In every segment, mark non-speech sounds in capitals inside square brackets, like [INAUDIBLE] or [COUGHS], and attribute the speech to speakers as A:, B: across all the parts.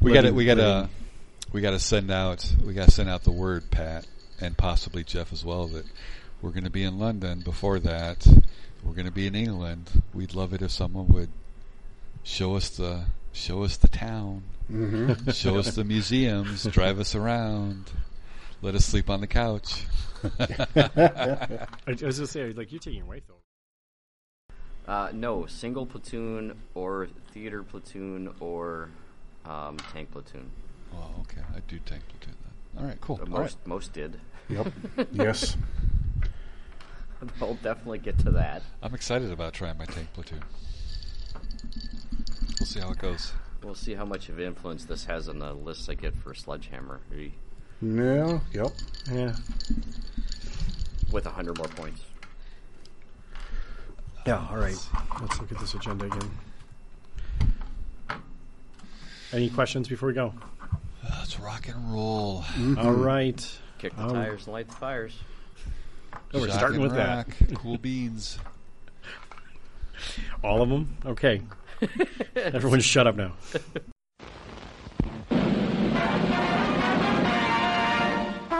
A: We got
B: Living-
A: to we got to
B: living-
A: we got to send out we got to send out the word Pat and possibly Jeff as well that we're going to be in London before that. We're going to be in England. We'd love it if someone would show us the show us the town,
B: Mm-hmm.
A: show us the museums, drive us around, let us sleep on the couch.
C: I was going to say, like, you're taking Waithel.
D: Uh, no, single platoon or theater platoon or um, tank platoon.
A: Well, Oh, okay, I do think we'll do that. All right, cool.
D: Uh,
A: All right.
D: Most most did. [LAUGHS]
B: Yep. [LAUGHS] yes.
D: We'll definitely get to that.
A: I'm excited about trying my tank platoon. We'll see how it goes.
D: We'll see how much of influence this has on the lists I get for Sledgehammer. Maybe
B: No. Yep.
C: Yeah.
D: With 100 more points.
C: Yeah, all right. Let's look at this agenda again. Any questions before we go?
A: Let's rock and roll.
B: Mm-hmm.
C: All right.
D: Kick the
C: Um,
D: tires and light the fires.
C: Oh, we're
A: Shock
C: starting
A: and
C: with that.
A: rock. [LAUGHS] Cool beans.
C: All of them? Okay. [LAUGHS] Everyone shut up now. [LAUGHS]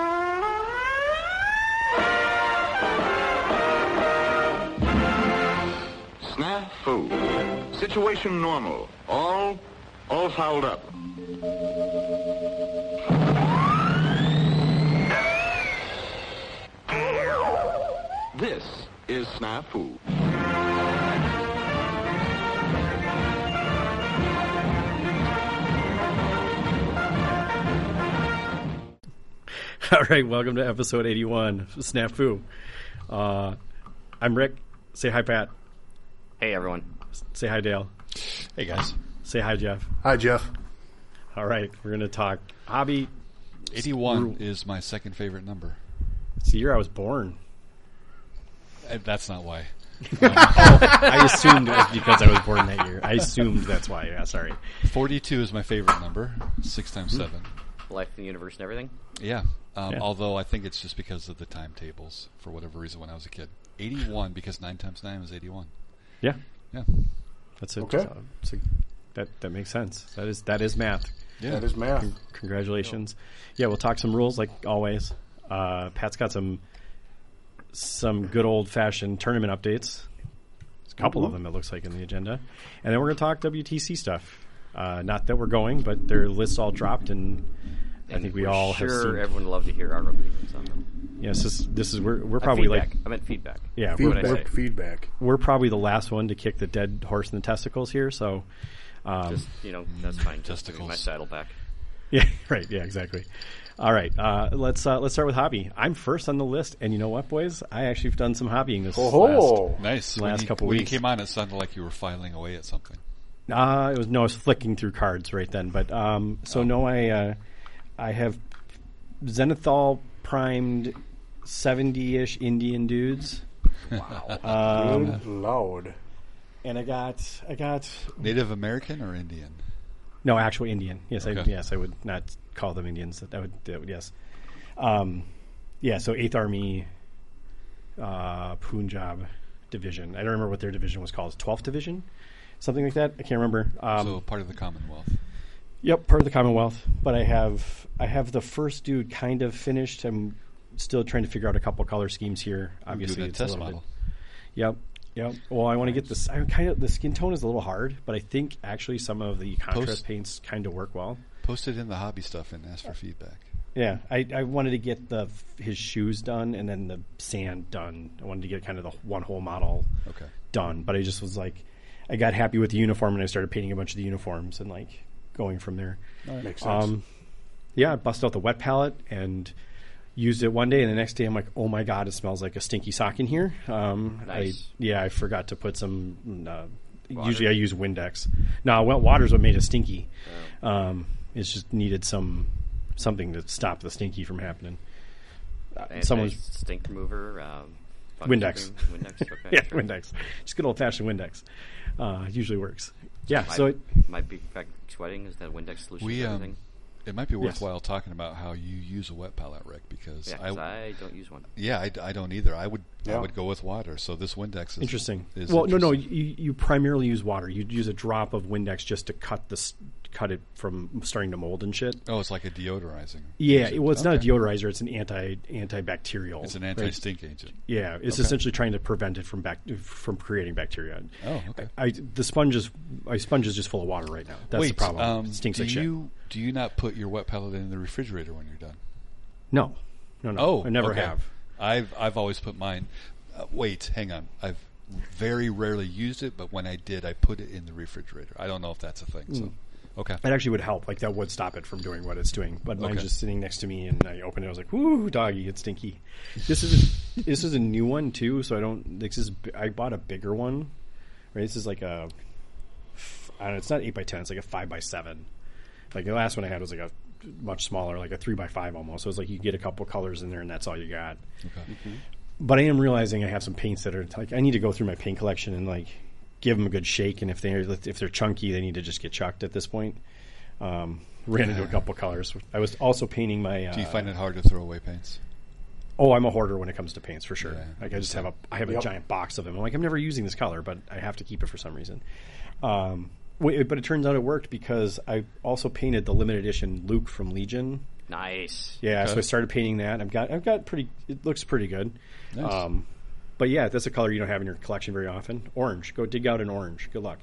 E: Snafu. Situation normal. All, all fouled up. This is Snafu.
C: All right. Welcome to episode 81, Snafu. Uh, I'm Rick. Say hi, Pat.
D: Hey, everyone.
C: Say hi, Dale.
A: Hey guys,
C: Say hi, Jeff.
B: Hi, Jeff.
C: All right. We're going to talk hobby.
A: eighty-one is my second favorite number.
C: It's the year I was born.
A: Uh, That's not why.
C: I assumed it was because I was born that year. I assumed that's why. Yeah, sorry.
A: Forty-two is my favorite number. Six times seven.
D: Life in the universe and everything.
A: Yeah. Um,
C: Hmm. Yeah.
A: Although I think it's just because of the timetables for whatever reason when I was a kid. Eighty-one because nine times nine is eighty-one.
C: Yeah.
A: Yeah.
C: That's it.
B: Okay.
C: So that that makes sense. That is that is math.
A: Yeah.
B: That is math.
C: Congratulations. Yeah, we'll talk some rules like always. Uh, Pat's got some some good old fashioned tournament updates. There's a couple of them it looks like in the agenda, and then we're gonna talk WTC stuff. Uh, not that we're going, but their lists all dropped, and, I
D: And
C: think we
D: we're
C: all
D: sure
C: have. Seen,
D: everyone would love to hear our opinions on them.
C: yes, this, this is we're we're
D: Uh,
C: probably
D: feedback.
C: like
D: I meant feedback.
C: yeah we're,
D: I
B: Feedback.
D: say?
B: Feedback.
C: we're probably the last one to kick the dead horse in the testicles here. So um,
D: Just, you know, that's fine. Just give me my
A: Testicles.
D: saddle back.
C: [LAUGHS] Yeah, right. Yeah, exactly. All right, uh, let's uh, let's start with hobby. I'm first on the list, and you know what, boys? I actually have done some hobbying this
B: Oh.
A: Nice. when
C: Last
A: you,
C: couple
A: when
C: weeks.
A: you came on, it sounded like you were filing away at something.
C: last. Uh, it was no, I was flicking through cards right then. But um, so no, I uh, I have Zenithal primed seventy ish Indian dudes,
B: Good lord.
C: and I got I got
A: Native American or Indian?
C: no actual Indian. Yes, I,
A: Okay.
C: yes, I would not call them Indians. That I would, that would yes, um, yeah. So Eighth Army uh, Punjab division. I don't remember what their division was called. Twelfth Division, something like that. I can't remember. Um,
A: so part of the Commonwealth.
C: Yep, part of the Commonwealth. But I have I have the first dude kind of finished. I'm still trying to figure out a couple color schemes here.
A: Doing
C: Obviously,
A: a
C: it's a
A: test
C: little
A: model.
C: bit. Yep, yep. Well, I want to get this. I kind of the skin tone is a little hard, but I think actually some of the contrast
A: Post-
C: paints kind of work well.
A: Post it in the hobby stuff and ask for feedback.
C: Yeah, I, I wanted to get the his shoes done and then the sand done. I wanted to get kind of the one whole model
A: Okay.
C: done, but I just was like, I got happy with the uniform and I started painting a bunch of the uniforms and like going from there.
B: Makes sense.
C: Um, yeah, I busted out the wet palette and used it one day, and the next day I'm like, oh my god, it smells like a stinky sock in here. Um,
D: Nice.
C: I, yeah, I forgot to put some. Uh, usually I use Windex. No, wet water's what made it stinky. Um, it's just needed some something to stop the stinky from happening.
D: And
C: someone's-
D: nice stink remover. Um, fuck
C: Windex. [LAUGHS]
D: something. Windex. Okay.
C: Yeah,
D: sure.
C: Windex. Just good old fashioned Windex. Uh, usually works. Yeah,
D: My,
C: so it,
D: my big fat sweating is that Windex solution.
A: We,
D: for
A: um,
D: everything?
A: it might be
C: Yes.
A: worthwhile talking about how you use a wet palette, Rick, because
D: Yeah, 'cause
A: I,
D: I, don't use one.
A: yeah, I, I don't either. I would I
B: Yeah.
A: would go with water. So this Windex is
C: Interesting.
A: Is
C: well, no, no.
A: interesting.
C: You, you primarily use water. You use a drop of Windex just to cut this, cut it from starting to mold and shit.
A: Oh, it's like a deodorizing.
C: Yeah.
A: agent.
C: well, it's not a
A: Okay.
C: deodorizer. It's an anti antibacterial.
A: It's an
C: right?
A: anti-stink agent.
C: Yeah, it's essentially trying to prevent it from back from creating bacteria.
A: Oh, okay.
C: I, the sponge is my sponge is just full of water right now. That's
A: Wait,
C: the problem.
A: Um,
C: it stinks
A: do
C: like shit.
A: you do you not put your wet palette in the refrigerator when you're done?
C: No, no, no.
A: Oh,
C: I never
A: okay.
C: have.
A: I've I've always put mine. Uh, wait, hang on. I've very rarely used it, but when I did, I put it in the refrigerator. I don't know if that's a thing. So, okay.
C: It actually would help. Like that would stop it from doing what it's doing. But mine's
A: Okay.
C: just sitting next to me, and I opened it. I was like, "Woo, doggy, it's stinky." This is a, this is a new one too. So I don't. This is b- I bought a bigger one. Right, this is like a. f- I don't know, it's not eight by ten. It's like a five by seven. Like the last one I had was like a much smaller, like a three by five almost. So it's like you get a couple colors in there, and that's all you got.
A: Okay.
C: But I am realizing I have some paints that are like I need to go through my paint collection and like give them a good shake. And if they're if they're chunky, they need to just get chucked at this point. Um, ran into a couple colors. I was also painting my. Uh,
A: Do you find it hard to throw away paints?
C: oh, I'm a hoarder when it comes to paints for sure.
A: Yeah.
C: like I just have a I have a
B: Yep.
C: giant box of them. I'm like I'm never using this color, but I have to keep it for some reason. Um, wait, but it turns out it worked because I also painted the limited edition Luke from Legion.
D: Nice.
C: Yeah, so
A: Okay.
C: I started painting that. I've got I've got pretty. It looks pretty good.
A: Nice.
C: Um, but yeah, that's a color you don't have in your collection very often. Orange. Go dig out an orange. Good luck.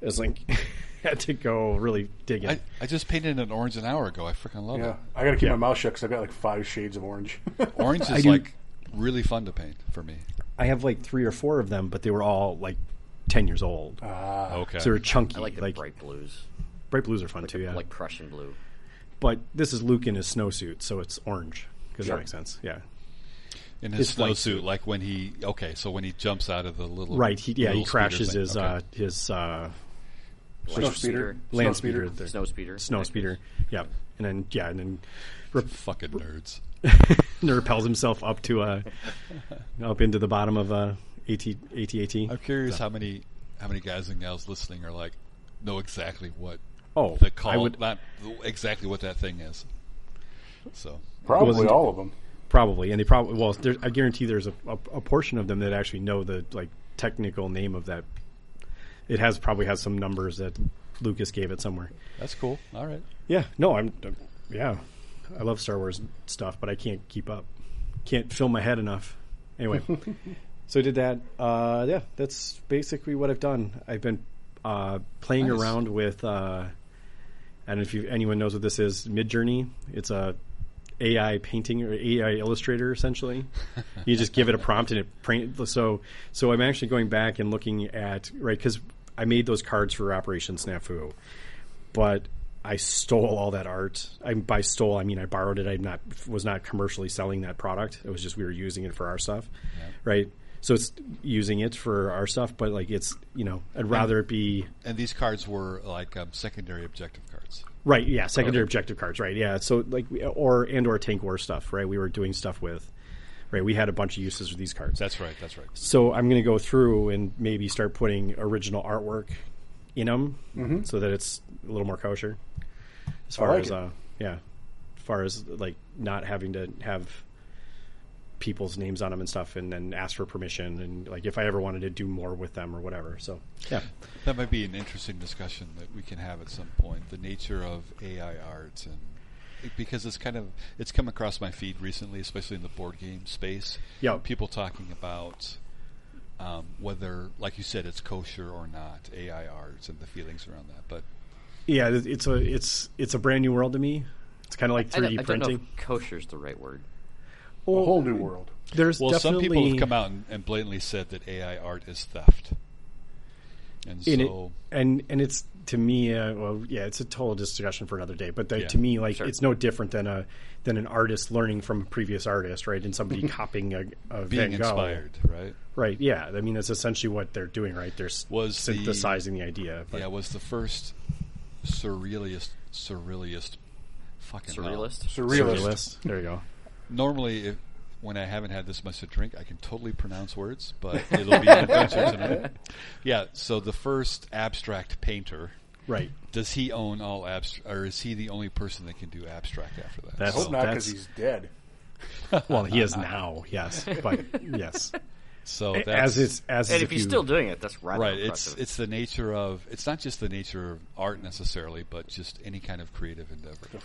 C: It was like [LAUGHS] had to go really dig in.
A: I, I just painted an orange an hour ago. I freaking love
B: Yeah,
A: it.
B: I gotta keep my mouth shut because I've got like five shades of orange. [LAUGHS]
A: Orange is
C: do-
A: like really fun to paint for me.
C: I have like three or four of them, but they were all like ten years old,
A: Okay.
C: Uh, so they're chunky.
D: I like the bright blues,
C: bright blues are fun too. Yeah,
D: like Prussian blue.
C: but this is Luke in his snowsuit, so it's orange. Because
B: Sure.
C: that makes sense. Yeah,
A: in his
C: His white
A: snowsuit, like when he okay, so when he jumps out of the little
C: right. He, yeah, he
A: little speeder
C: crashes
A: thing.
C: his
A: Okay.
C: uh, his uh,
B: Snow speeder.
C: land
B: Snow speeder.
C: speeder, the
D: Snow speeder.
C: snow speeder. Yeah, and then yeah, and then rep-
A: fucking nerds.
C: [LAUGHS] repels himself up to a up into the bottom of uh, a AT
A: I'm
C: AT-AT.
A: curious how many how many guys and gals listening are like know exactly what
C: Oh,
A: the call
C: I would
A: not exactly what that thing is. So
B: Probably
C: wasn't-
B: all of them.
C: probably, and they probably well, there, I guarantee there's a, a, a portion of them that actually know the like technical name of that. It has probably has some numbers that Lucas gave it somewhere.
A: that's cool. All right.
C: Yeah, no, I'm yeah, I love Star Wars stuff, but I can't keep up, can't fill my head enough. Anyway, so I did that. Uh, yeah, that's basically what I've done. I've been uh, playing
A: Nice.
C: around with, uh, and if you, anyone knows what this is, Midjourney. It's a AI painting or AI illustrator essentially. you just give it a prompt and it print. So so I'm actually going back and looking at right because I made those cards for Operation Snafu, but I stole all that art. I by stole I mean I borrowed it. I not was not commercially selling that product. It was just we were using it for our stuff, right? So it's using it for our stuff, but like it's you know I'd rather it be
A: And these cards were like um, secondary objective cards.
C: Right. Yeah. Secondary objective cards. Right. Yeah. So like, we- or and or tank war stuff. Right. We were doing stuff with. Right. We had a bunch of uses for these cards.
A: That's right. That's right.
C: so I'm going to go through and maybe start putting original artwork in them,
A: Mm-hmm.
C: so that it's a little more kosher. As far
B: like
C: as
B: it.
C: uh, yeah, as far as like not having to have people's names on them and stuff, and then ask for permission, and like if I ever wanted to do more with them or whatever. So yeah.
A: That might be an interesting discussion that we can have at some point. The nature of AI art and it- because it's kind of it's come across my feed recently, especially in the board game space.
C: Yeah.
A: people talking about um, whether, like you said, it's kosher or not AI art and the feelings around that. But
C: Yeah, it- it's a it's it's a brand new world to me. It's kind of like
D: I
C: 3D
D: don't, I don't know
C: printing.
D: if kosher's the right word.
B: A whole new world.
C: There's
A: well, some
C: definitely
A: people have come out and, and blatantly said that AI art is theft, and
C: in
A: so
C: it, and and it's to me, uh, well, yeah, it's a total discussion for another day. But the,
A: Yeah,
C: to me, like
D: sure.
C: it's no different than a than an artist learning from a previous artist, right?
A: [LAUGHS]
C: And somebody copying a, a Van
A: being
C: Gogh,
A: inspired, right?
C: right? Yeah, I mean that's essentially what they're doing, right? They're s-
A: Was the-
C: synthesizing the, idea. But
A: Yeah, was the first surrealist, surrealist, fucking hell.
D: Surrealist.
B: Surrealist.
C: There you go.
A: Normally, if, when I haven't had this much to drink, I can totally pronounce words, but it'll be an adventure tonight. Yeah, so the first abstract painter
C: Right.
A: [LAUGHS] Does he own all abstract, or is he the only person that can do abstract after that?
C: That's-
B: I hope
A: So-
B: not because
C: that's-
B: he's dead.
C: Well,
A: [LAUGHS]
C: he is now, yes, but yes,
A: so. Oh,
C: A-
A: That's,
C: as it's as
D: And
C: is
D: if he's
C: you-
D: still doing it, that's rather
A: right, it's
D: impressive.
A: it's the nature of it's not just the nature of art necessarily, but just any kind of creative endeavor.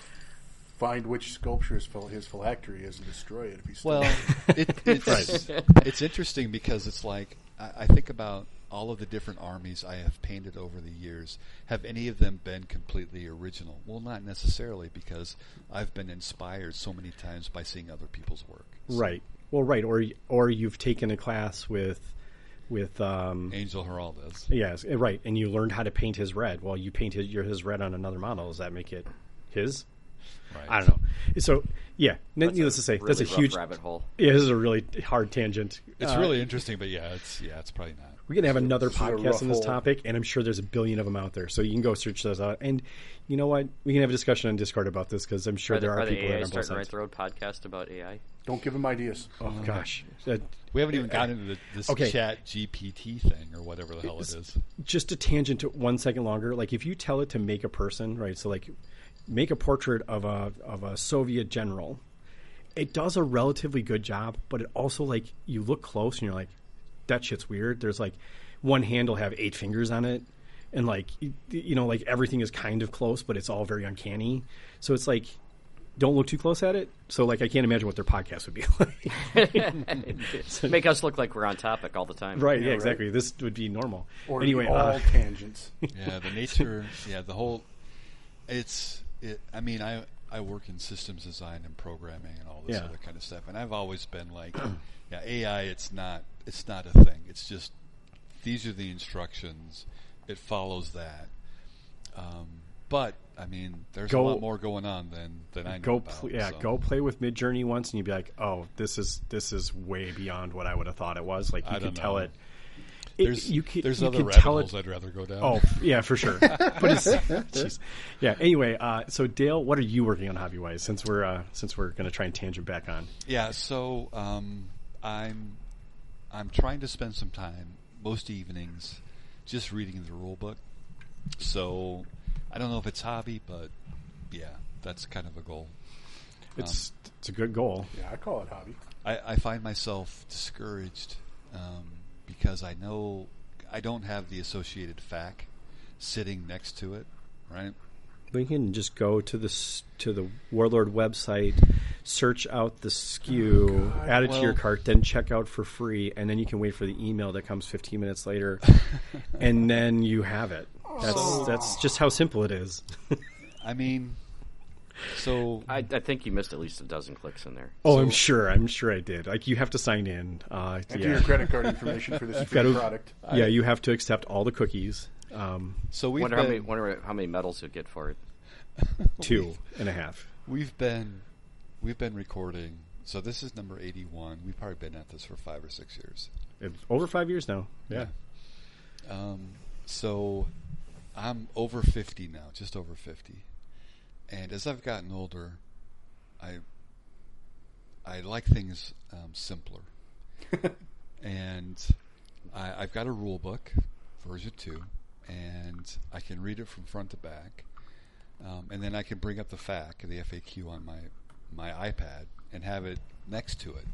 B: Find which sculpture is phil- his phylactery is and destroy it if he's still
A: Well, it,
C: [LAUGHS]
A: it's it's interesting because it's like I, I think about all of the different armies I have painted over the years. Have any of them been completely original? Well, not necessarily, because I've been inspired so many times by seeing other people's work. So
C: right. Well, right, or or you've taken a class with with um,
A: Angel Heraldez.
C: yes, eh, right, and you learned how to paint his red. Well, you painted your his red on another model. Does that make it his?
A: Right.
C: I don't know. So yeah, n- needless to say, that's a
D: Really rough
C: huge.
D: rabbit hole.
C: Yeah, this is a really hard tangent.
A: It's
C: Uh,
A: really interesting, but yeah, it's yeah, it's probably not.
C: We're gonna have another
B: is a
C: podcast
B: rough
C: on this
B: hole.
C: topic, and I'm sure there's a billion of them out there. So you can go search those out. And you know what? We can have a discussion on Discord about this because I'm sure
D: Are,
C: there
D: the-
C: are
D: are the
C: people that
D: AI
C: are on both
D: starting right
C: sides.
D: the road podcast about
C: [LAUGHS]
D: AI?
B: Don't give him ideas.
C: Oh gosh, Uh,
A: We haven't even gotten into the, this
C: Okay.
A: Chat GPT thing or whatever the hell it is.
C: just a tangent to one second longer. Like if you tell it to make a person, right? So like, make a portrait of a of a Soviet general. It does a relatively good job, but it also like you look close and you're like, that shit's weird. There's like one hand will have eight fingers on it, and like y- you know like everything is kind of close, but it's all very uncanny. So it's like. Don't look too close at it. So, like, I can't imagine what their podcast would be [LAUGHS] like.
D: Make us look like we're on topic all the time.
C: right? Yeah,
B: right.
C: exactly. This would be normal.
B: Or
C: anyway,
B: all
C: uh, [LAUGHS]
B: tangents.
A: Yeah, the nature. yeah, the whole. It's. It, I mean, I I work in systems design and programming and all this
C: Yeah.
A: other kind of stuff, and I've always been
C: [CLEARS THROAT]
A: like, yeah, AI. It's not. It's not a thing. It's just these are the instructions. It follows that. Um, but I mean, there's a
C: Go-
A: lot more going on than than I know
C: go
A: about.
C: pl- yeah
A: so.
C: go play with midjourney once and you'd be like oh this is this is way beyond what i would have thought it was like
A: I
C: you
A: don't
C: could tell
A: know.
C: it, it
A: There's
C: you could,
A: there's
C: you
A: other
C: could
A: rabbit
C: tell it
A: holes I'd rather go down.
C: oh f- yeah for
A: [LAUGHS]
C: sure but it's jeez. yeah anyway uh, so dale what are you working on hobby wise since we're uh, since we're going to try and tangent back on
A: Yeah, so um, I'm I'm trying to spend some time most evenings just reading the rule book. So I don't know if it's hobby, but yeah, that's kind of a goal. Um,
C: it's it's a good goal
B: yeah, I call it hobby.
A: I, I find myself discouraged um, because I know I don't have the associated fac sitting next to it, right?
C: we can just go to the s- to the warlord website search out the skew add it to your
A: Well-
C: cart then check out for free and then you can wait for the email that comes 15 minutes later and then you have it that's that's just how simple it is
A: I mean, so
D: I, I think you missed at least a dozen clicks in there.
C: oh i'm sure i'm sure i did like you have to sign in uh
B: Enter
C: yeah.
B: your credit card information
C: [LAUGHS]
B: for this free
C: Gotta-
B: product.
C: yeah you have to accept all the cookies um
A: so we've
D: Wonder
A: been,
D: how many wonder how many medals you'll get for it. [LAUGHS]
C: two and a half
A: We've been we've been recording. So this is number 81. We've probably been at this for 5 or 6 years.
C: It's over five years now yeah
A: Um, so I'm over 50 now, just over 50. And as I've gotten older, I I like things um, simpler. and I, I've got a rule book, version 2, and I can read it from front to back. Um, and then I can bring up the FAQ, the FAQ on my, my iPad and have it next to it.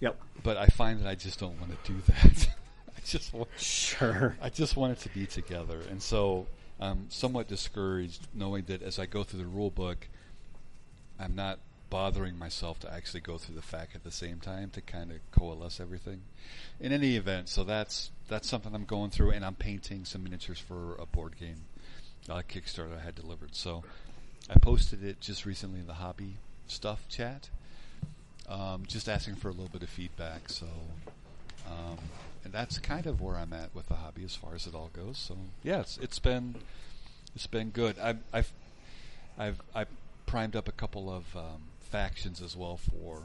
C: yep
A: But I find that I just don't want to do that. [LAUGHS] I just want
C: sure [LAUGHS]
A: I just want it to be together, and so I'm somewhat discouraged knowing that as I go through the rule book, I'm not bothering myself to actually go through the fact at the same time to kind of coalesce everything. In any event, so that's that's something I'm going through, and I'm painting some miniatures for a board game uh, Kickstarter I had delivered. So I posted it just recently in the hobby stuff chat, um, just asking for a little bit of feedback. So um, and that's kind of where I'm at with the hobby as far as it all goes. So yeah, it's, it's been it's been good. I've I've I've, I've primed up a couple of um, factions as well for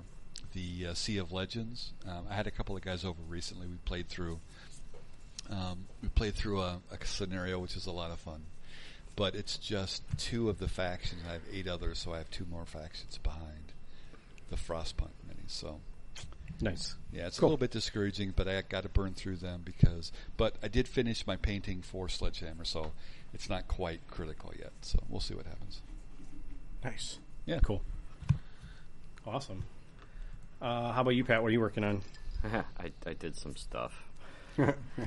A: the uh, Sea of Legends. Um, I had a couple of guys over recently. We played through um, we played through a, a scenario which is a lot of fun. But it's just two of the factions. I have eight others, so I have two more factions behind the Frostpunk minis. So
C: Nice.
A: Yeah, it's
C: Cool.
A: a little bit discouraging, but I got to burn through them because. But I did finish my painting for Sledgehammer, so it's not quite critical yet. So we'll see what happens.
B: Nice.
A: Yeah,
C: Cool. Awesome. Uh, how about you, Pat? What are you working on?
D: I, I did some
B: [LAUGHS]
D: stuff.
C: 'Cause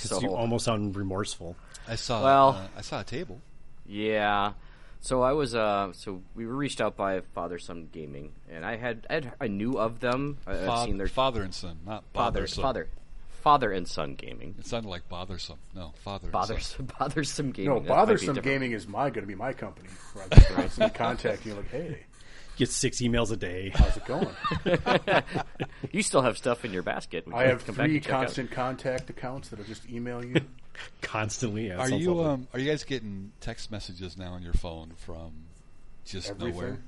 D: so
C: you almost sound remorseful.
A: I saw.
D: Well-
A: uh, I saw a table.
D: yeah, so I was uh, so we were reached out by Father Son Gaming, and I had I'd, I knew of them. I, I've
A: Fa-
D: seen their
A: father and son, not
D: father
A: bothersome.
D: father father and son gaming.
A: It sounded like bothersome. No, father. and son.
D: [LAUGHS] Bothers, bothersome gaming.
B: No,
D: that might be
B: bothersome
D: different.
B: gaming is my going to be my company. Where I'm constantly contacting you like, hey,
C: Get six emails a day.
B: how's it going?
D: You still have stuff in your basket. We
B: I
D: can
B: have
D: come back
B: three
D: and check out.
B: constant contact accounts that'll just email you.
C: Constantly. Yeah,
A: Are
C: sounds
A: you
C: lovely.
A: um? Are you guys getting text messages now on your phone from just
B: Everything.
A: nowhere?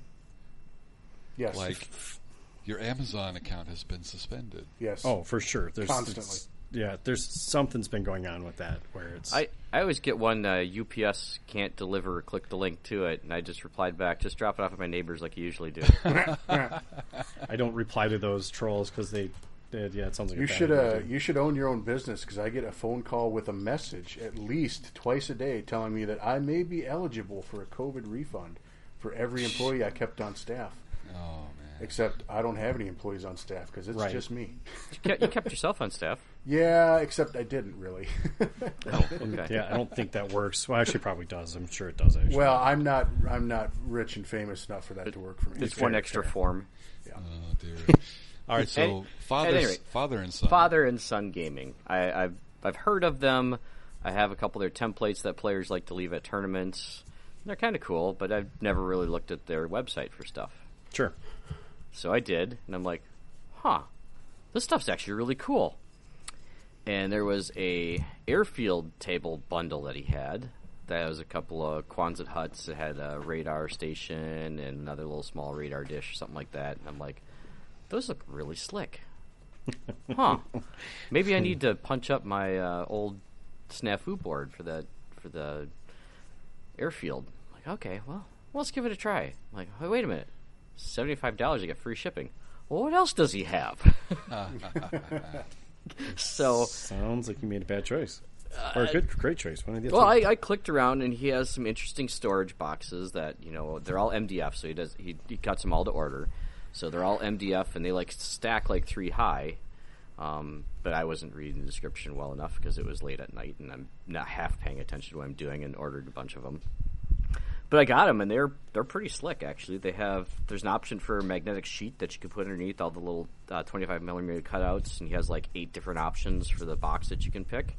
B: Yes.
A: Like your Amazon account has been suspended.
B: yes.
C: Oh, for sure. There's
B: Constantly.
C: it's- Yeah, there's something's been going on with that where it's
D: I, I always get one uh, UPS can't deliver. Click the link to it, and I just replied back. Just drop it off at my neighbors like you usually do. [LAUGHS]
C: I don't reply to those trolls because they, they yeah it sounds like
B: You
C: a bad
B: should uh,
C: idea.
B: you should own your own business because I get a phone call with a message at least twice a day telling me that I may be eligible for a COVID refund for every employee I kept on staff.
A: Oh man.
B: Except I don't have any employees on staff because it's
C: Right.
B: just me.
D: you kept- you kept yourself on staff.
B: Yeah, except I didn't really. [LAUGHS]
D: Okay.
C: yeah I don't think that works well actually it probably does I'm sure it does actually
B: well, I'm not I'm not rich and famous enough for that to work for me.
D: It's one extra form.
A: Oh
D: [LAUGHS]
A: dear. All right. So
D: At-
A: father,
D: at any rate.
A: father and son.
D: Father and Son Gaming. I, I've I've heard of them. I have a couple of their templates that players like to leave at tournaments. They're kind of cool, but I've never really looked at their website for stuff.
C: sure
D: So I did, and I'm like, huh, this stuff's actually really cool. And there was a airfield table bundle that he had. That was a couple of Quonset huts. It had a radar station and another little small radar dish, something like that. And I'm like, those look really slick. huh. Maybe I need to punch up my uh, old snafu board for the for the airfield. I'm like, okay, well, let's give it a try. I'm like, oh, wait a minute, seventy-five dollars, I get free shipping. Well, what else does he have? [LAUGHS]
A: [LAUGHS]
D: so,
C: sounds like you made a bad choice or a good great choice one of the
D: well, I, I clicked around, and he has some interesting storage boxes that you know they're all MDF, so he does he, he cuts them all to order. So they're all MDF, and they like stack like three high. Um, but I wasn't reading the description well enough because it was late at night, and I'm not half paying attention to what I'm doing, and ordered a bunch of them. But I got them, and they're they're pretty slick actually. They have there's an option for a magnetic sheet that you can put underneath all the little uh, 25 millimeter cutouts, and he has like eight different options for the box that you can pick.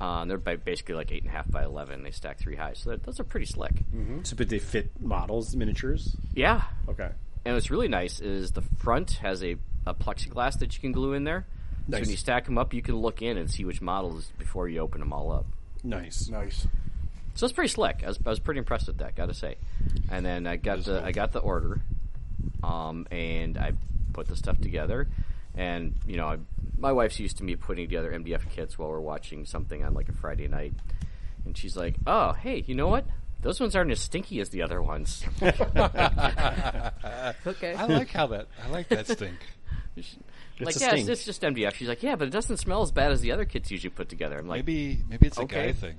D: Uh, and they're ba- basically like eight and a half by eleven. They stack three high, so that, those are pretty slick.
C: so, but they fit models miniatures
D: Yeah,
C: okay
D: and what's really nice is the front has a, a plexiglass that you can glue in there. So
C: Nice.
D: when you stack them up, you can look in and see which models before you open them all up.
C: nice
B: Nice.
D: So it's pretty slick. I was, I was pretty impressed with that, gotta say. And then I got the I got the order, um, and I put the stuff together. And you know, I, my wife's used to me putting together MDF kits while we're watching something on like a Friday night, and she's like, "Oh, hey, you know what? Those ones aren't as stinky as the
A: [LAUGHS]
D: other ones." [LAUGHS] okay.
A: I like how that. I like that stink.
D: like,
C: a
D: yeah, it's,
C: stink.
D: it's just MDF. She's like, yeah, but it doesn't smell as bad as the other kits usually put together. I'm like,
A: [LAUGHS] Maybe maybe it's a guy
D: Okay.
A: thing.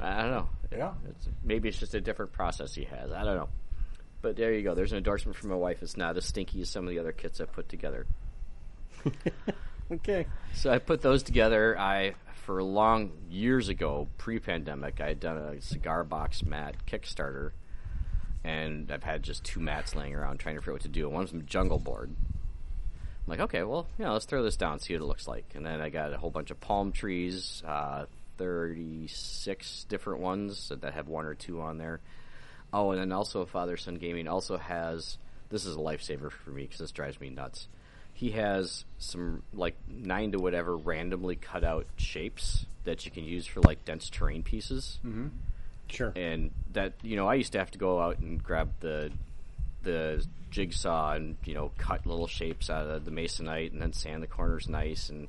D: I don't know.
B: Yeah.
D: It's, maybe it's just a different process he has. I don't know. But there you go. There's an endorsement from my wife. It's not as stinky as some of the other kits I put together.
C: okay
D: So I put those together. I, for long years ago, pre-pandemic, I had done a cigar box mat Kickstarter, and I've had just two mats laying around trying to figure out what to do. One was jungle board. I'm like, okay, well, yeah, let's throw this down, see what it looks like. And then I got a whole bunch of palm trees, uh, 36 different ones that have one or two on there. Oh, and then also Father Son Gaming also has this is a lifesaver for me because this drives me nuts. He has some like nine to whatever randomly cut out shapes that you can use for like dense terrain pieces,
C: sure
D: and that you know I used to have to go out and grab the the jigsaw and you know cut little shapes out of the masonite and then sand the corners nice and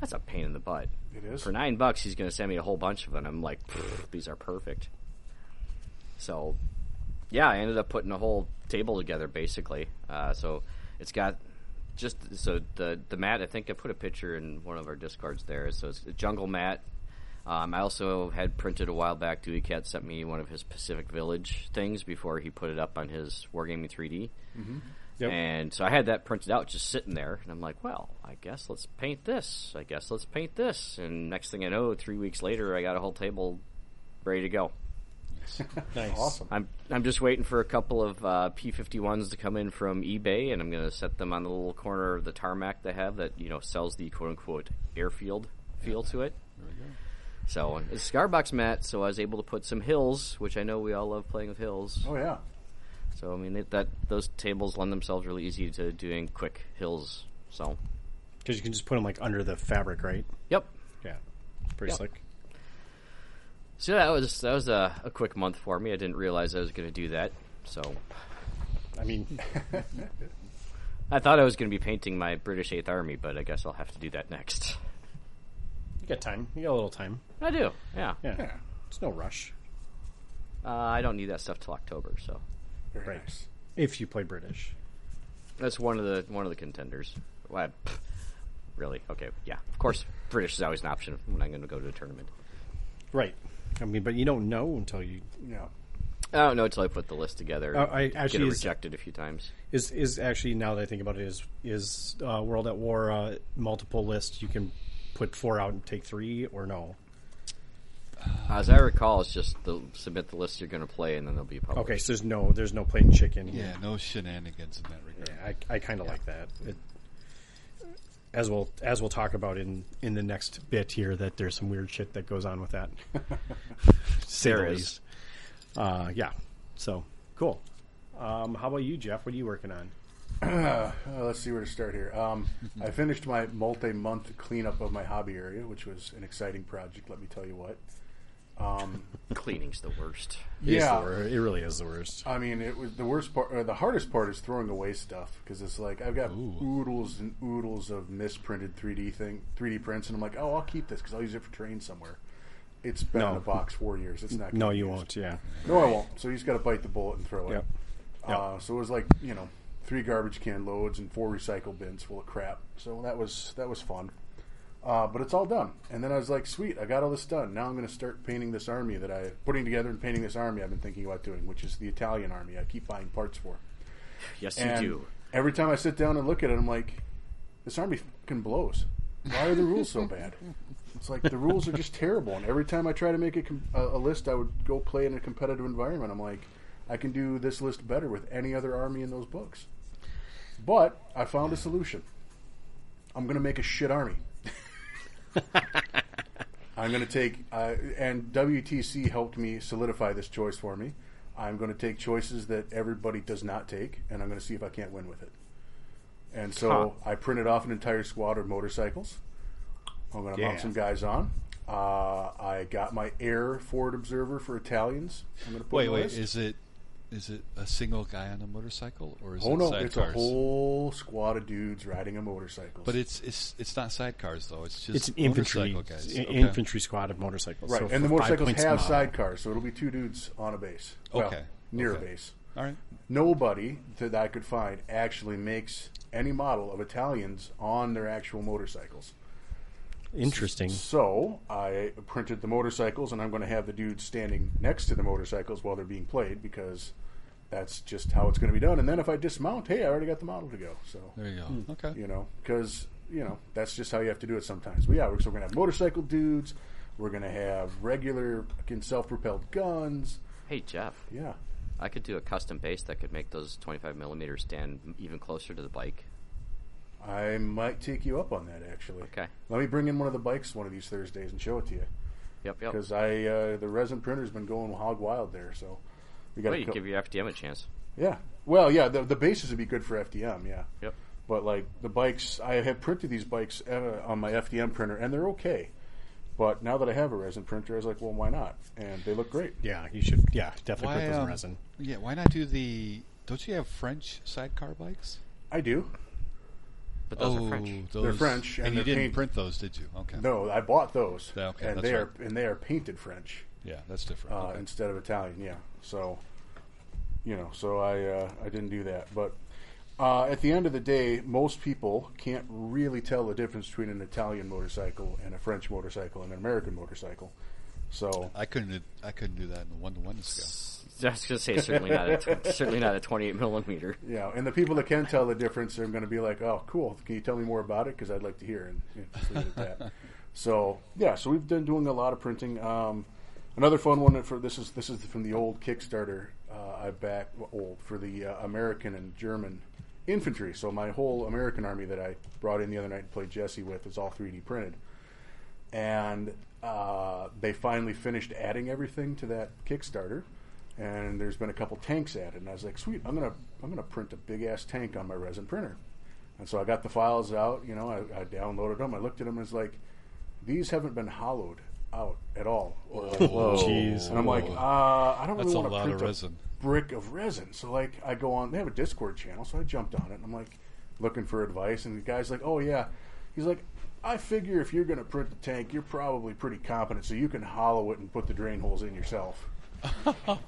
D: that's a pain in the butt.
B: It is.
D: For nine bucks, he's going to send me a whole bunch of them. I'm like, "Pfft, these are perfect. So, yeah, I ended up putting a whole table together basically. Uh, so It's got just so the the mat. I think I put a picture in one of our discards there. So it's a jungle mat. Um, I also had printed a while back. Dewey Cat sent me one of his Pacific Village things before he put it up on his Wargaming 3D.
C: Yep.
D: And so I had that printed out just sitting there, and I'm like, well, I guess let's paint this. I guess let's paint this. And next thing I know, three weeks later, I got a whole table ready to go.
C: Nice.
B: Awesome.
D: I'm I'm just waiting for a couple of uh, P51s to come in from eBay, and I'm going to set them on the little corner of the tarmac they have that you know sells the quote unquote airfield feel to it.
A: There we go.
D: So it's a Scarbox mat, so I was able to put some hills, which I know we all love playing with hills.
B: Oh yeah.
D: So I mean it, that those tables lend themselves really easy to doing quick hills. So
C: Because you can just put them like under the fabric, right?
D: yep.
C: Yeah. Pretty
D: Yeah.
C: slick.
D: So that was that was a, a quick month for me. I didn't realize I was going to do that. So
C: I mean,
D: I thought I was going to be painting my British Eighth Army, but I guess I'll have to do that next. [LAUGHS]
C: you got time. You got a little time.
D: I do. Yeah.
C: Yeah.
B: Yeah.
C: It's no rush.
D: Uh, I don't need that stuff till October, so
B: Very
C: Right.
B: nice.
C: If you play British.
D: that's one of the one of the contenders. Why? pff, really? Okay. Yeah. Of course, British is always an option when I'm going to go to a tournament.
C: Right. I mean, but you don't know until you
B: Yeah.
D: I don't know until I put the list together.
C: Oh, I- actually
D: get it
C: is-
D: rejected a few times.
C: is is actually now that I think about it is is uh, World at War uh, multiple lists you can put four out and take three or no.
D: As I recall, it's just the, submit the list you're going to play, and then they'll be published.
C: Okay, so there's no there's no plain chicken.
A: Yeah, no shenanigans in that regard.
C: Yeah, I, I kind of like that. It, as we'll as we'll talk about in in the next bit here, that there's some weird shit that goes on with
B: [LAUGHS]
C: that.
D: There is.
C: Series, Uh, yeah. So cool. Um, how about you, Jeff? What are you working on?
B: Uh, let's see where to start here.
C: [LAUGHS]
B: Um, I finished my multi-month cleanup of my hobby area, which was an exciting project. Let me tell you what.
D: Cleaning's the worst.
C: It is the
B: yeah,
C: wor- it really is the worst.
B: I mean, it was the worst part. Or the hardest part is throwing away stuff because it's like I've got oodles and oodles of misprinted 3D thing, 3D prints, and I'm like, oh, I'll keep this because I'll use it for terrain somewhere. It's been
C: No.
B: in a box four years. It's not. gonna
C: No,
B: be
C: you
B: used.
C: won't. Yeah.
B: No, I won't. So you just got to bite the bullet and throw it.
C: Yep. Yep.
B: Uh, so it was like you know, three garbage can loads and four recycle bins full of crap. So that was that was fun. Uh, but it's all done. And then I was like, sweet, I got all this done. Now I'm going to start painting this army that I putting together and painting this army I've been thinking about doing, which is the Italian army. I keep buying parts for.
D: Yes,
B: And
D: you do.
B: Every time I sit down and look at it, I'm like, this army fucking blows. Why are the rules so bad? It's like the rules are just terrible. And every time I try to make a, com- a a list, I would go play in a competitive environment. I'm like, I can do this list better with any other army in those books. But I found a solution. I'm going to make a
A: [LAUGHS]
B: shit army. I'm going to take, uh, and WTC helped me solidify this choice for me. I'm going to take choices that everybody does not take, and I'm going to see if I can't win with it. And so I printed off an entire squad of motorcycles. I'm going to mount
C: Yeah.
B: some guys on. Uh, I got my air forward observer for Italians. I'm going to put
A: Wait,
B: on the
A: wait,
B: list.
A: is it is it a single guy on a motorcycle or is
B: oh
A: it
B: no, it's
A: sidecars?
B: a whole squad of dudes riding a motorcycle.
A: But it's it's it's not sidecars though. It's just
C: It's an infantry
A: motorcycle guys.
C: it's an
A: Okay.
C: infantry squad of motorcycles.
B: right,
C: So
B: and
C: for
B: the
C: five
B: motorcycles
C: points a
B: have
C: mile.
B: sidecars, so it'll be two dudes on a base. Well,
A: Okay.
B: near
A: Okay.
B: a base.
A: All right.
B: nobody that I could find actually makes any model of Italians on their actual motorcycles.
C: Interesting.
B: So I printed the motorcycles, and I'm going to have the dudes standing next to the motorcycles while they're being played because that's just how it's going to be done. And then if I dismount, hey, I already got the model to go. So
A: There you go.
C: Hmm.
A: Okay.
B: you know, because you know that's just how you have to do it sometimes. But yeah, we're, so we're gonna have motorcycle dudes. We're gonna have regular fucking self-propelled guns.
D: Hey, Jeff,
B: Yeah,
D: I could do a custom base that could make those 25 millimeters stand even closer to the bike.
B: I might take you up on that actually.
D: Okay.
B: Let me bring in one of the bikes one of these Thursdays and show it to you
D: Yep, yep.
B: because I uh, the resin printer's been going hog wild there. So we got
D: Wait, give your FDM a chance.
B: yeah. Well, yeah, the the bases would be good for FDM. Yeah.
D: Yep.
B: But like the bikes, I have printed these bikes uh, on my FDM printer, and they're okay. But now that I have a resin printer, I was like, well, why not? And they look great.
C: Yeah, you should. Yeah, definitely
A: Why,
C: put those in
A: um,
B: [LAUGHS]
C: resin.
A: yeah, why not do the don't you have French sidecar bikes?
B: I do.
D: But those
A: oh,
D: are French.
A: Those,
B: They're French,
A: And,
B: and
A: you
B: they're
A: didn't
B: paint-
A: print those, did you? Okay.
B: No, I bought those,
A: Yeah, okay,
B: and
A: that's
B: they are
A: right.
B: and they are painted French
A: Yeah, that's different.
B: uh,
A: Okay.
B: instead of Italian. Yeah. So, you know, so I uh, I didn't do that, but Uh, at the end of the day, most people can't really tell the difference between an Italian motorcycle and a French motorcycle and an American motorcycle. So
A: I couldn't. I couldn't do that in a one-to-one scale.
D: [LAUGHS] I was going to say certainly not a t- [LAUGHS] certainly not a 28 millimeter.
B: Yeah, and the people that can tell the difference are going to be like, "Oh, cool! Can you tell me more about it? Because I'd like to hear." And you know, just leave it at that. so yeah, so we've been doing a lot of printing. Um, another fun one for this is this is from the old Kickstarter uh, I backed well, old for the uh, American and German infantry. So my whole American army that I brought in the other night and played Jesse with is all 3D printed, and uh, they finally finished adding everything to that Kickstarter and there's been a couple tanks added. And I was like, sweet, I'm gonna I'm gonna print a big ass tank on my resin printer. And so I got the files out. You know, I, I downloaded them. I looked at them. and It's like these haven't been hollowed out at all. Or,
C: Jeez.
B: and I'm like, uh, I don't
A: That's
B: really
A: a
B: want
A: lot
B: to
A: of
B: print
A: resin.
B: a brick of resin. So like, I go on. They have a Discord channel, so I jumped on it. And I'm like, looking for advice. And the guy's like, oh yeah, he's like. I figure if you're going to print the tank, you're probably pretty competent, so you can hollow it and put the drain holes in yourself.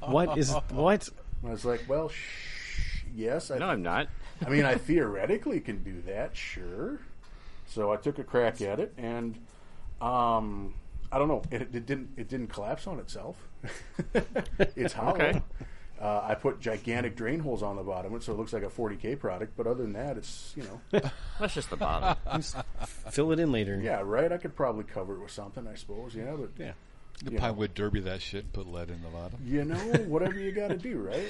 C: What is what?
B: And I was like, well, shh, yes. I
D: No, I'm not.
B: I mean, I theoretically can do that, sure. So I took a crack at it, and um, I don't know. It, it didn't. It didn't collapse on itself. [LAUGHS] it's hollow.
D: Okay.
B: Uh, I put gigantic drain holes on the bottom, of it, so it looks like a 40k product. But other than that, it's you know, [LAUGHS]
D: That's just the bottom.
C: Fill it in later.
B: yeah, right. I could probably cover it with something, I suppose. Yeah, but
C: Yeah.
A: The pine would derby that shit and put lead in the bottom.
B: you know, whatever you got to
A: [LAUGHS]
B: do, right?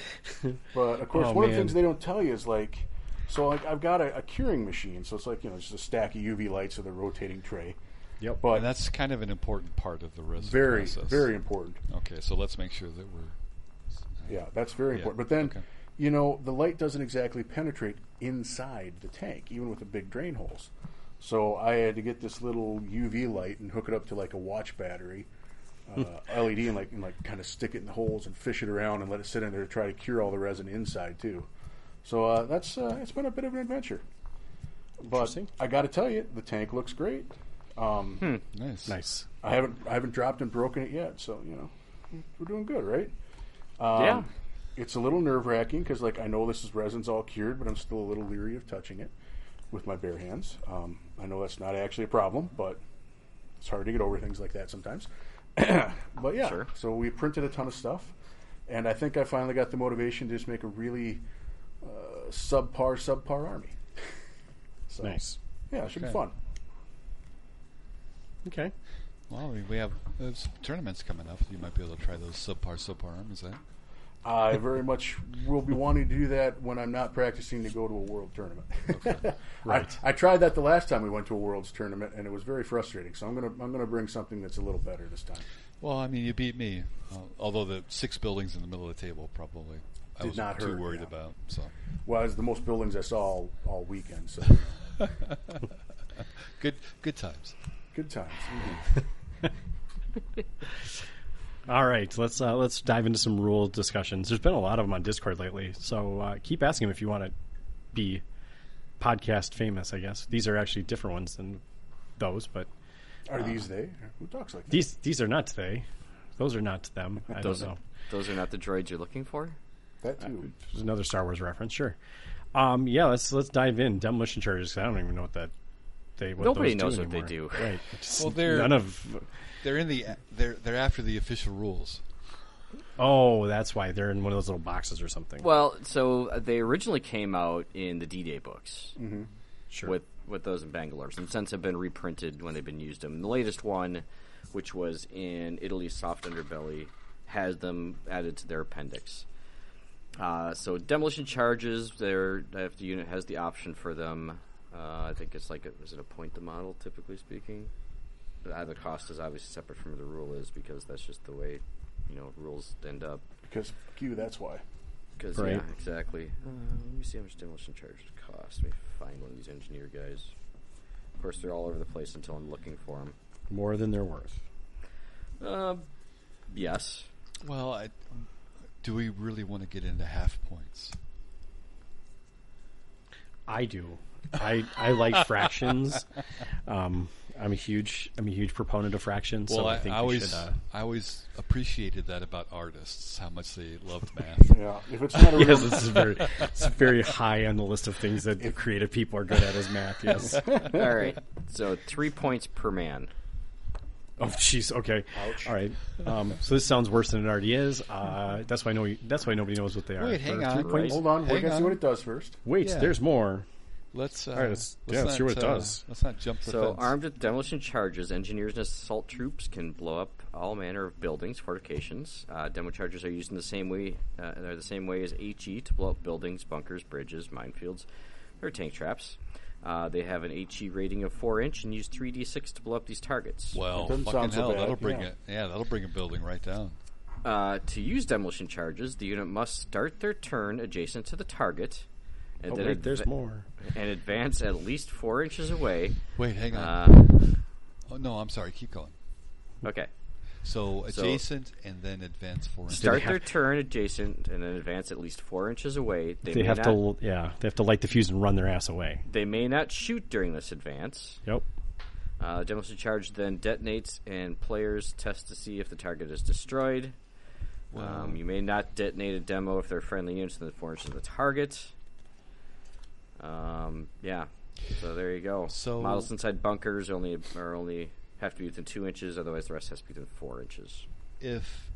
B: But of course,
C: Oh,
B: one of the
C: man.
B: things they don't tell you is like, so like I've got a, a curing machine, so it's like you know, just a stack of UV lights with a rotating tray.
C: Yep.
B: But
A: And that's kind of an important part of the resin
B: very,
A: process.
B: very important.
A: Okay, so let's make sure that we're
B: Yeah, that's very
A: Yeah,
B: important. But then,
A: okay.
B: you know, the light doesn't exactly penetrate inside the tank, even with the big drain holes. So I had to get this little UV light and hook it up to like a watch
A: [LAUGHS]
B: battery, uh, LED, and like and like kind of stick it in the holes and fish it around and let it sit in there to try to cure all the resin inside too. So uh, that's uh, it's been a bit of an adventure. But
C: Interesting.
B: I got to tell you, the tank looks great. Um,
A: nice.
C: nice.
B: I haven't I haven't dropped and broken it yet, so you know we're doing good, right?
D: yeah.
B: it's a little nerve wracking because like I know this is resin's all cured, but I'm still a little leery of touching it with my bare hands. Um, I know that's not actually a problem, but it's hard to get over things like that sometimes. [CLEARS THROAT] but yeah,
D: Sure.
B: so we printed a ton of stuff, and I think I finally got the motivation to just make a really uh, subpar subpar army. [LAUGHS] so
C: Nice.
B: yeah, it should be
A: Okay.
B: fun.
C: Okay.
A: Well, we- we have uh, some tournaments coming up. You might be able to try those subpar subpar arms. That
B: I very much will be wanting to do that when I'm not practicing to go to a world tournament.
C: Right.
B: [LAUGHS] I, I tried that the last time we went to a world's tournament, and it was very frustrating. So I'm gonna I'm gonna bring something that's a little better this time.
A: well, I mean, you beat me. Uh, although the six buildings in the middle of the table probably I
B: Did
A: was
B: not
A: too
B: hurt,
A: worried
B: yeah.
A: about. So
B: Well, it's the most buildings I saw all, all weekend. So you know,
A: good, good times.
B: good times.
C: All right. Let's uh, let's dive into some rule discussions. There's been a lot of them on Discord lately, so uh, keep asking them if you want to be podcast famous. I guess these are actually different ones than those, but
B: Are these they? Who talks like that?
C: these these are not today. These are not them. I don't
D: Those
C: know.
D: are, those are not the droids you're looking for.
B: That too.
C: There's another Star Wars reference, sure. Um, yeah, let's let's dive in. Demolition charges. 'cause I don't even know what that they. What
D: Nobody
C: those do
D: knows what they
C: anymore.
D: do. [LAUGHS]
C: Right. Just
A: Well, they're-
C: none of.
A: They're in the they're they're after the official rules.
C: Oh, that's why they're in one of those little boxes or something.
D: Well, so uh, they originally came out in the D-Day books
C: sure.
D: with with those in Bangalore, and since have been reprinted when they've been used. Them. The latest one, which was in Italy's Soft Underbelly, has them added to their appendix. Uh, so demolition charges, their if the unit has the option for them, uh, I think it's like a, is it a point the model typically speaking. Uh, the cost is obviously separate from what the rule is because that's just the way you know rules end up.
B: Because fuck you, that's why.
D: Because
C: Right.
D: yeah, exactly. Uh, let me see how much demolition charges cost. Let me find one of these engineer guys. Of course, they're all over the place until I'm looking for them.
C: More than they're worth.
D: Uh, yes.
A: Well, I, do we really want to get into half points? [LAUGHS]
C: I do. I I like fractions. Um, I'm a huge I'm a huge proponent of fractions.
A: Well,
C: so I,
A: I,
C: think
A: I
C: we
A: always
C: should. Uh,
A: I always appreciated that about artists, how much they loved math.
B: Yeah, if it's not a real,
C: yes, this is very
A: [LAUGHS]
C: it's very high on the list of things that the creative people are good at is
A: [LAUGHS]
C: math. Yes.
D: [LAUGHS] All right. So three points per man.
C: Oh, jeez. Okay. All right. Um, so this sounds worse than it already is. Uh, that's why no. That's why nobody knows what they are.
A: Wait, hang
C: For
A: on.
C: three
A: Right.
C: points-
B: [LAUGHS] hold on, we're
A: Hang
B: gonna
A: on.
B: see what it does first.
C: Wait,
A: Yeah.
C: there's more.
A: Let's uh,
C: right, let's-
A: let's
C: yeah,
A: not,
C: let's hear what it
A: uh,
C: does.
A: Let's not jump the
D: So
A: fence.
D: armed with demolition charges, engineers and assault troops can blow up all manner of buildings, fortifications. Uh, demo charges are used in the same way. Uh, they're the same way as HE to blow up buildings, bunkers, bridges, minefields, or tank traps. Uh, they have an HE rating of four inch and use three d six to blow up these targets.
A: Well,
B: doesn't
A: fucking
B: sound so
A: hell,
B: bad,
A: that'll bring
B: yeah.
A: it. Yeah, that'll bring a building right down.
D: Uh, to use demolition charges, the unit must start their turn adjacent to the target, and
C: Oh,
D: then
C: wait, there's
D: adva-
C: more.
D: and advance at least four inches away.
A: Wait, hang on.
D: Uh,
A: oh no, I'm sorry. Keep going.
D: okay.
A: So
D: So-
A: adjacent and then advance four inches.
D: Start
C: have-
D: their turn adjacent and then advance at least four inches away. They,
C: They
D: may
C: have
D: not,
C: to. Yeah, they have to light the fuse and run their ass away.
D: They may not shoot during this advance.
C: Yep.
D: Uh, demolition charge then detonates, and players test to see if the target is destroyed. Um, you may not detonate a demo if they're friendly units in the four inches of the target. Um, yeah. So there you go.
A: So-
D: models inside bunkers only are only have to be within two inches. Otherwise, the rest has to be within four inches.
A: If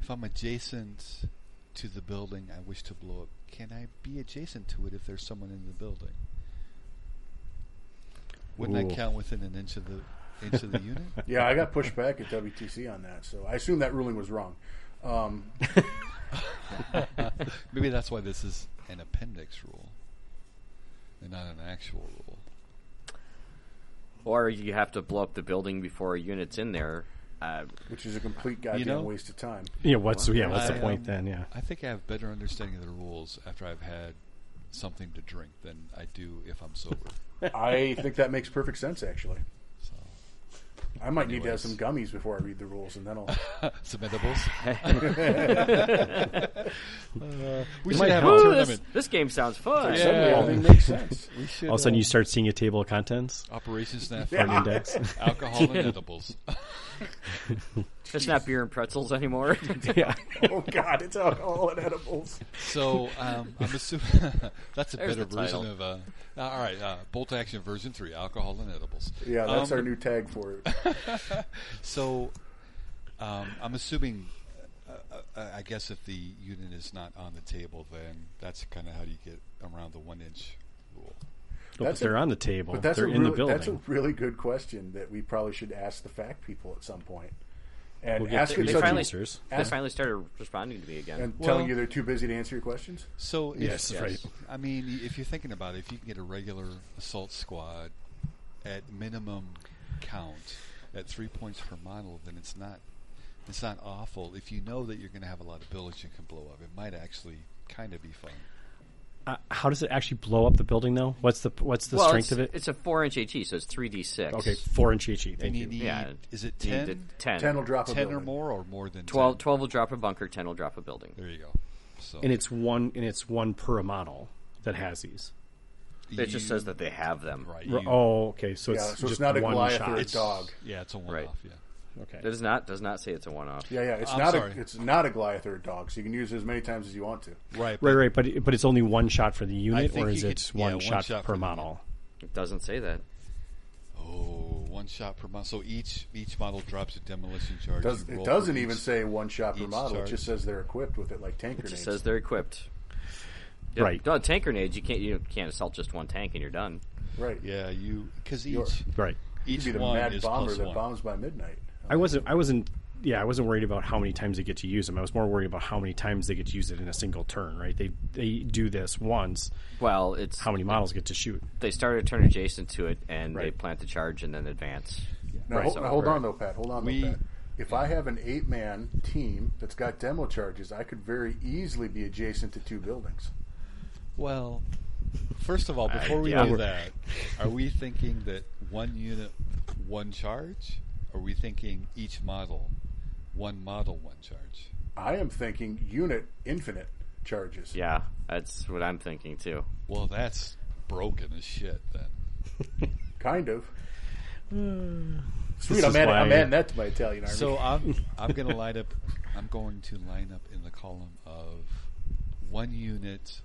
A: if I'm adjacent to the building I wish to blow up, can I be adjacent to it if there's someone in the building? Wouldn't
C: Ooh.
A: I count within an inch of the inch of the
C: [LAUGHS]
A: unit?
B: Yeah, I got pushed back at WTC on that, so I assume that ruling was wrong. Um,
A: Maybe that's why this is an appendix rule and not an actual rule.
D: Or you have to blow up the building before a unit's in there. Uh,
B: which is a complete goddamn
A: You know-
B: waste of time.
C: Yeah. What's yeah? What's the
A: I,
C: point
A: um,
C: then? Yeah.
A: I think I have better understanding of the rules after I've had something to drink than I do if I'm sober.
B: I think that makes perfect sense, actually.
A: So,
B: I might need to have
A: Anyways.
B: some gummies before I read the rules, and then I'll.
A: some
D: [LAUGHS]
A: edibles. [LAUGHS] Uh, we
C: might
A: should have a
C: help.
D: Ooh, this,
A: tournament.
D: this game sounds fun.
A: Yeah.
B: Suddenly, everything makes sense.
A: We should,
C: All of a sudden,
A: uh,
C: you start seeing a table of contents.
A: Operation
C: [LAUGHS]
A: Snap
C: An
A: [LAUGHS]
C: index.
A: alcohol and edibles.
D: It's not beer and
A: [LAUGHS]
D: pretzels anymore.
C: yeah.
B: Oh God, it's alcohol and edibles.
A: So um, I'm assuming [LAUGHS] that's a
D: There's
A: better
D: the
A: version
D: title.
A: of uh, all right. Uh, bolt action version three: alcohol and edibles.
B: Yeah, that's
A: Um,
B: our new tag for it.
A: So, um, I'm assuming, uh, uh, I guess if the unit is not on the table, then that's kind of how you get around the one inch rule.
C: But
B: That's a-
C: they're on the table.
B: But that's
C: they're
B: a
C: in
B: really,
C: the building.
B: that's a really good question that we probably should ask the fact people at some point, and
C: We'll get
B: ask
C: the
B: it
D: they
B: such a-
D: finally,
C: answers.
D: they finally started responding to me again.
B: and
A: Well-
B: telling you they're too busy to answer your questions.
A: So, if,
C: Yes, Yes. right.
A: I mean, y- if you're thinking about it, if you can get a regular assault squad at minimum count at three points per model, then it's not it's not awful. If you know that you're going to have a lot of buildings you can blow up, it might actually kind of be fun.
C: Uh, how does it actually blow up the building though? What's the what's the
D: well,
C: strength
D: it's,
C: of it?
D: it's a four inch HE, so it's three d six.
C: Okay, four inch HE. Thank
A: And you
C: you.
A: need
D: Yeah.
A: is it
D: You need to-
A: ten?
D: ten.
B: Ten will drop a
A: 10 or
B: building.
A: more or more than
D: 12,
A: 10?
D: 12 will drop a bunker. Ten will drop a building.
A: There you go. So
C: And it's one and it's one per model that has these.
D: It just
A: you-
D: says that they have them.
A: right.
C: R-
A: you-
C: oh, okay. So it's
B: Yeah, so
C: just
B: it's not a
C: one
B: Goliath
C: shot.
B: or a
A: it's-
B: dog.
A: Yeah, it's a one
D: Right.
A: off. Yeah.
D: It
C: Okay.
D: does not does not say it's a one off.
B: Yeah, yeah, it's
A: I'm
B: not
A: sorry.
B: a it's not a Goliath or a dog, so you can use it as many times as you want to.
A: Right.
C: Right, right, but it- but it's only one shot for the unit,
A: think
C: or
A: you
C: is
A: could-
C: it
A: yeah,
C: one,
A: one
C: shot,
A: shot for
C: per
A: the
C: model?
D: It doesn't say that.
A: Oh, one shot per model. So each each model drops a demolition charge.
B: Does,
A: You
B: it
A: roll
B: doesn't
A: for
B: even
A: each-
B: say one shot per
A: each
B: model.
A: charge.
B: It just says they're equipped with it, like tank
D: It
B: grenades.
D: just says they're equipped. Yeah,
C: Right.
D: No tank grenades. You can't you can't assault just one tank and you're done.
B: right.
A: Yeah, you because
B: You're-
A: each
C: Right.
A: each
B: You'd be the
A: one
B: mad
A: is
B: bomber
A: plus
B: that
A: one.
B: bombs by midnight.
C: I wasn't. I wasn't. Yeah, I wasn't worried about how many times they get to use them. I was more worried about how many times they get to use it in a single turn. Right? They they do this once.
D: Well, it's
C: How many models get to shoot?
D: they started a turn adjacent to it and they
C: Right.
D: plant the charge and then advance.
B: Now,
C: Right.
B: hold, now, hold
D: Right.
B: on though, Pat. Hold on,
A: We-
B: though, Pat. If I have an eight-man team that's got demo charges, I could very easily be adjacent to two buildings.
A: Well, first of all, before we
D: yeah.
A: do that, are we thinking that one unit, one charge? Are we thinking each model, one model, one charge?
B: I am thinking unit infinite charges.
D: Yeah, that's what I'm thinking too.
A: Well, that's broken as shit. Then
B: Kind of. Sweet,
C: This
B: I'm
C: is
B: adding,
C: why-
B: I'm adding that to my Italian army.
A: So I'm I'm gonna light up. I'm going to line up in the column of one unit,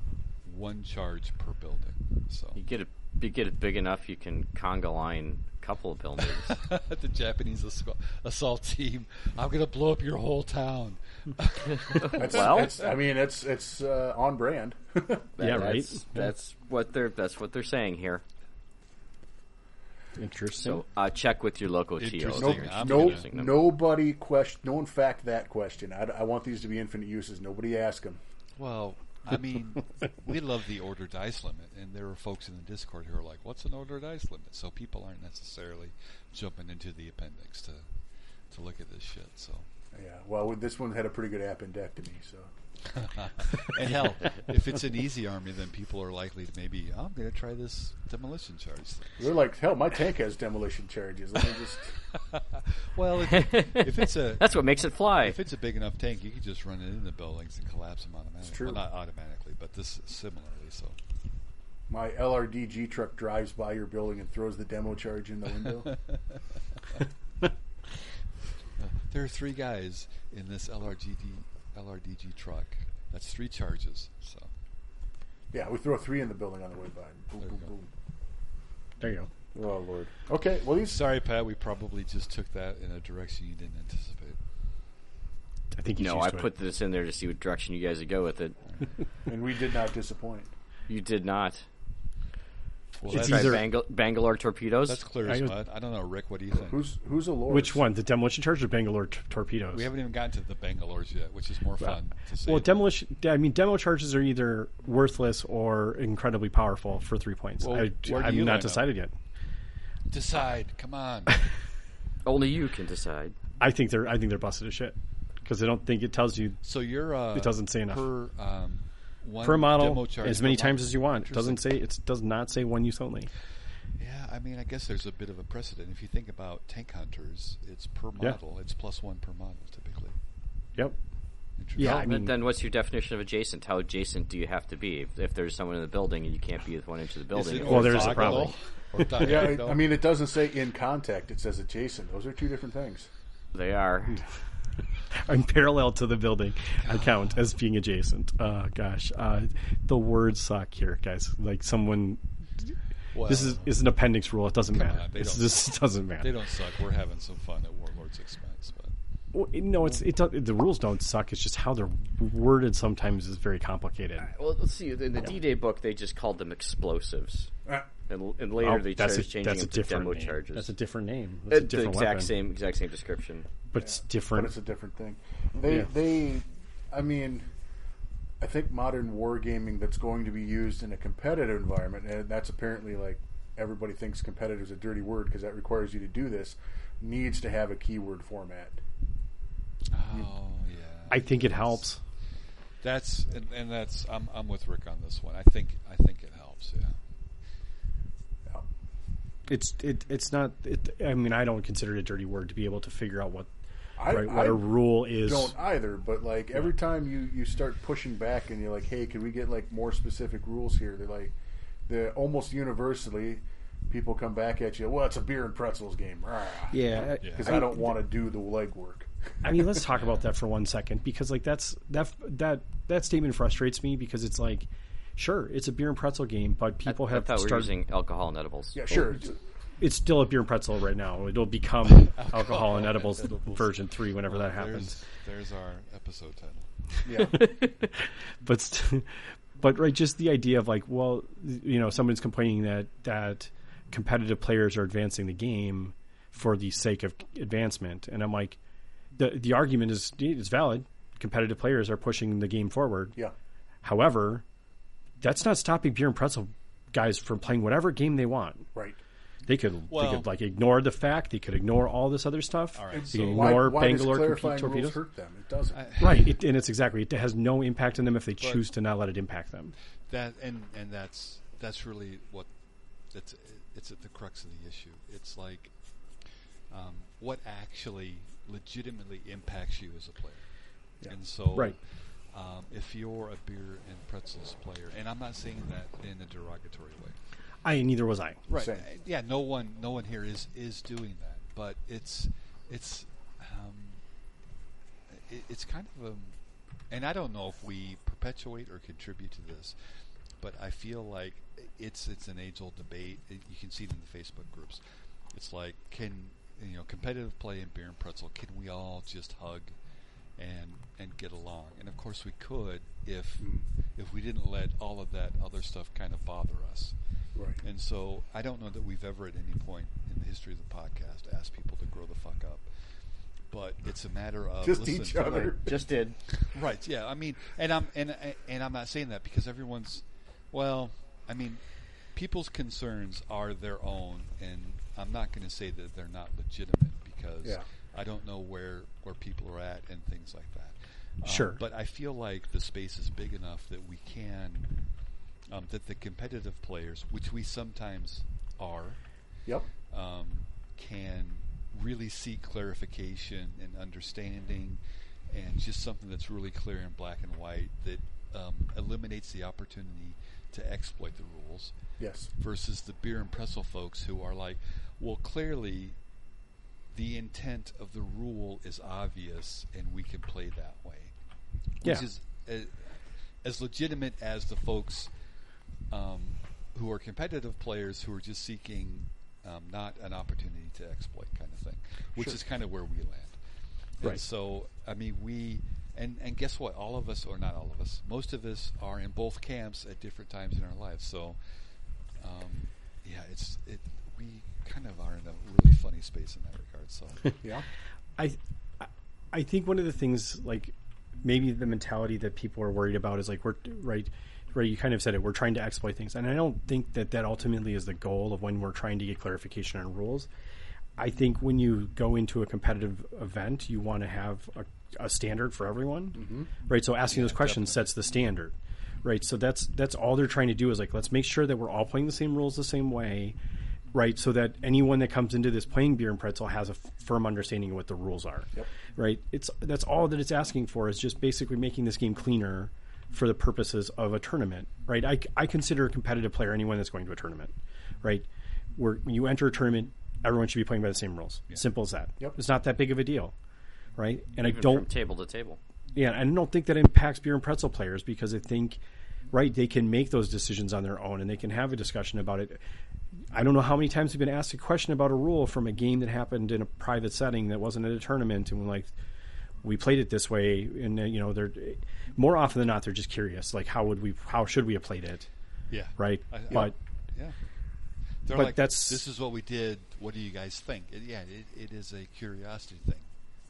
A: one charge per building. So
D: You get it. You get it big enough, you can conga line a couple of buildings.
A: [LAUGHS] the Japanese assault, assault team. I'm gonna blow up your whole town.
B: that's,
D: well-
B: that's- I mean, it's it's uh, on brand. [LAUGHS]
C: Yeah, right.
D: That's, that's what they're. That's what they're saying here.
C: Interesting.
D: So uh, check with your local TO.
A: Interesting.
D: They're
A: I'm
B: no,
A: gonna-
D: using them.
B: nobody question. No one fact that question. I, I want these to be infinite uses. Nobody ask them.
A: Well, I mean, we love the order dice limit, and there are folks in the Discord who are like, "What's an order dice limit?" So people aren't necessarily jumping into the appendix to to look at this shit. So,
B: Yeah. Well, this one had a pretty good appendectomy. So
A: and hell, if it's an easy army, then people are likely to maybe, "Oh, "I'm going to try this demolition charge." Thing.
B: they're like, hell, my tank has demolition charges. Let me just.
A: Well, if, if it's a
D: That's what makes it fly.
A: if it's a big enough tank, you can just run it into the buildings and collapse them automatically.
B: true.
A: Well, not automatically, but this similarly. So,
B: My LRDG truck drives by your building and throws the demo charge in the
C: [LAUGHS]
B: window.
A: There are three guys in this LRGD, LRDG truck. That's three charges. So
B: yeah, we throw three in the building on the way by. Boom,
A: There you
B: boom, boom.
C: there you go.
B: Oh lord. Okay. Well, these.
A: sorry, Pat. We probably just took that in a direction you didn't anticipate.
C: I think he's
D: no,
C: used
D: I
C: to it.
D: put this in there to see what direction you guys would go with it.
B: And we did not disappoint.
D: You did not.
A: Well,
C: It's
A: that's,
D: Try
C: either-
D: Bangal- Bangalore torpedoes.
A: that's clear as
C: I-
A: mud. I don't know, Rick. What do you think?
B: Who's who's a lord?
C: Which one? The demolition charge or Bangalore t- torpedoes?
A: we haven't even gotten to the Bangalores yet, which is more fun. to see.
C: Well, demolition. I mean, demo charges are either worthless or incredibly powerful for three points.
A: Well,
C: I,
A: where do
C: I'm
A: you line
C: not
A: up?
C: decided yet.
A: decide. Come
C: [LAUGHS]
A: on.
D: Only you can decide.
C: I think they're. I think they're busted as shit because I don't think it tells you
A: So you're. Uh,
C: It doesn't say enough.
A: per um, one
C: per
A: demo
C: model
A: charge
C: as many
A: per month.
C: times as you want. It doesn't
A: Interesting.
C: say it does not say one use only.
A: Yeah, I mean, I guess there's a bit of a precedent. If you think about tank hunters, it's per
C: Yeah.
A: model. It's plus one per model typically.
C: Yep.
A: Interesting.
C: Yeah,
D: Well,
C: I
D: then-
C: mean,
D: then what's your definition of adjacent? How adjacent do you have to be? If, if there's someone in the building and you can't be with one inch of the
A: Is
D: building,
A: it
C: Well, there's a
A: orthogonal?
C: problem. [LAUGHS]
A: Orthogonal?
B: Yeah, it, I mean, it doesn't say in contact. It says adjacent. Those are two different things.
D: they are.
C: I'm parallel to the building. I count as being adjacent. Uh, gosh, uh, the words suck here, guys. Like someone,
A: Well,
C: this is is an appendix rule. It doesn't
A: Come
C: matter.
A: on, they
C: This [LAUGHS]
A: don't-
C: just doesn't matter.
A: they don't suck. We're having some fun at Warlord's expense, but
C: Well, No, it's it. do- The rules don't suck. It's just how they're worded sometimes is very complicated.
D: Well, let's see. In the D-Day book, they just called them explosives, and, and later
C: Oh,
D: they
C: that's a,
D: started changing
C: that's a
D: them to
C: different
D: demo
C: name.
D: charges.
C: That's a different name. That's a
D: It's the
C: different
D: exact
C: weapon,
D: same, exact same description.
C: but it's
B: But
C: different.
B: it's a different thing. They
C: Yeah.
B: they, I mean, I think modern wargaming that's going to be used in a competitive environment, and that's apparently like everybody thinks competitive is a dirty word because that requires you to do this, needs to have a keyword format.
C: Mm-hmm.
A: oh yeah,
C: I think it helps.
A: that's and, and that's I'm I'm with Rick on this one. I think I think it helps. Yeah,
C: It's it, it's not. It, I mean, I don't consider it a dirty word to be able to figure out what
B: I,
C: right what a
B: I
C: rule is.
B: don't either, but like every time you you start pushing back and you're like, hey, can we get like more specific rules here? They're like, they're almost universally. People come back at you. Well, it's a beer and pretzels game. Rah.
C: Yeah, I-
B: because I, don't want to do the legwork. [LAUGHS]
C: I mean, let's talk about that for one second because like that's that that that statement frustrates me because it's like, sure, it's a beer and pretzel game, but people
D: I
C: have
D: thought we were
C: started.
D: using alcohol and edibles.
B: Yeah, sure. it's-
C: it's still a beer and pretzel right now. It'll become [LAUGHS] alcohol and edibles version three whenever that happens.
A: there's there's our episode title.
B: Yeah,
C: but st- [LAUGHS] but right just the idea of like well you know someone's complaining that that competitive players are advancing the game for the sake of advancement and i'm like the the argument is is valid competitive players are pushing the game forward
B: yeah.
C: however that's not stopping beer and pretzel guys from playing whatever game they want
B: Right.
C: they could
A: Well-
C: they could like ignore the fact they could ignore all this other stuff
A: right,
C: they
A: so-
C: could
B: Why,
C: ignore
B: why does
C: bangalore
B: clarifying
C: complete
B: rules
C: torpedoes
B: hurt them? It doesn't.
C: right it, and it's exactly it has no impact on them if they choose to not let it impact them
A: That and and that's that's really what that's it's at the crux of the issue. It's like um, what actually legitimately impacts you as a player, and so
C: Right.
A: Um, if you're a beer and pretzels player, and I'm not saying that in a derogatory way,
C: I neither was I.
A: Right.
B: Same.
A: Yeah. No one. No one here is is doing that. But it's it's um, it, it's kind of a, and I don't know if we perpetuate or contribute to this, but I feel like it's it's an age old debate. It, you can see it in the Facebook groups. It's like can you know competitive play in beer and pretzel? Can we all just hug? And, and get along, and of course we could if if we didn't let all of that other stuff kind of bother us.
B: Right.
A: And so I don't know that we've ever at any point in the history of the podcast asked people to grow the fuck up. But it's a matter of
B: [LAUGHS] Just
A: listen,
B: each other.
D: Just did.
A: Right. Yeah. I mean, and I'm and and I'm not saying that because everyone's well, I mean, people's concerns are their own and I'm not going to say that they're not legitimate because
B: Yeah.
A: I don't know where where people are at and things like that. Um,
C: Sure.
A: But I feel like the space is big enough that we can um, that the competitive players, which we sometimes are,
B: [LAUGHS] Yep.
A: um, can really seek clarification and understanding and just something that's really clear in black and white that um, eliminates the opportunity to exploit the rules
B: Yes.
A: versus the beer and pretzel folks who are like, well, clearly the intent of the rule is obvious and we can play that way. Which
C: Yeah.
A: is uh, as legitimate as the folks um, who are competitive players who are just seeking um, not an opportunity to exploit kind of thing, which is kind of where we land.
C: Right.
A: And so, I mean, we. And, and guess what? All of us, or not all of us, most of us are in both camps at different times in our lives. So, um, yeah, it's it. We kind of are in a really funny space in that regard.
C: [LAUGHS]
A: So,
B: Yeah.
C: I, I- I think one of the things like maybe the mentality that people are worried about is like we're right, right. You kind of said it. We're trying to exploit things, and I don't think that that ultimately is the goal of when we're trying to get clarification on rules. I think when you go into a competitive event, you want to have a, a standard for everyone, right? So asking those questions sets the standard, right? So that's that's all they're trying to do is like let's make sure that we're all playing the same rules the same way, right? So that anyone that comes into this playing beer and pretzel has a f- firm understanding of what the rules are, right? It's that's all that it's asking for is just basically making this game cleaner for the purposes of a tournament, right? I, I consider a competitive player anyone that's going to a tournament, right? Where when you enter a tournament, everyone should be playing by the same rules. Simple as that.
B: Yep.
C: It's not that big of a deal, right? And I
D: From
C: don't
D: table to table.
C: yeah, and I don't think that impacts beer and pretzel players because I think, right, they can make those decisions on their own and they can have a discussion about it. I don't know how many times we've been asked a question about a rule from a game that happened in a private setting that wasn't at a tournament, and we're like, we played it this way, and uh, you know, they're more often than not they're just curious, like how would we, how should we have played it,
A: yeah,
C: right?
A: I- I-
C: But
A: yeah, they're
C: But
A: like,
C: that's-
A: this is what we did. What do you guys think? It, yeah, it, it is a curiosity thing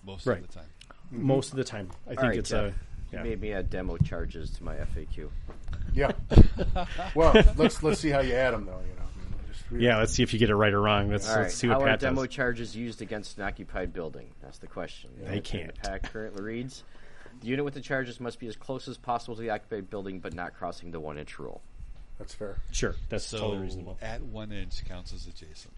A: most
C: Right.
A: of the time.
C: most of the time, I think
D: right,
C: it's
D: Jeff.
C: a yeah.
D: Made me add demo charges to my FAQ.
B: Yeah. well, let's let's see how you add them though. You know. I mean, just read-
C: yeah. Let's see if you get it right or wrong. Let's,
D: All right.
C: let's see
D: How
C: what
D: are
C: Pat
D: demo
C: does.
D: charges used against an occupied building? That's the question.
C: They
D: And
C: can't.
D: The pack currently reads: The unit with the charges must be as close as possible to the occupied building, but not crossing the one-inch rule.
B: That's fair.
C: Sure, that's
A: So
C: totally reasonable.
A: at one inch counts as adjacent.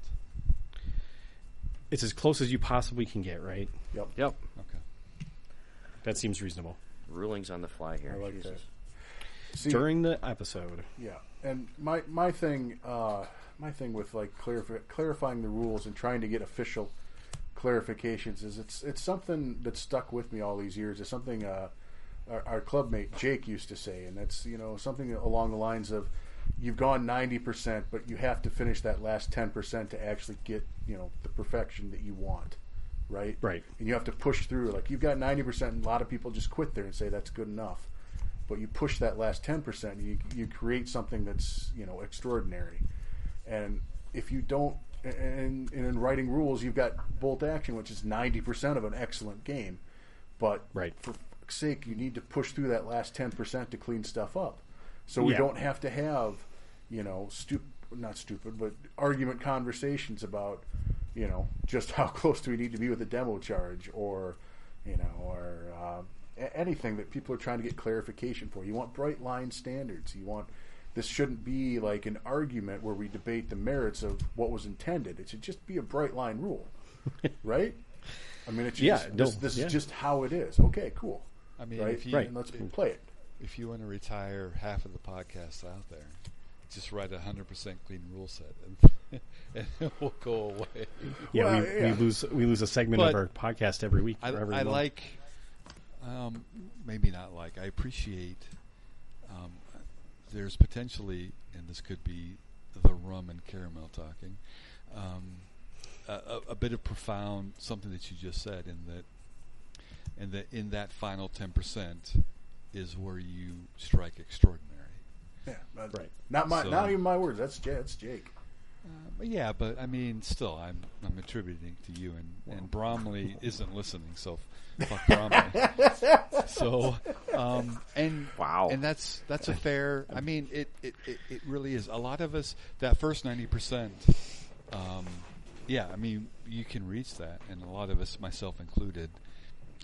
C: It's as close as you possibly can get, right?
B: Yep.
D: Yep.
A: Okay.
C: That seems reasonable.
D: Rulings on the fly here.
B: I like
D: Jesus.
B: that. See,
C: during the episode.
B: Yeah, and my my thing, uh, my thing with like clarif- clarifying the rules and trying to get official clarifications is it's it's something that stuck with me all these years. It's something uh, our, our club mate Jake used to say, and that's you know something along the lines of you've gone ninety percent, but you have to finish that last ten percent to actually get you know the perfection that you want. Right,
C: Right.
B: and you have to push through. Like you've got ninety percent, and a lot of people just quit there and say that's good enough but you push that last 10% you, you create something that's you know extraordinary and if you don't and, and in writing rules you've got bolt action which is 90% of an excellent game but
C: Right.
B: for fuck's sake you need to push through that last 10% to clean stuff up so we
C: Yeah.
B: don't have to have you know stupid not stupid but argument conversations about you know just [LAUGHS] how close do we need to be with a demo charge or you know or um, a- anything that people are trying to get clarification for you want bright line standards you want this shouldn't be like an argument where we debate the merits of what was intended it should just be a bright line
C: [LAUGHS]
B: rule right i mean it's
C: Yeah,
B: just
C: no,
B: this, this
C: yeah.
B: is just how it is okay cool
A: I mean,
B: right,
A: if you
B: and let's play it
A: if you want to retire half of the podcasts out there, just write a hundred percent clean rule set, and, [LAUGHS] and it will go away. [LAUGHS]
C: Yeah,
B: Well,
C: we,
B: yeah.
C: we lose we lose a segment
A: But-
C: of our podcast every week.
A: I,
C: or every
A: I
C: month.
A: like, um, maybe not like. I appreciate. Um, there's potentially, and this could be the rum and caramel talking, um, a, a, a bit of profound something that you just said, in that, and that in that final ten percent is where you strike extraordinary.
B: Yeah, but
C: Right.
B: Not my,
A: So-
B: not even my words. That's Ja- that's Jake.
A: But Yeah, but I mean, still, I'm I'm attributing to you, and, and Bromley isn't listening, so f- fuck Bromley. so, um, and
D: Wow.
A: and that's that's a fair. I mean, it it, it, it really is. A lot of us that first ninety percent, um, yeah, I mean, you can reach that, and a lot of us, myself included,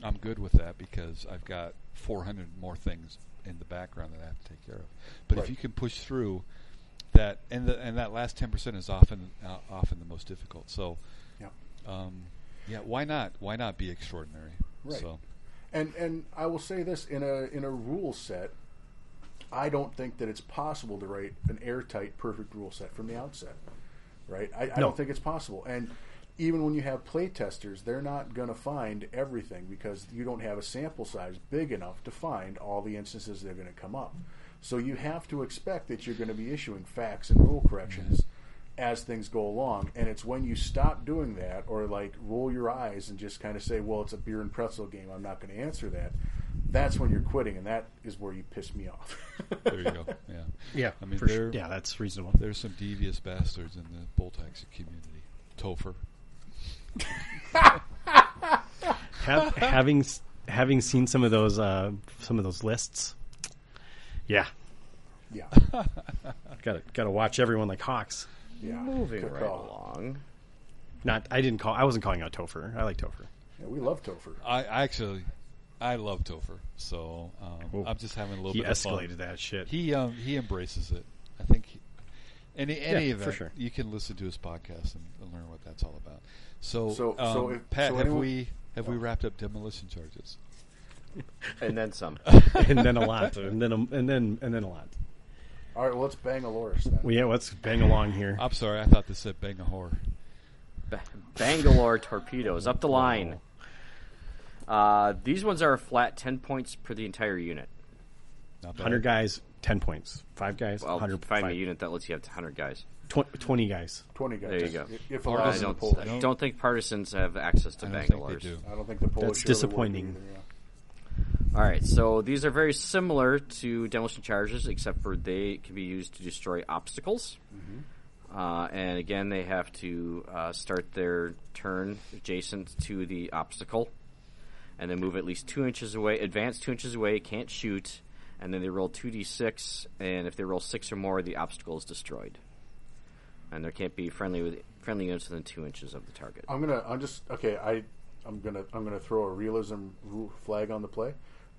A: I'm good with that because I've got 400 more things in the background that I have to take care of. But if you can push through that, and the, and that last 10% is often uh, often the most difficult. So,
B: Yep.
A: um, yeah, why not? Why not be extraordinary?
B: Right.
C: [LAUGHS]
A: So,
B: And and I will say this in a in a rule set, I don't think that it's possible to write an airtight perfect rule set from the outset. Right? I, I
C: No.
B: don't think it's possible. And even when you have play testers, they're not going to find everything because you don't have a sample size big enough to find all the instances they're going to come up. So you have to expect that you're going to be issuing facts and rule corrections as things go along. And it's when you stop doing that or like roll your eyes and just kind of say, well, it's a beer and pretzel game. I'm not going to answer that. That's when you're quitting. And that is where you piss me off. [LAUGHS]
A: there you go. Yeah.
C: Yeah,
A: I mean,
C: for sure.
A: there-
C: Yeah, that's reasonable.
A: There's some devious bastards in the bull taxi community. Topher.
C: [LAUGHS] Have, having s- having seen some of those uh, some of those lists, yeah,
B: yeah.
C: got to got to watch everyone like hawks.
B: Yeah.
D: Moving
B: Good
D: right
B: call.
D: along.
C: Not, I didn't call. I wasn't calling out Topher. I like Topher.
B: Yeah, we love Topher.
A: I, I actually, I love Topher. So um,
C: Oh.
A: I'm just having a little
C: He
A: bit of fun.
C: escalated that shit.
A: He um he embraces it. I think. He, in any
C: Yeah,
A: event,
C: for sure.
A: you can listen to his podcast and, and learn what that's all about. So,
B: So-
A: um,
B: so if-
A: Pat,
B: so
A: have
B: anyone- Oh.
A: we have we wrapped up demolition charges?
D: And then some.
C: [LAUGHS] and then
A: [LAUGHS]
C: a lot, and then a, and then and then a lot.
B: All right, well, let's bang a Loris then.
C: Well, yeah, let's bang along here.
A: I'm sorry, I thought this said bang a whore.
D: Ba- Bangalore torpedoes up the line. Uh, these ones are a flat ten points per the entire unit.
A: Not bad.
C: Hundred guys, ten points. Five guys,
D: Well,
C: hundred
D: find
C: five-
D: me a unit that lets you have hundred guys.
C: tw- twenty guys.
B: 20 guys.
D: There you go.
B: If
A: Or
B: allowed
D: I
B: in the
D: don't,
B: Polish.
D: I
A: don't-
D: don't think partisans have access to
A: I don't think
D: Bangalore.
A: they do.
B: I don't think the
C: That's
B: Polish. really would
C: disappointing.
B: either, yeah.
D: All right, so these are very similar to demolition charges, except for they can be used to destroy obstacles. Uh, and again, they have to uh, start their turn adjacent to the obstacle, and then move at least two inches away. Advance two inches away, can't shoot, and then they roll two d six, and if they roll six or more, the obstacle is destroyed. And there can't be friendly with friendly units within two inches of the target.
B: I'm gonna. I'm just okay. I. I'm gonna. I'm gonna throw a realism ru- flag on the play,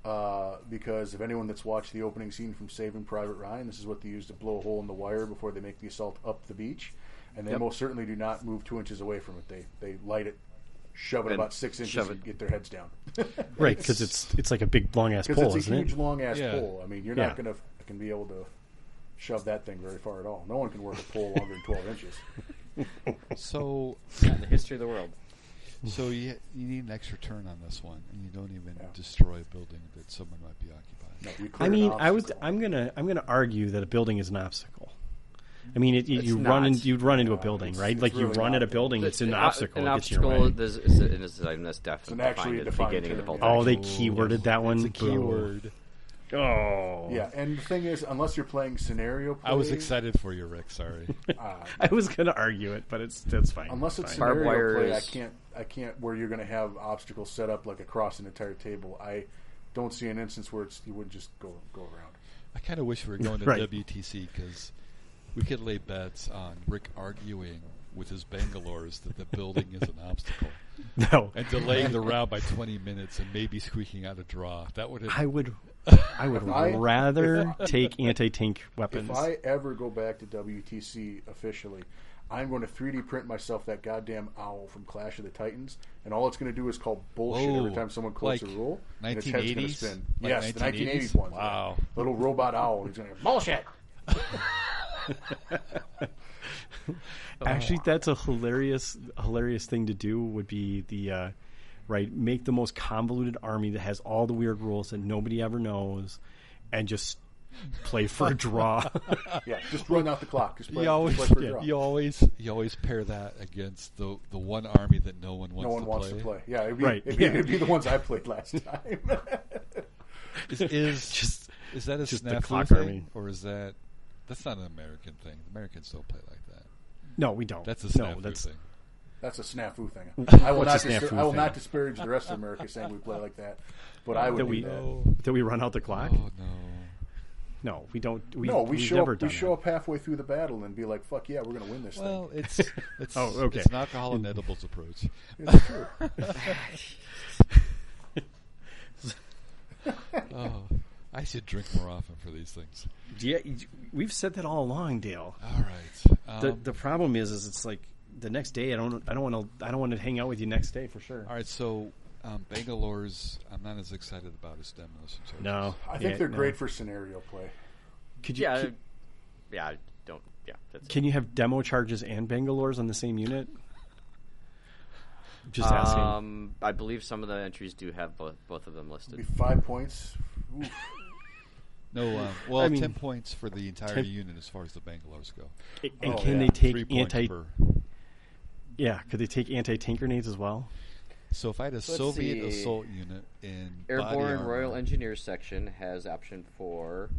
B: uh, because if anyone that's watched the opening scene from Saving Private Ryan, this is what they use to blow a hole in the wire before they make the assault up the beach, and they most certainly do not move two inches away from it. They they light it, shove it
D: And
B: about six inches,
D: shove
B: and
D: it.
B: get their heads down [LAUGHS]
C: Right, because it's it's like a big long ass
B: because
C: pole,
B: it's a
C: isn't
B: huge
C: it?
B: long ass
A: Yeah.
B: pole. I mean, you're
C: Yeah.
B: not gonna f- can be able to shove that thing very far at all. No one can work a pole longer than twelve inches.
C: [LAUGHS]
A: So,
D: the history of the world.
A: so you you need an extra turn on this one, and you don't even destroy a building that someone might be occupying.
B: No, you
C: I
B: clear an
C: mean, I was
B: obstacle.
C: I'm gonna I'm gonna argue that a building is an obstacle. I mean, it, you-
D: It's
C: you run
D: not.
C: in, you run into a building,
B: it's-
C: right?
B: it's
C: like you
B: really
C: run
B: not.
C: at a building, it's an obstacle.
D: An
C: it gets in your
D: obstacle.
C: way.
D: There's, it's a, it's a, that's definitely
B: It's an actually
D: defined at the
B: defined
D: beginning of the bolt
B: term, yeah.
C: Oh, they
A: Ooh,
C: keyworded that one.
A: It's a
C: Boom.
A: keyword.
C: Oh,
B: Yeah, and the thing is, unless you're playing scenario, play,
A: I was excited for you, Rick.
C: [LAUGHS]
A: Sorry.
C: [LAUGHS] I was gonna argue it, but it's that's fine.
B: Unless
C: It's
B: it's
C: fine.
D: Barbed
B: scenario
D: wire
B: play, I
D: is-
B: can't. I can't. Where you're going to have obstacles set up like across an entire table. I don't see an instance where it's you would just go go around.
A: I kind of wish we were going to
C: Right.
A: WTC because we could lay bets on Rick arguing with his Bangalores that the building is
C: [LAUGHS]
A: an obstacle
B: [LAUGHS]
C: no,
A: and delaying the round by 20 minutes and maybe squeaking out a draw. That would have.
C: I would, I would
B: I-
C: rather take anti-tank weapons.
B: If I ever go back to WTC officially, I'm going to 3D print myself that goddamn owl from Clash of the Titans, and all it's going to do is call bullshit every
A: Whoa,
B: time someone quotes
A: like
B: a rule. and its head's going
A: 1980s?
B: to spin.
A: Like
B: yes, the 1980s
A: 1980s?
B: ones.
A: Wow.
B: Little robot owl. He's going to bullshit.
C: Actually, that's a hilarious, hilarious thing to do. Would be the uh, right make the most convoluted army that has all the weird rules that nobody ever knows, and just play for a
B: [LAUGHS]
C: draw.
B: Yeah, just run out the clock. Just play,
A: You always,
B: just play for a
A: yeah,
B: draw.
A: you always, you always pair that against the the one army that no one wants,
B: no one
A: to,
B: wants
A: play.
B: to play. Yeah, it'd be,
C: Right,
B: it'd, be,
C: yeah.
B: it'd be the ones I played last time. [LAUGHS]
A: Is,
C: [LAUGHS]
A: is
C: just
A: is that a
C: just the
A: snafu
C: clock
A: thing,
C: army.
A: or is that that's not an American thing? Americans don't play like that.
C: no, we don't.
A: That's a
C: no.
A: snafu
C: that's
A: thing.
B: That's a snafu
C: [LAUGHS]
B: thing. I will, not,
C: What's a
B: dis-
C: snafu
B: I will
C: thing?
B: not disparage the rest of America saying we play like that, but I would
C: That
B: do
C: we-
B: that.
A: Oh,
C: did we run out the clock?
A: oh no!
C: No, we don't. We,
B: No, we
C: we've
B: show
C: never
B: up,
C: done
B: we
C: that.
B: show up halfway through the battle and be like, "Fuck yeah, we're gonna win this
A: Well,
C: [LAUGHS]
A: it's it's
C: Oh, okay.
A: it's an alcohol and edibles approach.
B: thing." It's true.
A: [LAUGHS] Oh, I should drink more often for these things.
C: Yeah, you- we've said that all along, Dale.
A: All right. Um,
C: The the problem is, is it's like the next day. I don't. I don't want to. I don't want to hang out with you next day for sure.
A: all right. So um, Bangalore's, I'm not as excited about as demolition. Charges.
C: No,
B: I think
C: Yeah,
B: they're
C: no.
B: great for scenario play.
C: Could you?
D: Yeah,
C: could-
D: yeah. I Don't. Yeah, that's.
C: Can you have demo charges and Bangalores on the same unit? Just asking.
D: Um, I believe some of the entries do have both both of them
B: It'd
D: listed.
B: be five points. Oof.
A: No. Um, well,
C: I mean-
A: ten points for the entire
C: Ten-
A: unit as far as the Bangalore's go.
C: and
B: oh,
C: can
B: yeah.
C: they take
A: Three points
C: anti?
A: per.
C: Yeah, could they take anti tank grenades as well?
A: So if I had a Soviet
D: see.
A: assault unit in body
D: Airborne
A: armor,
D: Royal Engineers section has option for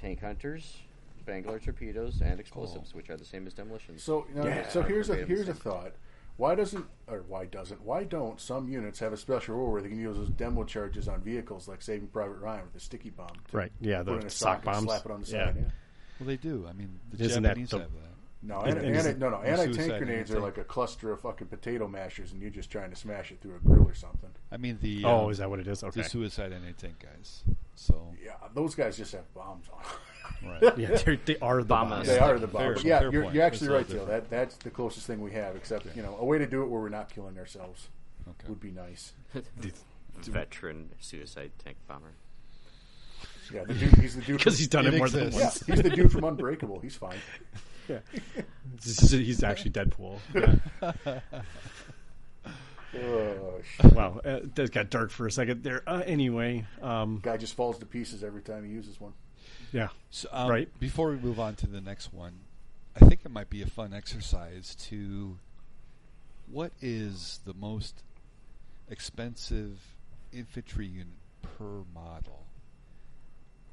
D: tank hunters, Bangalore torpedoes, and explosives, which are the same as demolitions.
B: So, you know,
C: Yeah.
B: so here's a
D: Verbatim
B: here's a
D: same.
B: thought. Why doesn't or why doesn't why don't some units have a special rule where they can use those demo charges on vehicles like Saving Private Ryan with the sticky bomb? to
C: Right, yeah,
B: put
C: the
B: in a
C: sock
B: and
C: bombs.
B: slap it on the
C: Yeah.
B: side. Yeah.
A: Well, they do. I mean, the
C: Isn't that
A: Japanese
C: the-
A: have that.
B: No,
C: And-
B: anti,
C: and is
B: anti,
C: it-
B: no, no.
A: and
B: Anti
A: suicide
B: tank grenades are
A: anti-tank.
B: like a cluster of fucking potato mashers, and you're just trying to smash it through a grill or something.
A: I mean, the
C: Oh,
A: um,
C: is that what it is? Okay.
A: the suicide anti-tank guys. So
B: Yeah, those guys just have bombs on. 'em. [LAUGHS]
C: [LAUGHS]
A: right.
C: yeah, they're- they are the
D: Bombers.
C: bombs.
B: they are the
A: fair-
B: bombs. But yeah,
A: fair
B: you're,
A: point.
B: you're actually
A: It's all
B: right, Dale.
A: different.
B: That that's the closest thing we have, except you know, a way to do it where we're not killing ourselves
A: Okay.
B: would be nice.
D: Mm-hmm. Veteran suicide tank bomber.
B: Yeah, the dude, he's
A: [LAUGHS]
B: the dude
C: because he's done it,
A: It
C: more than
A: exists.
B: Yeah,
C: once.
B: he's the dude from Unbreakable.
A: [LAUGHS]
B: He's fine.
C: This is- he's actually Deadpool.
B: Oh, shit.
C: wow, uh, that got dark for a second there. Uh, anyway, um,
B: Guy just falls to pieces every time he uses one.
C: yeah,
A: So, um,
C: Right.
A: Before we move on to the next one, I think it might be a fun exercise to what is the most expensive infantry unit per model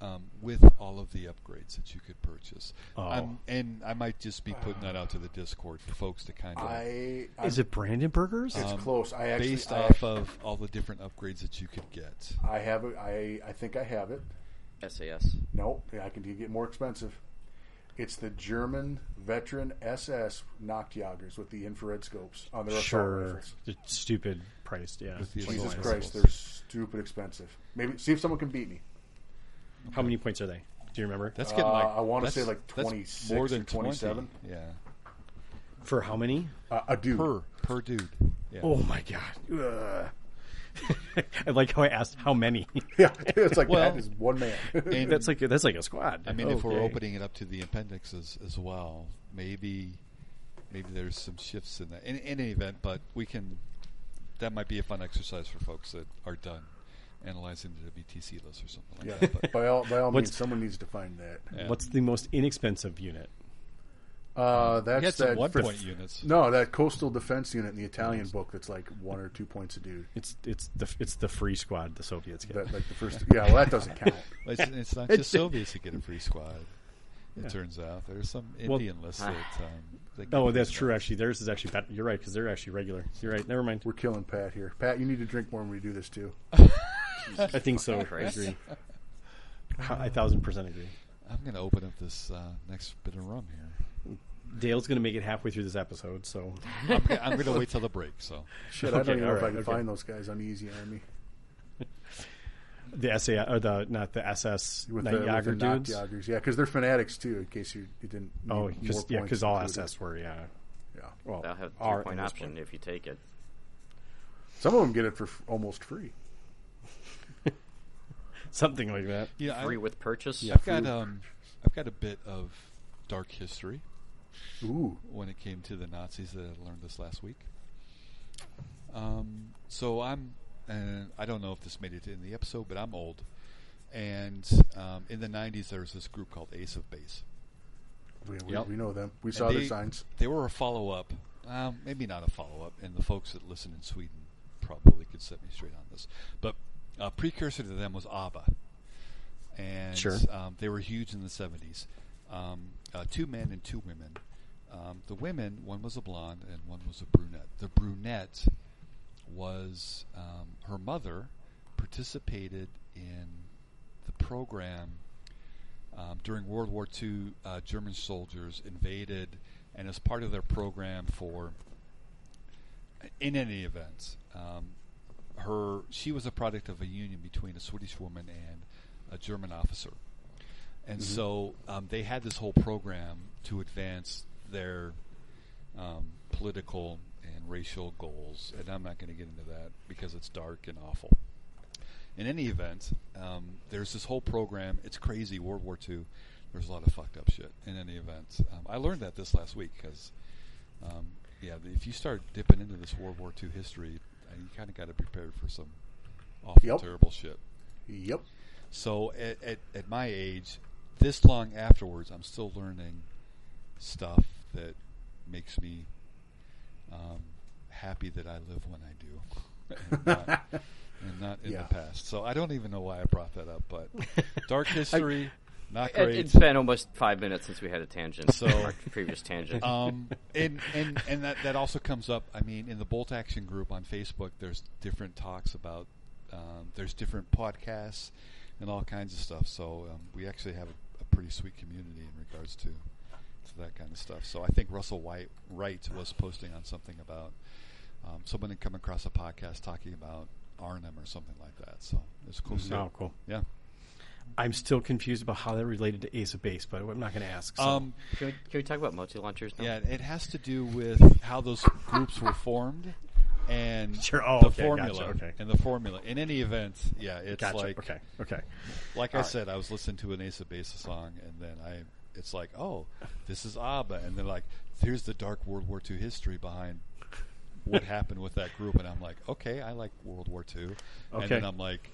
A: um, with all of the upgrades that you could purchase.
C: Oh.
A: I'm, and I might just be putting that out to the Discord for folks to kind of.
B: I I'm,
C: is it Brandenburgers?
B: it's close. I actually
A: based
B: I,
A: off of all the different upgrades that you could get.
B: I have it. I I think I have it.
D: SAS.
B: Nope, I can get more expensive. It's the German veteran SS Nachtjagers with the infrared scopes on their assault
C: sure,
B: rifles.
C: It's stupid priced. Yeah,
A: With the
B: Jesus
A: assault
B: Christ,
A: rifles.
B: they're stupid expensive. Maybe see if someone can beat me.
C: how many points are they? Do you remember?
A: That's getting like
B: Uh, I wanna
A: that's-
B: say like
A: that's
B: 26
A: more
B: or
A: than 20.
B: 27.
A: Yeah,
C: for how many?
B: Uh, a
A: [LAUGHS]
B: dude.
A: per per dude. Yeah.
C: Oh my god! Ugh. [LAUGHS] I like how I asked how many.
B: Yeah, it's like
A: Well-
B: that is one man.
A: And
C: that's like that's like a squad.
A: I mean, if we're opening it up to the appendixes as well, maybe maybe there's some shifts in that. In, in any event, but we can. That might be a fun exercise for folks that are done analyzing the BTC list or something like
B: yeah,
A: that. But
B: by all by all
C: What's-
B: means, someone needs to find that.
A: yeah.
C: what's the most inexpensive unit?
B: Uh, that's
A: we had some
B: that
A: one
B: for-
A: point units.
B: No, that coastal defense unit in the Italian book that's like one or two points a dude.
C: It's it's the it's the free squad the Soviets get.
B: That like the first. Yeah, well, that doesn't count.
A: It's, it's
B: [LAUGHS]
A: not just Soviets that get a free squad. It turns out there's some
C: Well-
A: Indian lists that. Um, that get
C: oh,
A: free
C: that's true.
A: squads.
C: Actually, theirs is actually better. You're right because they're actually regular. You're right. Never mind.
B: We're killing Pat here. Pat, you need to drink more when we do this too.
C: I think so. I
D: Christ.
C: agree. I thousand percent agree.
A: I'm going to open up this uh, next bit of rum here.
C: Dale's going to make it halfway through this episode, so
A: I'm, g- I'm going to wait till the break. So
B: Shit, I
C: Okay,
B: don't even know
C: all
B: if I
C: right,
B: can
C: okay.
B: find those guys on Easy Army
C: the SA or the not the SS
B: with
C: Night
B: the, with the
C: Yager dudes.
B: Nachtjagers. Yeah, because they're fanatics too. In case you, you didn't. need
C: Oh,
B: more
C: because yeah,
B: points
C: because all
B: included.
C: SS were yeah.
B: Yeah,
C: Well,
D: They'll have
C: are
D: two point
C: at this
D: option if you take it.
B: some of them get it for f- almost free.
C: something like that.
A: yeah, I,
D: Free with purchase.
A: I've got um, I've got a bit of dark history
B: Ooh.
A: when it came to the Nazis that I learned this last week. Um, so I'm, and I don't know if this made it in the episode, but I'm old. And um, in the 90s, there was this group called Ace of Base.
B: We, we,
C: Yep.
B: we know them. We
A: And
B: saw
A: they-
B: their signs.
A: They were a follow up, um, maybe not a follow up, and the folks that listen in Sweden probably could set me straight on this. But a precursor to them was ABBA, and
C: Sure.
A: um, they were huge in the seventies. Um, uh, two men and two women. Um, the women, one was a blonde and one was a brunette. The brunette was um, her mother participated in the program um, during World War II, uh, German soldiers invaded, and as part of their program for, in any event, um, her she was a product of a union between a Swedish woman and a German officer, and so um, they had this whole program to advance their um, political and racial goals, and I'm not going to get into that because it's dark and awful in any event, um, there's this whole program. It's crazy. World War II. There's a lot of fucked up shit. In any event, um, I learned that this last week because, um, yeah, if you start dipping into this World War II history, uh, you kind of got to be prepared for some awful,
B: Yep.
A: terrible shit.
B: Yep.
A: So at, at, at my age, this long afterwards, I'm still learning stuff that makes me um, happy that I live when I do, and not, and not in
B: Yeah.
A: the past. So I don't even know why I brought that up, but dark history, not
D: It,
A: great.
D: it's been almost five minutes since we had a tangent.
A: So-
D: [LAUGHS] our previous
A: [LAUGHS]
D: tangent.
A: um, and and and that that also comes up. I mean, in the Bolt Action group on Facebook, there's different talks about um, there's different podcasts and all kinds of stuff. So um, we actually have a, a pretty sweet community in regards to to that kind of stuff. So I think Russell White Wright was posting on something about um, someone had come across a podcast talking about Arnhem or something like that. So it's cool. to see.
C: Oh, cool.
A: Yeah.
C: I'm still confused about how that related to Ace of Base, but I'm not going to ask. So.
A: Um,
D: can, we, can we talk about multi launchers now?
A: Yeah, it has to do with how those groups were formed and
C: [LAUGHS] Sure. Oh,
A: the
C: okay,
A: formula.
C: gotcha, okay.
A: And the formula. In any event, yeah, it's
C: gotcha.
A: like
C: okay. Okay.
A: like I said, I was listening to an Ace of Base song and then I it's like, oh, this is ABBA and they're like, here's the dark World War II history behind what [LAUGHS] happened with that group and I'm like, okay, I like World War II.
C: Okay.
A: And then I'm like,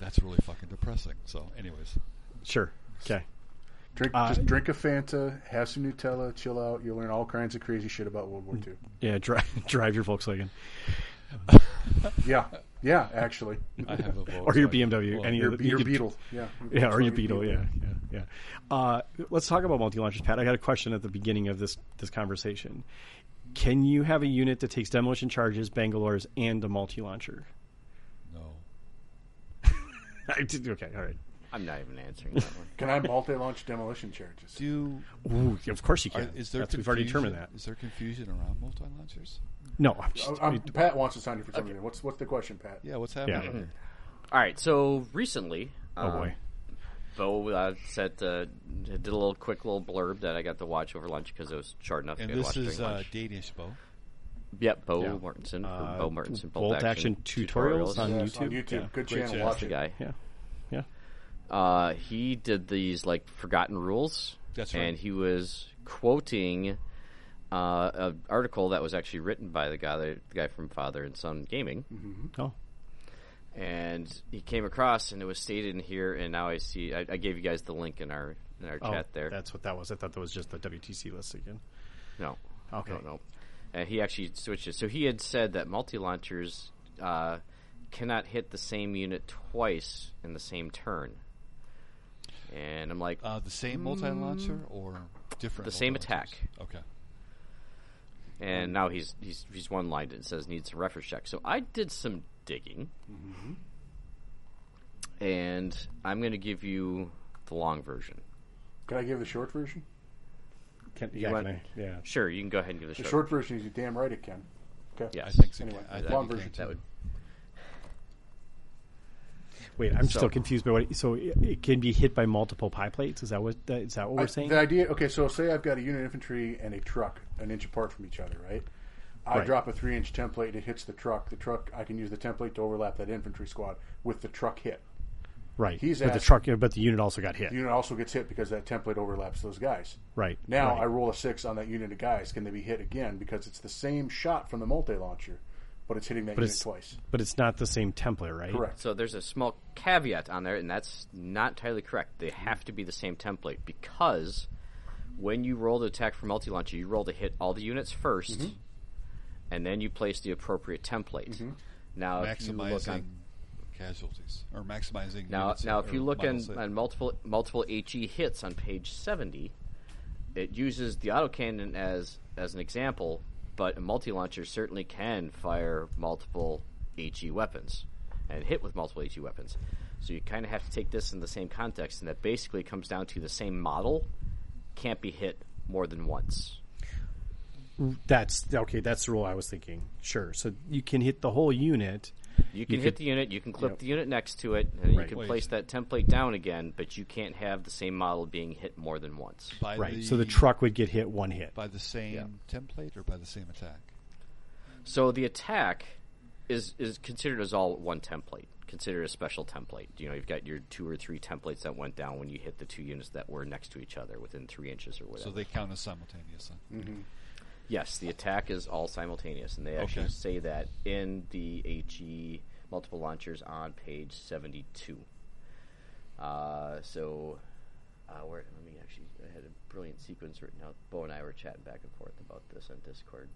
A: that's really fucking depressing. So anyways.
C: Sure. Okay.
B: Drink,
C: Uh,
B: just drink a Fanta, have some Nutella, chill out. You'll learn all kinds of crazy shit about World
C: Mm.
B: War II.
C: Yeah. Drive, [LAUGHS] drive your Volkswagen
B: Yeah, yeah,
C: [LAUGHS]
B: actually.
A: I have a
C: or your
A: Volkswagen.
C: BMW.
A: Well,
C: any
B: Your,
C: of the, you
B: your
C: could- [LAUGHS]
B: Beetle, yeah.
C: Yeah, or your Beetle. Yeah, yeah, yeah. Uh, let's talk about multi launchers, Pat. I got a question at the beginning of this this conversation. Can you have a unit that takes demolition charges, Bangalores, and a multi launcher?
A: No.
C: okay, all right.
D: I'm not even answering that one. [LAUGHS]
B: Can I multi-launch demolition
C: [LAUGHS]
B: charges?
A: Do
C: Ooh, of course you
A: Are,
C: can.
A: is there
C: That's- we've already
A: confusion-
C: determined that.
A: Is there confusion around multi launchers?
C: No, I'm just,
B: Oh, um, Pat wants to sign you for something. What's what's the question, Pat?
A: Yeah, what's happening?
C: Yeah.
A: here?
D: All right. So recently,
C: oh
D: um,
C: boy.
D: Bo uh, said uh, did a little quick little blurb that I got to watch over lunch because it was short enough.
A: And
D: to watch
A: this is
D: during
A: uh,
D: lunch.
A: Danish bow.
D: Yep, Bo
C: Yeah.
D: Mortensen. or
C: Uh,
D: Bo Mortensen.
C: Bolt Action tutorials on-
B: Yes,
C: YouTube?
B: YouTube,
C: Yeah.
A: Great
B: good channel.
A: channel.
B: Watch
D: The
B: it.
D: guy.
C: Yeah, yeah.
D: Uh, he did these like forgotten rules.
A: That's right.
D: And he was quoting uh, an article that was actually written by the guy, the guy from Father and Son Gaming,
C: Oh,
D: and he came across, and it was stated in here. And now I see. I, I gave you guys the link in our in our
C: oh,
D: chat there.
C: That's what that was. I thought that was just the WTC list again.
D: No.
C: Okay.
D: No, no. And he actually switches. So he had said that multi launchers uh, cannot hit the same unit twice in the same turn. And I'm like,
A: Uh, the same multi launcher or different?
D: Mm. The same attack.
A: multi-launchers? Okay.
B: Mm-hmm.
D: and now he's he's he's one lined and says needs a reference check. So I did some digging,
B: Mm-hmm.
D: and I'm going to give you the long version.
B: Can I give the short version?
C: Can, yeah,
D: want-
C: can I- yeah.
D: Sure, you can go ahead and give the
B: The
D: short.
B: short version is you damn right it can. Okay.
A: I
D: Yes.
A: think so.
B: Anyway,
A: I
B: that-
A: think
B: long
A: you
B: version.
A: can.
D: that would
C: Wait, I'm
D: So-
C: still confused by what. So it, it can be hit by multiple pie plates. Is that what that, is that what we're
B: I-
C: saying?
B: The idea, okay, so say I've got a unit of infantry and a truck an inch apart from each other, right? I
C: Right.
B: drop a three inch template, it hits the truck. The truck, I can use the template to overlap that infantry squad with the truck hit.
C: Right.
B: He's
C: but the
B: asked-
C: truck, but the unit also got hit.
B: The unit also gets hit because that template overlaps those guys.
C: Right.
B: Now
C: right.
B: I roll a six on that unit of guys. Can they be hit again? Because it's the same shot from the multi launcher, but it's hitting that unit
C: it's-
B: twice.
C: but it's not the same template, right?
B: Correct.
D: So there's a small caveat on there, and that's not entirely correct. They
B: Mm-hmm.
D: have to be the same template because when you roll the attack for multi launcher, you roll to hit all the units 1st
B: Mm-hmm.
D: and then you place the appropriate template. Now, if you look
A: maximizing
D: on
A: casualties or maximizing.
D: Now,
A: units
D: now,
A: or
D: if you look
A: models
D: in,
A: that-
D: on multiple multiple HE hits on page seventy, it uses the autocannon as as an example, but a multi launcher certainly can fire multiple HE weapons and hit with multiple HE weapons. So you kind of have to take this in the same context, and that basically comes down to the same model can't be hit more than once.
C: That's okay. That's the rule I was thinking. Sure. So you can hit the whole unit.
D: You can
C: could-
D: hit the unit, you can clip the unit next to it, and
C: Right.
D: you can
A: Wait.
D: place that template down again, but you can't have the same model being hit more than once.
A: by
C: Right. so the truck would get hit one hit.
A: by the same template or by the same attack.
D: So the attack is is considered as all one template, considered a special template. You know, you've got your two or three templates that went down when you hit the two units that were next to each other within three inches or whatever.
A: So they count as simultaneous. Huh?
D: yes, the attack is all simultaneous, and they actually
A: Okay.
D: say that in the HE multiple launchers on page seventy-two. Uh, so. Uh, where, let me actually. I had a brilliant sequence written out. Bo and I were chatting back and forth about this on Discord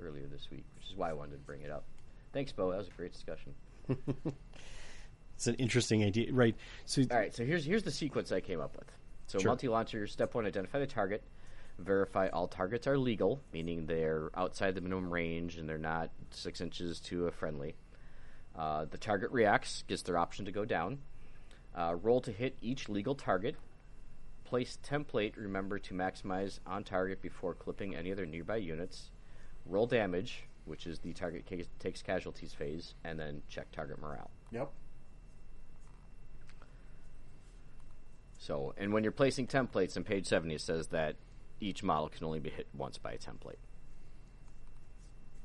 D: earlier this week, which is why I wanted to bring it up. Thanks, Bo. That was a great discussion.
C: It's an interesting idea, right? So
D: All right, so here's here's the sequence I came up with. So
C: Sure.
D: multi-launcher step one: identify the target, verify all targets are legal, meaning they're outside the minimum range and they're not six inches to a friendly. Uh, the target reacts, gets their option to go down. Uh, roll to hit each legal target. Place template. Remember to maximize on target before clipping any other nearby units. Roll damage, which is the target ca- takes casualties phase, and then check target morale.
B: Yep.
D: So, and when you're placing templates in page 70, it says that each model can only be hit once by a template.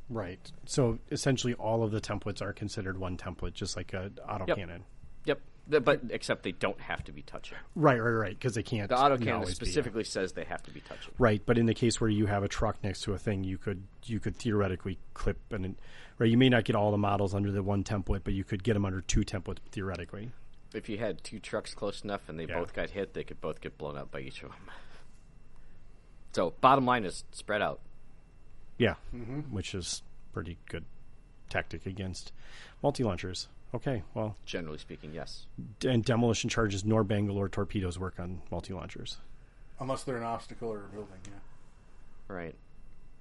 C: right. So essentially, all of the templates are considered one template, just like a autocannon. cannon.
D: Yep. Th- But except they don't have to be touching.
C: Right, right, right. Because they can't.
D: The autocannon
C: always be, yeah.
D: specifically says they have to be touching.
C: Right, but in the case where you have a truck next to a thing, you could you could theoretically clip and right. You may not get all the models under the one template, but you could get them under two templates theoretically.
D: If you had two trucks close enough and they
C: Yeah.
D: both got hit, they could both get blown up by each of them. So, bottom line is spread out.
C: Yeah, which is pretty good tactic against multi launchers. Okay, well,
D: Generally speaking, yes.
C: d- and demolition charges nor Bangalore torpedoes work on multi launchers.
B: Unless they're an obstacle or a building. Yeah.
D: Right.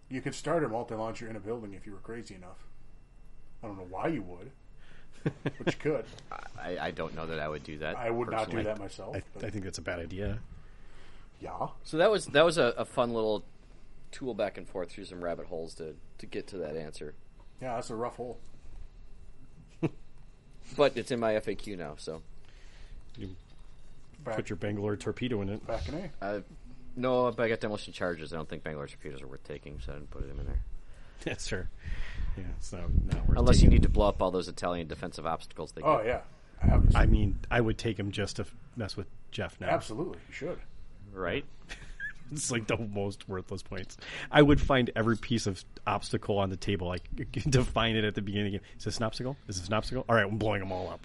B: You could start a multi launcher in a building if you were crazy enough. I don't know why you would, but you could.
D: I, I don't know that I would do that.
B: I would not do
D: personally.
B: that myself.
C: I,
B: but
C: I think that's a bad idea.
B: yeah.
D: So that was that was a, a fun little tool back and forth through some rabbit holes to, to get to that answer.
B: Yeah, that's a rough hole.
D: But it's in my FAQ now, so
C: You
B: Back,
C: put your Bangalore torpedo in [LAUGHS] it.
B: back in A.
D: Uh, no, but I got demolition charges. I don't think Bangladesh computers are worth taking, so I didn't put them in there.
C: Yeah, sure. Yeah, it's not, not worth
D: Unless you
C: taking.
D: need to blow up all those Italian defensive obstacles. They
B: Oh,
D: get.
B: yeah. Obviously.
C: I mean, I would take him just to f- mess with Jeff now.
B: Absolutely. You should.
D: right.
C: It's like the most worthless points. I would find every piece of obstacle on the table, like [LAUGHS] define it at the beginning. Is this an obstacle? Is this an obstacle? All right, I'm blowing them
A: [LAUGHS]
C: all up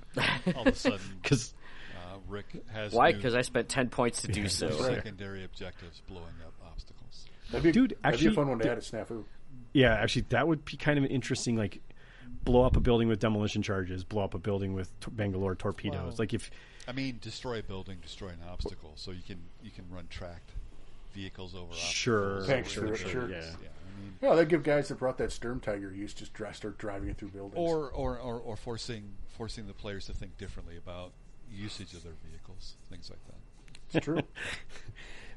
A: All of a sudden,
C: because
A: uh, Rick has
D: Why?
A: new
D: Because I spent ten points to do so. [LAUGHS]
A: secondary objectives blowing up obstacles.
B: That'd be,
C: Dude,
B: that'd be a
C: actually,
B: fun one to
C: the-
B: add to Snafu.
C: yeah, actually, that would be kind of interesting. Like, blow up a building with demolition charges, blow up a building with t- Bangalore torpedoes.
A: Wow.
C: Like, if
A: I mean, destroy a building, destroy an obstacle, so you can you can run tracked vehicles over.
C: Sure,
A: obstacles.
B: Thanks,
A: Whatever
B: sure,
A: it
B: sure.
A: is.
C: Yeah.
A: Yeah, I mean,
B: Yeah, they give guys that brought that Sturm Tiger use just dri- start driving it through buildings.
A: or, or or or forcing forcing the players to think differently about usage of their vehicles, things like that.
B: it's true.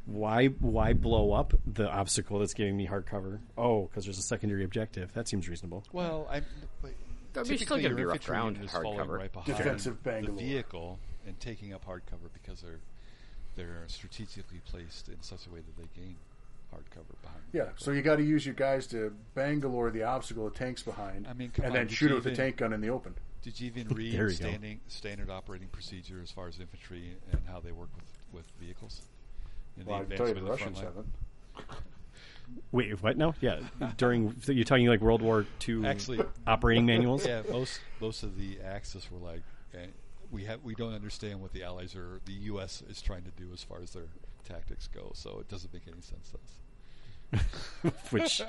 C: why why blow up the obstacle that's giving me hardcover? Oh, because there's a secondary objective. That seems reasonable.
A: Well, I. But
D: That'd
A: typically,
D: be still gonna
A: your
D: be rough
A: infantry
D: ground,
A: unit is
D: hard
A: falling
D: cover.
A: right behind
B: Defensive
A: the
B: Bangalore.
A: vehicle and taking up hard cover because they're they're strategically placed in such a way that they gain hard cover behind. the
B: Yeah,
A: vehicle.
B: so you got to use your guys to Bangalore the obstacle the tank's behind,
A: I mean, come
B: and
A: on,
B: then
A: you
B: shoot it
A: can't
B: with a
A: even-
B: tank gun in the open.
A: Did you even read
C: [LAUGHS] There you go.
A: standing, standard operating procedure as far as infantry and how they work with, with vehicles? In
B: Well, I can
A: advancement
B: tell you
A: of
B: the
A: the front
B: Russians
A: line?
B: haven't.
C: Wait, what? No,
A: [LAUGHS]
C: yeah. During so you're talking like World War II
A: Actually-
C: operating manuals.
A: Yeah, most most of the Axis were like, eh, we have we don't understand what the Allies are, the U.S. is trying to do as far as their tactics go. So it doesn't make any sense to us.
C: which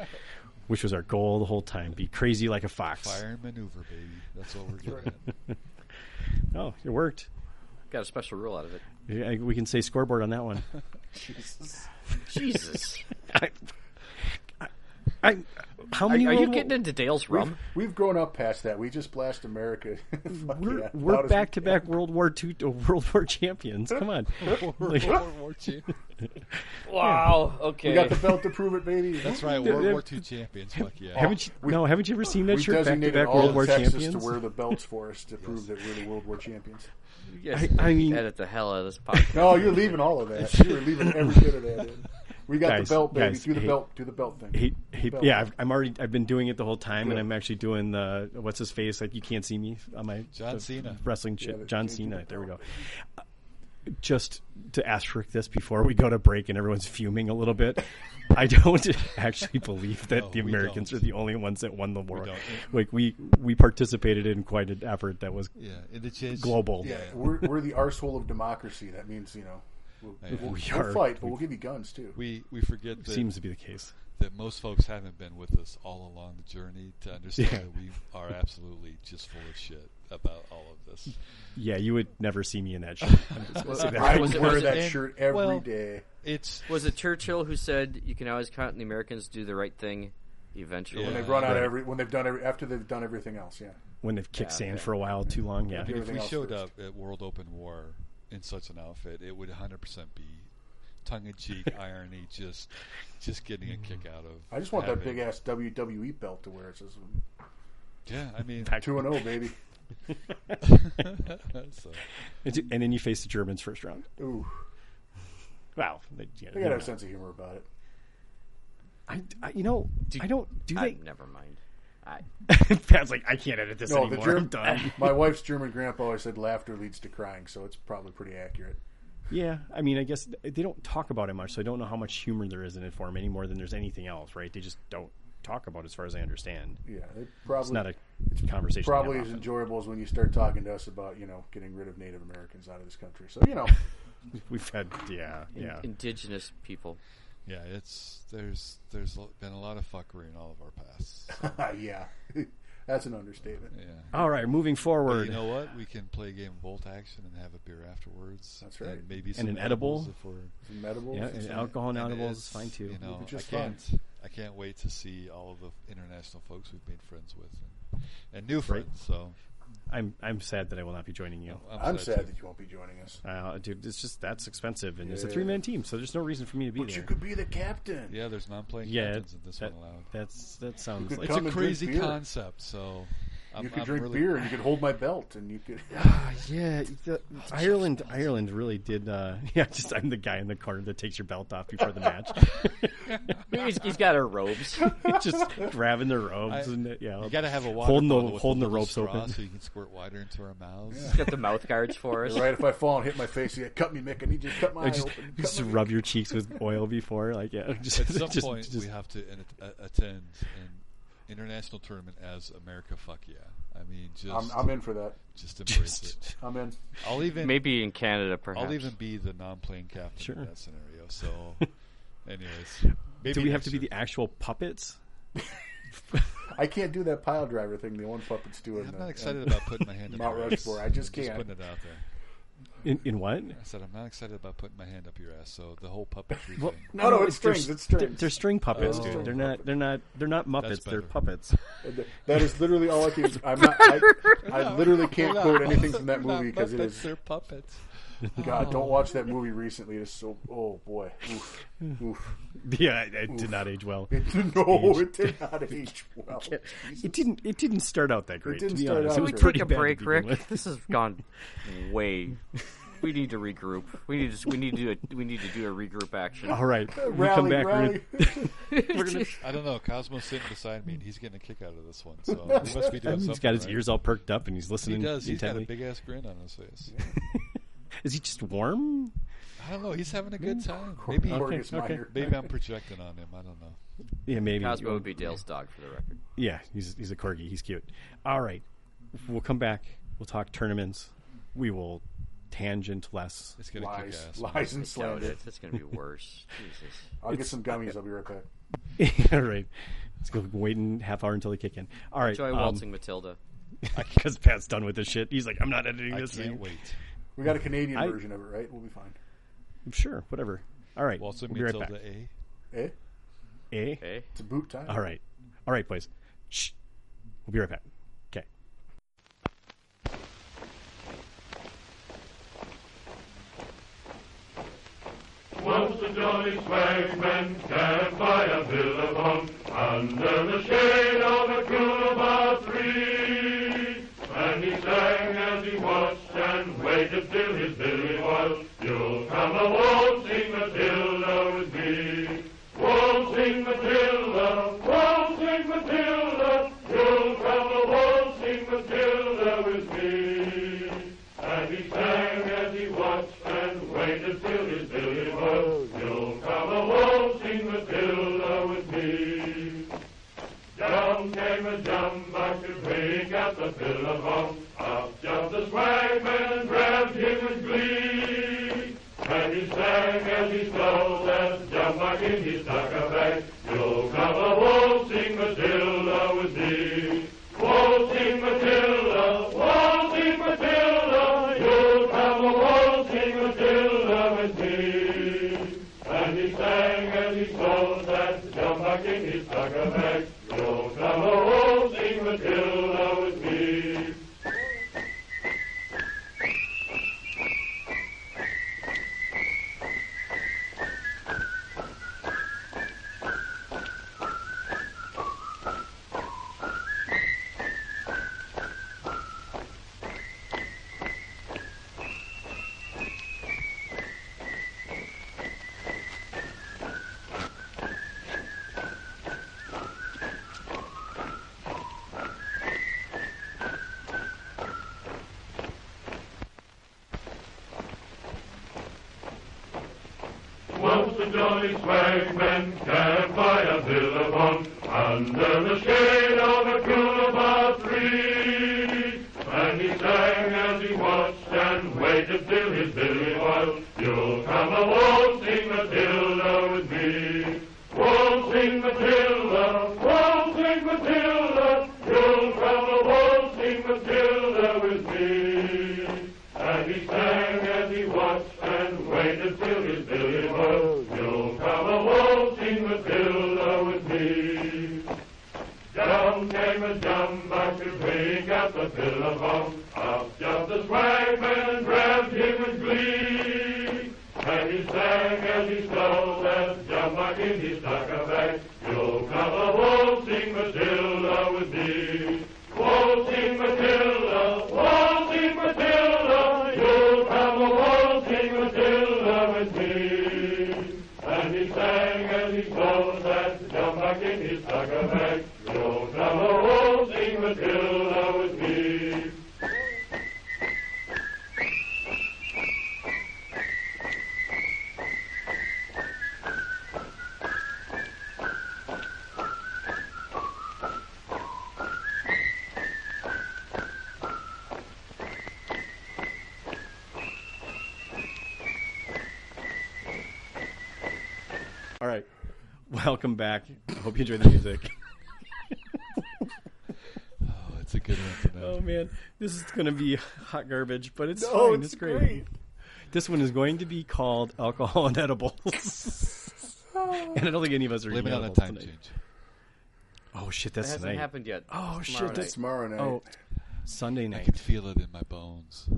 C: which was our goal the whole time. Be crazy like a fox.
A: Fire and maneuver, baby. That's what we're doing.
B: [LAUGHS]
C: Oh, it worked.
D: Got a special rule out of [LAUGHS] it.
C: Yeah, We can say scoreboard on that
B: [LAUGHS]
C: one.
B: Jesus.
D: Jesus,
C: I, I, how
D: are,
C: many?
D: are [LAUGHS] you
C: World War-
D: getting into Dale's rum?
B: We've grown up past that. We just blast America. [LAUGHS] Fuck
C: We're,
B: yeah. Loud
C: we're
B: as
C: back to
B: we
C: back World War II to World War [LAUGHS] champions. Come
B: [LAUGHS]
C: on, Like,
A: World War II.
D: [LAUGHS] Wow. Okay.
B: can. [LAUGHS] We got the belt to prove it, baby.
A: That's right. World War II champions. Fuck yeah.
C: haven't you? no, haven't you ever seen that
B: We
C: shirt? Back to
B: designated
C: back
B: all
C: World
B: of
C: War
B: Texas
C: champions.
B: to wear the belts for us to prove that we're the World War
C: [LAUGHS]
B: champions.
D: You
C: I-
D: guys need
C: I
D: to
C: mean-
D: edit the hell out of this podcast.
B: No, you're leaving all of that. You're leaving every bit of that in. We got
C: Guys,
B: the belt, baby.
C: guys,
B: do the
C: hey.
B: belt. Do the belt thing.
C: He, he,
B: Belt.
C: yeah, I've, I'm already. I've been doing it the whole time, and
B: Yeah.
C: I'm actually doing the what's his face. Like you can't see me on my
A: John
C: the
A: Cena.
C: wrestling shit.
B: but
C: John
B: can't do
C: Cena.
B: the
C: There we go.
B: belt.
C: Uh, Just to asterisk this before we go to break, and everyone's fuming a little bit. I don't [LAUGHS] actually believe that
A: No,
C: the
A: we
C: Americans
A: don't.
C: are the only ones that won the war.
A: don't.
C: like we we participated in quite an effort that was
A: Yeah, and the change,
C: global.
B: Yeah,
A: yeah.
B: we're we're the arsehole of democracy. That means you
C: [LAUGHS]
B: know, we'll,
A: Yeah.
B: we'll,
C: We
B: we'll
C: are.
B: fight, but we'll give you guns too.
A: We we forget that,
C: Seems to be the case.
A: that most folks haven't been with us all along the journey to understand
C: Yeah.
A: that we are absolutely just full of shit about all of this.
C: Yeah, you would never see me in
B: [LAUGHS]
C: that shirt. I'm just gonna [LAUGHS] say that.
B: I
D: was
B: would
D: it-
B: wear
D: was it-
B: that
A: and-
B: shirt every day.
A: well- It's
D: [LAUGHS] Was it Churchill who said you can always count on the Americans to do the right thing eventually?
A: Yeah.
B: They've run out
C: Right.
B: of every when they've done every after they've done everything else. Yeah,
C: When they've kicked
D: Yeah,
C: sand
D: okay.
C: for a while too long, yeah.
B: Do
A: if
B: everything
A: we
B: else
A: showed
B: first.
A: up at World Open War in such an outfit, it would 100% be tongue in cheek
C: [LAUGHS]
A: irony, just just getting a kick out of.
B: I just want that
A: having-
B: big ass WWE E belt to wear. It says
A: Yeah, I mean,
B: two and zero, baby.
A: [LAUGHS] so,
C: And t- and then you face the Germans first round.
B: Ooh,
C: Wow, they, yeah,
B: they
C: you
B: gotta have
C: know.
B: a sense of humor
C: [LAUGHS]
B: about it.
C: I, I- you know, I don't. Do
D: I,
C: they?
D: never mind. [LAUGHS] I,
C: [LAUGHS] Pat's like, I can't edit this
B: No, Oh, the
C: anymore.
B: Germ-
C: I'm done.
B: [LAUGHS] My wife's German grandpa always said laughter leads to crying, so it's probably pretty accurate.
C: yeah, I mean, I guess th- they don't talk about it much, so I don't know how much humor there is in it for him any more than there's anything else, right? They just don't talk about it, as far as I understand.
B: Yeah, it
C: It's
B: probably
C: not a conversation. they have
B: probably as
C: often.
B: enjoyable as when you start talking to us about you know getting rid of Native Americans out of this country. So you know, [LAUGHS]
C: We've had, yeah, yeah.
D: Indigenous [LAUGHS] people.
A: yeah, it's there's there's l- been a lot of fuckery in all of our
C: [LAUGHS]
A: pasts.
B: yeah, [LAUGHS] that's an understatement.
A: Yeah.
C: All right, moving
A: But
C: forward.
A: you know what? We can play a game of Bolt Action and have a beer afterwards.
B: That's right.
A: And maybe some
C: an
A: edibles
C: edible?
A: if we're
B: Some edibles.
C: yeah, and alcohol and
A: And
C: edibles
A: it's,
C: is fine too.
A: You know,
B: be just
A: I
B: fine.
A: can't. I can't wait to see all of the international folks we've made friends with, and, and new friends. So
C: I'm, I'm sad that I will not be joining you.
A: I'm,
B: I'm sad
A: too.
B: that you won't be joining us.
C: Uh, dude, it's just that's expensive, and it's a
B: Yeah.
C: three man team, so there's no reason for me to be
B: But
C: there.
B: you could be the captain.
A: Yeah, there's non-playing
C: yeah,
A: captains in this
C: that-
A: one allowed.
C: that's that sounds
B: could
C: like
A: It's
B: come
A: a
B: and drink
A: crazy
B: beer.
A: concept. So I'm,
B: You could
A: I'm
B: drink
A: really,
B: beer and you could hold my belt and you
C: [LAUGHS]
B: could.
C: Ah, yeah, the- [LAUGHS] Ireland. Ireland really did. Uh, [LAUGHS] yeah, just I'm the guy in the corner that takes your belt off before the match, [LAUGHS]
D: Maybe he's, he's got her robes.
C: just grabbing their
A: I-
C: robes and uh, yeah,
A: You got to have a water
C: holding the
A: bottle with a
C: holding the
A: little
C: ropes
A: straw
C: [LAUGHS] open.
A: so you can squirt water into our mouths.
D: He's got the mouth guards for us.
B: Right, if I fall and hit my face, you cut me, Mick. I need you to cut my
C: Like,
B: eye
C: just
B: open. Cut
C: [LAUGHS] just
B: my-
C: rub your cheeks with oil before, like yeah. [LAUGHS] Just,
A: At some
C: just-
A: point,
C: just-
A: we have to in, uh, attend an international tournament as America. Fuck yeah! I mean, just
B: I'm, I'm in for that.
A: just embrace
B: [LAUGHS]
A: it.
B: I'm in.
A: I'll even
D: Maybe in Canada, perhaps.
A: I'll even be the non-playing captain
C: Sure.
A: in that scenario.
C: [LAUGHS]
A: So, anyways, maybe
C: do we have
A: next
C: to be
A: year.
C: the actual puppets? [LAUGHS]
B: I can't do that pile driver thing. The one puppet's doing.
A: I'm
B: uh,
A: not excited about putting my
B: [LAUGHS]
A: hand up
B: Mount
A: your ass.
B: Rushmore. I just
A: I'm Just
B: can't.
A: putting it out there.
C: In, in what?
A: I said I'm not excited about putting my hand up your ass. So the whole puppetry
C: Well,
A: thing.
B: Oh, No, no, it's
C: they're-
B: strings. It's
C: They're,
B: strings.
C: they're string puppets,
A: Oh.
C: dude.
A: String
C: They're not. They're not. They're not Muppets.
A: better. [LAUGHS]
C: They're puppets.
B: That is literally all I can. I'm not, I, I literally can't quote anything from that movie because it is.
A: They're puppets. Oh.
B: God, don't watch that movie recently. It's so. Oh boy.
A: [SIGHS]
B: Oof. Oof. [LAUGHS]
C: yeah, it, it did not age well.
B: It, no, it did not age well.
C: It didn't. It didn't start out that great.
B: didn't
C: to be
B: start
C: honest.
B: out
C: it
B: Can
C: was
B: we
D: take
C: pretty
D: a
C: bad to
D: break,
C: begin
D: Rick.
C: with.
D: [LAUGHS] This has gone way we need to regroup. We need to we need to do a, we need to do a regroup
C: [LAUGHS]
D: action.
C: All right, we
B: Rally,
C: come back. we're
B: rally. [LAUGHS]
C: gonna- [LAUGHS] we're gonna-
A: I don't know. Cosmo's sitting beside me, and he's getting a kick out of this one. So
C: [LAUGHS]
A: he must be doing something.
C: he's got his
A: right.
C: ears all perked up and he's
A: He
C: listening
A: does. He's got a
C: intently.
A: big ass grin on his face.
C: Is he just warm?
A: I don't know. He's having a good time. Maybe,
B: Or it's
C: okay.
B: minor.
A: maybe I'm projecting on him. I don't know.
C: Yeah, maybe.
D: Cosmo would be Dale's dog for the record.
C: Yeah, he's he's a corgi. He's cute. All right, we'll come back. We'll talk tournaments. We will tangent less. [LAUGHS]
A: It's gonna kick
B: Lies,
A: ass.
B: lies and
D: Doubt
B: slander.
D: it. It's going to be worse. Jesus.
B: I'll get some gummies. I'll be right back.
C: All right, let's go. Waiting half hour until they kick in. All right, um,
D: Enjoy waltzing Matilda.
C: [LAUGHS] because Pat's done with this shit. He's like, I'm not editing
A: I
C: this.
A: can't
C: thing."
A: wait.
B: We got a Canadian
C: I-
B: version of it, right? We'll be fine.
C: Sure, whatever. All right,
A: Walter
C: we'll be right
A: Matilda
C: back.
A: A.
B: Eh?
C: Eh?
D: Okay.
B: It's a boot time.
C: All right, all right, boys. Shh. We'll be right back.
A: [LAUGHS]
C: Okay.
F: Once the jolly swagman camped by a billabong under the shade of a coolabah tree. And he sang as he watched and waited till his billy was. You'll come a waltzing Matilda with me. Waltzing Matilda, waltzing Matilda, you'll come a waltzing Matilda with me. And he sang as he watched and waited till his billy was. You'll come a waltzing Matilda with me. Down came a jumbuck to break out the billabong. Up jumped the swagman and grabbed him with glee. And he sang as he stole that jumbuck in his tucker bag. You'll come a waltzing Matilda with me. Waltzing Matilda, waltzing Matilda, you'll come a waltzing Matilda with me. And he sang and he sold that jumbuck in his tucker bag. You'll come a waltzing Matilda with me. Once the jolly swagman camped by a billabong under the shade of a coolabah tree. And he sang as he watched and waited till his billy was. You'll come a waltzing Matilda with me. Waltzing Matilda, waltzing Matilda, you'll come a waltzing Matilda with me. And he sang as he watched and waited till his billy was. You'll come a waltzing Matilda with me. Down came a jumbuck to break out the billabong. Up jumped the swagman and grabbed him with glee. And he sang as he stole that jumbuck in his tucker bag. You'll come a waltzing Matilda with me. Waltzing Matilda, waltzing Matilda, you'll come a waltzing Matilda with me. And he sang and he told that jumbuck in his tucker bag, you'll come a waltzing Matilda with me.
C: All right, welcome back. I hope you enjoyed the [LAUGHS] music.
A: Oh, it's a good one tonight.
C: Oh man, this is going to be hot garbage, but it's
B: No,
C: fine.
B: it's
C: It's, great. This one is going to be called alcohol and edibles.
A: [LAUGHS]
C: and I don't think any of us are
A: Living
C: eating
A: on a
C: edibles
A: time
C: tonight.
A: change.
C: Oh shit,
D: It
C: that's
D: hasn't
C: tonight.
D: happened yet.
C: Oh
D: It's
C: shit,
D: tomorrow
C: that's
D: night.
B: Tomorrow night.
C: Oh, Sunday
A: I
C: night.
A: can feel it in my bones.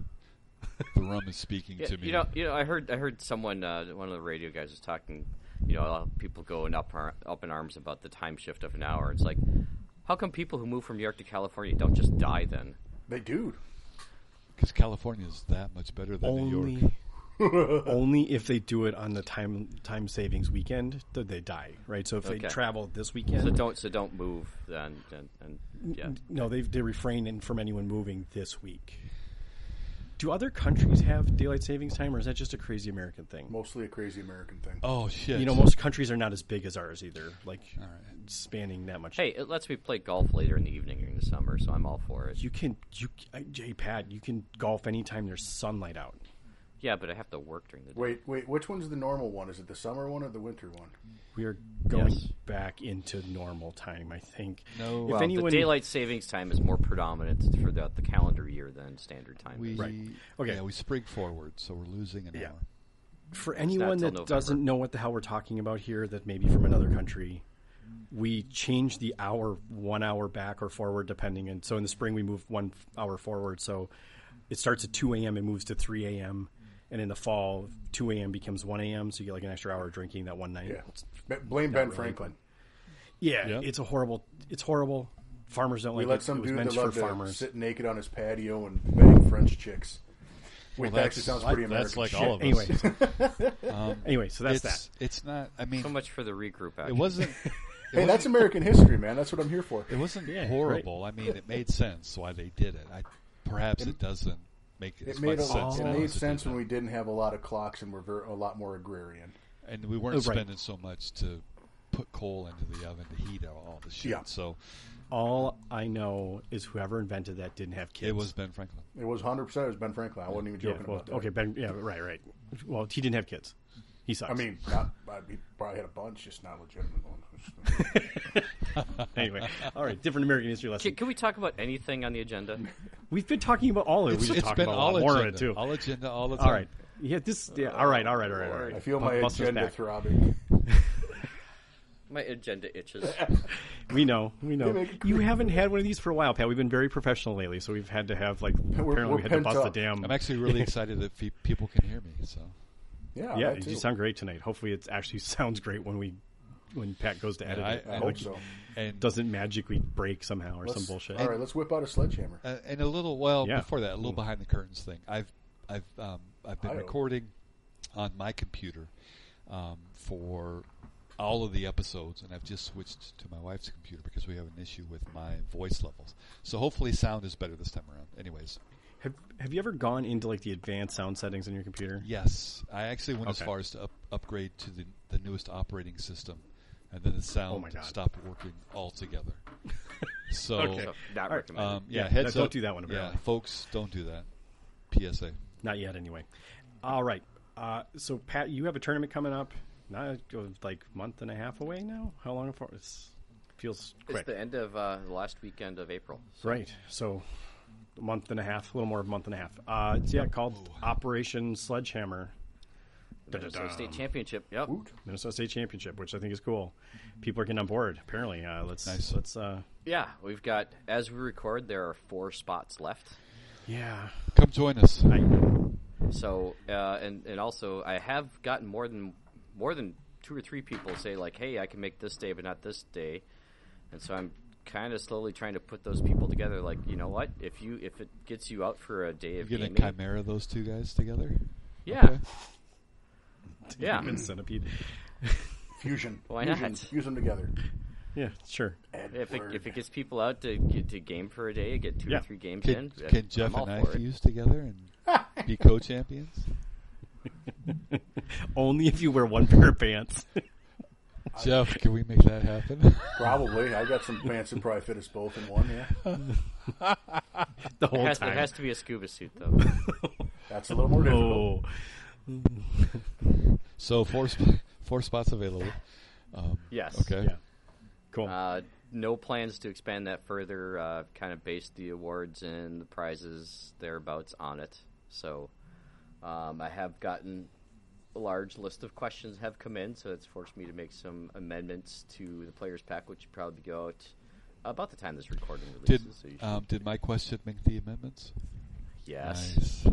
A: The rum is speaking
D: Yeah,
A: to me.
D: You know, you know, I heard, I heard someone, uh, one of the radio guys was talking. You know, a lot of people go in up, ar- up in arms about the time shift of an hour. It's like, how come people who move from New York to California don't just die then?
B: They do.
A: because California is that much better than New York.
C: only [LAUGHS]
D: [LAUGHS]
C: only if they do it on the time time savings weekend that they die right so if they
D: Okay.
C: travel this
D: So
C: weekend
D: don't so don't move then and, and yeah.
C: no they they refrain in- from anyone moving this week do other countries have daylight savings time or is that just a crazy american thing
B: Mostly a crazy American thing.
A: Oh shit!
C: you know most countries are not as big as ours either like
A: right.
C: spanning that much
D: Hey, it lets me play golf later in the evening during the summer, so I'm all for it.
C: you can you I- jay pat you can golf anytime there's sunlight out
D: Yeah, but I have to work during the day. Um,
B: Wait, wait. Which one's the normal one? Is it the summer one or the winter one?
C: we are going
D: Yes.
C: back into normal time i think
A: No.
C: if
A: Well,
D: Well,
C: anyone
D: the daylight savings time is more predominant for the, the calendar year than standard time.
A: we
D: is.
C: Right. Okay.
A: Yeah, we spring forward, so we're losing an
C: Yeah.
A: hour.
C: for anyone
D: till
C: that
D: November.
C: doesn't know what the hell we're talking about here, that maybe from another country, we change the hour one hour back or forward depending. And so in the spring we move one f- hour forward, so it starts at two a.m. and moves to three a.m. And in the fall, two a.m. becomes one a.m. So you get like an extra hour drinking that one night.
B: Yeah.
C: It's-
B: B- blame Ben Franklin.
C: yeah,
A: Yeah.
C: It's a horrible. It's horrible. Farmers don't
B: We
C: like
B: let
C: it.
B: some
C: it was
B: dude
C: meant
B: that
C: for
B: loved to
C: farmers.
B: sit naked on his patio and bang French chicks. Wait, that
A: that's-
B: actually sounds pretty American.
A: that's like
B: Shit.
A: all of us.
C: anyway,
B: [LAUGHS]
C: anyway, so that's
A: Um, it's
C: that.
A: it's not. I mean,
D: So much for the regroup. Action.
A: it wasn't.
C: [LAUGHS]
B: Hey, that's American history, man. That's what I'm here for.
A: It wasn't
C: Yeah,
A: horrible. I mean, it made sense why they did it. I perhaps it, doesn't make as
B: It made,
A: much
B: a,
A: sense.
B: it
A: now
B: made
A: as
B: sense
A: did
B: when we
A: then.
B: didn't have a lot of clocks and were ver- a lot more agrarian.
A: and we weren't
C: Oh, right.
A: spending so much to put coal into the oven to heat all- all the shit.
B: Yeah.
A: So
C: All I know is whoever invented that didn't have kids.
A: it was Ben Franklin.
B: It was 100%. It was Ben Franklin. I wasn't even
C: Yeah,
B: joking
C: well,
B: about that.
C: okay, Ben. Yeah, right, right. Well, he didn't have kids. He sucks.
B: I mean, [LAUGHS] not, I, he probably had a bunch, just not legitimate ones.
A: [LAUGHS]
C: anyway, all right. Different American history
D: Can,
C: lesson.
D: can we talk about anything on the agenda?
C: [LAUGHS] We've been talking about all of it. We just
A: it's
C: talked
A: been
C: about a
A: all
C: lot more of it
A: agenda,
C: too.
A: all agenda, all the time.
C: All right. Yeah. This. Yeah. All right. All right. All right. All right.
B: I feel my
C: Bust us
B: agenda
C: back.
B: throbbing.
D: My
C: [LAUGHS]
D: agenda itches.
C: We know. We know.
B: make it
C: You haven't had one of these for a while, Pat. We've been very professional lately, so we've had to have like. apparently,
B: we're
C: we had to
B: pent
C: bust
B: up.
C: the damn.
A: I'm actually really excited that fe- people can hear me. So
B: Yeah,
C: yeah,
B: that
C: you
B: too.
C: sound great tonight. Hopefully, it actually [LAUGHS] sounds great when we, when Pat goes to edit
A: I-
C: it.
A: I
B: hope so.
A: and
C: Doesn't magically break somehow or some bullshit.
B: All right, let's whip out a sledgehammer.
A: Uh, and a little well
C: Yeah.
A: before that, a little behind the curtains thing. I've I've um, I've been
B: Hi-oh.
A: recording on my computer um, for all of the episodes, and I've just switched to my wife's computer because we have an issue with my voice levels. So hopefully, sound is better this time around. Anyways,
C: Have Have you ever gone into like the advanced sound settings on your computer?
A: yes, I actually went as
C: Okay.
A: far as to up, upgrade to the the newest operating system, and then the sound
C: Oh my God.
A: stopped working
C: [LAUGHS]
A: altogether. so.
D: So, not recommended.
A: Um, yeah,
C: Yeah,
A: heads
C: don't
A: up.
C: do that one,
A: Yeah,
C: apparently.
A: folks, don't do that. PSA.
C: Not yet, anyway. All right. Uh, so, Pat, you have a tournament coming up, not uh, like month and a half away now. How long? For it feels
D: it's
C: quick,
D: the end of uh, the last weekend of April.
C: right? So, a month and a half, a little more, a month and a half. Uh, it's yeah, called Operation Sledgehammer.
D: Minnesota
C: Dun-dun-dun.
D: State Championship. Yep.
C: Minnesota State Championship, which I think is cool. People are getting on board. Apparently, uh, let's
A: Nice.
C: let's. Uh,
D: Yeah, we've got as we record, there are four spots left.
C: yeah,
A: Come join us.
C: I,
D: So, uh, and and also, I have gotten more than more than two or three people say like, "Hey, I can make this day, but not this day," and so I'm kind of slowly trying to put those people together. Like, you know what? If you if it gets you out for a day of
A: You're
D: gaming,
A: gonna chimera those two guys together?
D: yeah,
A: Okay.
D: yeah,
C: Good centipede.
B: Fusion.
D: Why
B: Fusion.
D: not?
B: Fuse them together.
C: Yeah, sure.
D: if it,
B: Edward.
D: if it gets people out to get to game for a day, get two
C: Yeah.
D: or three games in.
A: Can,
D: I'm
A: can Jeff
D: all
A: and I
D: for it.
A: fuse together
C: [LAUGHS]
A: and be co-champions?
C: Only if you wear one pair of pants. [LAUGHS]
A: Jeff, can we make that happen? [LAUGHS]
B: Probably. I got some
C: [LAUGHS]
B: pants that probably fit us both in one. Yeah,
C: the whole
D: It has,
C: time.
D: it has to be a scuba suit
A: [LAUGHS]
D: though.
B: that's a little more difficult.
C: oh.
A: so four sp- four spots available.
D: yes.
A: Okay.
C: Yeah. Cool.
D: Uh, no plans to expand that further. Uh, kind of based the awards and the prizes thereabouts on it. So um, I have gotten a large list of questions have come in, so it's forced me to make some amendments to the players pack, which will probably go out about the time this recording
A: Did
D: releases. so you should,
A: um, did my question make the amendments?
D: yes.
A: Nice.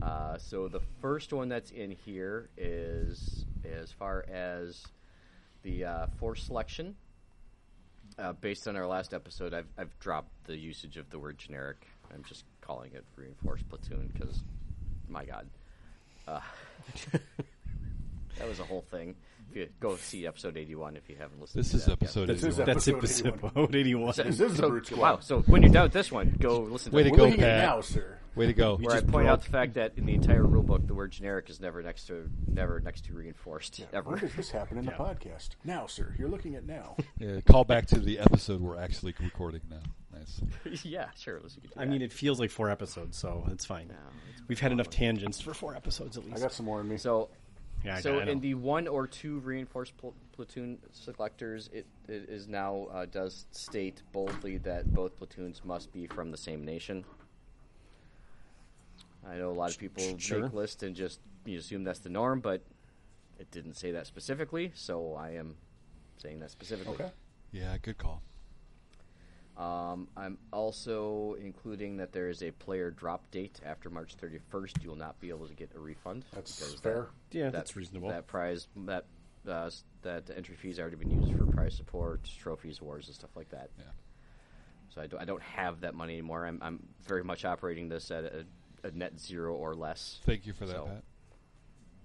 D: Uh, so the first one that's in here is as far as the uh, force selection. Uh, based on our last episode, I've, I've dropped the usage of the word generic I'm just calling it reinforced platoon because, my God, uh, that was a whole thing. If you go see episode 81 if you haven't listened.
A: This
D: to
A: is
D: that yet.
A: episode.
B: This is
A: eighty-one.
C: That's
B: Episode
C: episode 81.
D: So-
B: This is the
D: so-
B: Brute Squad.
D: Wow! So when you're done with this one, go listen.
A: Way
D: to
A: to
B: We're
A: go,
B: looking at
A: Pat.
B: now, sir.
A: Way to go.
D: Where I point out the fact that in the entire rulebook, the word "generic" is never next to never next to reinforced
B: When
C: [LAUGHS]
D: ever. [LAUGHS]
B: does this happen in the podcast? Now, sir. You're looking at now.
A: Yeah, uh, call back to the episode we're actually recording now. Nice.
D: yeah, sure. Listen, you can do
C: I
D: that. Um,
C: mean, it feels like four episodes, so it's fine. We've had enough tangents for four episodes at
B: I
C: least.
B: got some more in me.
D: so
C: yeah, I
D: so
C: got- I know.
D: in the one or two reinforced pl- platoon selectors, it, it is now uh, does state boldly that both platoons must be from the same nation. I know a lot of people
C: sure.
D: make lists and just you assume that's the norm, but it didn't say that specifically, so I am saying that specifically.
B: okay.
A: Yeah, good call.
D: Um, I'm also including that there is a player drop date after March 31st. You will not be able to get a refund.
B: That's
D: because that-
B: fair.
C: yeah,
D: that-
C: that's reasonable.
D: That prize, that uh, s- that entry fee's already been used for prize support, trophies, awards, and stuff like that.
A: Yeah.
D: So I, do, I don't have that money anymore. I'm, I'm very much operating this at a, a net zero or less.
A: Thank you for that,
D: So-
A: Pat.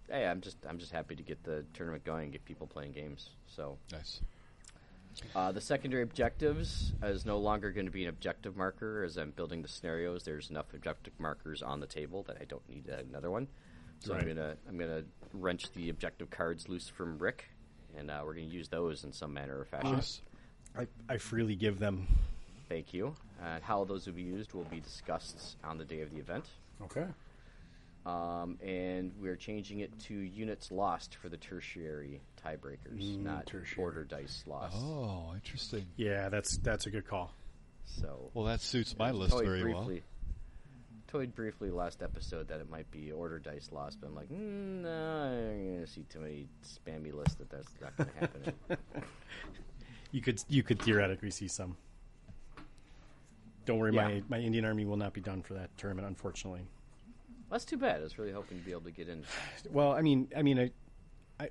D: Hey, I'm just I'm just happy to get the tournament going and get people playing games. So
A: Nice.
D: Uh, the secondary objectives is no longer going to be an objective marker. As I'm building the scenarios, there's enough objective markers on the table that I don't need another one. So I'm
C: Right.
D: gonna I'm gonna wrench the objective cards loose from Rick, and uh, we're gonna use those in some manner or fashion.
A: Nice.
C: I, I freely give them.
D: Thank you. And how those will be used will be discussed on the day of the event.
B: Okay.
D: Um, and we're changing it to units lost for the tertiary tiebreakers, not
B: tertiary.
D: border dice lost.
A: Oh, interesting.
C: Yeah, that's that's a good call.
D: So
A: Well, that suits my
D: I
A: list
D: toyed
A: very well.
D: briefly, Toyed briefly last episode that it might be order dice lost, but I'm like, mm, no, I'm gonna see too many spammy lists that that's not gonna
A: [LAUGHS]
D: happen.
C: You could you could theoretically see some. Don't worry,
D: Yeah.
C: my my Indian Army will not be done for that tournament, unfortunately.
D: that's too bad. I was really hoping to be able to get in.
C: Well, I mean, I mean, I, I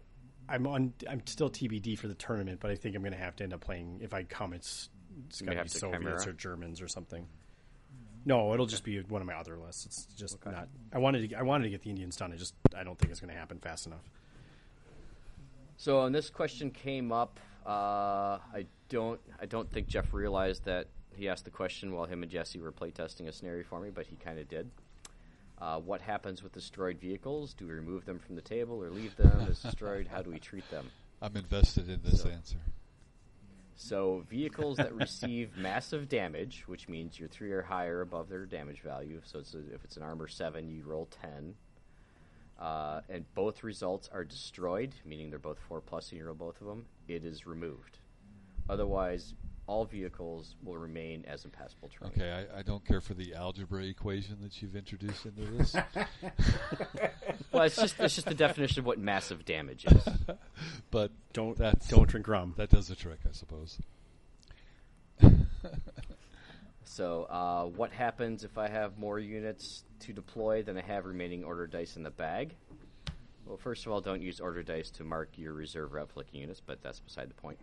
C: I'm on. I'm still TBD for the tournament, but I think I'm going to have to end up playing. If I come, it's it's
D: You
C: going to
D: have
C: be
D: to
C: Soviets
D: Chimera?
C: or Germans or something. No, it'll just be one of my other lists. It's just
D: Okay.
C: not. I wanted to. I wanted to get the Indians done. I just. I don't think it's going to happen fast enough.
D: So, and this question came up. Uh, I don't. I don't think Jeff realized that he asked the question while him and Jesse were playtesting a scenario for me, but he kind of did. Uh, what happens with destroyed vehicles? Do we remove them from the table or leave them as destroyed? How do we treat them?
A: I'm invested in this
D: So-
A: answer.
D: So vehicles that receive [LAUGHS] massive damage, which means you're three or higher above their damage value. So it's a, if it's an armor seven, you roll ten, uh, and both results are destroyed, meaning they're both four plus, and you roll both of them. It is removed. Otherwise, all vehicles will remain as impassable terrain.
A: Okay, I, I don't care for the algebra equation that you've introduced into [LAUGHS] this.
D: Well, it's just it's just the definition of what massive damage is.
A: but
C: Don't
A: That's-
C: don't drink rum.
A: [LAUGHS] that does the trick, I suppose.
D: So, uh, what happens if I have more units to deploy than I have remaining order dice in the bag? Well, first of all, don't use order dice to mark your reserve route flicking units, but that's beside the point.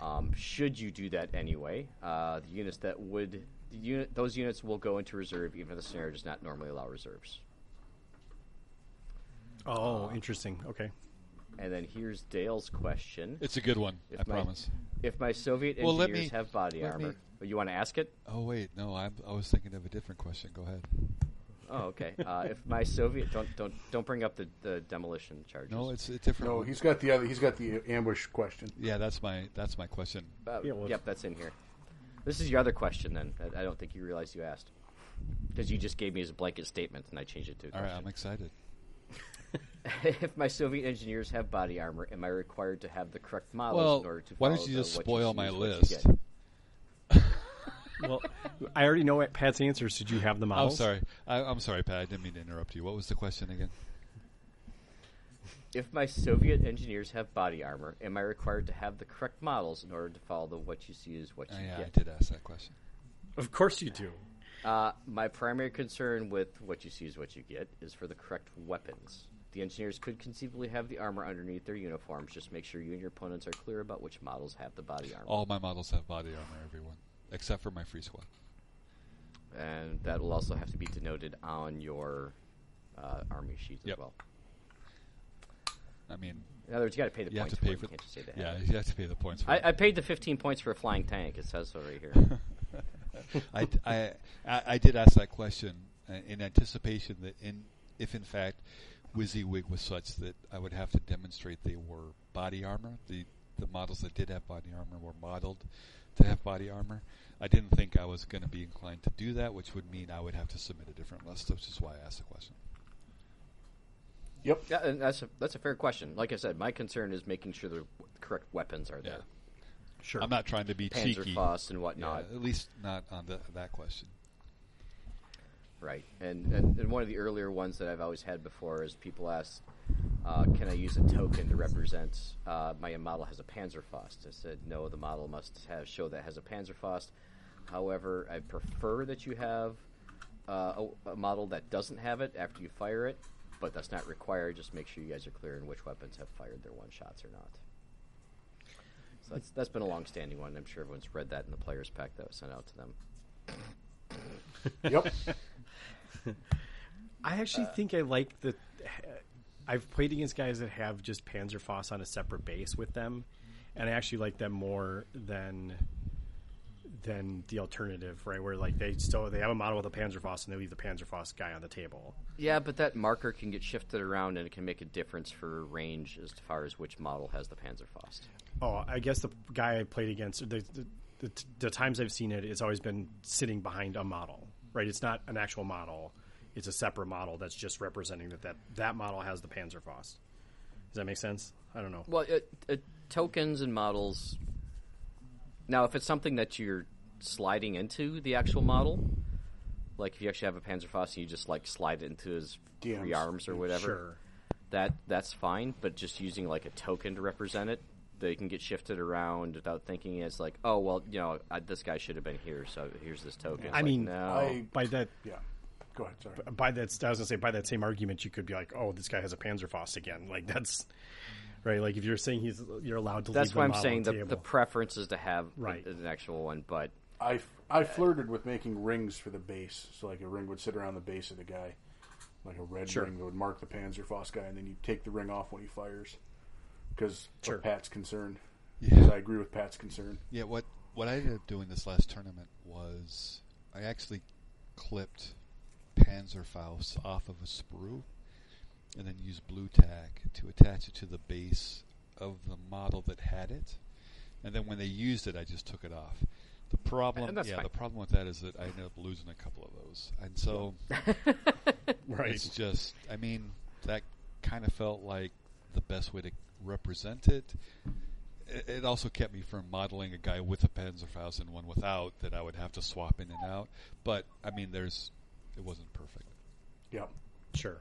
D: Um, should you do that anyway, uh, the units that would the unit those units will go into reserve, even if the scenario does not normally allow reserves.
C: oh, interesting. Okay.
D: And then here's Dale's question:
A: It's a good one,
D: If
A: I
D: my-
A: promise.
D: If my Soviet
A: Well, let
D: engineers
A: me-
D: have body
A: let
D: armor,
A: me-
D: Oh, you want to ask it?
A: Oh, wait, no, I'm, I was thinking of a different question. Go ahead.
D: Oh, okay. uh, if my Soviet don't don't don't bring up the, the demolition charges.
A: No, it's a different
B: No,
A: one.
B: he's got the other. He's got the ambush question.
A: Yeah, that's my that's my question.
D: Uh,
C: Yeah, well,
D: yep, that's in here. This is your other question, then. that I don't think you realized you asked. Because you just gave me as a blanket statement, and I changed it to a
A: All right, I'm
D: question.
A: excited.
D: [LAUGHS] if my Soviet engineers have body armor, am I required to have the correct models in order
A: Well,
D: to
A: why
D: follow
A: don't you
D: the
A: just
D: what
A: spoil
D: choose,
A: my
D: what you
A: list?
D: get?
C: Well, I already know what Pat's answers. Did you
D: Oh,
C: have the
A: I'm
C: models?
A: sorry. I, I'm sorry, Pat. I didn't mean to interrupt you. What was the question again?
D: If my Soviet engineers have body armor, am I required to have the correct models in order to follow the what you see is what you
A: Oh, yeah, I
D: get?
A: did ask that question.
C: Of course you do.
D: Uh, my primary concern with what you see is what you get is for the correct weapons. The engineers could conceivably have the armor underneath their uniforms. Just make sure you and your opponents are clear about which
A: Oh.
D: models have the body armor.
A: All my models have body armor, everyone, except for my free squad.
D: and that will also have to be denoted on your uh, army sheet as
A: Yep.
D: well.
A: I mean,
D: In other words, you got to pay the
A: you have
D: points
A: to pay
D: it.
A: for.
D: You can't just say they have
A: yeah,
D: it.
A: you have to pay the points for.
D: I, I
A: it.
D: paid the 15 points for a flying tank. It says
A: [LAUGHS]
D: so right here.
A: I, I, I, I did ask that question uh, in anticipation that in if in fact WYSIWYG was such that I would have to demonstrate they were body armor. The the models that did have body armor were modeled to have body armor. I didn't think I was going to be inclined to do that, which would mean I would have to submit a different list, which is why I asked the question.
C: [LAUGHS]
B: Yep.
D: yeah, and that's a, that's a fair question. Like I said, my concern is making sure the correct weapons are there.
C: Sure.
A: I'm not trying to be cheeky.
D: Panzerfaust and
A: Yeah,
D: whatnot.
A: at least not on the, that question.
D: Right, and, and and one of the earlier ones that I've always had before is people ask, uh, "Can I use a token to represent uh, my model has a Panzerfaust?" I said, "No, the model must have show that it has a Panzerfaust." However, I prefer that you have uh, a, a model that doesn't have it after you fire it, but that's not required. Just make sure you guys are clear on which weapons have fired their one shots or not. So that's that's been a long-standing one. I'm sure everyone's read that in the players pack that was sent out to them.
B: Yep.
C: I actually think I like the. uh, I've played against guys that have just Panzerfaust on a separate base with them, and I actually like them more than than the alternative, right? Where like they still they have a model with a Panzerfaust and they leave the Panzerfaust guy on the table.
D: Yeah, but that marker can get shifted around and it can make a difference for range as far as which model has the Panzerfaust.
C: Oh, I guess the guy I played against, the the, the, the times I've seen it, it's always been sitting behind a model, right? It's not an actual model; it's a separate model that's just representing that that, that model has the Panzerfaust. Does that make sense? I don't know.
D: Well, it, it, tokens and models. Now, if it's something that you're sliding into the actual model, like if you actually have a Panzerfaust and you just like slide it into his three
B: DMs.
D: arms or whatever,
C: Sure.
D: that that's fine. But just using like a token to represent it, they can get shifted around without thinking it's like, oh well, you know, I, this guy should have been here, so here's this token. It's
C: I
D: like,
C: mean,
D: no.
B: I-
C: By that,
B: Yeah. Go ahead. Sorry.
C: by that, I was gonna say by that same argument, you could be like, "Oh, this guy has a Panzerfaust again." Like that's right. Like if you're saying he's, you're allowed to.
D: That's
C: leave a
D: why I'm
C: model
D: saying
C: on
D: the,
C: table.
D: the preference is to have
C: Right.
D: an actual one, but
B: I, f- I flirted with making rings for the base. So, like, a ring would sit around the base of the guy. Like a red
C: Sure.
B: ring that would mark the Panzerfaust guy, and then you take the ring off when he fires. Because
C: Sure.
B: of Pat's concern.
A: Yeah.
B: 'Cause I agree with Pat's concern.
A: Yeah, what what I ended up doing this last tournament was I actually clipped Panzerfaust off of a sprue and then used blue tack to attach it to the base of the model that had it. And then when they used it, I just took it off. The problem,
D: And that's
A: yeah,
D: fine.
A: the problem with that is that I ended up losing a couple of those, and so
C: right.
A: it's just, I mean, that kind of felt like the best way to represent it. It it also kept me from modeling a guy with a Panzerfaust and one without that I would have to swap in and out. But I mean, there's, it wasn't perfect.
B: Yep.
C: Sure.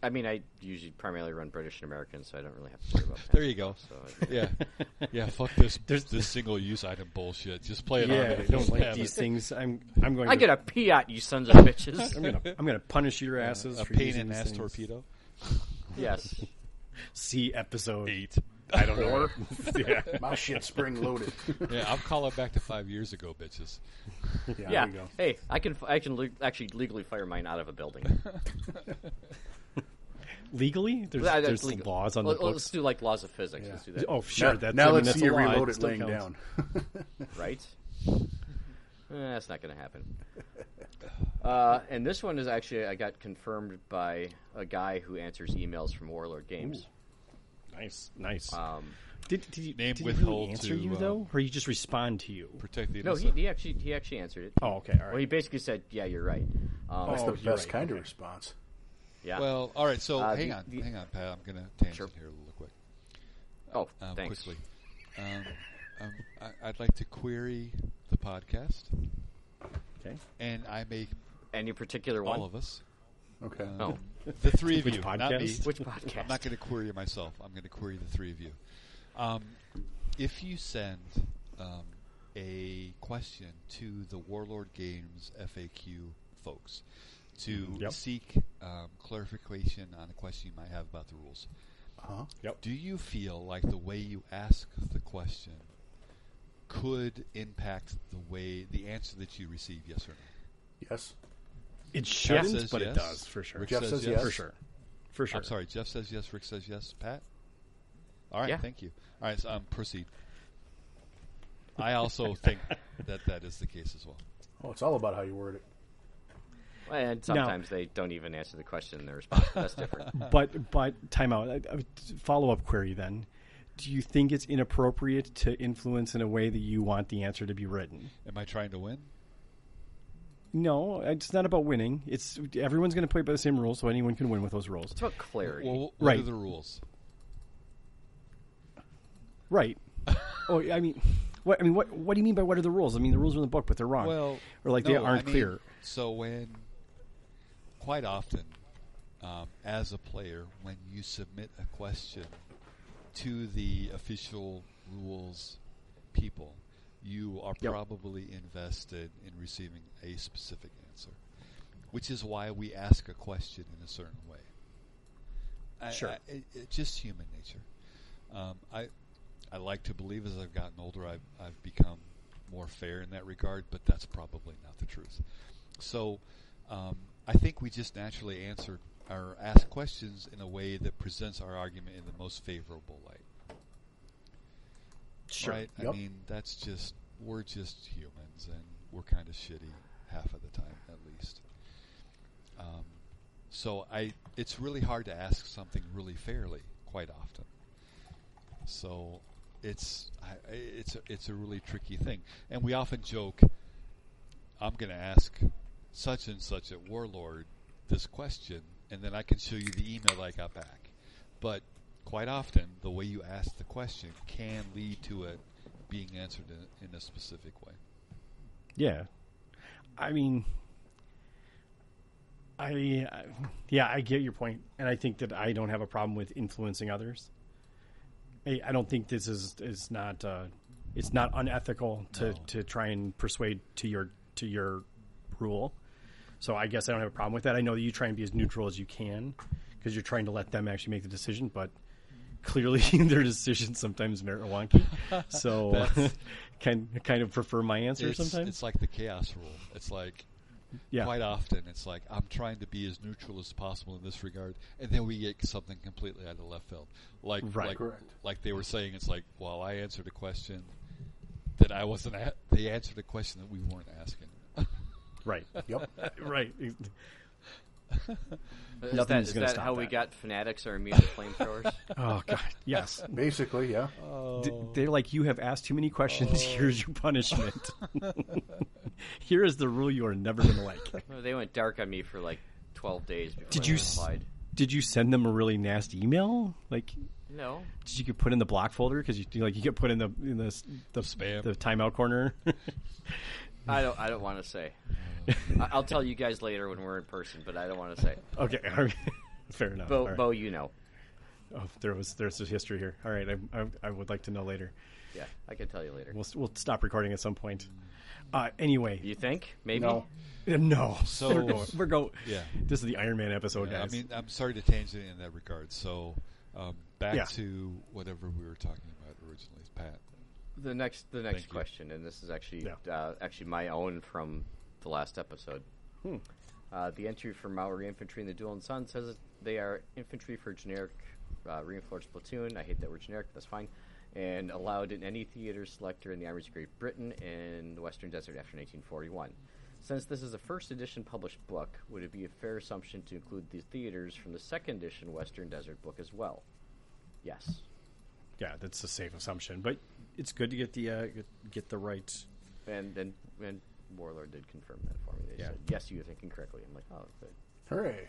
D: I mean, I usually primarily run British and American, so I don't really have to worry about that.
A: There you go.
D: So,
A: Yeah,
C: [LAUGHS]
A: yeah. Fuck this,
C: There's-
A: this single use item bullshit. Just play it.
C: Yeah,
A: on
C: I don't like
A: Have it.
C: these things. I'm I'm going.
D: I
C: to,
D: get a Piat, you sons of bitches.
C: [LAUGHS] I'm gonna I'm gonna punish your asses
A: A
C: for
A: pain
C: using
A: in
C: these
A: ass
C: things.
A: torpedo.
D: [LAUGHS] yes.
C: See episode
A: Eight.
C: I don't know. [LAUGHS]
B: [LAUGHS]
C: yeah.
B: My shit's
C: [LAUGHS]
B: spring loaded.
A: Yeah, I'm calling back to five years ago, bitches.
B: yeah,
D: Yeah.
B: There you go.
D: Hey, I can f- I can le- actually legally fire mine out of
C: [LAUGHS]
D: a building.
C: Legally, there's,
D: That- that's
C: there's
D: legal.
C: laws on
D: Let-
C: the
D: Let's
C: books.
D: do like laws of physics. Let's do that.
C: Oh, sure.
B: now
C: that's,
B: now
C: I mean,
B: let's
C: that's
B: see
C: a
B: you
C: lie. It
B: reload it
C: still
B: laying
C: counts.
B: down.
D: right? [LAUGHS] Eh, that's not going
C: [LAUGHS]
D: to happen. Uh, and this one is actually I got confirmed by a guy who answers emails from Warlord Games.
C: Nice, nice.
D: Um,
C: did did, you,
A: Name
C: did he
A: withhold
C: really answer
A: to,
C: you
A: uh,
C: though, or you just respond to you?
A: Protect the
D: no,
A: innocent.
D: he, he actually he actually answered it.
C: Oh, okay, all right.
D: Well, he basically said, "Yeah, you're right." Um,
B: That's
C: Oh,
B: the
C: you're
B: best
C: right,
B: kind
C: okay.
B: of response.
D: yeah.
A: Well, all right. So
D: Uh,
A: hang
D: the-
A: on,
D: the-
A: hang on, Pat. I'm gonna tangent
D: Sure.
A: here a little quick.
D: oh,
C: uh,
A: um,
D: thanks.
A: quickly. Um, um, I, I'd like to query the podcast,
C: Okay,
A: and I make
D: Any particular one?
A: all of us,
B: Okay.
D: Oh,
A: [LAUGHS] the three of
C: Which
A: you, not me.
C: podcast?
D: which podcast?
A: I'm
D: [LAUGHS]
A: not going to query myself. I'm going to query the three of you. Um, if you send um, a question to the Warlord Games FAQ folks to
C: Yep.
A: seek um, clarification on a question you might have about the rules,
B: Uh-huh.
A: Do you feel like the way you ask the question could impact the way the answer that you receive, yes or no?
B: Yes.
C: It shouldn't,
A: says
C: but it
A: yes.
C: does for sure.
A: Rick
B: Jeff
A: says
B: says
A: yes.
B: yes.
C: For sure. For sure.
A: I'm sorry. Jeff says yes. Rick says yes. Pat. All right.
D: Yeah.
A: Thank you. All right. So um, proceed. I also think that that is the case as well.
B: Oh, it's all about how you word it.
D: And sometimes they don't even answer the question in their response. But
C: [LAUGHS]
D: that's different.
C: But but timeout. Follow up query then. Do you think it's inappropriate to influence in a way that you want the answer to be written?
A: Am I trying to win?
C: No, it's not about winning. It's everyone's going to play by the same rules, so anyone can win with those rules.
D: It's about clarity.
A: Well, what are
C: Right.
A: the rules?
C: Right.
A: [LAUGHS]
C: oh, I mean, what I mean, what what do you mean by what are the rules? I mean, the rules are in the book, but they're wrong.
A: Well,
C: or like they
A: no, I
C: aren't
A: mean,
C: clear.
A: So when, quite often, um, as a player, when you submit a question to the official rules people, you are
C: Yep.
A: probably invested in receiving a specific answer, which is why we ask a question in a certain way. I,
C: Sure.
A: I, it, it's just human nature. Um, I I like to believe as I've gotten older, I've I've become more fair in that regard, but that's probably not the truth. So um, I think we just naturally answer or ask questions in a way that presents our argument in the most favorable light.
C: Sure.
A: Right? I
B: Yep.
A: mean, that's just we're just humans, and we're kind of shitty half of the time, at least. Um, so I, it's really hard to ask something really fairly quite often. So it's I, I- it's a, it's a really tricky thing, and we often joke. I'm going to ask such and such at Warlord this question, and then I can show you the email I got back. But quite often, the way you ask the question can lead to it being answered in, in a specific way.
C: Yeah. I mean, I, I yeah, I get your point, and I think that I don't have a problem with influencing others. I, I don't think this is is not uh, it's not unethical to
A: No.
C: to try and persuade to your to your rule. So I guess I don't have a problem with that. I know that you try and be as neutral as you can because you're trying to let them actually make the decision, but clearly [LAUGHS] their decisions sometimes merit
A: [LAUGHS]
C: wonky. So
A: That's-
C: [LAUGHS] can kind of prefer my answer
A: It's,
C: sometimes.
A: it's like the chaos rule. It's like
C: yeah.
A: quite often it's like I'm trying to be as neutral as possible in this regard, and then we get something completely out of left field. Like
C: Right.
A: like,
B: Correct.
A: like they were saying, it's like well, I answered a question that I wasn't. A- they answered a question that we weren't asking.
C: Oh, Right.
B: Yep.
C: [LAUGHS] right.
D: Is
C: Nothing's
D: that, is
C: gonna
D: that
C: stop
D: how we
C: that.
D: got fanatics are
C: [LAUGHS]
D: immune to flamethrowers?
C: Oh God. Yes.
B: Basically, yeah.
C: D- They're like, you have asked too many questions. Here's your punishment. [LAUGHS] Here is the rule you are never going to like.
D: Well, they went dark on me for like 12 days before
C: Did
D: I
C: you s-
D: replied.
C: Did you send them a really nasty email? Like,
D: No.
C: did you get put in the block folder because you like you get put in the in the s- the
A: Spam.
C: the timeout corner? [LAUGHS]
D: I don't. I don't want to say. I- I'll tell you guys later when we're in person, but I don't want to say.
C: okay. [LAUGHS] all right. Fair enough.
D: Bo,
C: all right.
D: Bo, you know.
C: Oh, there was there's a history here. All right. I, I, I would like to know later.
D: Yeah, I can tell you later.
C: We'll we'll stop recording at some point. Uh, anyway,
D: You think? Maybe.
B: No.
C: No.
A: So-
C: we're
A: [LAUGHS]
C: going. We're go-
A: Yeah.
C: This is the Iron Man episode,
A: Yeah, [LAUGHS] I
C: guys.
A: mean, I'm sorry to tangent in that regard. So um, back
C: Yeah.
A: to whatever we were talking about originally, Pat.
D: The next. The next
A: Thank you.
D: question, and this is actually
C: Yeah.
D: uh, actually my own from the last episode. Uh, the entry for Maori infantry in the Duel and Sun says they are infantry for generic uh, reinforced platoon. I hate that word generic, but that's fine. And allowed in any theater selector in the armies of Great Britain and the Western Desert after 1941. Since this is a first edition published book, would it be a fair assumption to include the theaters from the second edition Western Desert book as well? Yes.
C: yeah, that's a safe assumption, but it's good to get the uh, get- get the right.
D: And and, and Warlord did confirm that for me. They
C: Yeah.
D: said, yes, you're thinking correctly. I'm like, oh, good.
B: Hooray.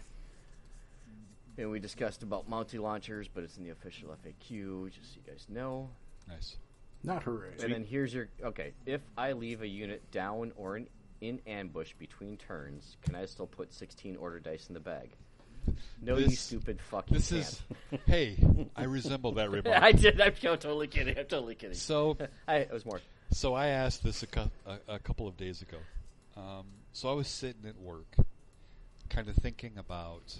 D: And we discussed about multi launchers, but it's in the official FAQ, just so you guys know.
A: Nice.
B: Not hooray.
D: And then here's your okay. If I leave a unit down or in, in ambush between turns, can I still put 16 order dice in the bag? No, you
A: This-
D: stupid fucking.
A: This
D: [LAUGHS]
A: is. [LAUGHS] hey, I resemble that remark.
D: I did. I'm totally kidding. I'm totally kidding.
A: So
D: [LAUGHS] I it was more.
A: So I asked this a, cou- a, a couple of days ago. Um, so I was sitting at work, kind of thinking about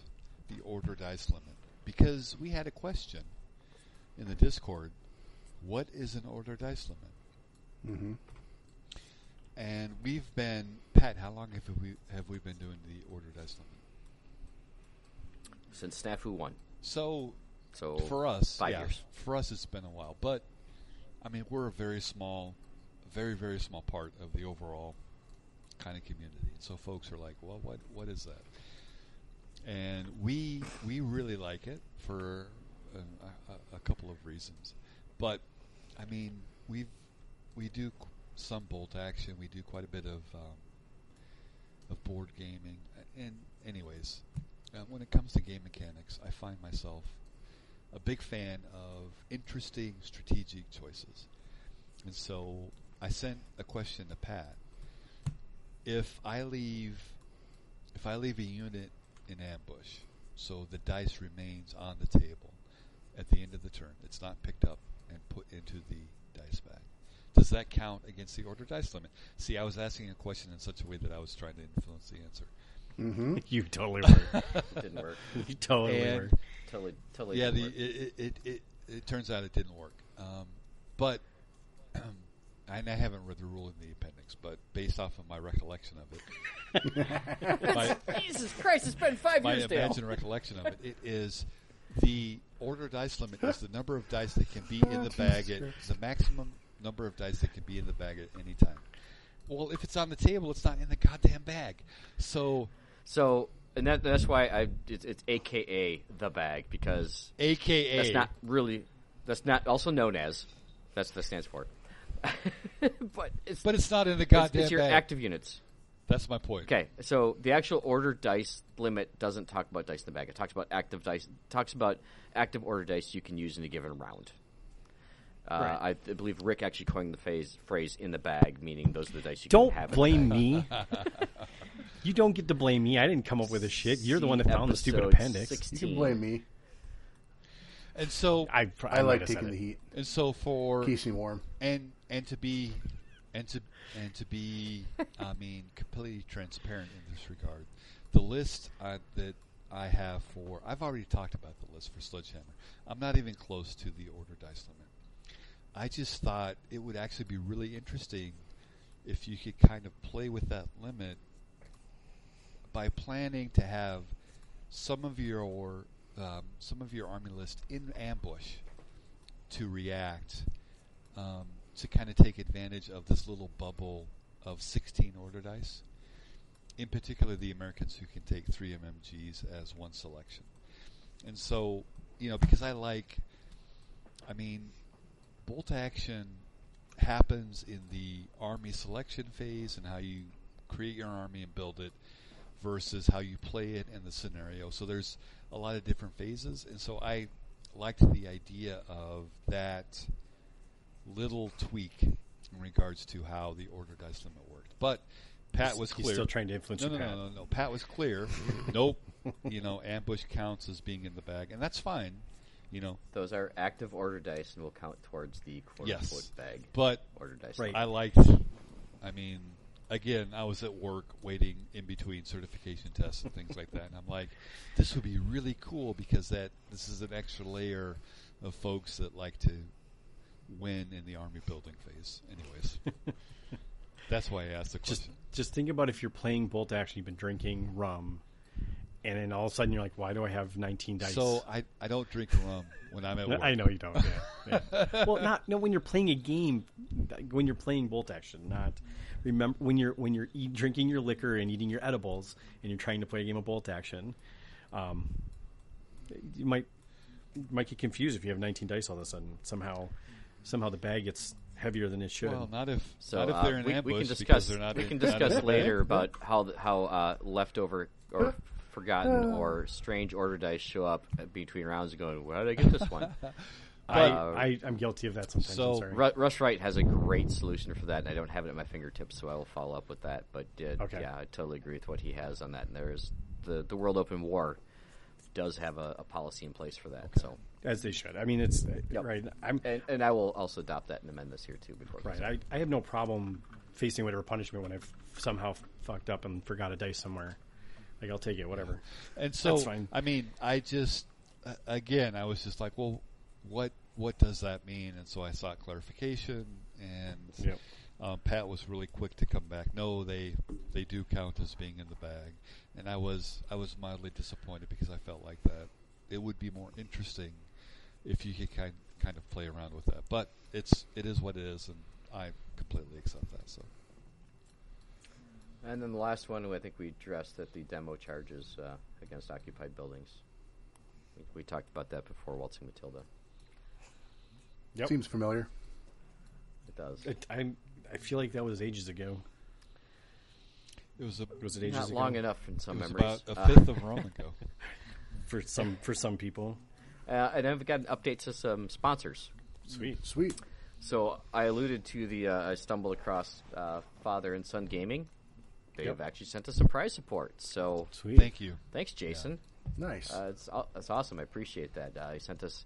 A: the order dice limit because we had a question in the Discord: What is an order dice limit? And we've been Pat. How long have we have we been doing the ordered as something?
D: Since Snafu won.
A: So
D: So
A: for us,
D: five
A: yeah,
D: years.
A: For us, it's been a while, but I mean, we're a very small, very very small part of the overall kind of community. So folks are like, "Well, what what is that?" And we we really like it for a, a, a couple of reasons, but I mean, we we do qu- some bolt action. We do quite a bit of um, of board gaming, and anyways. Uh, when it comes to game mechanics, I find myself a big fan of interesting strategic choices. And so I sent a question to Pat. If I leave if I leave a unit in ambush, so the dice remains on the table at the end of the turn, it's not picked up and put into the dice bag. Does that count against the order dice limit? See, I was asking a question in such a way that I was trying to influence the answer.
B: Hmm?
C: [LAUGHS] You totally
A: [LAUGHS]
C: were.
D: It didn't work.
C: you totally
A: And-
C: were.
D: totally, totally.
A: yeah, the,
D: didn't work.
A: it, it, it, it, it turns out it didn't work. Um, but, [CLEARS THROAT] and I haven't read the rule in the appendix, but based off of my recollection of it, my,
D: Jesus Christ! It's been five
A: my
D: years, Dale.
A: imagined recollection of it, it is the order dice limit is the number of dice that can be in the bag at the maximum number of dice that can be in the bag at any time. Well, if it's on the table, it's not in the goddamn bag. So,
D: So, and that, that's why I it's, it's AKA the bag because
A: AKA.
D: that's not really that's not also known as that's that stands for. [LAUGHS] but it's
A: but it's not in the
D: it's,
A: goddamn
D: it's your
A: bag.
D: active units.
A: That's my point.
D: Okay, so the actual order dice limit doesn't talk about dice in the bag. It talks about active dice. Talks about active order dice you can use in a given round. Uh, I, I believe Rick actually coined the phase, phrase "in the bag," meaning those are the dice you
C: Don't
D: can have. in the
C: blame
D: bag.
A: [LAUGHS]
C: me. you don't get to blame me. I didn't come up with this shit. You're the one that
D: See
C: found the stupid
D: episode
C: appendix.
D: 16.
B: You can blame me.
A: And so,
C: I, pr-
B: I,
C: might
B: like
C: have said
B: taking
C: it.
B: the heat.
A: and so for
B: Keeps me warm.
A: and and to be and to and to be I mean completely transparent in this regard. The list I, that I have for I've already talked about the list for Sledgehammer. I'm not even close to the order dice limit. I just thought it would actually be really interesting if you could kind of play with that limit by planning to have some of your um, some of your army list in ambush to react um, to kind of take advantage of this little bubble of 16 order dice. In particular, the Americans who can take three MMGs as one selection. And so, you know, because I like, I mean, bolt action happens in the army selection phase and how you create your army and build it versus how you play it and the scenario. So there's a lot of different phases. And so I liked the idea of that little tweak in regards to how the order dice limit worked. But Pat was
C: he's
A: clear.
C: still trying to influence
A: no,
C: you,
A: no,
C: Pat.
A: No, no, no. Pat was
C: [LAUGHS]
A: clear. nope. You know, ambush counts as being in the bag, and that's fine. You know,
D: Those are active order dice and will count towards the quote
A: Yes.
D: unquote bag
A: but
D: order dice.
C: Right.
A: I liked. I mean, again, I was at work waiting in between certification tests and things like that, and I'm like, this would be really cool because that this is an extra layer of folks that like to win in the army building phase.
D: [LAUGHS]
A: Anyways, that's why I asked the
C: just
A: question.
C: just think about if you're playing bolt action, you've been drinking rum, and then all of a sudden you're like, why do I have 19 dice?
A: so I I don't drink rum when I'm at
C: No,
A: work.
C: [LAUGHS] I know you don't. Yeah, yeah. [LAUGHS] well, not no when you're playing a game, when you're playing bolt action, not remember when you're when you're eat, drinking your liquor and eating your edibles and you're trying to play a game of bolt action. Um, you might you might get confused if you have 19 dice all of a sudden. Somehow, somehow the bag gets heavier than it should.
A: Well, not if
D: So
A: not if
D: uh,
A: they're in
D: we,
A: ambush
D: we can
A: because
D: discuss
A: they're not.
D: we
A: in-
D: can
A: not in
D: discuss
A: the
D: later
A: bag.
D: about how th- how uh, leftover or
C: [SIGHS]
D: forgotten or strange order dice show up between rounds and going, where did I get this
A: [LAUGHS]
D: one?
C: I,
D: uh,
C: I I'm guilty of that sometimes.
A: so
C: I'm sorry.
D: Ru- Russ Wright has a great solution for that, and I don't have it at my fingertips, so I will follow up with that. But uh,
C: Okay.
D: yeah, I totally agree with what he has on that. And there's the the World Open War does have a, a policy in place for that. So
C: as they should. I mean, it's right. I'm
D: and, and I will also adopt that and amend this here too before.
C: Right. I, I have no problem facing whatever punishment when I've somehow f- fucked up and forgot a dice somewhere. Like I'll take it, whatever.
A: And so,
C: That's fine.
A: I mean, I just uh, again, I was just like, well, what what does that mean? And so I sought clarification, and
C: Yep.
A: um, Pat was really quick to come back. No, they they do count as being in the bag, and I was I was mildly disappointed because I felt like that it would be more interesting if you could kind kind of play around with that. But it's it is what it is, and I completely accept that. So
D: And then the last one, I think we addressed that the demo charges uh, against occupied buildings. We, we talked about that before Waltzing Matilda.
C: Yep.
B: Seems familiar.
D: It does.
C: It, I I feel like that was ages ago.
A: it was a,
C: Was it
A: it
C: ages
D: Not
C: ago?
D: long enough in some
A: was
D: memories.
A: about a
D: Uh,
A: fifth of Rome
D: [LAUGHS]
A: ago.
C: for some for some people.
D: uh, and I've got updates to some sponsors.
C: Sweet.
B: Sweet.
D: So I alluded to the uh, I stumbled across uh, Father and Son Gaming. They
C: Yep.
D: have actually sent us surprise support. So
C: Sweet.
A: Thank you.
D: thanks, Jason.
B: Nice.
D: Uh, it's aw- it's awesome. I appreciate that. Uh, he sent us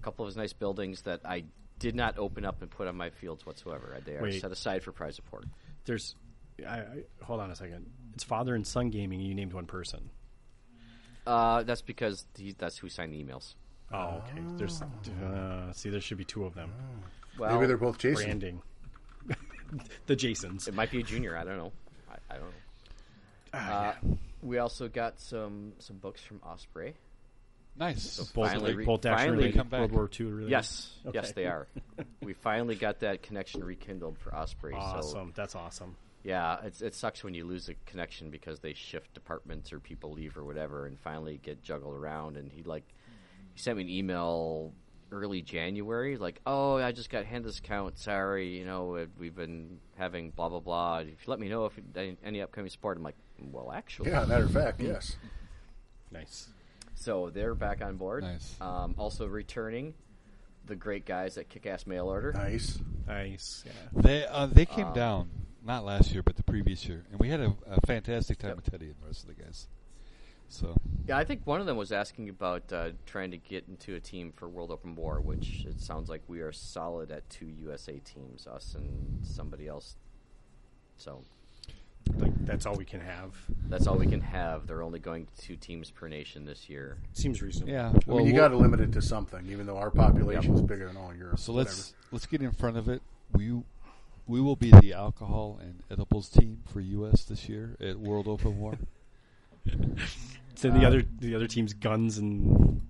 D: a couple of his nice buildings that I did not open up and put on my fields whatsoever. Uh, They are
C: Wait.
D: set aside for prize support.
C: There's I, I hold on a second. It's father and son gaming. You named one person.
D: Uh, that's because he, that's who signed the emails.
C: Oh, okay. There's uh, see there should be two of them.
D: Well,
B: Maybe they're both Jason.
C: Branding. [LAUGHS] the Jasons.
D: It might be a junior. I don't know. I, I don't know.
C: Ah,
D: Uh, we also got some some books from Osprey.
A: Nice.
C: Both,
D: finally
C: like,
D: re-
C: both actually
D: finally
C: related.
A: come back.
C: World War II related.
D: Yes,
C: Okay.
D: yes,
C: [LAUGHS]
D: they are. we finally got that connection rekindled for Osprey. So
C: Awesome. That's awesome.
D: yeah, it's, it sucks when you lose a connection because they shift departments or people leave or whatever, and finally get juggled around. And he like he sent me an email early January, like, "Oh, I just got hand discount. Sorry, you know, it, we've been having blah blah blah. If you let me know if any, any upcoming support, I'm like, well, actually,
B: Yeah, matter of fact,
A: Mm.
B: yes.
C: Nice.
D: So they're back on board.
A: Nice.
D: Um, also returning the great guys at Kick Ass Mail Order.
B: Nice.
C: Nice. Yeah.
A: They uh, they came
B: Um,
A: down not last year, but the previous year, and we had a, a fantastic time with Teddy and the rest of the guys. So
D: Yeah, I think one of them was asking about uh, trying to get into a team for World Open War, which it sounds like we are solid at two USA teams, us and somebody else. So
C: Like that's all we can have.
D: that's all we can have. They're only going to two teams per nation this year.
C: Seems reasonable.
A: yeah,
B: I mean, you got to limit it to something, even though our population is bigger than all Europe.
A: So let's let's get in front of it. We we will be the alcohol and edibles team for U.S. this year at World Open
B: [LAUGHS]
A: War.
C: So
A: Uh,
C: the other the other team's guns and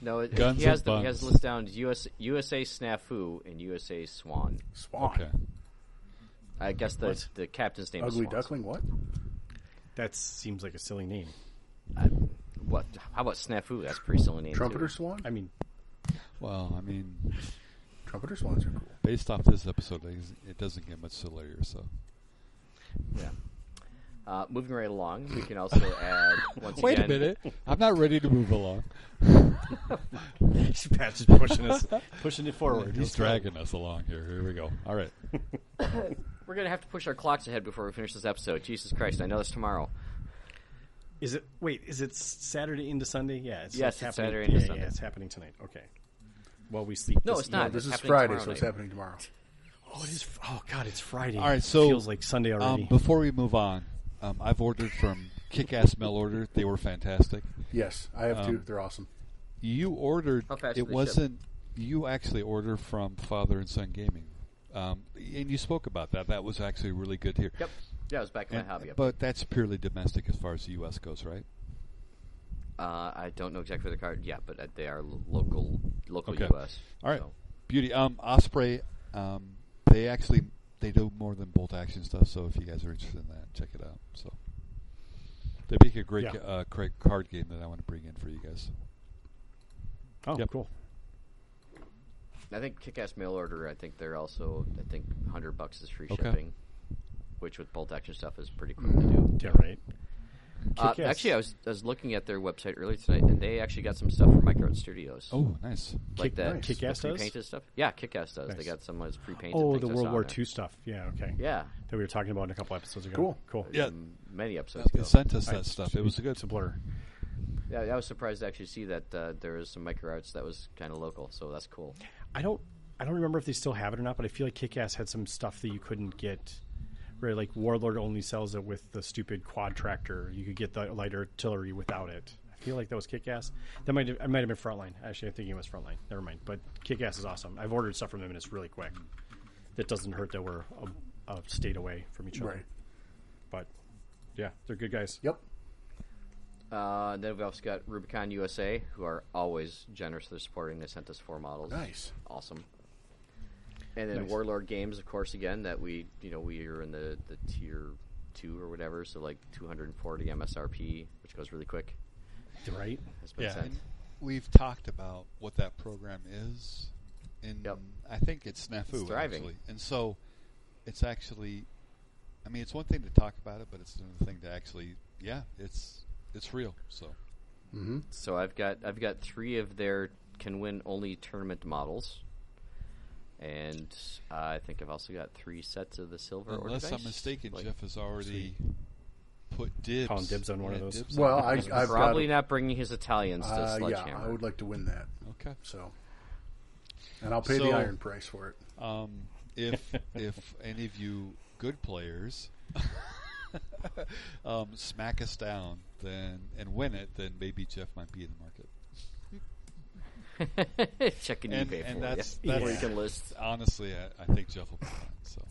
D: No, it,
A: Guns
D: he has
A: and
D: the, he has
A: buns.
D: the list down as US, USA Snafu and USA Swan.
B: Swan.
A: Okay,
D: I guess the
C: What?
D: the captain's name
B: Ugly
D: is Swan.
B: duckling. What?
C: that seems like a silly name.
D: What? How about Snafu? That's a pretty silly name. too.
B: Trumpeter swan.
C: I mean, [LAUGHS]
A: well, I mean,
B: Trumpeter swans are cool.
D: Uh,
A: based off this episode, it- it doesn't get much sillier. So
D: Yeah. Uh, moving right along, we can
A: [LAUGHS]
D: also add once
A: wait a
D: again.
A: minute, I'm not ready to move
B: [LAUGHS]
A: along.
C: Pat's just pushing us, pushing it forward.
A: He's
C: Let's go.
A: dragging us along here. Here we go. All right.
D: We're gonna have to push our clocks ahead before we finish this episode. Jesus Christ! I know this tomorrow.
C: Is it? Wait, is it Saturday into Sunday? Yeah, it's,
D: Yes,
C: it's
D: it's
C: happening.
D: Saturday
C: yeah,
D: into
C: yeah,
D: Sunday.
C: it's happening tonight. Okay. While we sleep.
D: No,
C: this
D: it's not.
C: evening.
B: This is
D: happening
B: Friday,
D: tomorrow
B: so it's
D: night.
B: happening tomorrow.
C: Oh, it is. fr- Oh God, it's Friday.
A: All right, so
C: feels like Sunday already.
A: Um, before we move on, um, I've ordered from Kick Ass Mail Order. They were fantastic.
B: Yes, I have
A: Um,
B: two. They're awesome.
A: You ordered.
D: How fast do
A: It
D: they ship?
A: wasn't. You actually order from Father and Son Gaming, um, and you spoke about that. That was actually really good here.
D: Yep. Yeah, I was back in my
A: And-
D: hobby. But
A: but that's purely domestic as far as the U.S. goes, right?
D: uh, I don't know exactly the card. Yeah, but uh, they are lo- local, local
A: Okay.
D: U.S.
A: All right,
D: Oh, so.
A: beauty. Um, Osprey. Um, they actually they do more than bolt action stuff. So if you guys are interested in that, check it out. So they make a great,
C: Yeah.
A: ca- uh, great card game that I want to bring in for you guys.
C: oh,
A: yep.
C: cool.
D: I think Kick-Ass Mail Order. I think they're also. I think hundred bucks is free
A: Okay.
D: shipping, which with bolt action stuff is pretty quick to do.
C: Mm, Yeah, right.
D: Uh,
C: Kick-Ass.
D: actually, I was I was looking at their website earlier tonight, and they actually got some stuff from Micro Studios.
A: Oh, nice.
D: like that
C: nice. Kick-Ass does?
D: pre-painted stuff. Yeah, Kick-Ass does. They
C: Nice.
D: got some of those pre-painted.
C: Oh,
D: things
C: the
D: I
C: World
D: saw
C: War
D: on
C: II stuff. Yeah. Okay.
D: there. Yeah,
C: That we were talking about in a couple episodes ago.
B: Cool.
C: Cool.
A: Yeah,
D: many episodes
A: They
D: ago.
A: sent us
C: Alright,
A: that stuff. It was a good.
C: It's a blur.
D: Yeah, I was surprised to actually see that uh, there was some micro arts that was kind of local, so that's cool.
C: I don't I don't remember if they still have it or not, but I feel like Kick Ass had some stuff that you couldn't get. Right, like Warlord only sells it with the stupid quad tractor. You could get the light artillery without it. I feel like that was Kick Ass. That might have, it might have been Frontline. Actually, I'm thinking it was Frontline. Never mind. But Kick Ass is awesome. I've ordered stuff from them and it's really quick. That doesn't hurt that we're a a state away from each other.
B: Right.
C: But yeah, they're good guys.
B: Yep.
D: Uh, then we've also got Rubicon USA, who are always generous with their supporting. They sent us four models.
B: Nice.
D: Awesome. And then
C: Nice.
D: Warlord Games, of course, again that we you know we are in the the tier two or whatever, so like 240 MSRP, which goes really quick.
C: Right.
D: Has been sent.
A: And we've talked about what that program is in
D: Yep.
A: I think it's snafu
D: It's thriving.
A: actually. And so it's actually I mean it's one thing to talk about it, but it's another thing to actually yeah, it's it's real. So
D: So I've got I've got three of their can win only tournament models, and uh, I think I've also got three sets of the silver. orc
A: unless I'm
D: dice.
A: mistaken,
D: Like,
A: Jeff has already put dibs
C: Calling dibs on one of
A: Yeah,
C: those.
A: dibs on
B: Well,
A: one of
B: I,
A: those.
B: I've
D: probably
B: got,
D: not bringing his Italians to
B: uh, yeah,
D: Sledgehammer.
B: I would like to win that.
A: okay.
B: So, and I'll pay
A: So-
B: the iron price for it.
A: Um, if if any of you good players [LAUGHS] um, smack us down, then and win it, then maybe Jeff might be in the market.
D: [LAUGHS] Checking
A: And-
D: eBay
A: and
D: for
A: that's-
D: you.
A: that's-
D: Or [LAUGHS] you can list.
A: Honestly, I, I think Jeff will be fine. So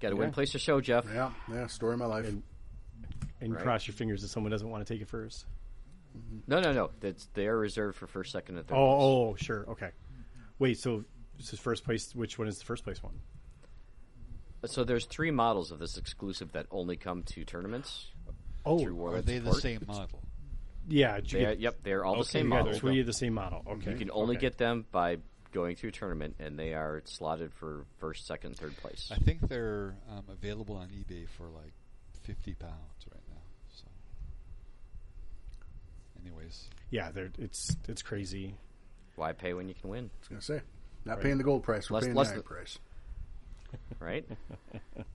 D: Got to win, place to show, Jeff.
B: Yeah, yeah. Story of my life.
C: And- And
D: Right.
C: cross your fingers that someone doesn't want to take it first.
D: No, no, no. That's they are reserved for first, second, and third. place.
C: Oh, oh, sure. Okay. Wait, so this is first place. Which one is the first place one?
B: oh.
D: So there's three models of this exclusive that only come to tournaments.
C: Oh,
D: through Warlord
A: are they the
D: support.
A: same model?
C: yeah. did you
D: They are-
C: get-
D: yep, they're all
C: okay,
D: the same
C: you got
D: model. Mm-hmm.
C: three of the same model. Okay.
D: You can only
C: okay.
D: get them by going through a tournament, and they are slotted for first, second, third place.
A: I think they're um, available on eBay for like fifty pounds right now. So, anyways,
C: Yeah, they're, it's it's crazy.
D: Why pay when you can win,
B: I was gonna say, not paying the gold price. We're
D: Less-
B: paying
D: less
B: the iron
D: than-
B: price.
D: right?
C: [LAUGHS]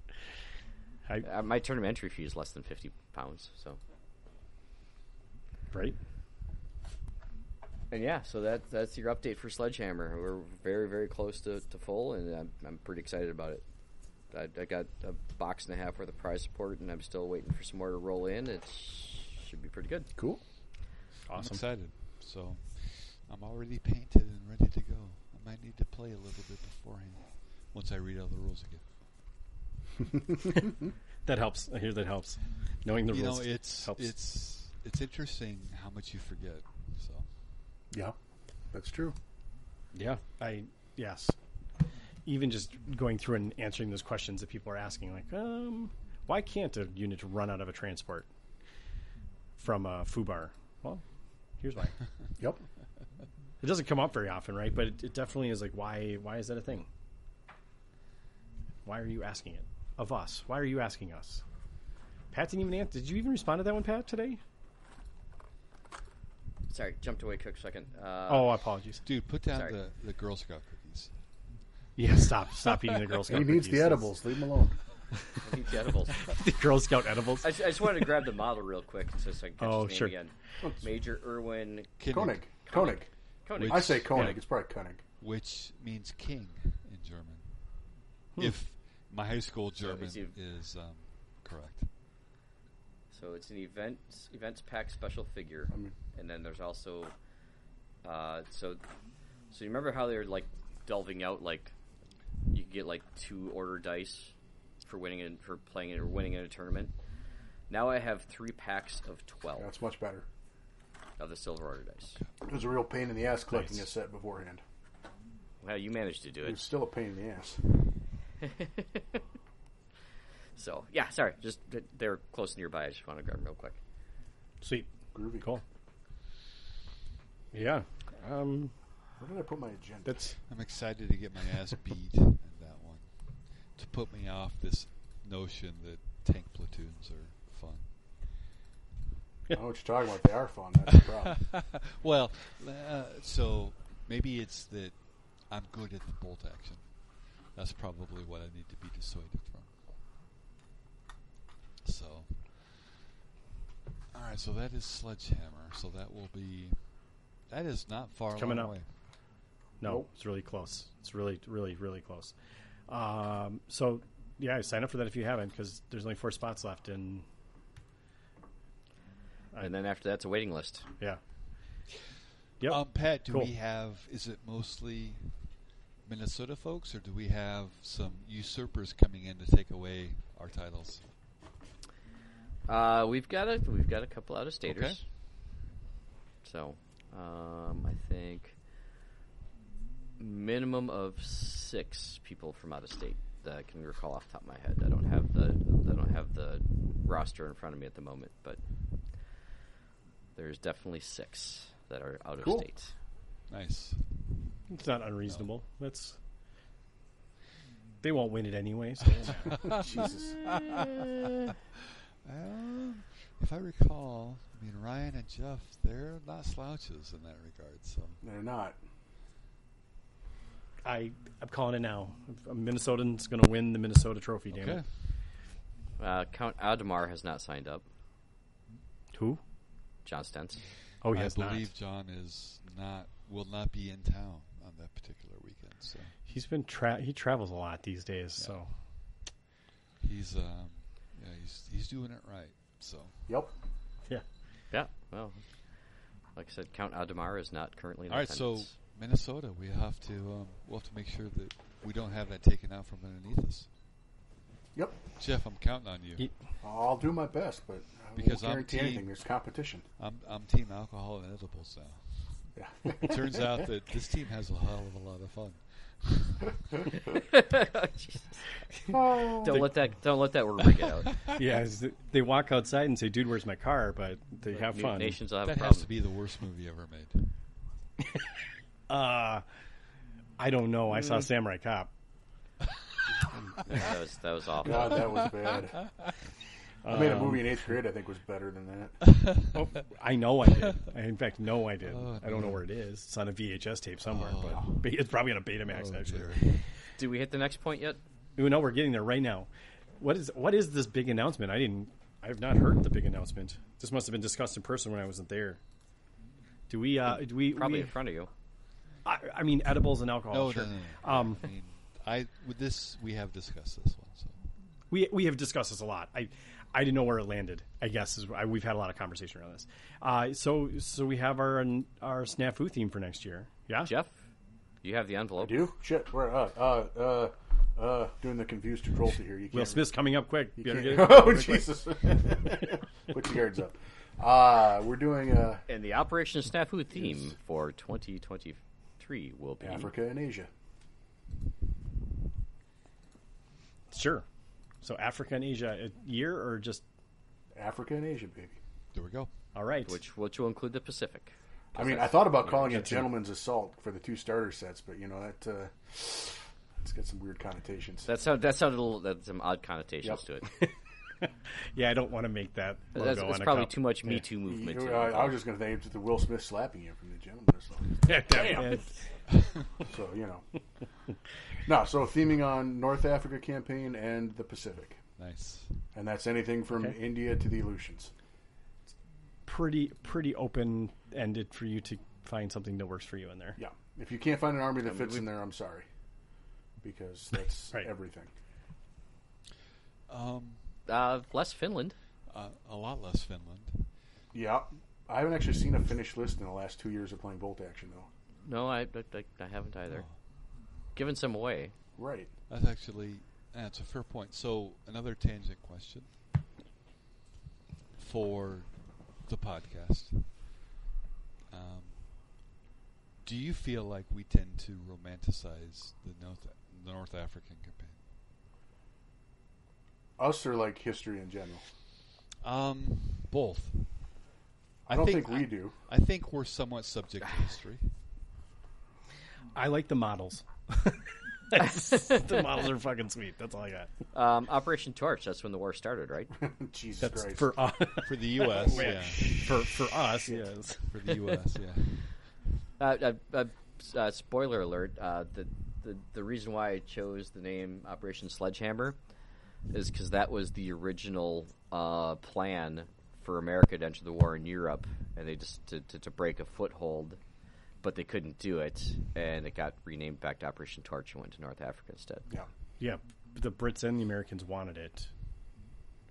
C: I-
D: Uh, my tournament entry fee is less than fifty pounds. So,
C: Right?
D: and yeah, so that that's your update for Sledgehammer. We're very very close to, to full, and I'm I'm pretty excited about it. I, I got a box and a half worth of prize support, and I'm still waiting for some more to roll in. It should be pretty good.
B: Cool.
A: I'm
C: Awesome.
A: excited. So I'm already painted and ready to go. I might need to play a little bit beforehand once I read all the rules again.
C: That helps. I hear that helps. Knowing the
A: you
C: rules
A: know, it's
C: helps.
A: it's it's interesting how much you forget. So
B: Yeah, that's true.
C: yeah. I yes. Even just going through and answering those questions that people are asking, like, um, why can't a unit run out of a transport from a fubar? Well, here's why.
B: Yep.
C: it doesn't come up very often, right? But it, it definitely is like, why? Why is that a thing? Why are you asking it of us? Why are you asking us? Pat didn't even answer. Did you even respond to that one, Pat, today?
D: Sorry, jumped away quick second. Uh,
C: Oh, apologies.
A: dude, put down
D: Sorry.
A: the, the Girl Scout cookies.
C: Yeah, stop, stop eating the Girl Scout.
B: [LAUGHS] He needs
C: cookies.
B: the edibles. Leave him alone.
C: Oh.
D: [LAUGHS] I need the edibles.
C: [LAUGHS] the Girl Scout edibles.
D: I just, I just wanted to grab the model real quick so I can catch
C: Oh,
D: his name
C: sure.
D: again. Major Irwin
A: Kinnick,
B: Koenig. Koenig.
D: Koenig.
B: I say Koenig.
C: Yeah.
B: It's probably Koenig.
A: which means king in German. If my high school German
D: is he-
A: is um, correct,
D: So it's an events events pack special figure, and then there's also, uh, so, so you remember how they're like delving out like, you could get like two order dice for winning and for playing it or winning in a tournament. Now I have three packs of twelve
B: That's much better.
D: of the silver order dice.
B: It was a real pain in the ass collecting
C: Nice.
B: a set beforehand.
D: Well, you managed to do
B: It was
D: it.
B: still a pain in the ass.
D: So yeah, sorry, just th- they're close nearby. I just want to grab them real quick.
C: Sweet,
B: Groovy.
C: cool. Yeah, um,
B: Where did I put my agenda?
C: that's
A: I'm excited to get my ass beat in that one to put me off this notion that tank platoons are fun.
B: I know what you're talking about. They are fun. That's the problem.
A: [LAUGHS] Well, uh, so maybe it's that I'm good at the bolt action. That's probably what I need to be dissuaded from. So, all right. So that is sledgehammer. So that will be that is not far
C: coming
A: along
C: up.
A: the way.
C: no, it's really close. It's really, really, really close. Um, so yeah, sign up for that if you haven't, because there's only four spots left, and
D: And then after that's a waiting list.
C: yeah, yep.
A: Um, Pat, do
C: Cool.
A: we have? Is it mostly Minnesota folks, or do we have some usurpers coming in to take away our titles?
D: Uh, we've got a we've got a couple out of staters.
A: Okay.
D: So, um, I think minimum of six people from out of state that I can recall off the top of my head. I don't have the I don't have the roster in front of me at the moment, but there's definitely six that are out of
B: Cool.
D: state.
A: Nice.
C: It's not unreasonable. That's they won't win it anyway. So
B: Jesus.
A: Well, Um, if I recall, I mean Ryan and Jeff, they're not slouches in that regard. So
B: They're not.
C: I I'm calling it now. Minnesotan's going to win the Minnesota Trophy. Damn
A: okay,
C: it!
D: Uh, Count Aldemar has not signed up.
C: Who?
D: John Stentz.
C: Oh, he
A: I
C: has not.
A: believe John is not will not be in town on that particular weekend. So
C: He's been tra- he travels a lot these days. So
A: he's um, yeah, he's he's doing it right. So
B: Yep.
C: yeah,
D: Yeah. Well, like I said, Count Aldemar is not currently. In
A: all right, so
D: attendance.
A: Minnesota, we have to um, we'll have to make sure that we don't have that taken out from underneath us.
B: Yep.
A: Jeff, I'm counting on you.
C: Ye-
B: I'll do my best, but I won't
A: Because I'm
B: guarantee
A: team.
B: anything. There's competition.
A: I'm I'm team alcohol and edibles now.
C: [LAUGHS]
B: Yeah. [LAUGHS]
A: Turns out that this team has a hell of a lot of fun.
D: [LAUGHS] Oh, Don't let that don't let that word break it out.
C: yeah. is- They walk outside and say, "Dude, where's my car?" But they have
D: Na-
C: fun.
D: Nations will have
A: That
D: a
A: has
D: problem.
A: to be the worst movie ever made.
C: I don't know. I
A: Mm-hmm.
C: saw Samurai Cop.
D: that was that was awful.
B: God, that was bad. I made a movie in eighth grade. I think was better than that.
C: Oh, I know I
A: [LAUGHS]
C: did. I, in fact, no, I did.
A: Oh,
C: I don't know where it is. It's on a VHS tape somewhere, but but it's probably on a Betamax
A: Oh,
C: actually.
A: dear.
D: Did we hit the next point yet?
C: We know we're getting there right now. What is what is this big announcement? I didn't. I have not heard the big announcement. This must have been discussed in person when I wasn't there. Do we? Uh, do we?
D: Probably
C: we-
D: in front of you.
C: I, I mean, edibles and alcohol.
B: Oh,
A: No,
C: sure.
A: no, no, no.
C: Um,
A: Oh, I mean, I with this we have discussed this one. So
C: we we have discussed this a lot. I I didn't know where it landed. I guess is, I, we've had a lot of conversation around this. Uh, so so we have our our snafu theme for next year. Yeah,
D: Jeff, you have the envelope.
B: Do you? shit. We're uh uh uh uh doing the confused troll to here. You can't.
C: Will Smith's coming up quick.
B: you
C: Better
B: can't-
C: get it.
B: [LAUGHS] oh Jesus! Put your guards up. Uh we're doing uh
D: And the Operation Snafu theme for 2023 will be
B: Africa and Asia.
C: Sure. So Africa and Asia a year or just
B: Africa and Asia, baby.
A: there we go.
C: all right.
D: which which will include the Pacific.
B: I mean, I thought about calling it Gentleman's Assault for the two starter sets, but you know that uh, it's got some weird connotations.
D: That sound that sounded a little that some odd connotations
B: Yep.
D: to it.
C: yeah, I don't want to make that logo
D: That's,
C: on
D: it's
C: a
D: probably
C: cup.
D: too much Me Too movement.
B: You-
D: in
B: uh,
D: it.
B: I was just going to think it's the Will Smith slapping you from the Gentleman's Assault.
C: Yeah, Damn.
B: So you know, [LAUGHS] no. So theming on North Africa campaign and the Pacific,
A: Nice.
B: and that's anything from
C: Okay.
B: India to the Aleutians.
C: Pretty pretty open ended for you to find something that works for you in there.
B: Yeah, if you can't find an army that fits in there, I'm sorry,
C: [LAUGHS]
B: because that's
C: Right.
B: everything.
A: Um,
D: uh, less Finland.
A: uh, a lot less Finland.
B: Yeah, I haven't actually seen a finished list in the last two years of playing bolt action though.
D: No, I I, I- I haven't either. Given some away.
B: Right.
A: That's actually that's a fair point. So another tangent question for the podcast. Um, do you feel like we tend to romanticize the North the North African campaign?
B: Us are like history in general.
A: Um, both.
B: I don't think, we do.
A: I think we're somewhat subject to history.
C: I like the models. [LAUGHS] the models are fucking sweet. That's all I got.
D: Um, Operation Torch. That's when the war started, right?
B: [LAUGHS] Jesus
C: That's
B: Christ.
C: for uh,
A: For the U.S.,
C: Wait.
A: yeah.
C: for for us. Yes.
A: For the U.S., yeah.
D: Uh, uh, uh, s- uh, spoiler alert: uh, the, the the reason why I chose the name Operation Sledgehammer is because that was the original uh, plan for America to enter the war in Europe, and they just to, to, to break a foothold, but they couldn't do it, and it got renamed back to Operation Torch and went to North Africa instead.
B: yeah.
C: Yeah, the Brits and the Americans wanted it,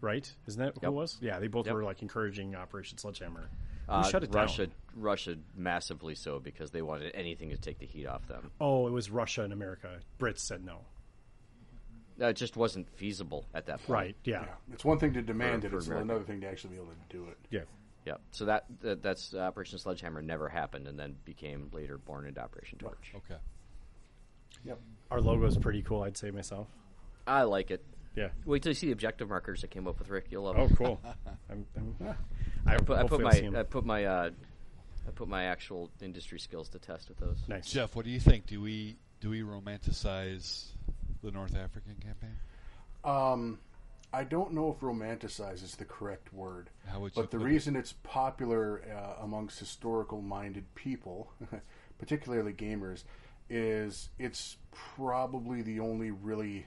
C: right? Isn't that who it
D: Yep.
C: was? Yeah, they both
D: Yep.
C: were like encouraging Operation Sledgehammer.
D: Uh,
C: shut it down?
D: Russia, Russia, massively so because they wanted anything to take the heat off them.
C: Oh, it was Russia and America. Brits said no.
D: Uh, it just wasn't feasible at that point.
C: Right. Yeah.
B: Yeah. It's one thing to demand
D: For-
B: it;
D: for
B: it's
D: America.
B: another thing to actually be able to do it.
C: Yeah.
D: Yep. So that, that that's uh, Operation Sledgehammer never happened, and then became later born into Operation Torch.
A: Okay.
B: Yep.
C: Our logo is pretty cool. I'd say myself.
D: I like it.
C: Yeah.
D: Wait till you see the objective markers I came up with, Rick. You'll love
C: Oh,
D: them.
C: cool. [LAUGHS] I'm, I'm, ah. I,
D: But I put
C: hopefully I'll see 'em.
D: my I put my uh, I put my actual industry skills to test with those.
C: nice.
A: Jeff, what do you think? Do we do we romanticize the North African campaign?
B: I don't know if romanticize is the correct word,
A: How would you
B: but the
A: put it?
B: reason it's popular uh, amongst historical-minded people, [LAUGHS] particularly gamers, is it's probably the only really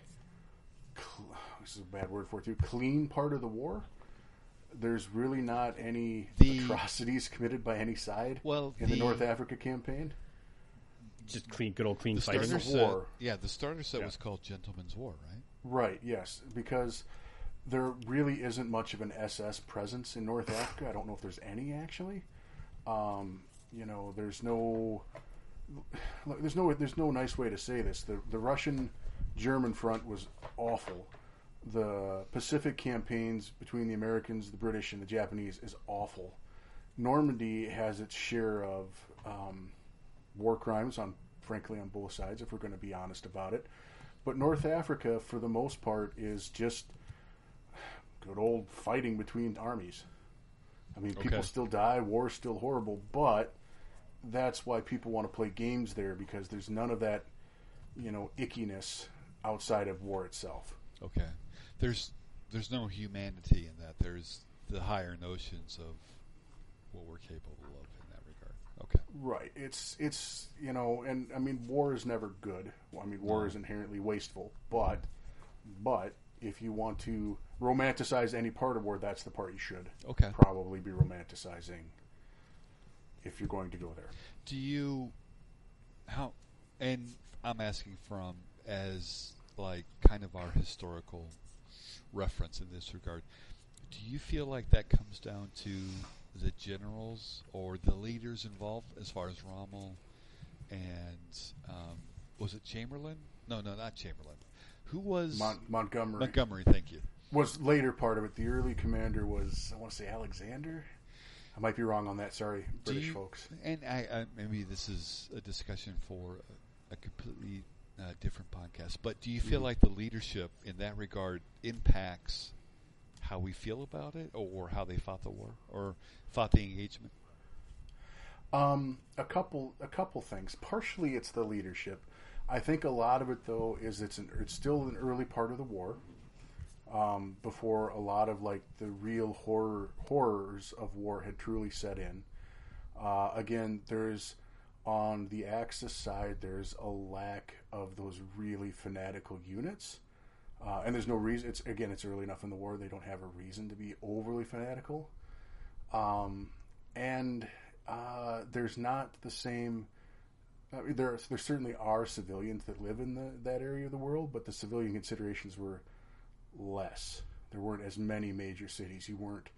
B: cl- this is a bad word for it too clean part of the war. There's really not any
A: The-
B: atrocities [LAUGHS] committed by any side
A: Well,
B: in the
A: the-
B: North Africa campaign.
C: Just clean, good old clean
A: The
C: fighting.
A: starter
B: It's a
A: set,
B: war.
A: yeah, the starter set
C: Yeah.
A: was called Gentleman's War, right?
B: Right, yes, because there really isn't much of an SS presence in North Africa. I don't know if there's any actually. Um, you know, there's no look, there's no there's no nice way to say this. The the Russian German front was awful. The Pacific campaigns between the Americans, the British, and the Japanese is awful. Normandy has its share of um, war crimes on, frankly, on both sides. If we're going to be honest about it, but North Africa, for the most part, is just good old fighting between armies. I mean, people
A: Okay.
B: still die, war's still horrible, but that's why people want to play games there because there's none of that, you know, ickiness outside of war itself.
A: Okay. There's there's no humanity in that. There's the higher notions of what we're capable of in that regard. Okay.
B: Right. It's it's you know, and I mean, war is never good. Well, I mean, war
A: No.
B: is inherently wasteful, but but if you want to romanticize any part of war, that's the part you should
A: Okay.
B: probably be romanticizing if you're going to go there.
A: Do you how and I'm asking from as like kind of our historical reference in this regard. Do you feel like that comes down to the generals or the leaders involved as far as Rommel and um, was it Chamberlain? No, no, not Chamberlain. Who was
B: Mon- Montgomery,
A: Montgomery, thank you.
B: was later part of it. The early commander was I want to say Alexander. I might be wrong on that. Sorry,
A: Do
B: British
A: you-
B: folks.
A: And I, I, maybe this is a discussion for a, a completely uh, different podcast, but do you
B: Mm-hmm.
A: feel like the leadership in that regard impacts how we feel about it or, or how they fought the war or fought the engagement?
B: Um, a couple, a couple things. Partially, it's the leadership. I think a lot of it, though, is it's an, it's still an early part of the war, um, before a lot of like the real horror horrors of war had truly set in. Uh, again, there's on the Axis side, there's a lack of those really fanatical units, uh, and there's no reason. It's again, it's early enough in the war; they don't have a reason to be overly fanatical and uh, there's not the same. I mean, there there certainly are civilians that live in the, that area of the world, but the civilian considerations were less. There weren't as many major cities. You weren't,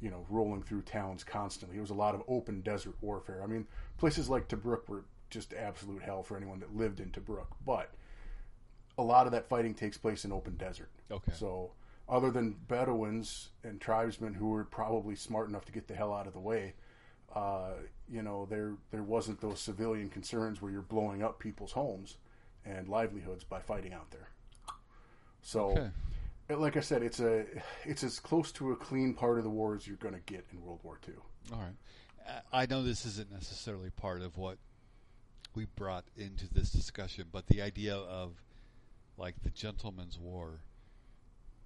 B: you know, rolling through towns constantly. It was a lot of open desert warfare. I mean, places like Tobruk were just absolute hell for anyone that lived in Tobruk, but a lot of that fighting takes place in open desert.
A: Okay.
B: So, other than Bedouins and tribesmen who were probably smart enough to get the hell out of the way, uh, you know, there there wasn't those civilian concerns where you're blowing up people's homes and livelihoods by fighting out there. So,
A: Okay.
B: like I said, it's a it's as close to a clean part of the war as you're going to get in World War II.
A: All right. I I know this isn't necessarily part of what we brought into this discussion, but the idea of like the gentleman's war,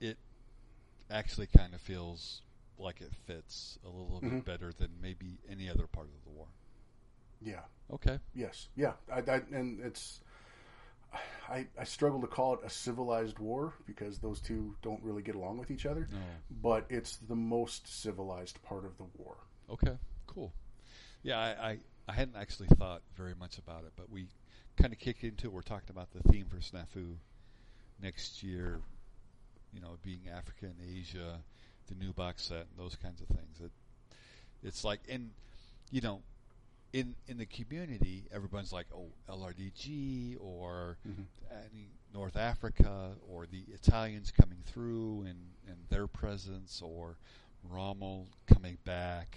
A: it actually kind of feels like it fits a little bit better than maybe any other part of the war.
B: Yeah.
A: Okay.
B: Yes. Yeah. I, I, and it's I, I struggle to call it a civilized war because those two don't really get along with each other.
A: No.
B: But it's the most civilized part of the war.
A: Okay, cool. Yeah, I, I, I hadn't actually thought very much about it, but we kind of kicked into it. We're talking about the theme for Snafu next year, you know, being Africa and Asia, the new box set, and those kinds of things. It, It's like, and you know, in in the community, everyone's like, oh, LRDG or any North Africa or the Italians coming through and and their presence or Rommel coming back,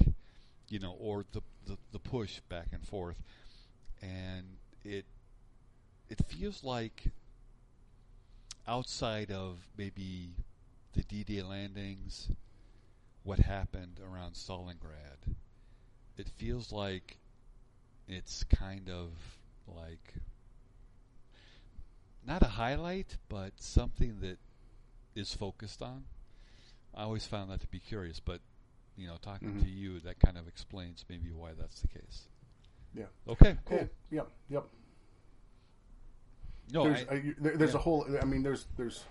A: you know, or the the, the push back and forth, and it it feels like outside of maybe the D-Day landings, what happened around Stalingrad, it feels like it's kind of like not a highlight, but something that is focused on. I always found that to be curious, but you know, talking
B: Mm-hmm.
A: to you, that kind of explains maybe why that's the case.
B: Yeah.
A: Okay, cool.
B: Cool. Yep. Yep.
A: No,
B: There's,
A: I-
B: uh, you- there, there's
A: yeah.
B: a whole. I mean, there's there's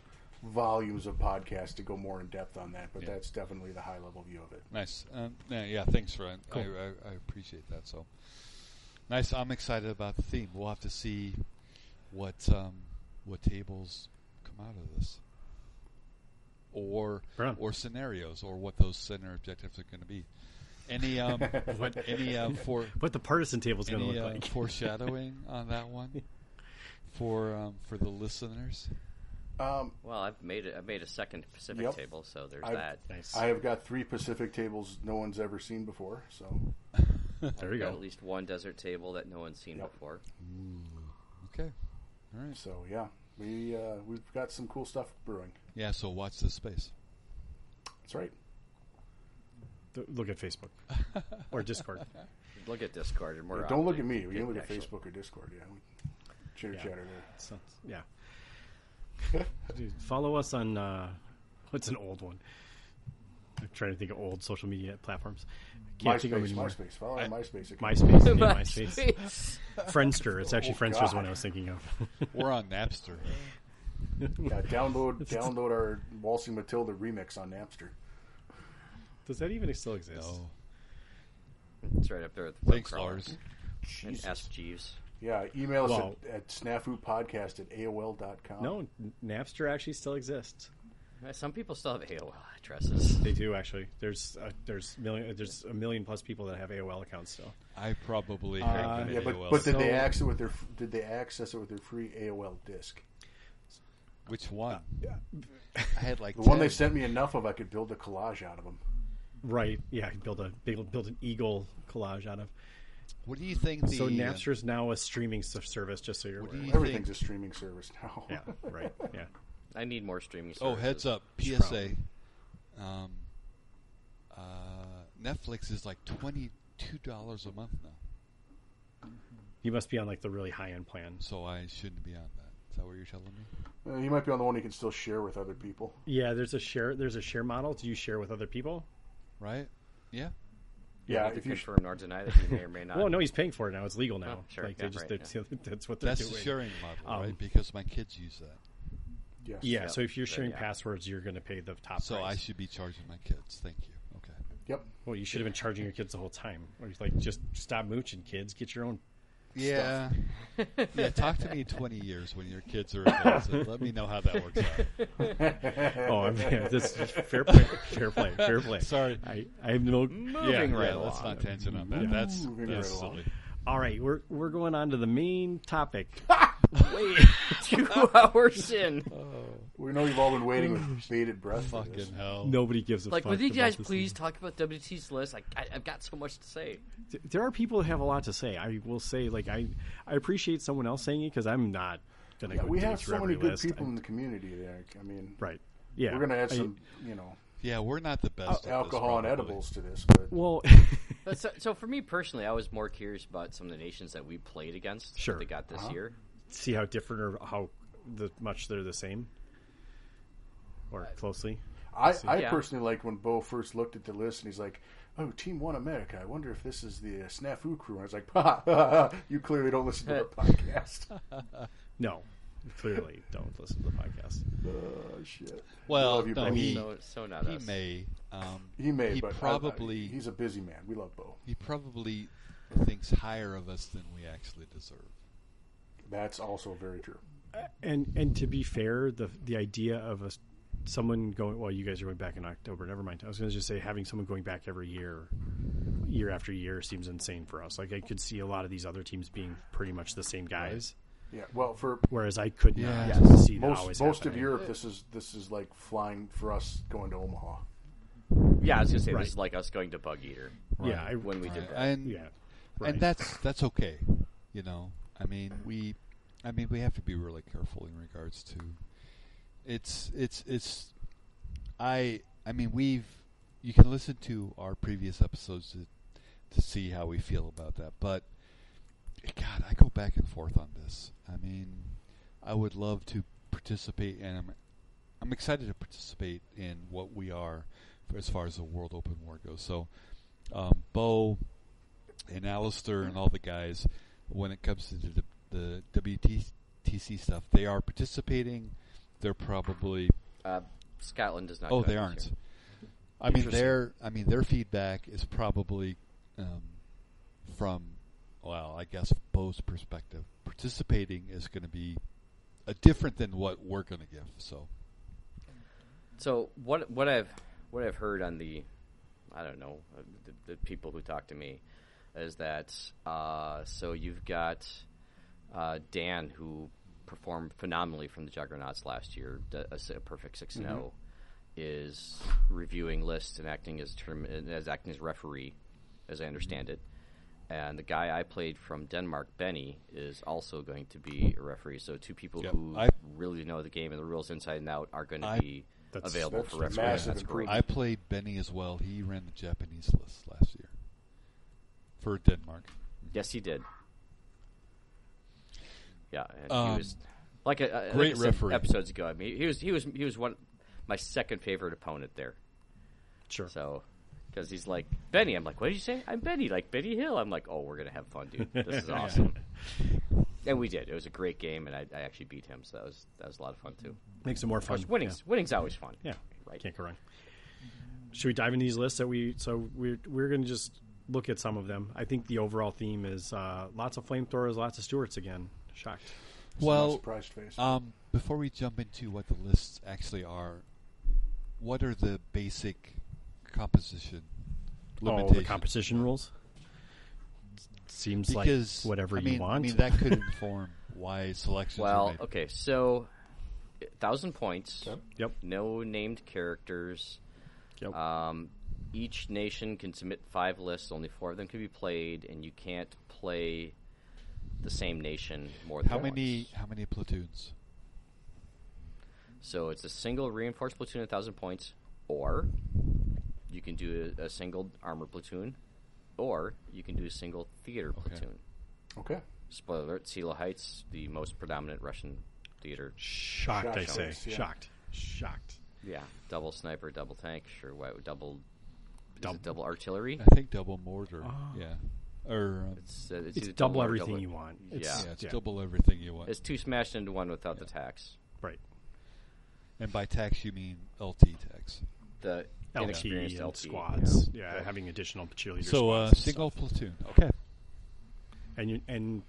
B: volumes of podcasts to go more in depth on that, but
A: Yeah.
B: that's definitely the high level view of it.
A: Nice. Um, yeah, yeah, thanks, Ryan.
C: Cool.
A: I, I, I appreciate that. So nice. I'm excited about the theme. We'll have to see what um, what tables come out of this, or
C: Right.
A: or scenarios, or what those center objectives are going to be. Any
C: [LAUGHS]
A: um, what, any uh, for
C: What the partisan table's going to
A: any
C: look
A: uh,
C: like? [LAUGHS]
A: foreshadowing on that one for um, for the listeners?
B: Um,
D: Well, I've made a, I've made a second Pacific
B: Yep.
D: table, so there's
B: I've-
D: that.
C: nice.
B: I have got three Pacific tables no one's ever seen before. So
C: there you
D: Got
C: go.
D: at least one desert table that no one's seen
B: Yep.
D: before.
A: Okay. All right.
B: so yeah, we uh, we've got some cool stuff brewing.
A: Yeah. So watch this space.
B: That's right.
C: Th- Look at Facebook or Discord.
D: Look at Discord. and more
B: Don't look
D: often
B: at
D: [LAUGHS]
B: me. We
D: get
B: can look at
D: actual-
B: Facebook or Discord. Yeah, we chitter chatter there.
C: So, yeah. Dude, follow us on uh, what's an old one? I'm trying to think of old social media platforms. I can't think of
B: MySpace, [LAUGHS]
C: anymore.
B: MySpace. Follow our MySpace. account.
C: MySpace.
D: [LAUGHS]
C: yeah, MySpace.
D: MySpace.
C: Friendster. It's actually
B: Oh,
C: Friendster's
B: God.
C: one I was thinking of. [LAUGHS]
A: We're on Napster.
B: Yeah,
C: [LAUGHS]
B: download download our Waltzing Matilda remix on Napster.
C: Does that even still exist?
A: No.
D: It's right up there with
A: Thanks,
D: Webcrawler
A: Lars.
D: and S Jeeves.
B: Yeah, email us
C: Wow.
B: at, at snafupodcast at AOL.com.
C: No, N- Napster actually still exists.
D: Uh, Some people still have AOL addresses.
C: They do actually. There's uh, there's million there's a million plus people that have AOL accounts still.
A: I probably have an
B: Uh, Yeah, but,
A: AOL.
B: but did
C: So-
B: they access it with their did they access it with their free AOL disc?
A: Which one? [LAUGHS] I had like
B: The
A: 10.
B: one they sent me enough of, I could build a collage out of them.
C: Right. Yeah, I can build a build, build an eagle collage out of.
A: What do you think? The,
C: So
A: uh,
C: Napster's now a streaming s- service. Just so you're
A: What do
C: aware.
A: you-
B: Everything's a streaming service now.
C: yeah. Right. Yeah.
D: I need more streaming.
A: oh,
D: Services.
A: heads up! PSA. Um, uh, Netflix is like twenty two dollars a month now,
C: You must be on like the really high end plan.
A: so I shouldn't be on that. Is that what you're telling me?
B: [LAUGHS] Uh, you might be on the one you can still share with other people.
C: Yeah, there's a share. There's a share model. Do you share with other people?
A: Right? Yeah.
B: Yeah,
D: Neither
B: if you sh-
D: confirm nor deny that you may or may not.
C: Well, no, he's paying for it now. It's legal now.
D: Oh, sure.
C: Like they
D: Yeah,
C: just
D: right,
C: that's, that's what they're
A: That's
C: doing.
A: the sharing model,
C: Um,
A: right? Because my kids use that,
B: yes.
C: Yeah,
D: Yeah.
C: So if you're sharing
D: Yeah.
C: passwords, you're going to pay the top.
A: so
C: price.
A: I should be charging my kids. Thank you. Okay.
B: Yep.
C: Well, you should have been charging your kids the whole time. Or you're like, just stop mooching, kids. Get your own.
A: Yeah. yeah. Talk to me in twenty years when your kids are adults. and let me know how that works out.
C: Oh, man, this is fair play, fair play, fair play.
A: Sorry.
C: I, I have no.
D: Moving
C: yeah,
D: right
A: yeah, let's
D: along.
A: not tension on that. That's
B: Moving
A: that's
B: right along.
A: silly.
C: All right, we're we're going on to the main topic.
D: Wait, [LAUGHS] two hours in.
B: We know you've all been waiting with bated breath. for this.
A: Fucking hell.
C: Nobody gives a
D: Like,
C: fuck.
D: would you
C: about
D: guys
C: this.
D: please talk about WT's list? Like, I, I've got so much to say.
C: There are people that have a lot to say. I will say, like, I I appreciate someone else saying it because I'm not gonna
B: Yeah,
C: go
B: we
C: dig
B: have
C: through
B: so many
C: every
B: good
C: list.
B: people
C: I-
B: in the community there. I mean,
C: right. Yeah.
B: we're going to add
C: I-
B: some, you know,
A: Yeah, we're not the best. at this,
B: alcohol and
A: probably.
B: edibles to this,
C: [LAUGHS]
B: but
C: well,
D: But so, so for me personally, I was more curious about some of the nations that we played against. that
C: Sure.
D: they got this year.
C: see how different or how the, much they're the same or closely.
B: I, I
D: Yeah.
B: personally liked when Bo first looked at the list and he's like, "Oh, Team One America. I wonder if this is the uh, Snafu crew." And I was like, [LAUGHS] ha, ha, ha, "You clearly don't listen to our podcast." [LAUGHS]
C: No, clearly don't listen to the podcast.
B: oh shit.
A: Well,
B: Love you,
A: no,
B: Bo.
A: he,
D: So, so not
A: he
D: us.
A: may. Um,
B: He may,
A: He
B: but I-
A: probably.
B: I- he's a busy man. We love Bo.
A: he probably thinks higher of us than we actually deserve.
B: That's also very true.
C: And and to be fair, the the idea of a, someone going well, you guys are going back in October. Never mind. I was going to just say having someone going back every year. year after year seems insane for us. Like I could see a lot of these other teams being pretty much the same guys,
B: Yeah. Well, for
C: whereas I could not
A: Yeah.
C: just see that
B: most
C: always
B: most of
C: happening.
B: Europe, this is this is like flying for us going to Omaha.
D: Yeah, I was gonna say
C: Right.
D: this is like us going to Bug Eater
C: Yeah, I,
D: when we did that.
A: And
C: yeah, right.
A: and that's that's okay. You know, I mean we, I mean we have to be really careful in regards to, it's it's it's, I I mean we've you can listen to our previous episodes to to see how we feel about that, but God, I go back and forth on this. I mean, I would love to participate, and I'm I'm excited to participate in what we are as far as the World Open War goes. So, um, Bo, and Alistair and all the guys, when it comes to the, the WTTC stuff, they are participating. They're probably
D: Uh, Scotland does not.
A: oh
D: go
A: they
D: this
A: aren't.
D: year.
A: I mean
C: Interesting.
A: their I mean their feedback is probably um, from well I guess Bo's perspective. Participating is going to be uh different than what we're going to give. So
D: So what what I've what I've heard on the I don't know uh, the, the people who talk to me is that uh, so you've got uh, Dan who performed phenomenally from the Juggernauts last year, d- a, s- a perfect 6
A: Mm-hmm.
D: and 0 is reviewing lists and acting as term as acting as referee as
A: Mm-hmm.
D: I understand it. And the guy I played from Denmark, Benny, is also going to be a referee. So two people
A: Yep.
D: who
A: I-
D: really know the game and the rules inside and out are going to
A: I-
D: be
C: That's-
D: available
B: that's
D: for referees.
B: massive
D: That's great.
A: I played Benny as well. He ran the Japanese list last year for Denmark.
D: Yes, he did. Yeah, and
A: Um,
D: he was like a, a
A: great
D: like I said
A: referee.
D: Episodes ago, I mean, he was he was he was one my second favorite opponent there.
C: sure.
D: So because he's like Benny, I'm like, what did you say? I'm Benny, like Benny Hill. I'm like, oh, we're gonna have fun, dude. This is awesome. And we did. It was a great game, and I, I actually beat him. So that was that was a lot of fun too.
C: Makes it more
D: Of
C: fun.
D: course, winning's winning's always fun.
C: Yeah,
D: right.
C: Can't go wrong. Should we dive into these lists that we? So we're we're going to just look at some of them. I think the overall theme is uh, lots of flamethrowers, lots of Stuarts again. Shocked.
B: Not
A: Well,
B: surprised face.
A: Um, before we jump into what the lists actually are, what are the basic composition
C: Oh,
A: limitations?
C: the composition rules. Seems
A: because
C: like whatever
A: I mean,
C: you want.
A: I mean, that
C: [LAUGHS]
A: could inform why selections. are
D: Well,
A: made.
D: okay, so thousand points,
C: yep.
D: no named characters.
C: Yep.
D: Um, each nation can submit five lists. Only four of them can be played, and you can't play the same nation more than
A: How many?
D: once.
A: How many platoons?
D: So it's a single reinforced platoon at thousand points, or you can do a, a single armor platoon, or you can do a single theater platoon.
B: okay.
D: Spoiler alert: Silo Heights, the most predominant Russian theater.
C: Shocked, I
B: Shocked,
C: say.
B: yeah.
C: Shocked. Shocked.
D: Yeah, double sniper, double tank, sure. What double? is it
C: Double-
D: double artillery.
A: I think double mortar. yeah, or um,
D: It's, uh,
C: It's
D: either
C: double
D: or
C: everything you want. It's-
A: yeah, it's
C: yeah.
A: double everything you want.
D: It's two smashed into one without the tax.
C: Right.
A: and by tax you mean LT tax.
D: The
C: LT
D: inexperienced
C: E
D: E,
C: and
D: LT
C: squads. Yeah, having additional cheerleaders.
A: So uh,
C: squads and
A: single
C: stuff.
A: platoon. Okay.
C: and you and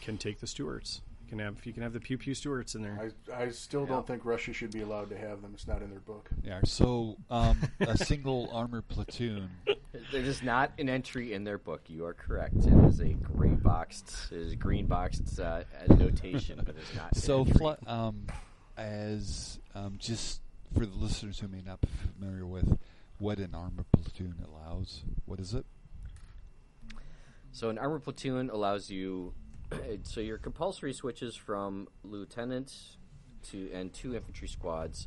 C: can take the Stuarts. You can have you can have the pew pew Stuarts in there.
B: I, I still don't think Russia should be allowed to have them. It's not in their book.
A: Yeah. So um, a single [LAUGHS] armor platoon.
D: Yeah. There is not an entry in their book. You are correct. It is a gray boxed, it is a green boxed uh, notation, but it's not. an
A: So,
D: entry.
A: fl- um, as um, just for the listeners who may not be familiar with what an armor platoon allows, what is it?
D: So an armored platoon allows you. [CLEARS THROAT] so your compulsory switches from lieutenant to and two infantry squads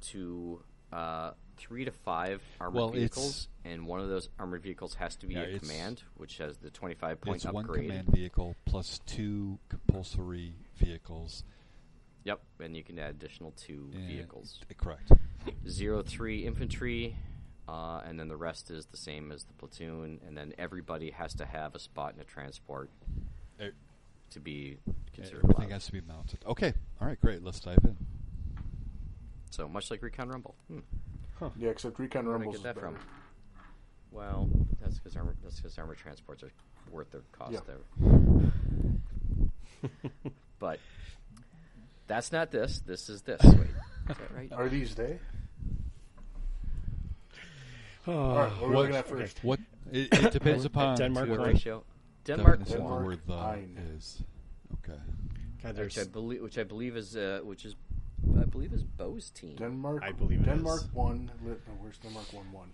D: to uh, three to five armored
A: Well, it's-
D: vehicles, and one of those armored vehicles has to be
A: Yeah,
D: a
A: it's-
D: command, which has the twenty-five point
A: It's one
D: upgrade.
A: command vehicle plus two compulsory vehicles.
D: Yep, and you can add additional two
A: and-
D: vehicles.
A: uh, correct.
D: Zero three infantry, uh, and then the rest is the same as the platoon, and then everybody has to have a spot in a transport
A: E-
D: to be considered
A: Everything
D: allowed.
A: has to be mounted. Okay. All right. Great. Let's dive in.
D: So much like Recon Rumble. Hmm.
B: Yeah, except Recon
D: Where did I
B: Rumbles.
D: get
B: is
D: that
B: better.
D: from? Well, that's because armor, that's 'cause armor transports are worth their cost
B: Yeah.
D: there. but that's not this. This is this. Wait, is that
C: [SIGHS]
D: right?
B: Are these they? All right, what are we looking at first?
A: What It,
C: [COUGHS]
A: it depends upon
C: Denmark
A: to
C: one.
D: ratio. Denmark
A: definition of the
D: one,
B: one.
A: word the
B: Ein.
A: is. Okay.
C: God,
D: which
C: there's
D: I believe, which I believe is, uh, which is, I believe is Bo's team.
B: Denmark.
C: I believe it
B: Denmark
C: is.
B: won. Li- no, where's Denmark won one?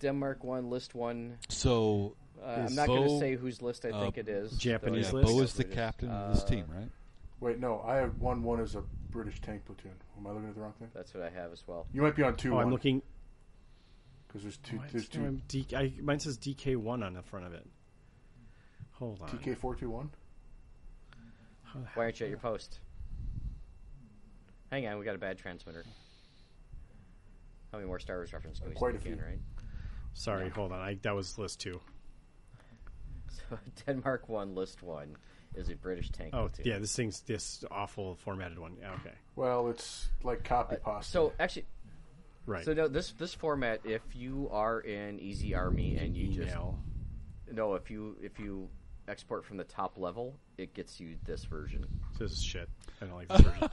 D: Denmark one, list one.
A: So
D: Uh,
A: Is
D: I'm not going
A: Bo,
D: to say whose list I
A: uh,
D: think it is.
C: Japanese
A: yeah,
D: though I
C: list?
A: Bo
D: think
A: is the
D: it
A: captain of this
D: Uh,
A: team, right?
B: Wait, no. I have won one as a British tank platoon. Am I looking at the wrong thing?
D: That's what I have as well.
B: You might be on two.
C: oh, I'm looking.
B: because there's two.
C: Mine's,
B: There's
C: no,
B: two.
C: I'm D- I- mine says DK one on the front of it. Hold on.
B: TK four two one.
C: How the heck-
D: Why aren't you at your post? Hang on, we got a bad transmitter. How many more Star Wars references can we
B: Quite a
D: sneak in,
B: few.
D: right? [LAUGHS]
C: Sorry, hold on. I, that was list two.
D: So Denmark one, list one is a British tank.
C: Oh,
D: platoon.
C: yeah. This thing's this awful formatted one. Yeah, okay,
B: Well, it's like copy pasta.
D: So actually,
C: right.
D: so no, this this format. If you are in Easy Army and you just
C: Email.
D: no, if you if you export from the top level, it gets you this version.
C: This is shit. I don't like this version.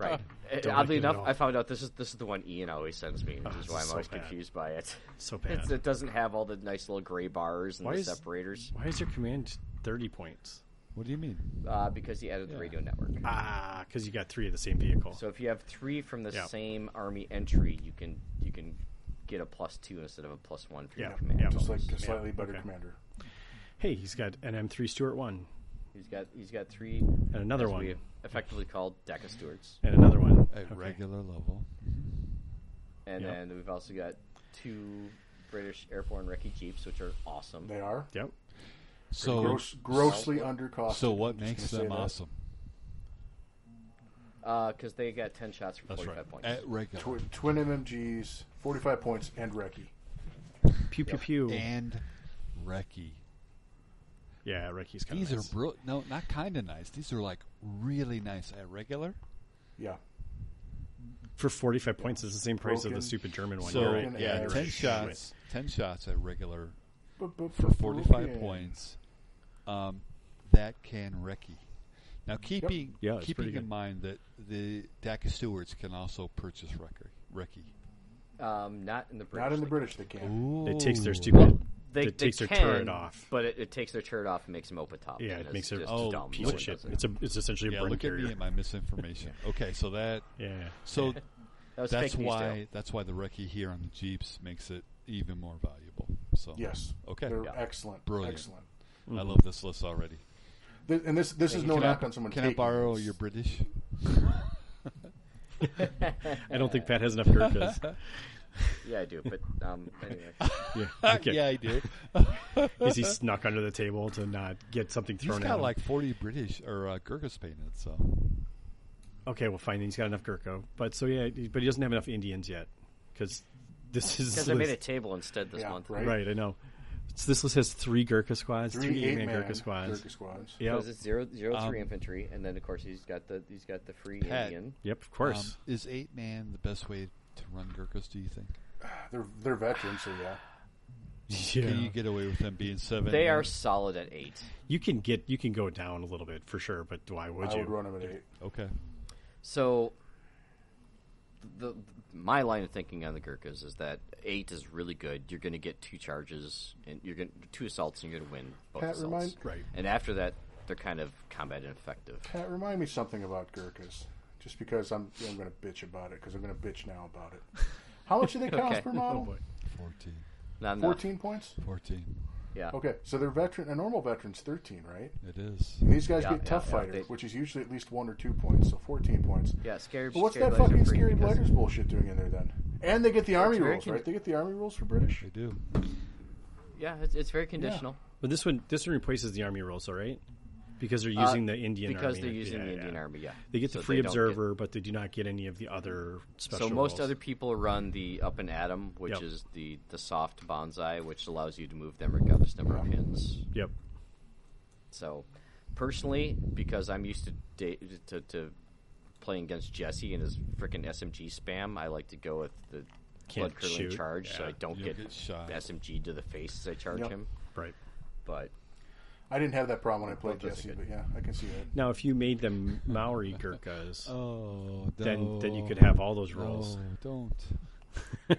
D: Right. Uh,
C: Don't like
D: Oddly
C: it at
D: enough,
C: all.
D: I found out this is this is the one Ian always sends me, which
C: Oh,
D: is
C: this
D: why
C: is
D: I'm
C: so
D: always
C: bad.
D: confused by it.
C: so
D: [LAUGHS] It's,
C: bad.
D: it doesn't have all the nice little gray bars and
C: Why
D: the
C: is-
D: separators
C: Why is your command thirty points?
A: What do you mean?
D: uh, because he added the
A: Yeah.
D: radio network.
C: Ah, because you got three of the same vehicle.
D: So if you have three from the
C: Yeah.
D: same army entry, you can you can get a plus two instead of a plus one for
C: Yeah,
D: your command.
C: yeah.
D: bonus.
B: just like a slightly better
C: okay.
B: commander.
C: hey, he's got an M3 Stuart one
D: He's got he's got three
C: and another
D: as
C: one
D: we effectively called Deca Stewards,
C: and another one.
A: At
C: Okay.
A: regular level.
D: and
C: Yeah.
D: then we've also got two British airborne recce jeeps, which are awesome.
B: They are
C: Yep.
A: So
B: gross, grossly undercosted.
A: so what
B: I'm just
A: makes
B: gonna
A: them
B: say that.
A: awesome?
D: Because Uh, they got ten shots for
C: That's
D: forty-five
C: right.
D: points.
A: At regular
B: Tw- twin MMGs, forty-five points, and recce.
C: Pew pew pew.
A: and recce.
C: Yeah, Ricky's kind of
A: These
C: nice.
A: are bro- no, not kind of nice. These are like really nice at regular.
B: Yeah,
C: for forty five points. It's the same price as
B: Broken.
C: the stupid German one.
A: So
C: You're right.
A: yeah,
B: average.
C: you're
A: ten
C: right.
A: shots, ten shots at regular
B: but, but
A: for forty-five points. Um, that can recce. Now keeping
C: Yeah, it's pretty
A: keeping
C: good.
A: in mind that the DACA stewards can also purchase recce. recce.
D: Um, not in the British.
B: Not in the
D: League.
B: British, they can't.
A: Ooh.
C: It takes their stupid.
D: They,
C: it takes
D: they
C: their
D: can,
C: turret off.
D: but it, it takes their turret off and makes them open top.
C: Yeah,
D: and
C: it
D: it's
C: makes it
D: just
A: oh,
D: dumb.
C: piece
D: when
C: of
D: it
C: shit.
D: does it.
C: It's a it's essentially
A: Yeah,
C: a burn
A: look at
C: carrier.
A: me and my misinformation.
C: [LAUGHS]
A: Okay, so that
C: yeah.
A: so
D: That was
A: that's
D: fake news,
A: why
D: Dale.
A: that's why the recce here on the Jeeps makes it even more valuable. So
B: Yes.
A: okay,
B: They're
A: I
B: excellent.
A: Brilliant.
B: Excellent.
C: Mm.
A: love this list already.
B: Th- and this this is no
A: Can I-
B: knock on someone.
A: Can I
B: taking
A: borrow
B: this.
A: your British?
C: I don't think Pat has enough Gurkhas.
D: [LAUGHS] Yeah, I do. But um,
C: [LAUGHS]
D: anyway,
C: Yeah,
A: yeah,
C: okay.
A: I do.
C: [LAUGHS] Is he snuck under the table to not get something
A: He's
C: thrown at
A: got
C: him?
A: like forty British or uh, Gurkhas painted. So
C: okay, well, fine. He's got enough Gurkha, but so yeah, he- but he doesn't have enough Indians yet because this is
D: because I made a
C: list-
D: table instead this
B: Yeah,
D: month.
B: right.
C: right. I know. So this list has three Gurkha squads,
B: three eight
C: eight-man
B: man
C: Gurkha squads.
B: Gurkha squads?
C: Yep.
D: Because it's zero, zero
A: Um,
D: three infantry, and then of course he's got the he's got the free
A: Pat.
D: Indian.
C: Yep, of
A: um,
C: course.
A: is eight man the best way to run Gurkhas? Do you think?
B: They're they're veterans, so yeah.
C: [LAUGHS] yeah.
A: Can you get away with them being seven?
D: They
A: man?
D: are solid at eight.
C: You can get you can go down a little bit for sure, but why would
B: I
C: you?
B: would run them at eight.
A: okay.
D: So the my line of thinking on the Gurkhas is that eight is really good. You're going to get two charges and you're going to two assaults and you're going to win both
B: Pat,
D: assaults.
B: remind-
C: Right.
D: And after that, they're kind of combat ineffective.
B: Pat, remind me something about Gurkhas, just because I'm I'm going to bitch about it because I'm going to bitch now about it. How much
D: [LAUGHS]
B: do they cost
D: Okay.
B: per
C: Oh
B: model?
C: boy.
A: 14.
D: Not enough.
B: Fourteen points.
A: 14.
D: Yeah.
B: Okay, so they're veteran. A normal veteran's thirteen, right?
A: It is.
B: These guys
D: Yeah,
B: get
D: yeah,
B: tough
D: yeah,
B: fighter,
D: they-
B: which is usually at least one or two points, so fourteen points.
D: Yeah, scary.
B: But what's
D: scary
B: that
D: legs are
B: fucking
D: free
B: scary
D: because-
B: letters bullshit doing in there then? And they get the army
D: very
B: rules,
D: con-
B: right? They get the army rules for British.
A: They do.
D: Yeah, it's, it's very conditional
C: But this one this one replaces the army rules, all right? Because they're using the Indian
D: because
C: army.
D: they're using
C: Yeah,
D: the
C: yeah.
D: Indian Army. Oh, Yeah,
C: They get
D: So
C: the free
D: don't get-
C: observer, but they do not get any of the other special.
D: So most
C: roles.
D: other people run the up and atom, which
C: Yep.
D: is the the soft bonsai, which allows you to move them regardless number of pins.
C: Yep.
D: So, personally, because I'm used to da- to, to playing against Jesse and his freaking SMG spam, I like to go with the
C: Can't
D: blood curdling
C: shoot.
D: charge, so
C: Yeah.
D: I don't
A: You'll
D: get,
A: get shot.
D: SMG to the face as I charge
B: Yep.
D: him.
C: Right.
D: But
B: I didn't have that problem when I played
D: Well, that's
B: Jesse,
D: good.
B: but yeah, I can see that.
C: Now if you made them Maori Gurkhas
D: [LAUGHS]
A: Oh,
C: then then you
A: no.
C: [LAUGHS]
D: Oh.
C: could have all those roles.
A: No, don't.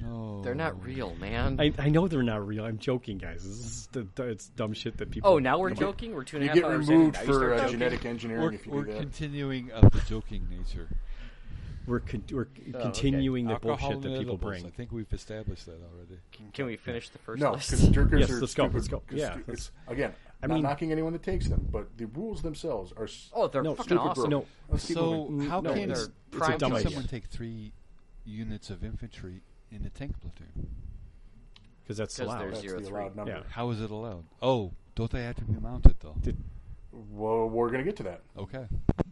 A: No.
D: They're not real, man.
C: Oh, I, I know they're not real. I'm joking, guys. This is the, the- it's dumb shit that people.
D: oh, now we're joking. We're two and a
B: You
D: half
B: get
D: hours
B: removed
D: in. Now you start
B: for uh,
D: joking?
B: genetic engineering
A: We're,
B: if you
A: we're
B: do that.
A: continuing of the joking nature.
C: we're con- we're
D: Oh,
C: continuing the
A: Alcohol
C: bullshit
A: and
C: that people
A: edibles.
C: bring.
A: I think we've established that already.
D: Can we finish the first
B: No, because
D: list?
B: jerkers
C: Yes,
B: are
C: let's go,
B: stupid.
C: let's go.
B: 'cause
C: Yeah,
B: stu-
C: let's-
B: it's, again,
C: I
B: not
C: mean-
B: knocking anyone that takes them, but the rules themselves are. s-
D: Oh, they're
C: No,
D: fucking
B: stupid
D: awesome.
B: bro.
C: No,
B: Let's keep
A: So
B: moving.
A: how
C: no,
A: can
D: "Mm, it's- it's a
A: how
D: dumb
A: can
D: idea.
A: someone take three units of infantry in a tank platoon?
C: because that's
D: 'Cause
C: allowed.
D: there's
B: that's
D: zero
B: the
D: three.
B: allowed number?
C: Yeah.
A: How is it allowed? Oh, don't they have to be mounted though?
C: Did-
B: Well, we're gonna get to that.
A: Okay.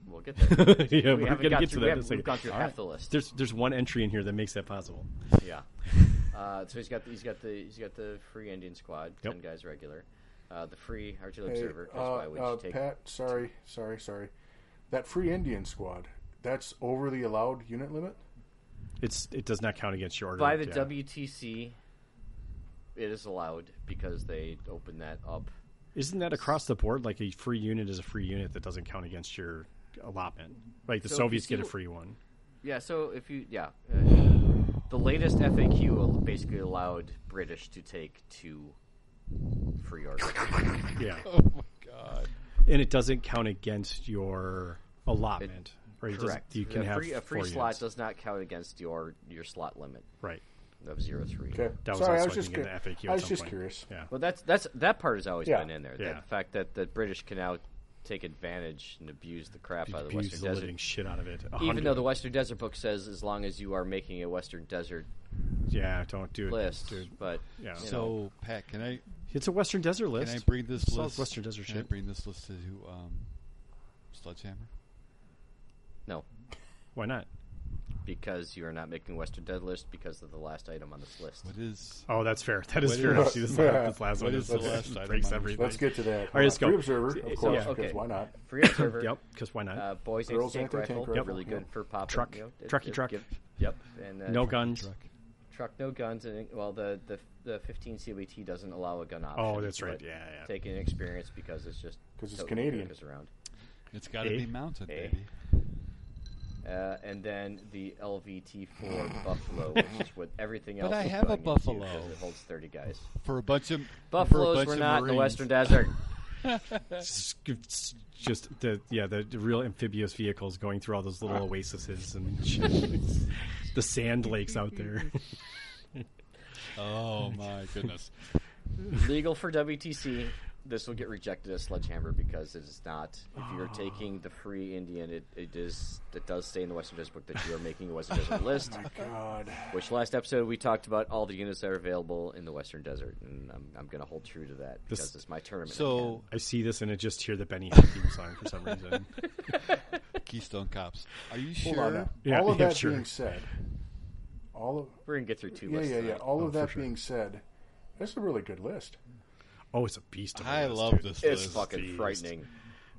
D: We'll
C: [LAUGHS]
D: get
C: yeah,
D: there. we
C: we're
D: haven't
C: gonna
D: got
C: get to that.
D: through, we
C: in a
D: haven't,
C: second.
D: we've gone through
C: All
D: half
C: right.
D: the list.
C: There's there's one entry in here that makes that possible. [LAUGHS]
D: Yeah. Uh, so he's got the, he's got the he's got the free Indian squad,
C: Yep.
D: ten guys regular. Uh, the free Artillery
B: Hey,
D: Observer. 'cause why
B: uh,
D: would
B: uh,
D: you take?
B: Pat, sorry, sorry, sorry. That free Indian squad. That's over the allowed unit limit.
C: It's it does not count against your order.
D: By the
C: yeah.
D: WTC, it is allowed because they opened that up.
C: Isn't that across the board? Like a free unit is a free unit that doesn't count against your allotment. Like the
D: So if you
C: Soviets get
D: do-
C: a free one.
D: Yeah. So if you yeah, uh, the latest FAQ al- basically allowed British to take two free orders.
C: [LAUGHS] Yeah,
A: Oh my god.
C: and it doesn't count against your allotment. right? It doesn't-
D: Correct.
C: you can
D: a
C: have
D: free, a free
C: four
D: slot
C: units.
D: does not count against your your slot limit
C: right.
D: of zero three.
B: Okay.
C: That was
B: sorry,
C: also
B: I was just
C: think, in
B: cur-
C: the FAQ. at
B: I was
C: some
B: just
C: point.
B: curious.
C: Yeah.
D: Well, that's that's that part has always
B: Yeah.
D: been in there.
C: Yeah.
D: The fact that the British can now take advantage and abuse the crap out of the
C: Abuse
D: Western
C: the
D: Desert,
C: living shit out of it. A
D: even though the
C: hundred.
D: Western Desert book says as long as you are making a Western Desert
C: yeah, don't do it,
D: list,
C: dude.
D: but
C: Yeah.
D: you know,
A: So Pat, can I
C: It's a Western Desert list.
A: can I bring this
C: Solid
A: list?
C: Western Desert
A: can I
C: shit.
A: bring this list to um, Sledgehammer?
D: no,
C: Why not?
D: because you are not making Western Desert list because of the last item on this list.
A: What is
C: Oh, that's fair. That is
A: What
C: fair.
A: is-
C: See, [LAUGHS] this, this last
A: what
C: one [LAUGHS]
A: is the last item
C: breaks
A: on this?
C: everything.
B: Let's get to that.
C: right, let's go.
B: Free observer,
C: So,
B: of course.
D: okay.
B: because Why not?
D: [COUGHS]
C: [COUGHS]
D: Free observer.
C: Yep, because why not?
D: Uh, boys
B: Girls
D: anti-tank
B: anti-tank
D: rifle,
B: rifle,
D: really
B: yep.
D: good for popping.
C: Truck.
D: you know, it-
C: Trucky
D: it-
C: truck.
D: give- Yep, and uh,
C: no guns.
A: truck?
D: truck, no guns, and well, the the the 15 CBT doesn't allow a gun option.
C: Oh, that's right.
D: but
C: Yeah, yeah.
D: Taking an experience because it's just
B: 'Cause it's
D: totally
B: Canadian.
D: goes around.
A: It's got to
C: Eh?
A: be mounted,
D: Eh?
A: baby.
D: Uh, and then the LVT4 Buffalo, which is what everything else.
A: I
D: is
A: have a
D: going into,
A: Buffalo.
D: 'cause It holds 30 guys.
A: For a bunch of for a
D: Buffaloes
A: bunch
D: were
A: of
D: not in the
A: Marines.
D: Western Desert.
C: Just the yeah, the, the real amphibious vehicles going through all those little oases and [LAUGHS] shit. the sand lakes out there.
D: [LAUGHS]
A: Oh my goodness.
D: Legal for WTC. This will get rejected as sledgehammer because it is not. If you're taking the free Indian, it, it is it does stay in the Western Desert book that you are making a Western Desert list.
B: God.
D: Which last episode we talked about all the units that are available in the Western Desert, and I'm, I'm going to hold true to that because
C: This-
D: it's my tournament.
A: So
C: I see this and I just hear the Benny Hinn theme song for some reason.
A: Keystone Cops. Are you
B: Hold on.
A: sure?
B: now.
C: Yeah,
B: all
C: [LAUGHS]
B: of
C: yeah,
B: that
C: sure.
B: being said, all of
D: we're going to get through two
B: yeah,
D: lists.
B: yeah, yeah.
D: tonight.
B: All
C: Oh,
B: of that
C: for sure.
B: being said, that's a really good list.
C: Oh, it's a beast! Of a
A: I
C: list,
A: love
C: dude.
A: this
D: It's
A: list.
D: fucking
C: beast.
D: frightening.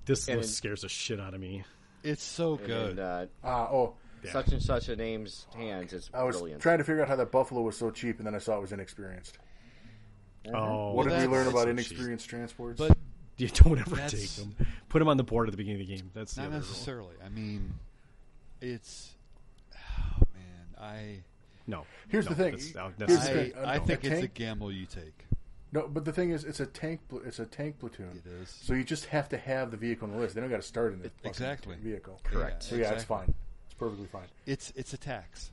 C: This
D: And-
C: list scares the shit out of me.
A: It's so
D: And
A: good.
D: uh,
B: Ah, oh,
C: Yeah.
D: such and such a name's hands. It's
B: I was
D: brilliant.
B: trying to figure out how that Buffalo was so cheap, and then I saw it was inexperienced.
C: Oh,
B: What did
A: that's-
B: we learn about
C: so
B: inexperienced transports?
A: but
C: You don't ever
A: That's-
C: take them. Put them on the board at the beginning of the game. That's the
A: not
C: other rule.
A: necessarily. I mean, it's oh man, I
C: No.
B: Here's
C: No,
B: the thing.
C: that's not
B: Here's the
A: I,
C: necessary.
B: thing.
A: I
B: No.
A: think it's a
B: Tank-
A: gamble you take.
B: no, but the thing is, it's a tank. pl- It's a tank platoon.
A: It is.
B: So you just have to have the vehicle on the list. They don't got to start in the fucking
A: Exactly.
B: vehicle.
D: Correct.
B: So yeah, it's
A: exactly.
B: fine. It's perfectly fine.
A: It's it's a tax.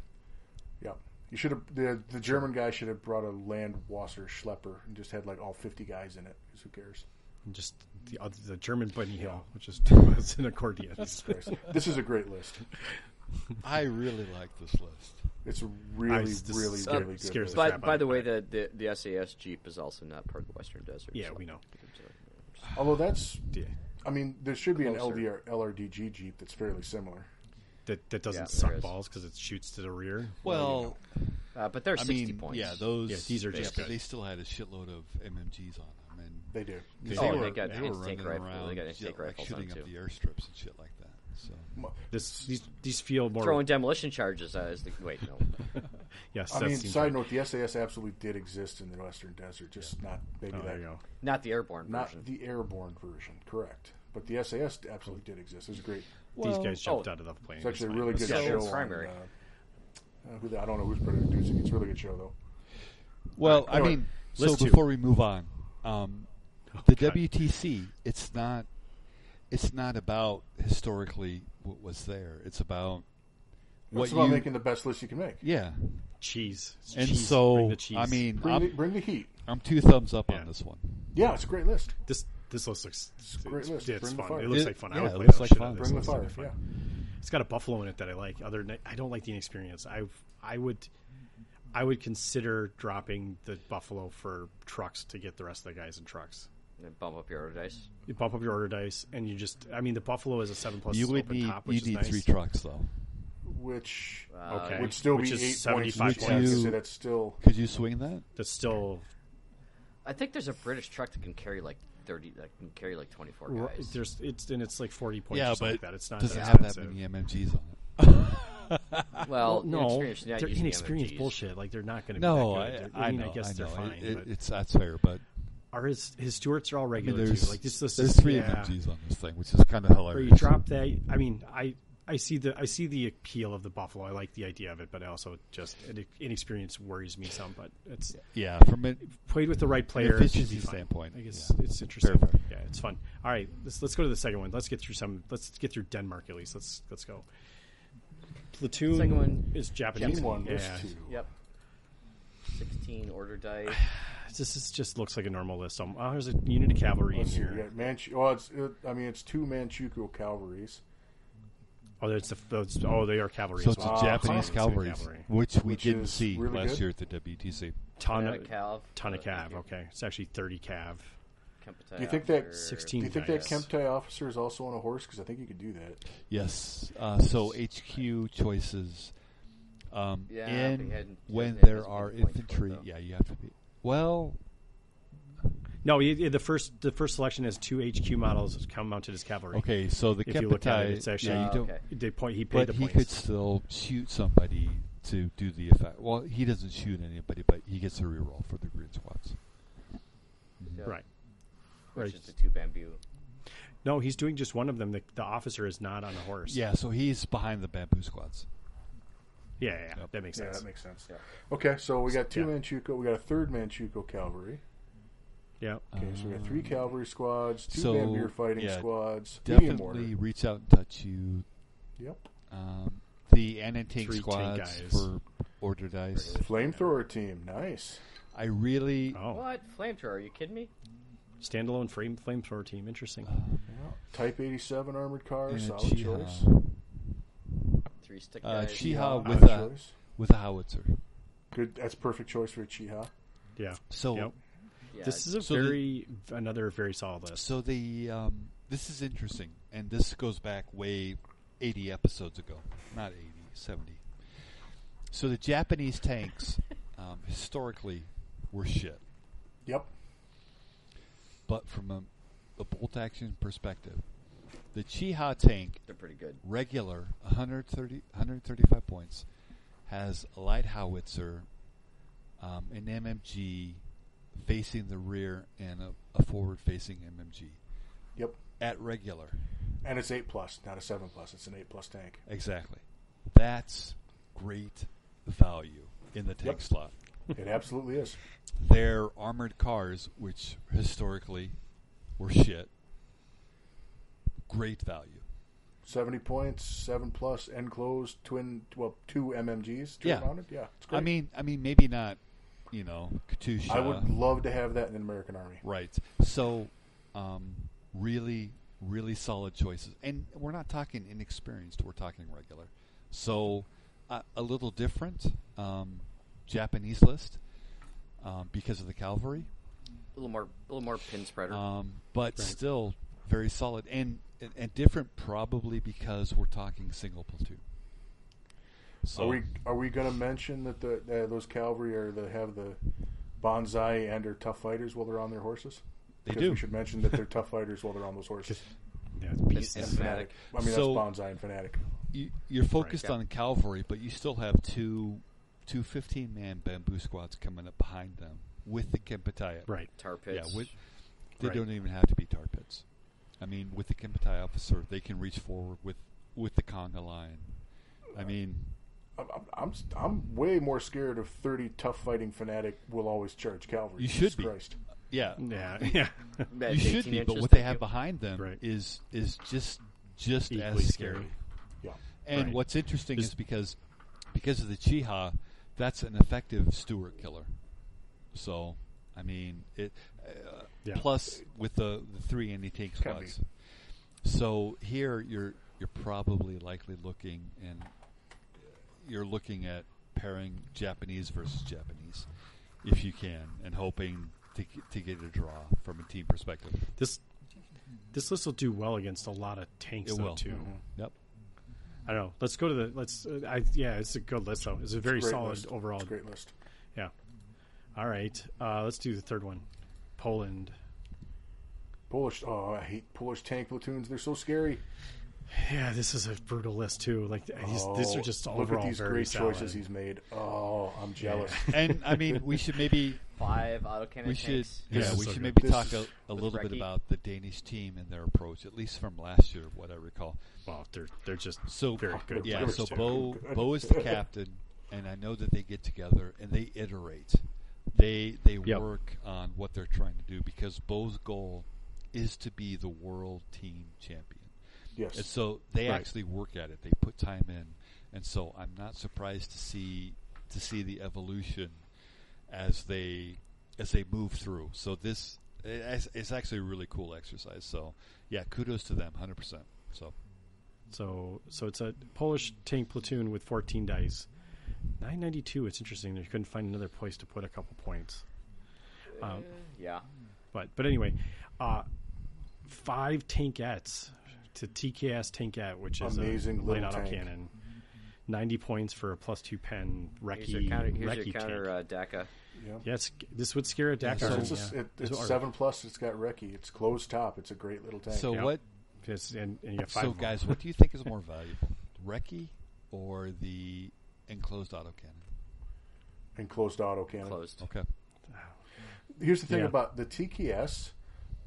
B: Yeah. You should have the the German guy should have brought a Landwasser Schlepper and just had like all fifty guys in it. 'cause who cares?
C: Just the, other, the German bunny hill, which is [LAUGHS] it's an accordion.
B: Christ. this is a great list.
A: I really like this list.
B: It's a really,
C: Ice, this
B: really,
C: scares-
B: really good.
C: scares
B: list.
C: the
D: By,
C: crap
D: by
C: out
D: the
C: of
D: way,
C: it.
D: the, the the SAS Jeep is also not part of the Western Desert.
C: [LAUGHS] Yeah,
D: so-
C: we know.
B: Although that's,
C: Yeah.
B: I mean, there should be an
D: Closer.
B: LDR LRDG Jeep that's fairly similar.
C: That, that doesn't
D: Yeah, there
C: suck
D: is.
C: balls because it shoots to the rear.
A: Well,
D: Uh, but they're
A: I
D: 60
A: mean,
D: points.
A: yeah, those
C: Yeah, these are
A: yeah,
C: just
A: but
C: good.
A: they still had a shitload of MMGs on them, and
B: They do.
A: they,
D: Oh,
A: were,
D: they got
A: were
D: anti-tank
A: running
D: rifle-
A: around
D: they got
A: yeah,
D: anti-tank
A: like
D: rifles on
A: shooting up
D: too.
A: the airstrips and shit like that. So
C: This these, these feel more.
D: Throwing demolition charges uh, is the wait
A: [LAUGHS]
D: no.
C: yes,
B: I
C: that
B: mean,
C: seems
B: side
C: right.
B: note: the SAS absolutely did exist in the Western Desert, just not maybe
C: Oh,
B: that
C: there you go.
D: Not the airborne
B: not
D: version.
B: the airborne version, correct? But the SAS absolutely did exist. It was great.
C: these guys jumped
D: oh,
C: out of the plane.
B: It's actually a
C: fine.
B: really good
D: Yeah,
B: show
D: they're
B: on
D: primary.
B: uh, Uh, who the- I don't know who's producing. It's a really good show though.
A: Well, I
C: Anyway,
A: mean, so
C: list two.
A: before we move on, um, the
C: God.
A: WTC, it's not, it's not about historically what was there. It's about what
B: it's about
A: you,
B: making the best list you can make.
A: yeah.
C: Cheese.
A: And
C: Cheese. Bring
A: so,
C: the cheese.
A: I mean,
B: Bring the,
A: I'm,
B: bring the heat.
A: I'm two thumbs up
C: Yeah.
A: on this one.
B: Yeah, it's a great list.
C: this this list looks it's,
B: a great
C: it's,
B: list.
C: yeah, it's
B: Bring the
C: fun.
B: fire.
C: It looks
A: It-
C: like fun.
A: yeah,
C: I would
A: it
C: play
A: looks
C: the
A: like
C: shit out
A: fun.
C: of this.
B: Bring the
C: It looks
B: fire.
C: like fun.
B: Yeah.
C: It's got a buffalo in it that I like. Other than I don't like the inexperience. I I would I would consider dropping the buffalo for trucks to get the rest of the guys in trucks.
D: And bump up your order dice.
C: You bump up your order dice, and you just I mean the buffalo is a seven plus
A: you would
C: open
A: need,
C: top, which
A: you
C: is
A: need
C: nice.
A: three trucks though.
B: Which
D: Uh,
C: okay,
B: would still
C: which
B: be
C: is
B: eight
C: seventy five
B: points. each. I was
C: points.
B: gonna
A: You-
B: say that's still
A: Could you swing that?
C: That's still
D: I think there's a British truck that can carry like thirty, that can carry like twenty four guys.
C: there's it's and it's like forty points. or something like that. It's not
A: doesn't
C: that
A: have that
C: expensive.
A: many MMGs on it.
D: well,
C: no,
D: inexperienced, yeah,
C: they're
D: using
C: inexperienced
D: MMGs.
C: bullshit. Like they're not going to
A: No,
C: be that
A: I,
C: good.
A: I,
C: mean,
A: know,
C: I guess they're
A: know.
C: fine.
A: It-
C: but-
A: it's that's fair, but
C: are his his Stuarts are all
A: I mean,
C: regular
A: there's
C: too. Like this list
A: there's
C: is,
A: three
C: yeah.
A: MMGs on this thing, which is kind of
C: Or
A: hilarious.
C: you drop that. I mean, I I see the I see the appeal of the Buffalo. I like the idea of it, but I also just in- inexperience worries me some. But it's
A: yeah, from it,
C: played with the right player. It should
A: efficiency
C: be fine.
A: standpoint,
C: I guess
A: yeah.
C: it's interesting.
A: Fair, fair.
C: Yeah, it's fun. All right, let's let's go to the second one. Let's get through some. Let's get through Denmark at least. Let's let's go. Platoon
D: Second one.
C: is Japanese.
B: team one, list
C: Yeah,
B: two.
D: Yep. Sixteen order dice.
C: [SIGHS] this is just looks like a normal list. Um, oh, there's a unit of cavalry in
B: Let's see,
C: here.
B: you got Manchu. Well, it's it, I mean it's two Manchukuo cavalries.
C: Oh, that's the, those, oh, they are cavalry.
A: so
C: as
A: it's a
C: well.
A: Japanese
C: It's a
A: cavalry,
C: cavalry.
A: which we
B: Which
A: didn't
B: is
A: see
B: really
A: last
B: good.
A: year at the WTC.
C: Ton
D: Yeah,
C: of
D: Cav.
C: ton of
D: Uh,
C: cav.
D: yeah,
C: Okay, it's actually thirty cav.
D: Kempetai
B: Do you think that-
D: officer.
C: 16
B: Do you think
C: Nice.
B: that Kemptai officer is also on a horse? Because I think you could do that.
A: Yes, uh, so HQ choices. Um,
D: Yeah,
A: and
D: but he hadn't- he
A: when
D: hasn't had
A: there
D: as many
A: are
D: points for it,
A: infantry,
D: though.
A: yeah, you have to be. Well,
C: No, you, you- the first the first selection has two HQ models that come mounted as cavalry.
A: okay, so the
C: If you look at it,
A: Kempetai,
C: it's actually-
A: yeah, you
D: Ah,
A: don't,
D: okay.
C: they point. He paid
A: but
C: the
A: he
C: points.
A: could still shoot somebody to do the effect. Well, he doesn't shoot anybody, but he gets a reroll for the green squads.
D: Yeah,
C: right.
D: Which
C: Right.
D: is the two bamboo.
C: No, he's doing just one of them. The, the officer is not on a horse.
A: Yeah, so he's behind the bamboo squads.
C: yeah, yeah. yeah,
A: Yep.
C: That makes
B: Yeah,
C: sense.
B: that makes sense.
D: Yeah.
B: Okay, so we got two
C: Yeah.
B: Manchukuo. We got a third Manchukuo cavalry.
C: yeah.
B: Okay, so we got three cavalry squads, two
A: Um, so,
B: Bambier fighting
A: yeah,
B: squads, medium
A: Definitely
B: order.
A: reach out and touch you.
B: Yep.
A: Um, the anti tank
C: Three tank
A: squads
C: guys.
A: for order dice.
B: Flamethrower team, nice.
A: I really
C: Oh,
D: What flamethrower? Are you kidding me?
C: standalone frame flamethrower team. Interesting.
A: Uh,
B: Yeah. Type 87 armored car,
A: And a
B: solid
A: Chiha.
B: choice.
D: Three stick
A: Uh,
D: guys.
A: Chiha
B: Solid
A: with a
B: choice.
A: with a howitzer.
B: Good, that's perfect choice for a Chiha.
C: yeah.
A: So
C: Yep.
D: Yeah,
C: This is a
A: So the-
C: very another very solid list.
A: so the um, this is interesting, and this goes back way eighty episodes ago, not 80, 70. So the Japanese tanks um, historically were shit.
B: Yep.
A: but from a, a bolt action perspective, the Chiha tank,
D: they're pretty good.
A: regular 130, 135 points, has a light howitzer, um, an MMG facing the rear, and a, a forward facing MMG
B: Yep.
A: at regular.
B: And it's 8 plus, not a 7 plus. It's an 8 plus tank.
A: Exactly. That's great value in the tank
B: Yep.
A: slot.
B: It absolutely is.
A: Their armored cars, which historically were shit, great value.
B: 70 points, 7 plus, enclosed, twin, well, two MMGs, twin
A: Yeah.
B: mounted. Yeah, it's great.
A: I mean, uh, I mean, maybe not. You know, Katusha.
B: I would love to have that in an American Army.
A: right. So, um, really, really solid choices, and we're not talking inexperienced. We're talking regular. So, uh, a little different um, Japanese list um, because of the cavalry,
D: A little more, a little more pin spreader.
A: um, but still very solid and, and and different probably because we're talking single platoon. So
B: Are we are we going to mention that the uh, those cavalry are the have the bonsai and are tough fighters while they're on their horses?
A: They
B: 'Cause
A: do.
B: We should mention that they're tough fighters while they're on those horses.
C: Yeah, it's
D: and,
C: beast.
D: and fanatic.
B: Fanatic. I mean,
A: So-
B: that's bonsai and fanatic.
A: you, you're focused
D: yeah.
A: on cavalry, but you still have two two 15 man bamboo squads coming up behind them with the Kempataya.
C: Right.
D: tar
A: Yeah,
D: pits.
A: with, they
C: Right.
A: don't even have to be tar pits. I mean, with the Kempataya officer, they can reach forward with with the conga line. I mean,
B: I'm, I'm I'm way more scared of thirty tough fighting fanatic will always charge cavalry.
A: You
B: Jesus
A: should be.
B: Christ.
A: Yeah,
C: Yeah, [LAUGHS] yeah.
A: you should be. But what they have behind them
C: Right.
A: is is just just
C: Equally
A: as scary.
C: scary.
B: Yeah.
A: And
C: Right.
A: what's interesting
C: Just-
A: is because because of the Chiha, that's an effective Stuart killer. So I mean it. Uh,
C: Yeah.
A: Plus with the, the three anti-tank
B: Can be.
A: squads. So here you're you're probably likely looking and you're looking at pairing Japanese versus Japanese if you can and hoping to g- to get a draw from a team perspective.
C: This this list will do well against a lot of tanks
A: It
C: though,
A: will.
C: too.
A: Yep.
C: I don't know. Let's go to the let's. Uh, I yeah, it's a good list though. It's a very
B: Great
C: solid
B: list.
C: overall.
B: It's a great list.
C: Yeah. All right. Uh, let's do the third one. Poland.
B: Polish. Oh, I hate Polish tank platoons. They're so scary.
C: Yeah, this is a brutal list too. Like these,
B: oh,
C: these are just
B: look
C: overall
B: at these
C: very
B: great
C: solid.
B: choices he's made. Oh,
C: [LAUGHS]
B: I'm jealous.
A: And I mean we should maybe
D: five autocannon
A: we
D: tanks.
A: should
C: This
A: yeah
C: is
A: we
C: so
A: should
C: good.
A: maybe
B: This
A: talk
B: is-
A: a, a little bit
D: Brecky.
A: about the Danish team and their approach at least from last year what I recall.
C: Well, they're they're just
A: So
C: very good.
A: yeah,
C: players,
A: so
C: too.
A: Bo Bo is
C: [LAUGHS]
A: the captain, and I know that they get together and they iterate. They they
C: Yep.
A: work on what they're trying to do because Bo's goal is to be the world team champion.
B: yes.
A: And so they
C: Right.
A: actually work at it. They put time in, and so I'm not surprised to see to see the evolution as they as they move through. So this it's, it's actually a really cool exercise. So yeah, kudos to them, hundred percent. So
C: So so it's a Polish tank platoon with 14 dice. 992. It's interesting. They couldn't find another place to put a couple points.
D: yeah.
C: But but anyway, uh, five tankettes to TKS tankette, which is
B: Amazing
C: a light
B: little tank.
C: autocannon. 90 points for a plus two pen
D: Here's
C: recce,
D: your counter. Here's
C: recce
D: your counter.
C: tank.
D: Uh, DACA.
C: yes, this would scare a Dakar.
A: so
B: it's a s-
C: yeah.
B: it- it's
C: Or-
B: seven plus. It's got recce. It's closed top. It's a great little tank.
A: so
C: Yeah.
A: what
C: Yes, and, and you got five.
A: So,
C: of them.
A: guys, what do you think is more valuable, Recce or the enclosed autocannon?
B: and closed auto
C: Oh.
B: cannon.
D: Closed.
A: Okay.
B: Here's the thing
C: Yeah.
B: about the TKS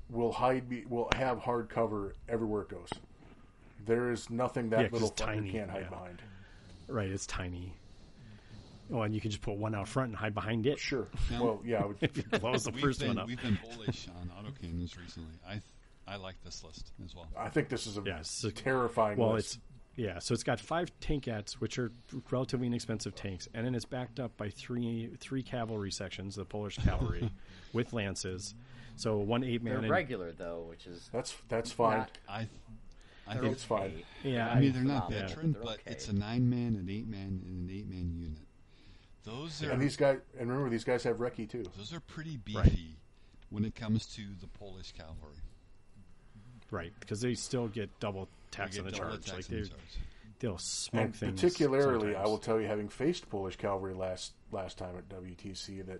B: will hide be, will have hard cover everywhere it goes. There is nothing that
C: Yeah, 'cause
B: little
C: it's
B: fucker
C: tiny,
B: can't hide
C: yeah.
B: behind.
C: Right, it's tiny. Oh, and you can just put one out front and hide behind it.
B: Sure. Well, yeah, I
C: [LAUGHS]
B: would,
C: If you close
G: [LAUGHS]
C: the
G: we've
C: first
G: been,
C: one up.
G: We've been
C: [LAUGHS]
G: bullish on autocannons recently. I th- I like this list as well.
B: I think this is a
C: Yeah, it's a-
B: terrifying.
C: Well,
B: list.
C: it's yeah. So it's got five tankettes, which are relatively inexpensive tanks, and then it's backed up by three three cavalry sections, the Polish
B: [LAUGHS]
C: cavalry, with lances. So one eight
D: They're
C: man. and-
D: regular though, which is
B: that's that's fine.
D: Not-
G: I th- I
D: they're
G: think
B: It's fine.
D: okay.
C: yeah,
G: I mean they're not
D: Yeah.
G: veteran,
D: They're
G: but
D: okay.
G: it's a nine man, an eight man, and an eight man unit. Those are
B: And these guys, and remember, these guys have recce too.
G: those are pretty beefy
C: Right.
G: when it comes to the Polish cavalry.
C: right because they still get double
G: They
C: tax
G: get
C: on the
G: double
C: charge. Like
G: attacks
C: they
G: on the charge.
C: they'll smoke
B: And
C: things.
B: particularly, I
C: sometimes.
B: will tell you, having faced Polish cavalry last last time at WTC, that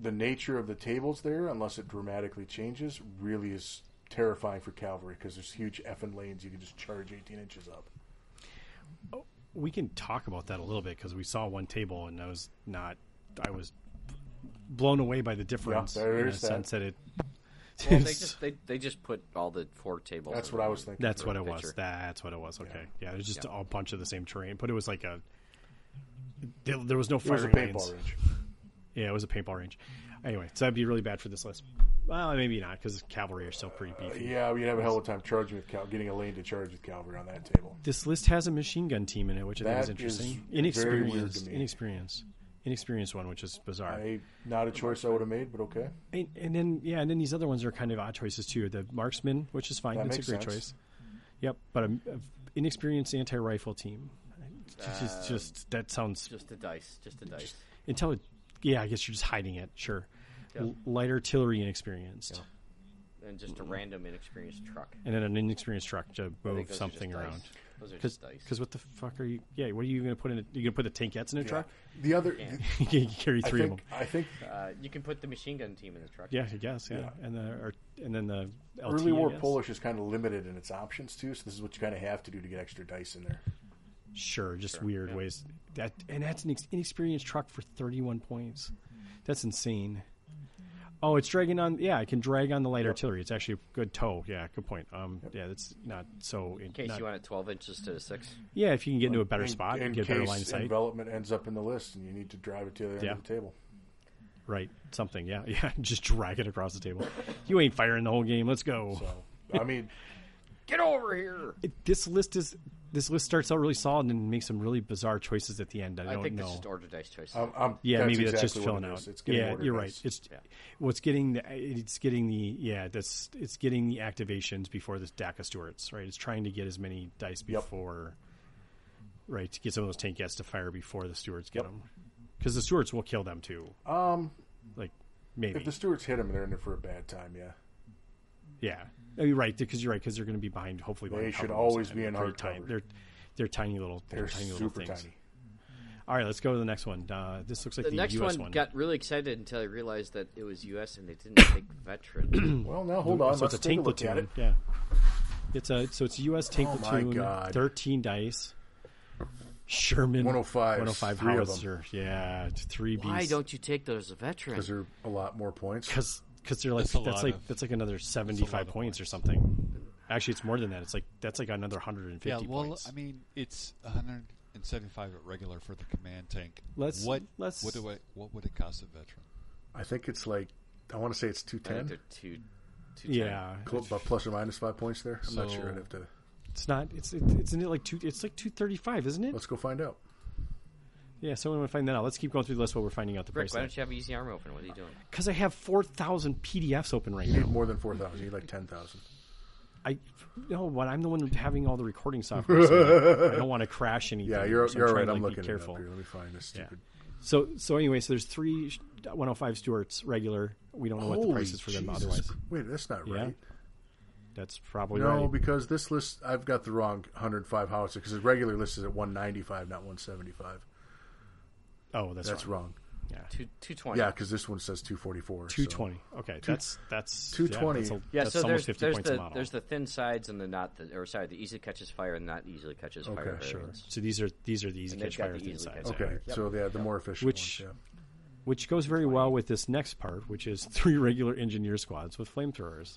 B: the nature of the tables there, unless it dramatically changes, really is terrifying for cavalry because there's huge effing lanes you can just charge 18 inches up.
C: we can talk about that a little bit because we saw one table and I was not I was blown away by the difference
B: there
C: in a
B: is that.
C: sense that it [LAUGHS]
D: Well, they just they, they just put all the four tables.
B: That's
D: in
B: what I
D: one.
B: was thinking.
C: that's what it
D: picture.
C: was that's what it was okay yeah, there's just a bunch of the same terrain but it was like a there, there was no
B: It was a
C: firing lanes
B: paintball range.
C: yeah it was a paintball range anyway so that'd be really bad for this list well maybe not because cavalry are still pretty beefy
B: Yeah, we'd have a hell of a time charging with Cal- getting a lane to charge with cavalry on that table.
C: this list has a machine gun team in it which I think
B: That
C: is
B: is
C: interesting
B: very weird to
C: inexperienced
B: me.
C: inexperienced inexperienced one which is bizarre
B: I not a choice I would have made, but okay.
C: And, and then yeah, and then these other ones are kind of odd choices too. The marksman, which is fine,
B: That
C: that's a
B: makes
C: great
B: sense.
C: choice. Yep, but an inexperienced anti-rifle team. It's just, just that sounds
D: just the dice, just the dice.
C: intelli Yeah, I guess you're just hiding it. Sure, L- light artillery inexperienced,
D: and just a random inexperienced truck.
C: and then an inexperienced truck to
D: I think
C: move
D: those are
C: something
D: just dice.
C: around.
D: Those are
C: Because
D: just dice.
C: what the fuck are you? Yeah, what are you going to put in? A, you going to put the tankettes in a truck? [LAUGHS]
B: The other,
C: you can carry
B: I
C: three of
B: think,
C: them.
B: I think
D: uh, you can put the machine gun team in the truck.
C: Yeah, I guess. Yeah, and the or, and then the LT,
B: early
C: I
B: war
C: guess.
B: Polish is kind of limited in its options too. So this is what you kind of have to do to get extra dice in there.
C: Sure, just weird ways. That and that's an ex- inexperienced truck for thirty-one points. That's insane. Oh, it's dragging on. Yeah, I can drag on the light artillery. It's actually a good tow. Yeah, good point. Um, yeah, that's not so.
D: In case you want it 12 inches to 6.
C: yeah, if you can get into a better
B: in,
C: spot,
B: in
C: get a
B: case
C: better line of sight.
B: envelopment ends up in the list, and you need to drive it to the end
C: Yeah.
B: of the table.
C: Right, something. Yeah, [LAUGHS] yeah. Just drag it across the table. you ain't firing the whole game. Let's go.
B: So I mean,
D: Get over here!
C: It- this list is this list starts out really solid and makes some really bizarre choices at the end. I
D: I,
C: don't
D: think
C: know.
D: that's just order dice choice.
B: I'm, I'm,
C: yeah,
B: that's
C: maybe that's
B: exactly
C: just
B: what
C: filling
B: it
C: out.
B: is. It's getting
C: yeah,
B: ordered
C: you're
B: by-
C: right. It's
D: Yeah.
C: what's getting the it's getting the yeah that's it's getting the activations before this DACA Stewarts right. It's trying to get as many dice
B: Yep.
C: before right to get some of those tank guests to fire before the Stewards get them because the Stewards will kill them too. Um, like maybe
B: if the Stewards hit them, they're in there for a bad time. Yeah,
C: yeah. Oh, you're right because you're right because they're going to be behind. Hopefully,
B: They
C: behind
B: should
C: cover most of
B: always
C: the
B: be
C: time.
B: in
C: They're
B: hard
C: pretty
B: cover.
C: They're they're tiny little they're,
B: they're
C: tiny little
B: super
C: things.
B: tiny.
C: All right, let's go to the next one. Uh, this looks like
D: the
C: the,
D: next
C: U.S.
D: one,
C: one.
D: got really excited until I realized that it was U.S. and they
C: [COUGHS]
D: didn't take veteran.
B: Well, now hold on.
C: so
B: Let's
C: it's a
B: take
C: tank
B: a look at
C: platoon.
B: it.
C: Yeah. It's a so it's a U.S. tank
B: Oh my
C: platoon.
B: God.
C: Thirteen dice. Sherman
B: 105s,
C: 105
B: three of them.
C: howitzer. Yeah, it's three Bs.
D: Why don't you take those as a veteran?
B: Because they're a lot more points.
C: Because they're like
G: That's a
C: that's,
G: lot
C: like
G: of-
C: that's like another seventy five
G: of
C: points or something. Actually, it's more than that. It's like that's like another hundred and
G: Yeah,
C: fifty
G: well,
C: points.
G: I mean, it's 175 at regular for the command tank.
C: Let's-
G: what
C: let's-
G: what do I, what would it cost a veteran?
B: I think it's like I want to say it's two
D: I think
B: ten,
D: they're two, two
C: yeah,
B: plus or minus five points there. I'm not
G: So-
B: sure. I'd have to.
C: it's not. It's it, it's in it like two. It's like two thirty five, isn't it?
B: Let's go find out.
C: Yeah, someone would find that out. Let's keep going through the list while we're finding out the
D: Rick,
C: price.
D: why don't you have Easy Arm open? What are you doing?
C: Because I have four thousand PDFs open right
B: You
C: now.
B: need more than four thousand. You need like ten thousand.
C: I no, but I'm the one having all the recording software. so I don't want to crash anything.
B: [LAUGHS] Yeah, you're
C: so
B: you're
C: I'm
B: all right.
C: trying to,
B: I'm
C: like, be
B: looking
C: Careful.
B: it up here. Let me find this
C: Yeah.
B: stupid.
C: So so anyway, so there's three sh- 105 Stuarts regular. We don't know what the
B: Holy
C: price is for them
B: Jesus.
C: otherwise.
B: Wait, that's not
C: Yeah.
B: right.
C: That's probably
B: No,
C: right.
B: because this list I've got the wrong 105 howitzer because the regular list is at 195, not 175.
C: oh, that's,
B: That's
C: right.
B: wrong.
D: Two, 220.
B: Yeah, because this one says 244. so-
C: 220. Okay, that's that's yeah,
B: 220.
C: that's a-
D: Yeah,
C: that's
D: so
C: almost
D: there's,
C: 50
D: there's
C: points a
D: the
C: model.
D: there's the thin sides and the not the or sorry the easily catches fire and not easily catches fire.
B: Okay, sure.
D: variants.
C: so these are these are the easy
D: And they've
C: catch
D: got
C: fire
D: the
C: thin
D: easily
C: sides.
D: catch
C: yeah.
B: Okay, so yeah, the more efficient
C: Which-
B: ones,
C: Which goes very well with this next part, which is [LAUGHS] three regular engineer squads with flamethrowers.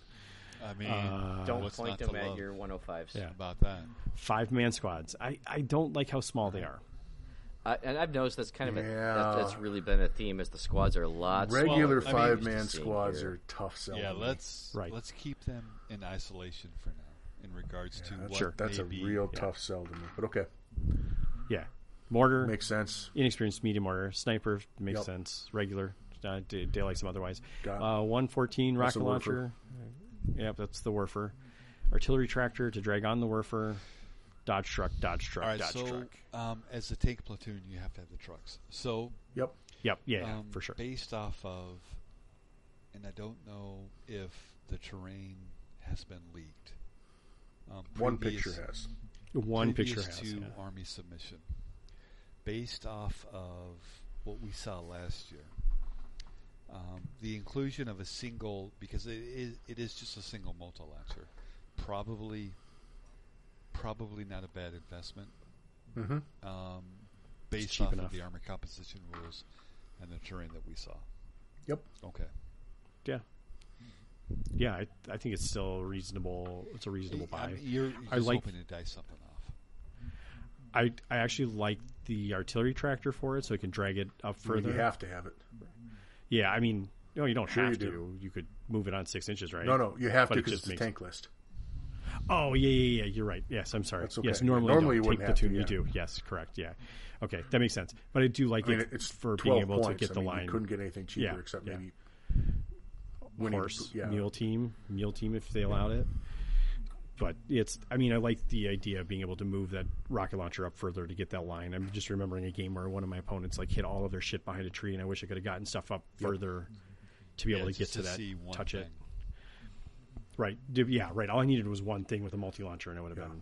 G: I mean,
C: Uh,
D: Don't
G: what's
D: point
G: not to
D: them at
G: love
D: your 105s.
C: Yeah.
G: about that.
C: Five man squads. I, I don't like how small they are.
D: I, and I've noticed that's kind of a,
B: Yeah.
D: that, that's really been a theme is the squads are a lot
B: yeah. Regular
G: Well, I mean,
B: five
D: used
B: man
D: to seeing
B: squads
D: here.
B: are tough selling.
G: Yeah, let's
C: Right.
G: let's keep them in isolation for now in regards to
B: That's,
G: what
C: Sure.
B: that's
G: may
B: a
G: be-
B: real tough sell to me. But okay,
C: Yeah, mortar
B: makes sense.
C: inexperienced medium order sniper makes
B: Yep.
C: sense regular uh, d- day likes them otherwise
B: Got it.
C: uh, 114
B: That's
C: rocket
B: the
C: launcher yep that's the werfer artillery tractor to drag on the werfer dodge truck dodge truck
G: All right,
C: dodge
G: so
C: truck
G: um, as a tank platoon, you have to have the trucks. So
B: Yep.
C: yep yeah, yeah,
G: um,
C: for sure
G: Based off of, and I don't know if the terrain has been leaked. Um,
B: One
G: previous-
B: picture has.
C: one picture
G: previous
C: has
G: to
C: yeah.
G: Army submission, based off of what we saw last year. Um, the inclusion of a single because it is it is just a single multilaxer, probably probably not a bad investment.
B: Mhm.
G: Um, based
C: Mm-hmm. cheap
G: off
C: enough.
G: of the armor composition rules and the terrain that we saw.
B: Yep.
G: Okay,
C: yeah yeah I, I think it's still reasonable it's a reasonable buy
G: I mean, you're, you're
C: I
G: just
C: like-
G: hoping to dice something off.
C: I, I actually like the artillery tractor for it so it can drag it up
B: I mean,
C: further
B: you have to have it.
C: yeah i mean no you don't have
B: you
C: to
B: do.
C: you could move it on six inches right
B: No, no, you have
C: But
B: to
C: it
B: because
C: just
B: it's a
C: makes-
B: tank list.
C: Oh yeah, yeah, yeah. You're right. Yes, I'm sorry.
B: That's okay.
C: Yes, normally,
B: Normally
C: you
B: you
C: don't. take
B: wouldn't have to,
C: platoon.
B: yeah.
C: You do. Yes, correct. Yeah. Okay, that makes sense. But I do like
B: I mean,
C: it
B: it's
C: for
B: 12
C: being able
B: points.
C: to get the
B: I mean,
C: line
B: You couldn't get anything cheaper
C: Yeah,
B: except
C: yeah.
B: maybe winning.
C: horse
B: yeah.
C: mule team mule team if they allowed it. But it's. I mean, I like the idea of being able to move that rocket launcher up further to get that line. I'm just remembering a game where one of my opponents like hit all of their shit behind a tree, and I wish I could have gotten stuff up further to be
G: Yeah,
C: able to get
G: just
C: to, that,
G: see one
C: touch it.
G: thing.
C: Right. D- Yeah, right. All I needed was one thing with a multi launcher, and it would have been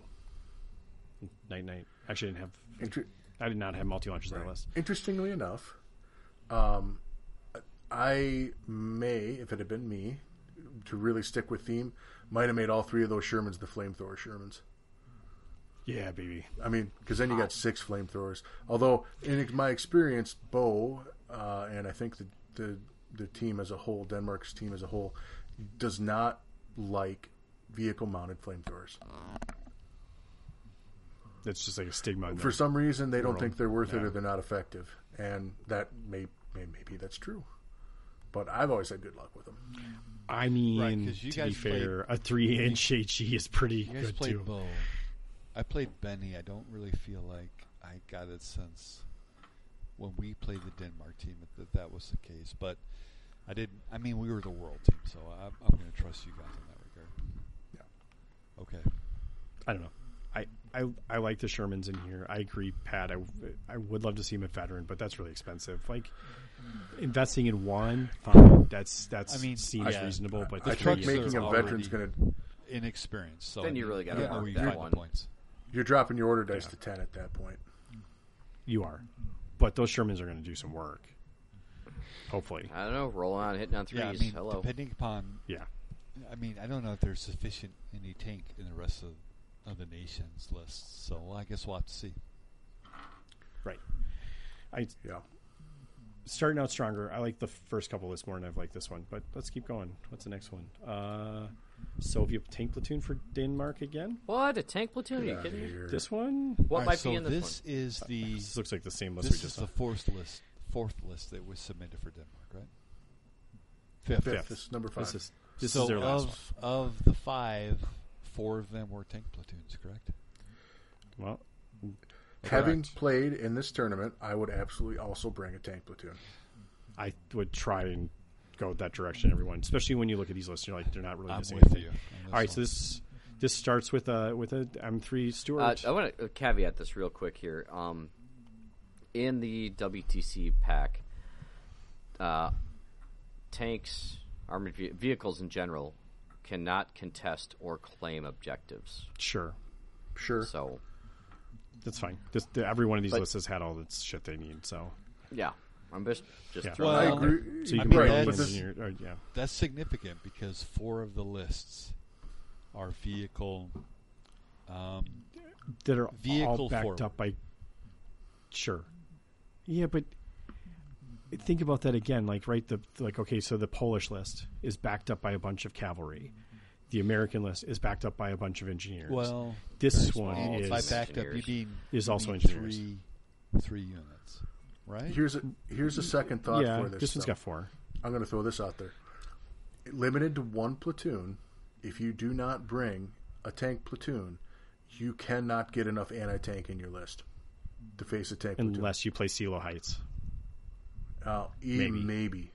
C: night night. Actually, I didn't have.
B: Inter-
C: I did not have multi launchers on the list.
B: Interestingly enough, um, I may, if it had been me, to really stick with theme, might have made all three of those Shermans the flamethrower Shermans.
C: Yeah, baby.
B: I mean, because then you got six flamethrowers. Although, in ex- my experience, Bo uh, and I think the, the the team as a whole, Denmark's team as a whole, does not like vehicle mounted flamethrowers.
C: It's just like a stigma. in
B: For
C: there.
B: some reason, they don't
C: Wrong.
B: think they're worth it
C: Yeah.
B: or they're not effective, and that may, may maybe that's true. But I've always had good luck with them.
C: I mean,
A: 'cause you
C: to be
A: guys played-
C: fair, a three-inch HE is pretty
A: You guys
C: good
A: played
C: too.
A: Bo. I played Benny. I don't really feel like I got it since when we played the Denmark team that that was the case. But I didn't. I mean, we were the world team, so I, I'm going to trust you guys in that regard. Okay.
C: I don't know. I, I I like the Shermans in here. I agree, Pat. I, I would love to see him at veteran, but that's really expensive. Like investing in one, fine. That's that's
A: I mean,
C: seems
A: yeah.
C: reasonable. But
A: The
B: I
C: three
A: trucks
B: think
C: is-
A: are
B: making a
A: already-
B: veteran's going to
A: Inexperienced. So
D: Then you really gotta
A: I don't know
D: work
A: where you
D: that
A: find
D: one.
A: the points.
B: you're dropping your order dice to ten at that point.
C: you are, but those Shermans are going to do some work. Hopefully,
D: I don't know. Rolling on, hitting on threes.
A: Yeah, I mean,
D: Hello.
A: depending upon
C: yeah.
A: I mean, I don't know if there's sufficient any tank in the rest of, of the nation's list, so I guess we'll have to see.
C: Right. I
B: Yeah.
C: starting out stronger. I like the first couple this morning. I've liked this one, but let's keep going. What's the next one? Uh, Soviet tank platoon for Denmark again.
D: What a tank platoon? Are you kidding me?
B: Here.
C: This one.
D: What
A: All right,
D: might
A: so
D: be in this,
A: Uh, this is the
C: This looks like the same list we
A: this is
C: just
A: the
C: saw.
A: fourth list, fourth list that was submitted for Denmark, right? Fifth.
B: Fifth. This is number five.
C: This is this
A: so
C: is their last
A: of
C: one.
A: of the five, four of them were tank platoons, correct?
C: Well,
B: Having played in this tournament, I would absolutely also bring a tank platoon.
C: I would try and go that direction, everyone. Especially when you look at these lists, you're like, they're not really
A: I'm
C: missing
A: with
C: anything.
A: you on this
C: All right, so
A: one.
C: this this starts with a with a M3
D: Uh,
C: Stewart.
D: I want to caveat this real quick here. Um, in the WTC pack, uh, tanks, armored ve- vehicles in general, cannot contest or claim objectives.
C: sure,
B: Sure.
D: So,
C: that's fine. This, the, every one of these
D: But-
C: lists has had all the shit they need. So
D: yeah, I'm just just
C: Yeah.
D: throwing
A: Well,
D: it
B: I
D: out there.
B: agree.
C: so you
A: I
C: can
A: mean,
C: put
A: that's-
C: all
B: but
C: these
B: this,
C: in your or, yeah.
A: That's significant because four of the lists are vehicle. Um,
C: that are all
A: Vehicle
C: backed
A: forward.
C: up by. Sure. Yeah, but think about that again. Like, right? The like, okay, so the Polish list is backed up by a bunch of cavalry. The American list is backed up by a bunch of engineers.
A: well,
C: this one
D: small.
A: if
C: is
A: I backed up, you
D: Engineers.
A: mean
C: Is
A: you
C: also
A: mean
C: engineers.
A: three, three units, right?
B: here's a here's a second thought
C: yeah.
B: for this.
C: This, one's
B: though.
C: got four.
B: I'm going to throw this out there. Limited to one platoon. If you do not bring a tank platoon, you cannot get enough anti-tank in your list to face a tank
C: unless you play Silo Heights,
B: platoon. Uh, e-
C: maybe.
B: maybe.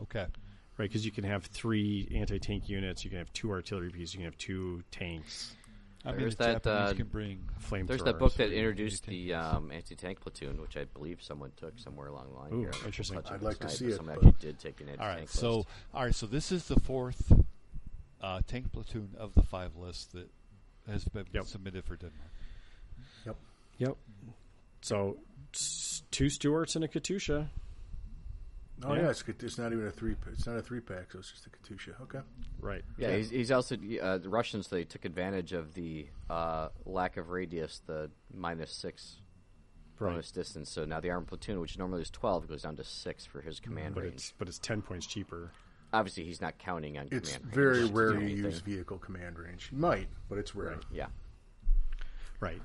A: Okay.
C: right? Because you can have three anti-tank units, you can have two artillery pieces, you can have two tanks,
A: I mean,
D: There's
A: the
D: that,
A: Japanese
D: uh,
A: can bring.
C: flamethrowers.
D: There's that book that
A: Sorry,
D: introduced
A: anti-tank
D: the um, anti-tank platoon, which I believe someone took somewhere along the line.
C: Ooh,
D: here. I think we'll
C: interesting.
D: touch on
B: I'd
D: this
B: like to
D: tonight,
B: see
D: but
B: it,
D: Someone
B: but-
D: actually did take an
A: All
D: anti-tank
A: right. So,
D: list.
A: all right. So this is the fourth uh, tank platoon of the five lists that has been
C: Yep.
A: submitted for Denmark.
B: Yep.
C: Yep. So s- two Stuarts and a Katusha.
B: Oh
C: Yeah.
B: yeah, it's, it's not even a three. It's not a three pack, so it's just a Katusha. Okay.
C: Right.
D: Yeah, he's, he's also uh, the Russians. They took advantage of the uh, lack of radius, the minus six bonus distance. So now the armed platoon, which normally is twelve, goes down to six for his command
C: Mm-hmm. But
D: range.
C: it's but it's ten points cheaper.
D: Obviously, he's not counting on
B: It's
D: command.
B: very
D: range to
B: rare
D: do
B: you
D: anything.
B: use vehicle command range. You might, but it's rare.
D: Yeah,
C: Right.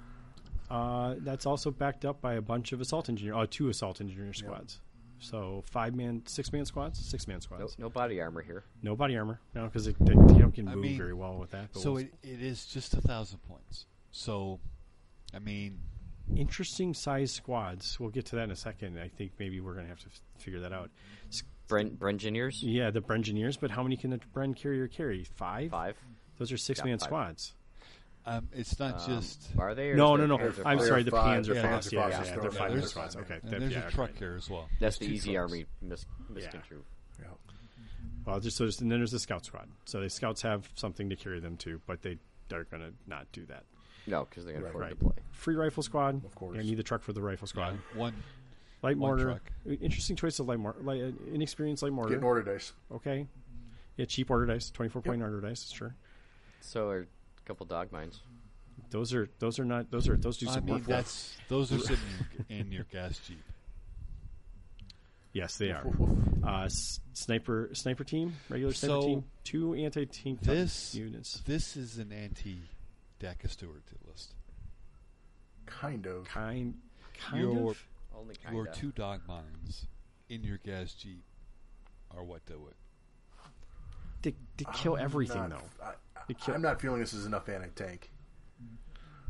C: Uh, that's also backed up by a bunch of assault engineer, oh, two assault engineer squads. So five man, six man squads, six man
D: no,
C: squads.
D: no body armor here.
C: No body armor, no, because they, they, they don't can
A: I
C: move
A: mean,
C: very well with that. But
A: So
C: we'll-
A: it, it is just a thousand points. So, I mean,
C: interesting size squads. We'll get to that in a second. I think maybe we're going to have to f- figure that out. S-
D: Bren, Brengineers,
C: Yeah, the Brengineers, but how many can the Bren carrier carry? Five.
D: five.
C: Those are six man
D: Yeah, five.
C: squads.
A: um, it's not
D: Um,
A: just.
D: are they? or
C: No, no,
D: is there
C: no.
D: pairs or
C: I'm
D: five?
C: sorry,
B: They're
C: the
B: five.
C: Panzer
A: Yeah,
C: fives.
A: they're
C: Yeah,
B: five.
C: yeah,
B: Just
C: they're
B: throw them
C: five
B: in.
C: man
A: There's-
C: squads. Okay,
A: And
C: that-
A: there's
C: yeah,
A: a
C: okay.
A: truck here as well.
D: That's the
A: There's two
D: easy E.
A: trucks.
D: army mis- misconstrue.
B: Yeah.
C: Well, just so, and then there's the scout squad. So the scouts have something to carry them to, but they they're gonna not do that.
D: No, because they can afford
C: Right.
D: to play.
C: Free rifle squad.
B: Of course.
C: I need the truck for the rifle squad.
A: One.
C: Light
A: One
C: mortar.
A: truck.
C: Interesting choice of light mortar. Light, uh, inexperienced light
B: Get an
C: mortar.
B: order dice.
C: okay. Yeah, cheap order dice. Twenty four point order dice. Sure.
D: So are a couple dog mines.
C: Those are those are not those are those do
A: I
C: some
A: mean,
C: [LAUGHS] work. for-
A: that's those are sitting in your gas jeep.
C: Yes, they are.
B: Woof, woof, woof.
C: Uh, s- sniper, sniper team, regular sniper
A: So,
C: team, two anti-team fu-
A: This
C: units.
A: this is an anti DACA Stewart list.
B: Kind of.
C: Kind, kind
A: Your-
C: of.
D: Only kind
A: Your
D: of.
A: two dog mines in your gas jeep are what do it.
C: They, they kill everything
B: Not-
C: though.
B: I,
C: They kill-
B: am not feeling this is enough anti-tank.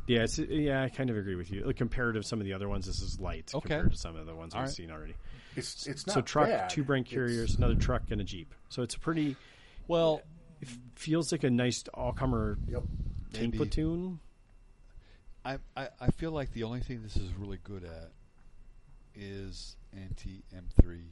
C: Yeah, it's, yeah, I kind of agree with you. Like, compared to some of the other ones, this is light
A: Okay.
C: compared to some of the ones
A: All
C: we've
A: right.
C: seen already.
B: It's it's not
C: so truck,
B: bad.
C: two brand
B: It's-
C: carriers, another truck, and a jeep. So it's pretty.
A: Well,
C: It feels like a nice all-comer
B: Yep.
C: tank
A: Maybe.
C: platoon.
A: I, I, I feel like the only thing this is really good at is anti M3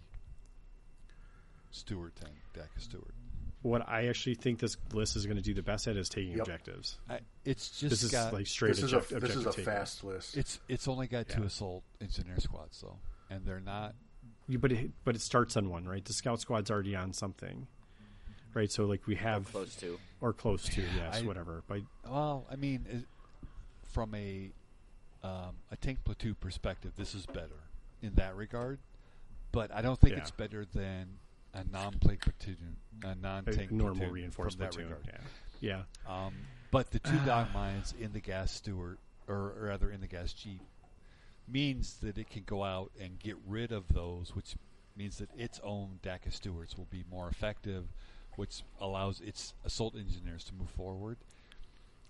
A: Stewart tank, DACA Stewart.
C: What I actually think this list is going to do the best at is taking
B: Yep.
C: objectives.
A: I, it's just
C: This is
A: got
C: like straight
B: This is a
C: object-
B: this is
C: objective
B: a
C: taking.
B: fast list.
A: it's it's only got two
C: Yeah.
A: assault engineer squads though, and they're not
C: Yeah, but it, but it starts on one, right? The scout squad's already on something, right? So like we have
D: Close to.
C: or close to yes,
A: I-
C: whatever. But
A: Well, I mean, it, from a um, a tank platoon perspective, this is better in that regard. But I don't think
C: Yeah.
A: it's better than a non-plate platoon, a
C: a
A: non-tank
C: normal
A: platoon
C: reinforced
A: from that
C: platoon,
A: regard.
C: yeah, yeah.
A: Um, but the two dog mines in the gas Stewart, or rather in the gas jeep, means that it can go out and get rid of those, which means that its own DACA Stewarts will be more effective, which allows its assault engineers to move forward.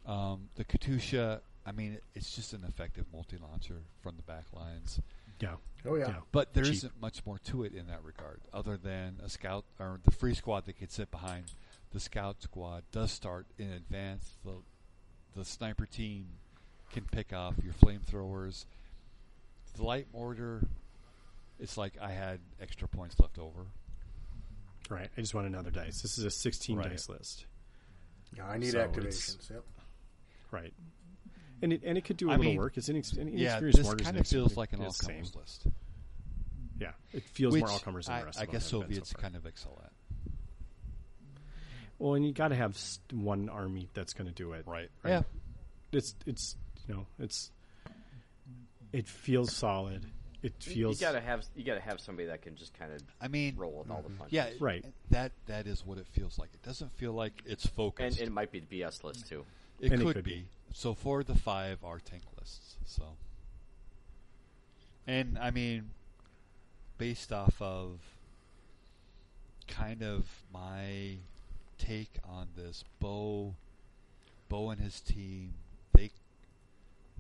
A: Um, the Katusha, I mean, it's just an effective multi-launcher from the back lines.
C: yeah.
B: oh yeah.
C: yeah.
A: But there
C: Cheap.
A: not much more to it in that regard, other than a scout or the free squad that could sit behind. The scout squad does start in advance. The the sniper team can pick off your flamethrowers. The light mortar, it's like I had extra points left over.
C: Right. I just want another dice. This is a sixteen
A: Right.
C: dice list,
B: Yeah, I need
C: So it's-
B: activations. Yep.
C: right? And it and it could do a
A: I
C: little
A: mean,
C: work. It's inex- an
A: Yeah,
C: inexperienced
A: this
C: martyrs
A: kind
C: and
A: of feels
C: experienced-
A: like an all
C: it's the
A: comers
C: same.
A: list,
C: Yeah, it feels
A: which
C: more all comers than
A: I,
C: the rest.
A: I
C: of them
A: guess
C: have been so
A: Soviets
C: far.
A: kind of excel at.
C: Well, and you got to have s- one army that's going to do it,
A: Right.
C: Right.
A: Yeah.
C: It's it's you know it's it feels solid. It feels
D: You gotta have you gotta have somebody that can just kind of
A: I mean,
D: roll with all the punches.
A: yeah,
C: Right.
A: That that is what it feels like. It doesn't feel like it's
D: and,
A: focused.
D: and it might be the BS list too.
A: It
C: And it
A: could,
C: could
A: be.
C: be.
A: So four of the five are tank lists. So, and I mean, based off of kind of my take on this, Bo, Bo and his team, they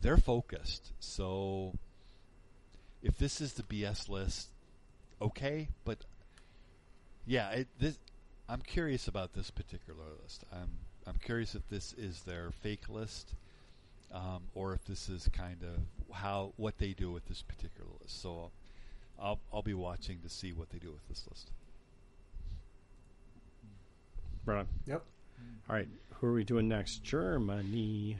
A: they're focused. So, if this is the BS list, okay, but yeah, it, this I'm curious about this particular list. I'm I'm curious if this is their fake list, um, or if this is kind of how what they do with this particular list. So, I'll I'll be watching to see what they do with this list.
C: Right on.
B: Yep.
C: All right, who are we doing next? Germany.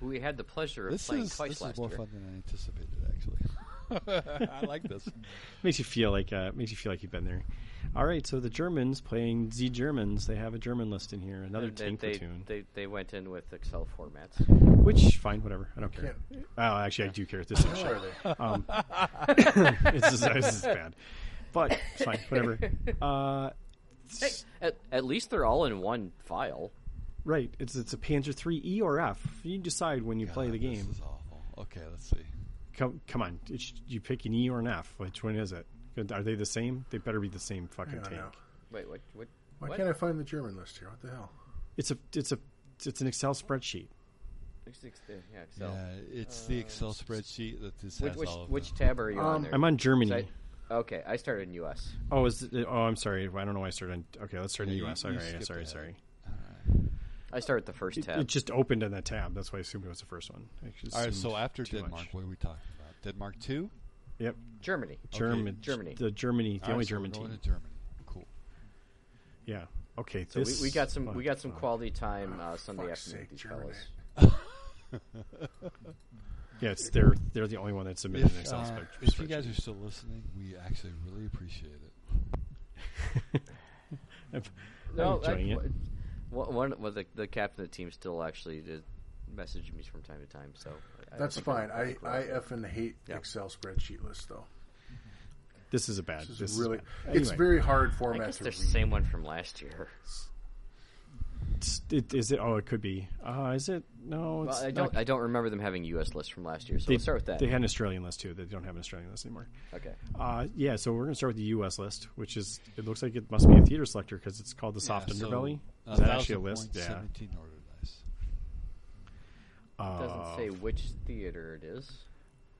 D: Who we had the pleasure of
A: This
D: playing
A: is
D: twice
A: this
D: last
A: is more
D: year.
A: fun than I anticipated. Actually, [LAUGHS] I like this.
C: Makes you feel like uh, makes you feel like you've been there. All right, so the Germans playing the Germans. They have a German list in here. Another
D: They-
C: tank
D: they,
C: platoon.
D: they, they went in with Excel formats.
C: Which fine, whatever. I don't care. Oh, actually, I do care.
B: [LAUGHS]
C: This is
B: Where are they?
C: [LAUGHS]
B: [LAUGHS]
C: this is, this is bad, but it's fine, whatever. Uh,
D: At, at least they're all in one file.
C: right, it's it's a Panzer three E or F. You decide when you [LAUGHS] play the
A: God,
C: game.
A: This is awful. Okay, let's see.
C: Come, come on, it's, you pick an E or an F. Which one is it? Are they the same? They better be the same fucking
B: I don't
C: tank.
B: know.
D: Wait, what? What?
B: Why
D: what?
B: can't I find the German list here? What the hell?
C: It's a it's a it's an Excel spreadsheet.
D: It's- it's- uh, yeah, Excel.
A: Yeah, it's the Excel spreadsheet that this
D: Uh, Which
A: has
D: which,
A: all of
D: which
A: the-
D: tab are you
B: Um,
D: on there?
C: I'm on Germany.
D: So I- okay, I started in U.S.
C: Oh, is it, oh, I'm sorry. I don't know why I started. On, okay, let's start
A: Yeah,
C: in the
A: you-
C: U.S.
A: you
C: All right,
A: skipped
C: sorry,
A: ahead.
C: sorry.
D: I started the first
C: It,
D: tab.
C: it just opened in that tab. That's why I assumed it was the first one. I just
A: All right,
C: assumed
A: so after
C: too much.
A: Denmark, what are we talking about? Denmark two.
C: yep,
D: Germany.
C: German,
D: Germany.
C: the Germany, the
A: All
C: only
A: right, so
C: German
A: we're
C: team.
A: going to Germany. Cool.
C: yeah. Okay.
D: So we,
C: this-
D: we got some we got some
C: fuck.
D: quality time uh, Sunday
B: fuck's
D: afternoon with
B: sake,
D: these
B: Germany.
D: fellas.
C: Yeah, it's they're they're the only one that submitted an
A: If,
C: Excel
A: uh,
C: spec-
A: if you
C: spreadsheet.
A: guys are still listening, we actually really appreciate it.
C: [LAUGHS] I'm,
D: No,
C: I'm enjoying
D: that-
C: it.
D: One, one well, the, the captain of the team still actually did message me from time to time. So I- I
B: That's
D: think I'm-
B: fine. I, I
D: think we're all good.
B: effing hate
D: Yeah.
B: Excel spreadsheet lists, though.
C: This is a bad. This,
B: It's
C: is
B: really,
C: bad.
B: it's
C: Anyway,
B: very hard
D: I
B: format
D: guess
B: to
D: they're
B: read.
D: the same one from last
B: [LAUGHS]
D: year.
C: it's- it- is it? Oh, it could be. Uh, is it? No, it's
D: Well, I don't.
C: not-
D: I don't remember them having U.S. lists from last year. So
C: they,
D: let's start with that.
C: They had an Australian list too. They don't have an Australian list anymore.
D: okay.
C: Uh, yeah, so we're gonna start with the U.S. list, which is it looks like it must be a theater selector because it's called the Soft
A: Yeah, so
C: Underbelly.
A: a
C: Is that
A: thousand
C: actually a list?
A: points,
C: Yeah.
A: Seventeen order dice.
C: Uh,
D: Doesn't say which theater it is.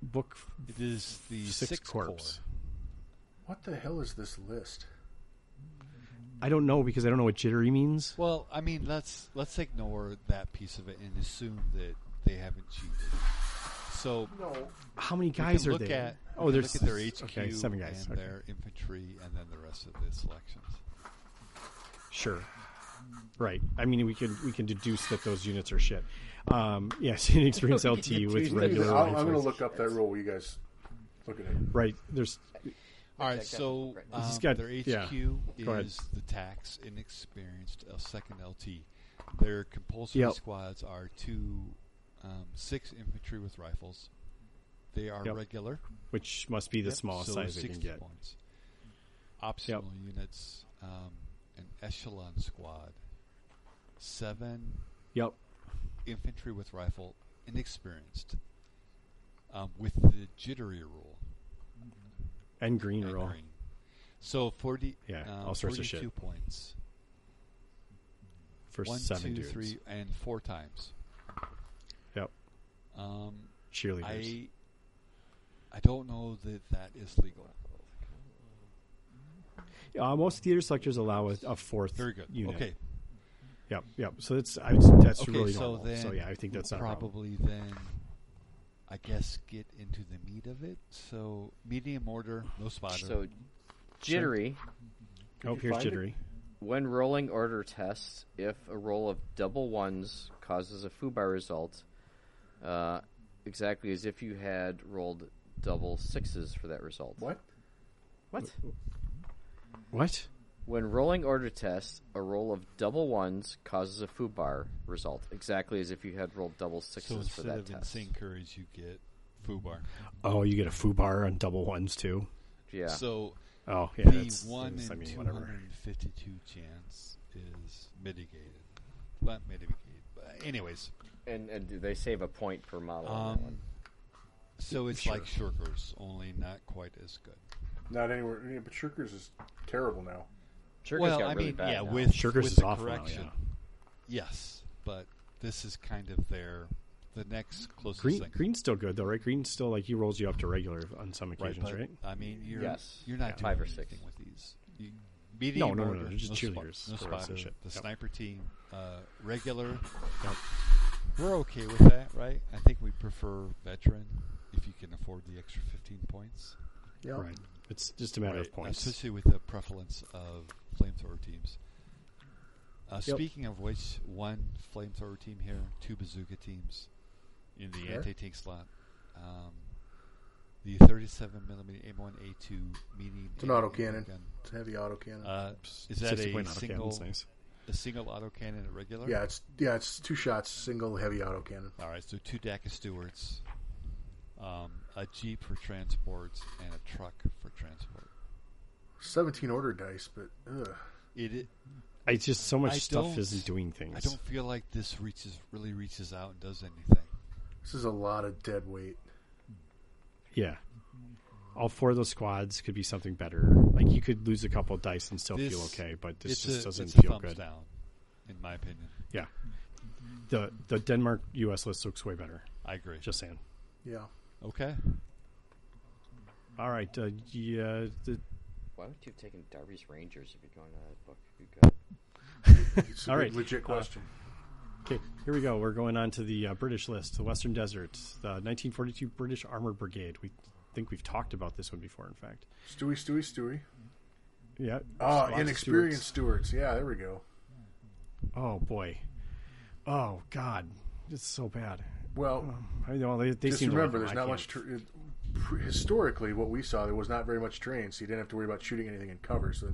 C: book
A: It is the
C: six,
A: sixth
C: corpse.
A: corps.
B: What the hell is this list?
C: I don't know because I don't know what jittery means.
A: Well, I mean, let's let's ignore that piece of it and assume that they haven't cheated. So
B: No,
C: How many
A: we
C: guys
A: can
C: are
A: look
C: there?
A: At, we
C: oh,
A: can
C: there's
A: look at their HQ
C: okay, seven guys.
A: and
C: Okay.
A: their infantry, and then the rest of the selections.
C: Sure. Right. I mean, we can we can deduce that those units are shit. Um, [LAUGHS] yes, an experience
B: [LAUGHS]
C: LT with regular
B: I'm, I'm going to
C: rifles.
B: look up that rule. while You guys look at it.
C: Right. There's
A: All right, so
D: Right.
A: um,
C: He's got-
A: their HQ
C: yeah. Go ahead.
A: is the tax inexperienced uh, second LT. Their compulsory
C: Yep.
A: squads are two, um, six infantry with rifles. They are
C: Yep.
A: regular.
C: which must be the
A: Yep,
C: smallest
A: so
C: size they can
A: 60
C: get.
A: Points. Optional units, um, an echelon squad, seven
C: Yep.
A: infantry with rifle, inexperienced, um, with the jittery rule.
C: And green
A: and
C: roll.
A: green. So 40,
C: Yeah,
A: um,
C: all sorts of shit.
A: 42 points.
C: for
A: One,
C: seven
A: two,
C: dudes.
A: three, and four times.
C: Yep.
A: Um,
C: Cheerleaders.
A: I I don't know that that is legal.
C: uh, most theater selectors allow a, a fourth
A: Very good.
C: unit.
A: Okay.
C: Yep. Yep. So it's I, that's
A: Okay,
C: really
A: so
C: normal.
A: then
C: so yeah, I think
A: we
C: that's not a problem.
A: probably then. I guess get into the meat of it. So medium order, no spotter.
D: So, jittery.
C: Oh,
B: you
C: here's
B: find it?
C: jittery.
D: When rolling order tests, if a roll of double ones causes a foobar result, uh, exactly as if you had rolled double sixes for that result.
B: What?
D: What?
C: What?
D: When rolling order tests, a roll of double ones causes a foobar result, exactly as if you had rolled double
A: So
D: sixes for
A: instead
D: that
A: of
D: test.
A: insane courage, you get foobar.
C: Oh, you get a foo bar on double ones too.
D: Yeah.
A: So
C: Oh, yeah.
A: the
C: that's,
A: one
C: that's- I
A: in
C: mean,
A: two
C: whatever.
A: hundred and fifty-two chance is mitigated. Not mitigated. But anyways,
D: and, and do they save a point per model on that
A: um,
D: one?
A: so it's like shirkers, only not quite as good.
B: Not anywhere. yeah, but Shirkers is terrible now.
D: Shurker's
A: well,
D: got
A: I
D: really
A: mean,
D: bad
A: yeah,
D: now.
A: with
C: Shirkers
A: with
C: is
A: the
C: awful now,
A: correction,
C: yeah.
A: yes, but this is kind of their the next closest
C: Green,
A: thing.
C: green's still good though, right? Green's still like he rolls you up to regular on some
A: right,
C: occasions,
A: but,
C: right?
A: I mean, you're
D: Yes.
A: you're not
D: Yeah.
A: doing
D: Five or
A: anything
D: six.
A: with these. You, medium
C: no, no,
A: order,
C: no, just
A: spot-
C: cheerleaders,
A: no
C: corrals and
A: spotter,
C: shit.
A: the
C: Yep.
A: sniper team, uh, regular,
C: Yep.
A: We're okay with that, right? I think we prefer veteran if you can afford the extra 15 points.
B: Yeah.
C: Right. It's just a matter of
A: Right,
C: points.
A: Especially with the prevalence of flamethrower teams. Uh,
C: Yep.
A: Speaking of which, one flamethrower team here, two bazooka teams in the
B: Fair.
A: anti tank slot. Um, the 37 millimeter M1A2 medium.
B: It's an
A: air
B: autocannon.
A: gun.
B: It's a heavy autocannon.
A: Uh, is that
C: Six
A: a
C: point auto
A: single,
C: cannon's nice.
A: a single autocannon at regular?
B: yeah, it's yeah, it's two shots, single heavy autocannon.
A: All right, so two DACA stewards, um, a jeep for transport, and a truck for transport.
B: Seventeen order dice, but ugh.
A: It, it
C: I just so much
A: I
C: stuff
A: don't-
C: isn't doing
A: I
C: things.
A: don't feel like this reaches really reaches out and does anything.
B: this is a lot of dead weight.
C: Yeah. All four of those squads could be something better. Like you could lose a couple of dice and still
A: This-
C: feel okay, but this
A: it's
C: just
A: a,
C: doesn't
A: it's a
C: feel
A: thumbs
C: good.
A: down, in my opinion.
C: Yeah. The the Denmark US list looks way better.
A: I agree.
C: Just saying. [LAUGHS]
B: Yeah.
A: okay.
C: All right. Uh, yeah. The,
D: Why would you have taken Darby's Rangers if you're going to that book? You got
B: It's a
C: All
B: good,
C: right. Uh,
B: legit question.
C: okay. Here we go. We're going on to the uh, British list, the Western Desert, the 1942 British Armored Brigade. We think we've talked about this one before, in fact.
B: Stewie, Stewie, Stewie.
C: Yeah.
B: Ah,
C: Lots of
B: inexperienced
C: Stuarts.
B: stewards. Yeah, there we go.
C: Oh, boy. Oh, God. It's so bad.
B: Well,
C: I know they, they
B: just
C: seem to like
B: remember,
C: them.
B: there's
C: I
B: not
C: can't-
B: much. Tr- it- pr- historically, what we saw, there was not very much terrain, so you didn't have to worry about shooting anything in cover. So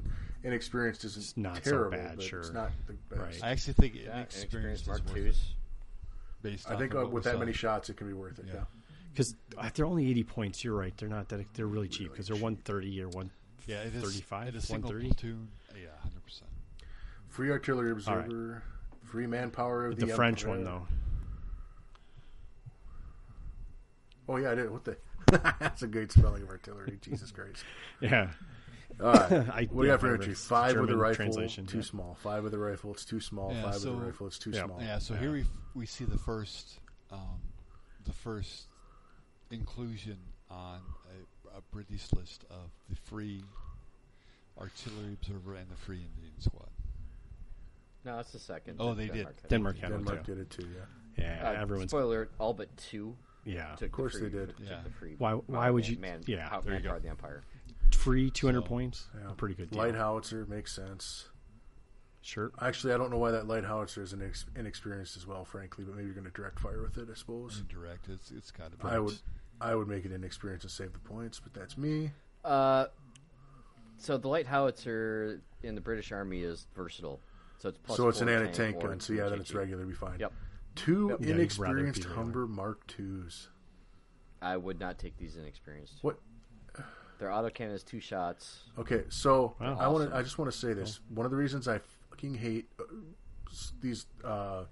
B: inexperienced isn't
C: It's not so
B: terrible.
C: bad,
B: but
C: sure.
B: It's not the best.
C: Right.
A: I actually think
D: an
A: inexperienced
D: experienced
A: is
D: Mark
A: worth it
D: Twos.
A: based
B: I
A: off
B: think
A: of
B: uh,
A: what
B: with
A: we
B: that
A: saw.
B: many shots, it could be worth it. Yeah.
A: Yeah.
C: because uh, they're only eighty points. You're right; they're not that. They're really cheap because they're one thirty or one
A: Yeah, it is.
C: 35,
A: It is single
C: 130?
A: platoon. Yeah, hundred percent.
B: Free artillery observer, free manpower of
C: But
B: the,
C: the, French
B: Empire.
C: one though.
B: Oh yeah, I did. What the? [LAUGHS] That's a great spelling of artillery. Jesus Christ.
C: Yeah,
B: All
C: [LAUGHS]
B: right.
C: I,
B: What do you
C: yeah,
B: got for
C: whatever,
B: infantry?
C: it's
B: Five with a
C: German
B: rifle,
C: translation,
B: too
C: yeah.
B: small. Five with a rifle, it's too small.
A: Yeah,
B: Five
A: so-
B: with a rifle, it's too
C: Yeah.
B: small.
A: Yeah, so
C: Oh, Yeah.
A: here we f- we see the first um, the first inclusion on a, a British list of the free artillery observer and the free Indian squad.
D: No, that's the second.
A: Oh, they did.
C: Denmark had one
B: Denmark
C: too.
B: did it too. Yeah.
C: Yeah,
D: Uh,
C: everyone's
D: spoiler: alert, all but two.
C: yeah
D: Took of
B: course they did.
A: Yeah.
C: Why- why would you-
D: Man,
C: yeah,
D: how,
C: there you go.
D: manpower of the empire.
C: free two hundred
A: So-
C: points.
B: yeah.
C: A pretty good deal.
B: Light howitzer makes sense.
C: shirt.
B: Actually, I don't know why that light howitzer is inex- inexperienced as well, frankly. But maybe you're going to direct fire with it, I suppose.
A: Indirect, it's it's got to
C: Mm,
A: be.
B: I would, I would make it inexperienced and save the points, but that's me.
D: Uh, so the light howitzer in the British Army is versatile. So it's plus
B: so it's an
D: four
B: anti tank
D: tank or
B: gun. So yeah, then it's
D: 2kg.
B: regular. Be fine.
D: Yep.
B: Two
C: Yeah, you'd rather be
B: inexperienced
C: the other.
B: Humber Mark Twos.
D: I would not take these inexperienced.
B: What?
D: Their autocannon is two shots.
B: Okay, so
C: Wow.
B: I want
D: Awesome.
B: to. I just want to say this. One of the reasons I fucking hate uh, s- these uh,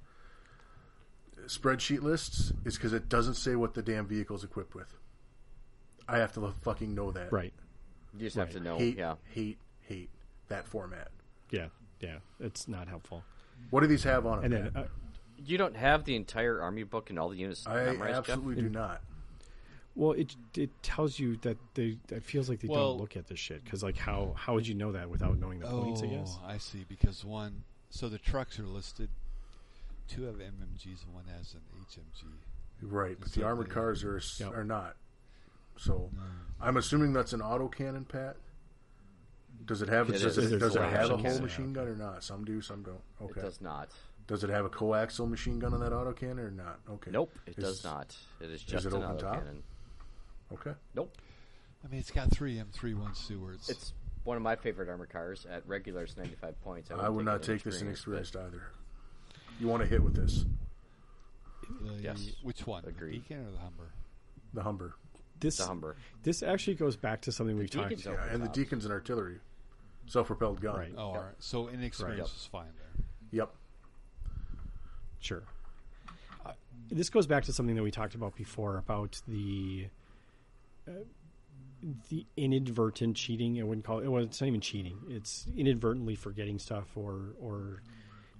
B: spreadsheet lists is because it doesn't say what the damn vehicle's equipped with. I have to lo- fucking know that.
C: Right.
D: You just have
C: Right.
D: to know.
B: Hate,
D: Oh, yeah.
B: hate, hate that format.
C: Yeah. Yeah. It's not helpful.
B: What do these have on
C: And
B: them?
C: then uh,
D: You don't have the entire army book and all the units
B: I
D: memorized, Jeff?
B: absolutely do not.
C: Well, it it tells you that they. It feels like they
A: Well-
C: don't look at this shit because, like, how how would you know that without knowing the points? I guess.
A: Oh, I see. Because one, so the trucks are listed. Two have MMGs and one has an HMG.
B: Right, but
A: It's
B: the
A: not
B: armored
A: the-
B: cars are s-
C: Yep.
B: are not. So, I'm assuming that's an autocannon, Pat. Does it have
D: It
B: does,
D: is.
B: it, does it
D: There's
B: have a
D: four
B: whole
D: options.
B: machine gun or not? Some do, some don't. Okay.
D: It does not.
B: Does it have a coaxial machine gun on that autocannon or not? Okay.
D: Nope, it
B: Is-
D: does not. It is just
B: it
D: an
B: open top?
D: autocannon.
B: Okay.
D: Nope.
A: I mean, it's got three M31 Stewards.
D: It's one of my favorite armor cars. At regular, it's 95 points.
B: I would not take this
D: experience.
B: inexperienced either. You want to hit with this,
A: the,
D: yes.
A: Which one?
D: Agreed.
A: The Beacon or the Humber?
B: the Humber,
C: This
D: The Humber.
C: this actually goes back to something we've talked.
D: Deacon's
C: about.
D: open
B: and the
D: top.
B: Deacon's an artillery, self-propelled gun.
C: Right.
A: Oh, all right. So inexperience
C: Right.
A: is fine there.
B: Yep.
C: Sure. Uh, this goes back to something that we talked about before about the uh, the inadvertent cheating. I wouldn't call it. Well, it's not even cheating. It's inadvertently forgetting stuff or or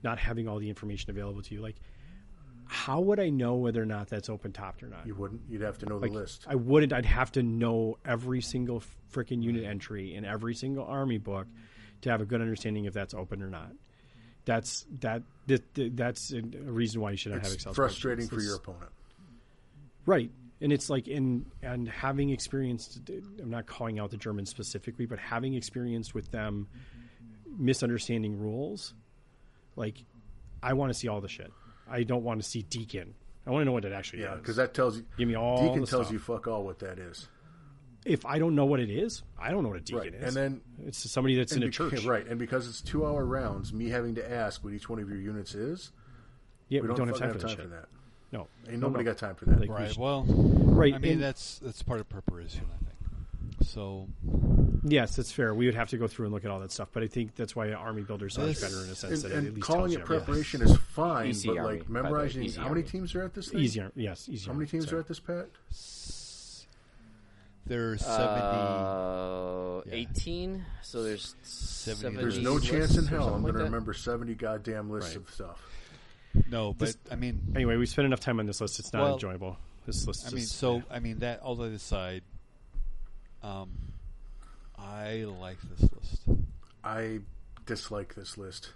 C: not having all the information available to you. Like, how would I know whether or not that's open topped or not?
B: You wouldn't. You'd have to know the
C: Like,
B: list.
C: I wouldn't. I'd have to know every single freaking unit entry in every single army book to have a good understanding if that's open or not. That's that. that that's a reason why you should not have
B: It's
C: Excel.
B: frustrating
C: spreadsheets.
B: for
C: It's-
B: your opponent.
C: right, and it's like in and having experienced. I'm not calling out the Germans specifically, but having experienced with them misunderstanding rules, like I want to see all the shit. I don't want to see Deacon. I want to know what it actually
B: Yeah,
C: is.
B: because that tells you.
C: Give me all
B: Deacon
C: the
B: tells
C: stuff.
B: you fuck all what that is.
C: if I don't know what it is, I don't know what a deacon
B: Right.
C: is.
B: And then
C: it's somebody that's in a
B: [LAUGHS] beca-
C: church.
B: right? And because it's two-hour rounds, me having to ask what each one of your units is,
C: Yeah,
B: we don't,
C: have
B: fucking
C: time for that. shit.
B: that.
C: No,
B: Ain't
C: No,
B: nobody
C: no.
B: got time for that.
C: Like, we
A: Right.
C: should-
A: Well,
C: right.
A: I mean,
C: and-
A: that's that's part of preparation, I think. So
C: yes, that's fair. We would have to go through and look at all that stuff, but I think that's why Army Builder sounds
A: This-
C: better in a sense
B: and,
C: that it at
B: and
C: least
B: calling
C: tells
B: it
C: you everything.
B: preparation is fine,
D: Easy
B: but
D: army, by
B: like
D: the way,
B: memorizing
D: easy
B: how many
D: army.
B: teams are at this thing?
C: Easier, yes, easier.
B: How many teams
C: Sorry.
B: are at this pat?
A: there are seventy.
D: Uh,
A: Yeah.
D: 18. So there's
A: 70.
D: 70.
B: There's
A: These
B: no
D: lists
B: chance in
D: or
B: hell I'm
D: something like
B: going to
D: that.
B: remember 70 goddamn lists
C: Right.
B: of stuff.
A: no, but I mean,
C: Anyway, we spent enough time on this list. It's not
A: Well,
C: enjoyable. This list.
A: I mean,
C: is-
A: so I mean that. All that aside, um, I like this list.
B: I dislike this list.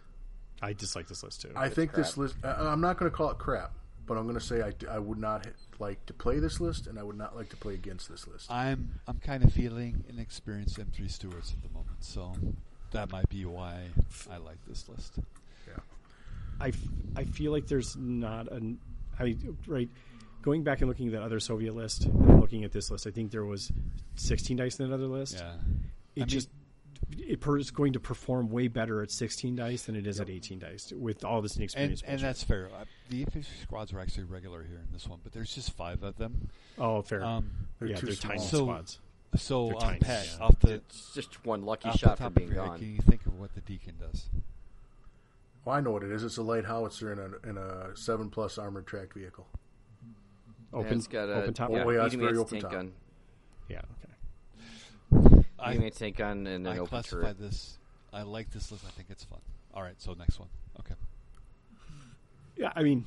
C: I dislike this list too.
B: I think this
D: crap.
B: list. I, I'm not going to call it crap, but I'm going to say I, d- I would not h- like to play this list, and I would not like to play against this list.
A: I'm I'm kind of feeling inexperienced M3 stewards at the moment, so that might be why I like this list.
C: I, f- I feel like there's not an I mean right going back and looking at that other Soviet list and then looking at this list I think there was 16 dice in that other list
A: Yeah,
C: it
A: I mean-
C: just it per- is going to perform way better at 16 dice than it is at 18 dice with all this
A: And,
C: inexperience.
A: and
C: bullshit.
A: that's fair. Uh, The infantry squads are actually regular here in this one, but there's just five of them.
C: oh, fair.
A: Um,
C: yeah,
B: too
C: they're
B: small.
C: tiny
A: So-
C: squads.
A: so,
C: They're
A: um,
C: tiny,
A: Pat,
C: yeah.
A: off the
D: It's just one lucky
A: off the
D: shot
A: top
D: for
A: of
D: being
A: your head,
D: gone.
A: can you think of what the deacon does?
B: Well, I know what it is. It's a light howitzer in a in a seven plus armored tracked vehicle.
D: And
C: Open,
D: it's got a
C: open top.
D: yeah,
B: Oh, yeah, it's
D: medium
B: very
D: anti
B: open
D: tank
B: top.
D: gun,
C: yeah. Okay.
A: I-
D: medium anti tank gun, and an
A: I
D: open
A: classify
D: turret.
A: this. I like this list. I think it's fun. All right, so next one. Okay.
C: Yeah, I mean,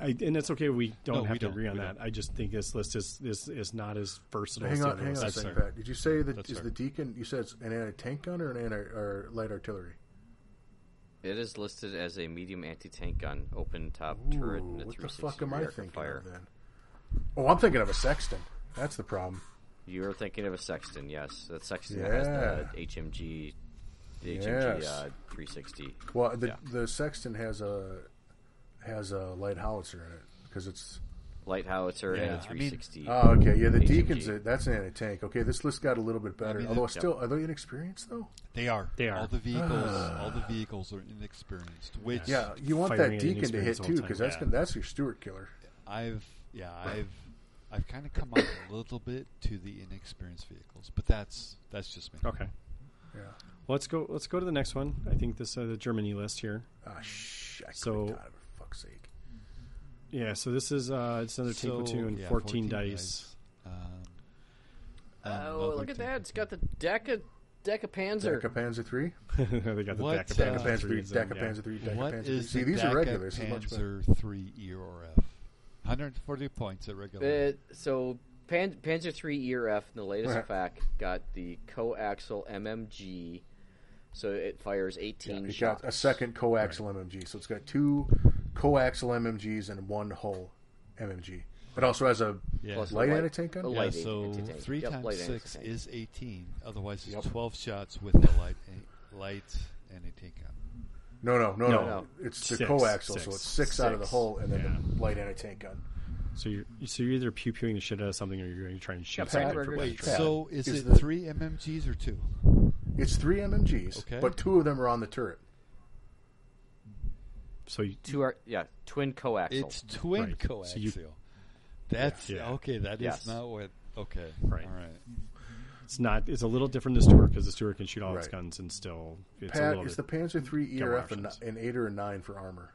C: I, and it's okay. We don't
A: No,
C: have
A: we
C: to
A: don't,
C: agree on
A: we
C: that. I just think this list is is, is not as versatile. as
B: hang
C: the
B: on,
C: other
B: hang on a
C: lists.
B: second,
A: fair.
B: Pat. Did you say that
A: That's
B: is
A: fair.
B: the deacon? You said it's an anti tank gun or an anti or light artillery?
D: It is listed as a medium anti tank gun, open top turret,
B: Ooh,
D: and a
B: what the
D: 360
B: fuck am I
D: rear
B: thinking
D: fire.
B: of then? Oh, I'm thinking of a sexton. That's the problem.
D: You're thinking of a Sexton, yes. That Sexton that has the HMG, the HMG
B: Yes.
D: uh, 360.
B: Well, the
D: Yeah.
B: the sexton has a has a light howitzer in it because it's.
D: Light howitzer
A: Yeah,
D: and a
A: I mean- uh,
D: 360.
B: Oh, okay, yeah. The
D: HMG.
B: deacons, a, that's an anti tank. Okay, this list got a little bit better.
A: mean,
B: Although
A: it-
B: still, are they inexperienced though?
A: They are.
C: They are.
A: All the vehicles.
C: [SIGHS]
A: all the vehicles are inexperienced. Which
B: Yeah, you want
C: firing
B: that
C: at
B: deacon to
C: inexperienced
B: hit
C: all
B: too
C: the time,
B: because that's
C: yeah.
B: gonna, that's your Stewart killer.
A: I've yeah I've I've kind of come up a little bit to the inexperienced vehicles, but that's that's just me.
C: Okay.
B: Yeah.
C: Well, let's go. Let's go to the next one. I think this uh, the Germany list here.
B: Ah, shh. I
C: So-
B: so, God, for fuck's sake.
C: Yeah. So this is uh, it's another
A: So,
C: Tinker Two and
A: yeah,
C: 14, dice.
A: Um,
D: Oh, look at that. It's got the Deca, Deca Panzer.
B: Deca Panzer three,
C: [LAUGHS] they got the
A: What,
C: Deca
A: uh,
C: Panzer
A: Deca
B: Panzer three,
C: threes and-
B: Deca
C: yeah.
B: Panzer three, Deca
A: What
B: Panzer three.
A: is
B: See,
A: the
B: these
A: DACA
B: are regular. This is much better.
A: Panzer three E or F? 140 points at regular.
D: Uh, so Pan- Panzer III ERF in the latest
B: Right.
D: FAQ got the coaxial MMG, so it fires 18
B: It's
D: shots.
B: got a second coaxial MMG, so it's got two coaxial MMGs and one whole MMG. It also has a
A: Yeah.
D: Plus
B: light
D: a
B: anti-tank gun.
D: a
B: Yeah,
A: Yeah,
D: light
A: so
D: anti-tank.
A: three
D: Yep, light
A: times six
D: anti-tank.
A: is eighteen. Otherwise, it's
B: Yep.
A: twelve shots with the light, a- light, and a tank gun.
B: No, no, no,
C: No.
B: no.
D: No.
B: It's the
C: Six.
B: coaxial, so
C: Six.
B: it's six, out of the
C: Six.
B: whole, and then
C: Yeah.
B: the light anti-tank gun.
C: So you're so you're either pew pewing the shit out of something, or you're going to try and shoot
D: Pat,
C: something.
D: Pat,
C: for
D: Wait,
C: weapons.
B: Pat,
A: So, is,
B: is
A: it
B: the-
A: three MMGs or two?
B: It's three MMGs,
A: Okay.
B: but two of them are on the turret.
C: So you,
D: Two are, yeah, twin coaxial.
A: It's twin
C: Right.
A: coaxial.
C: So you-
A: That's
C: Yeah.
A: okay. That is
D: Yes.
A: not what. Okay.
C: Right.
A: All right.
C: it's not. It's a little different than Stuart because the Stuart can shoot all its
B: Right.
C: guns and still. It's a
B: Pat,
C: little
B: is the
C: bit-
B: Panzer three E
C: Got more
B: ERF an,
C: options.
B: an eight or a nine for armor?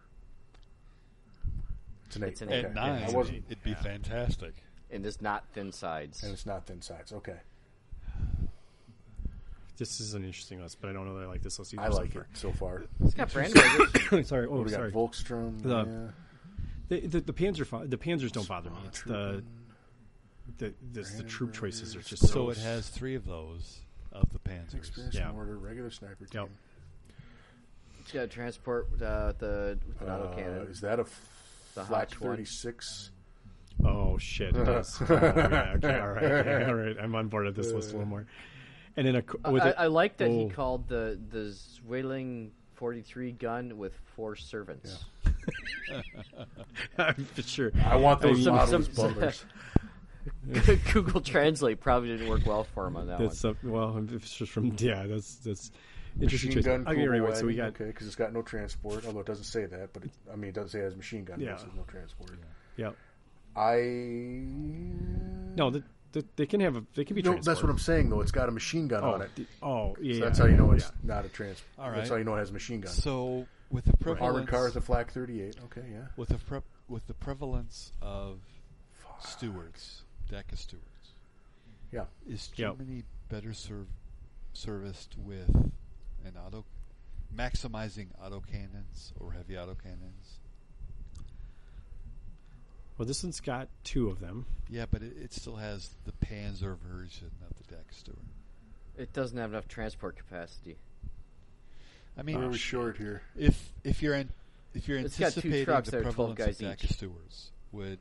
B: It's an eight.
D: It's an
B: okay.
D: eight.
A: At nine,
B: I wasn't,
A: it'd be fantastic.
D: and it's not thin sides.
B: and it's not thin sides. Okay,
C: this is an interesting list, but I don't know that I like this list either.
B: I
C: so
B: like it
C: far.
B: so far.
D: It's got brand regular.
B: [COUGHS]
C: sorry. Oh,
B: We got
C: sorry.
B: Volkstrom.
C: The-
B: yeah.
C: The, the, the Panzer fi- the Panzers don't bother me. It's the the this, the troop choices are just so,
A: So it has three of those of the Panzers.
B: Experience
C: Yeah.
B: and order, regular sniper team.
C: Yep.
D: It's
B: [LAUGHS]
D: got transport uh, the with an
B: Uh,
D: autocannon.
B: is that a
D: The
B: flat
D: Hotch one.
B: 36?
C: Oh
B: [LAUGHS]
C: shit! It does. Oh, yeah, okay, all right, [LAUGHS] yeah, all right. I'm on board with this list a little more. And then a co- with
D: I,
C: it-
D: I like that
C: oh,
D: he called the the Zwilling 43 gun with four servants.
C: [LAUGHS] I'm sure.
B: I want those
C: Some-
B: models,
D: some-
B: [LAUGHS] butlers.
D: [LAUGHS] Google Translate probably didn't work well for him on that
C: That's
D: one.
C: some- well, it's just from [LAUGHS] yeah. That's that's interesting.
B: machine
C: choice.
B: gun.
C: okay,
B: Kubel
C: anyway, so we
B: wagon,
C: got
B: okay because it's got no transport. Although it doesn't say that, but it, I mean it doesn't say it has machine gun.
C: Yeah.
B: Yeah. no transport.
C: yeah.
B: I
C: No, the, the, they can have a they can be.
B: no, that's what I'm
C: transported.
B: saying though. It's got a machine gun on it.
C: Oh, the- oh yeah.
B: So that's how you know
C: yeah.
B: it's not a transport.
A: All right.
B: That's how you know it has a machine gun.
A: So with the
B: Armored
A: prevalence,
B: car with a Flak 38. Okay, yeah.
A: with the prep, with the prevalence of stewards, DACA stewards,
B: Yeah.
A: is
C: Yep.
A: Germany better serv- serviced with an auto maximizing autocannons or heavy autocannons?
C: Well, this one's got two of them.
A: Yeah, but it, it still has the Panzer version of the DACA steward.
D: It doesn't have enough transport capacity.
A: I mean,
B: We're short here.
A: if if you're an if you're
D: Oh, It's got two
A: anticipating
D: trucks
A: the
D: that are 12
A: prevalence of
D: guys
A: DACA
D: each.
A: stewards, would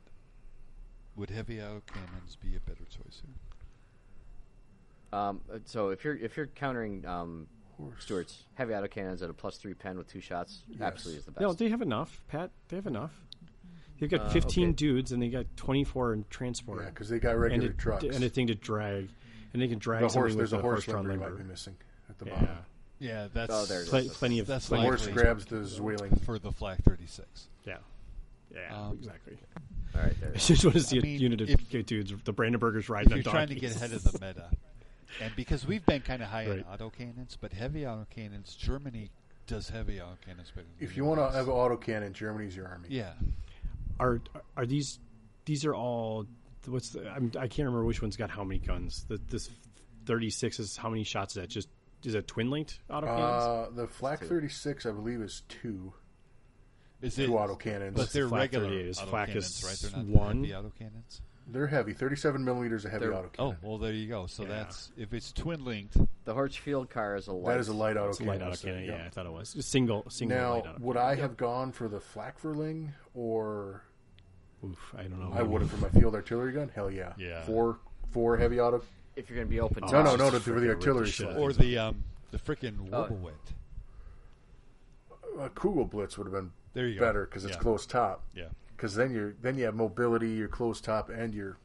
A: would heavy autocannons be a better choice here?
D: Um, so if you're if you're countering um, Stewart's heavy autocannons at a plus three pen with two shots, absolutely is the best.
C: No, they have enough, Pat. They have enough. They've got 15
D: okay.
C: dudes and they got 24 in transport.
B: Uh, Yeah, because they got
C: and,
B: regular
C: a,
B: trucks.
C: and a thing to drag. And they can drag
B: the
C: something
B: horse,
C: with
B: there's a
C: the
B: horse
C: horse-drawn
B: limber you
C: lever.
B: might be missing at the
C: Yeah.
B: bottom.
A: Yeah, that's
D: Oh, there it is.
C: Pl- plenty of
A: That's
C: plenty of
A: like-
B: Horse
A: Likely.
B: grabs the Zwilling.
A: for the Flak 36.
C: Yeah. Yeah,
A: Um,
C: exactly. [LAUGHS]
D: All right, there.
C: I just want to see
A: I
C: a
A: mean,
C: unit of
A: if-
C: gay dudes, the Brandenburgers riding
A: If you're
C: on
A: trying to get
C: donkeys.
A: ahead of the meta, and because we've been kind of high
C: Right.
A: on auto cannons, but heavy auto cannons, Germany does heavy auto cannons better. Than
B: If
A: the
B: you want to
A: US.
B: have autocannon, Germany's your army.
A: yeah,
C: Are are these? These are all. What's the, I'm, I can't remember which one's got how many guns. The, this 36 is how many shots is that? Just is it twin linked autocannons?
B: Uh, the Flak 36, I believe, is two.
A: is
B: Two
A: it?
B: autocannons.
A: But they're
C: Flak
A: regular
C: 38 is
A: auto
C: Flak
A: cannons,
C: is
A: right? They're not
C: one.
A: the heavy autocannons.
B: They're heavy. 37 millimeters a heavy
D: They're-
A: Oh
B: autocannon.
A: well, there you go. So
C: Yeah.
A: that's if it's twin linked.
D: The Horchfield car is a light.
B: that is a light
C: It's a light
B: autocannon. so,
C: autocannon.
B: yeah.
C: Yeah, I thought it was single single
B: Now,
C: light autocannon.
B: would I have gone for the Flakverling or
C: Oof, I don't know.
B: I would have for my field artillery gun? Hell yeah.
A: Yeah.
B: Four four heavy auto.
D: If you're going to be
C: Oh,
D: open,
B: Oh, No,
D: to
B: no,
D: us.
B: no, no for the artillery.
C: shit
B: slug.
A: or the um, the freaking
D: Oh.
A: Warbowit.
B: a Kugel Blitz would have been
A: There you go.
B: better because it's
A: Yeah.
B: close top.
A: Yeah,
B: Because then you are then you have mobility, your close top, and your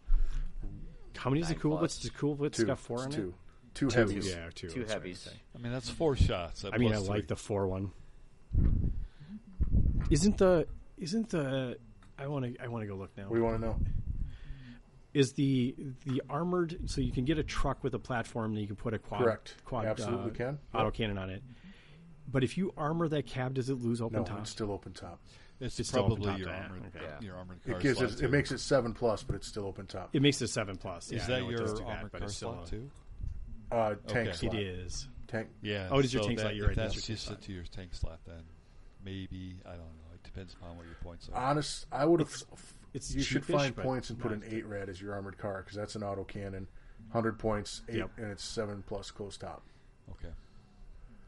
C: How many is the
D: Nine
C: cool
D: plus.
C: blitz? The cool blitz
B: two.
C: got four
B: It's
C: on
B: two.
C: it.
B: Two
C: Two,
B: heavies.
C: yeah, two. that's
D: two
C: right.
D: heavies.
A: I mean that's four shots. at
C: I mean, I
A: plus
C: like
A: three.
C: the four one. Isn't the isn't the I want to I want to go look now.
B: What do you want to know?
C: Is the the armored so you can get a truck with a platform that you can put a quad
B: Correct.
C: quad
B: Absolutely
C: uh,
B: can.
C: auto cannon on it. But if you armor that cab, does it lose open
B: No,
C: top?
B: it's still open top.
A: It's,
C: It's still open
A: probably
C: top
A: your
C: to that.
A: armored,
C: Okay.
A: your armored car
B: It gives
A: slot
B: it,
A: too.
B: it makes it seven plus, but it's still open top.
C: It makes it seven plus.
A: Is
C: yeah, I
A: that
C: know it
A: your
C: does do that,
A: armored
C: but
A: car
C: it's still
A: slot
C: a-
A: too?
B: Uh, tank
A: Okay.
B: slot.
C: It is.
B: Tank.
A: Yeah.
C: Oh, it is your
A: so
C: tank
A: that-
C: slot, you're
A: if
C: right, that's
A: That's
C: your tank
A: just
C: slot.
A: to your tank slot then. Maybe I don't know. It depends upon what your points are.
B: Honest, I would have.
C: it's
B: you should
C: cheapish,
B: find
C: but
B: points and put an
C: not-
B: eight rad as your armored car because that's an auto cannon, hundred points, eight,
C: Yep.
B: and it's seven plus close top.
A: okay.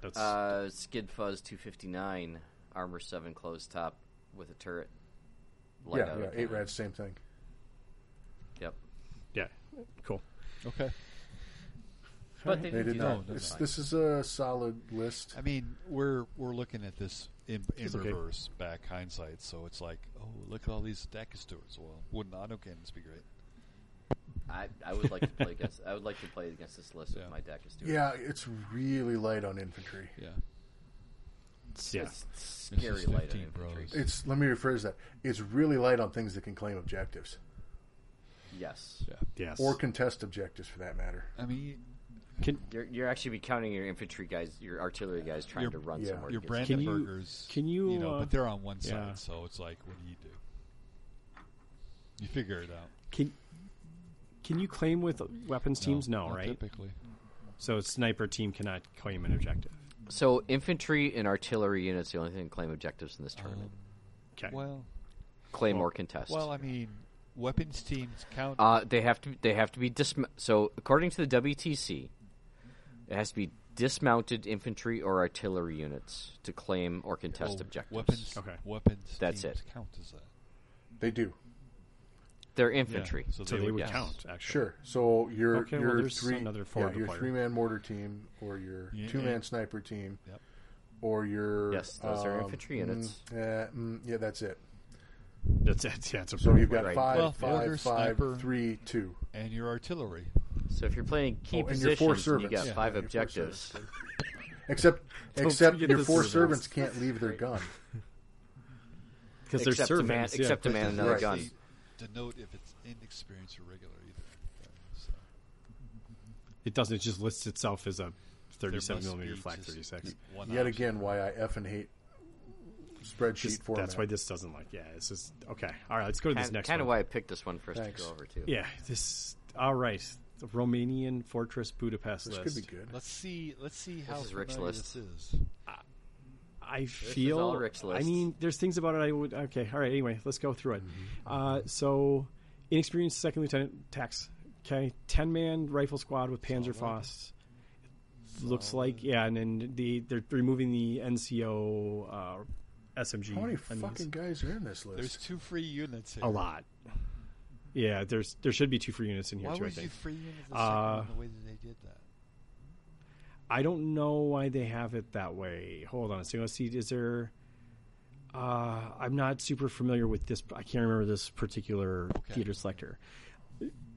C: That's
D: Uh, Skid Fuzz 259, armor seven, closed top with a turret. Light
B: yeah,
D: auto
B: yeah,
D: cannon.
B: eight rad, same thing.
D: Yep.
C: yeah, cool.
A: Okay.
D: But they,
B: They
D: didn't
B: did
D: do that.
B: not.
A: no,
B: It's-
A: fine.
B: this is a solid list.
A: I mean, we're we're looking at this in, in
C: It's okay.
A: reverse, back hindsight. So it's like, oh, look at all these Daka Stewards. Well, wouldn't auto cannons be great?
D: I, I would like to play against. I would like to play against this list
A: Yeah.
D: with my deck is doing.
B: Yeah, it's really light on infantry.
A: Yeah.
C: It's, yeah,
D: It's scary
A: just
D: light on
A: 15
D: infantry.
A: bros.
B: It's let me rephrase that. It's really light on things that can claim objectives
D: Yes.
A: Yeah.
C: yes.
B: or contest objectives, for that matter.
A: I mean,
C: can,
D: You're, you're actually be counting your infantry guys, your artillery guys trying
A: Your-
D: to run
B: yeah.
D: somewhere.
A: your
D: to get-
C: Can you-
A: Brandenburgers.
C: can you,
A: know,
C: uh,
A: but they're on one side,
C: yeah.
A: so it's like, what do you do? You figure it out.
C: can can you claim with weapons teams? No,
A: not
C: right?
A: Typically,
C: So sniper team cannot claim an objective.
D: So infantry and artillery units the only thing that claim objectives in this tournament.
C: Okay.
A: well,
D: claim or contest.
A: Oh. well, I mean, weapons teams count.
D: Uh, they have to. They have to be dism- So, according to the WTC, it has to be dismounted infantry or artillery units to claim or contest
A: well,
D: objectives.
A: Oh, Weapons.
C: Okay.
A: Weapons.
D: That's
A: teams
D: it.
A: Count as that.
B: They do.
D: They're infantry.
A: Yeah, so,
C: so they would
D: yes.
C: count actually.
B: Sure. So your
C: Okay, well,
B: your
C: there's
B: three
C: another
B: yeah,
C: forward
B: your
C: deployer.
B: three man mortar team or your
A: Yeah,
B: two man
A: and-
B: sniper team
A: Yep.
B: or your
D: Yes, those are
B: um,
D: infantry
B: mm,
D: units.
B: yeah, mm, yeah, that's it.
C: That's it. Yeah, it's a
B: So you've got
D: Right.
B: five,
A: Well, mortar,
B: five, five,
A: sniper.
B: three, two.
A: And your artillery.
D: So, if you're playing key
B: Oh, and your
D: positions,
B: four
D: and you
B: servants.
D: got
B: Yeah,
D: five
B: and your four
D: objectives. [LAUGHS]
B: Except except
C: forget
B: your
C: the
B: four
C: servants.
B: servants can't leave their gun.
C: because they're
D: Except to man,
C: servants. yeah.
D: except to man another
B: Right.
D: gun.
A: Denote if it's inexperienced or regular either. So,
C: it doesn't. It just lists itself as a
A: there
C: 37
A: must
C: millimeter
A: be
C: flak
A: just
C: 36.
A: one
B: Yet
A: option.
B: again, why I effing hate spreadsheet
C: Just-
B: format.
C: that's why this doesn't like. Yeah, it's just okay. All right, let's go to this next
D: Kind of
C: one.
D: why I picked this one for us
B: Thanks.
D: to go over too.
C: Yeah, this. All right, the Romanian fortress Budapest
B: this
C: list.
B: could be good.
A: Let's see. Let's see how
D: is Rick's
A: familiar
D: list.
A: This is.
C: I
D: is
C: feel.
D: all Rick's
C: I
D: list.
C: mean, there's things about it I would. Okay, all right. Anyway, let's go through it.
B: Mm-hmm.
C: Uh, so, inexperienced second lieutenant tax. Okay, ten man rifle squad with Panzerfaust. Looks like yeah, and then the they're removing the NCO uh, SMG.
B: How many
C: on these.
B: fucking guys are in this
A: There's
B: list?
A: two free units here.
C: A lot. Yeah, there's there should be two free units in here
A: Why
C: too. I
A: would you
C: think.
A: free units the
C: Uh,
A: second one the way that they did that?
C: I don't know why they have it that way. Hold on a second. Let's see. Is there? Uh, I'm not super familiar with this. I can't remember this particular
A: Okay.
C: theater selector.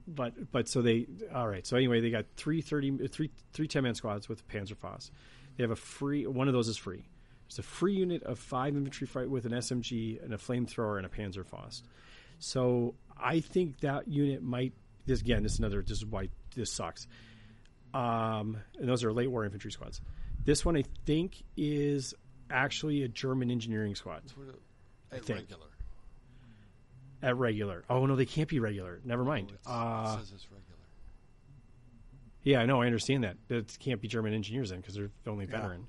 C: But but so they all right. So anyway, they got three thirty three three ten man squads with Panzerfaust. They have a free one of those is free. It's a free unit of five infantry fight with an SMG and a flamethrower and a Panzerfaust. So I think that unit might. This again, this is another. This is why this sucks. Um, and those are late war infantry squads. This one I think is actually a German engineering squad
A: At
C: think.
A: regular.
C: at regular. Oh no, they can't be regular. Never mind.
A: Oh, It's-
C: Uh,
A: it says it's regular.
C: Yeah, I know. I understand that. That can't be German engineers then because they're only veteran.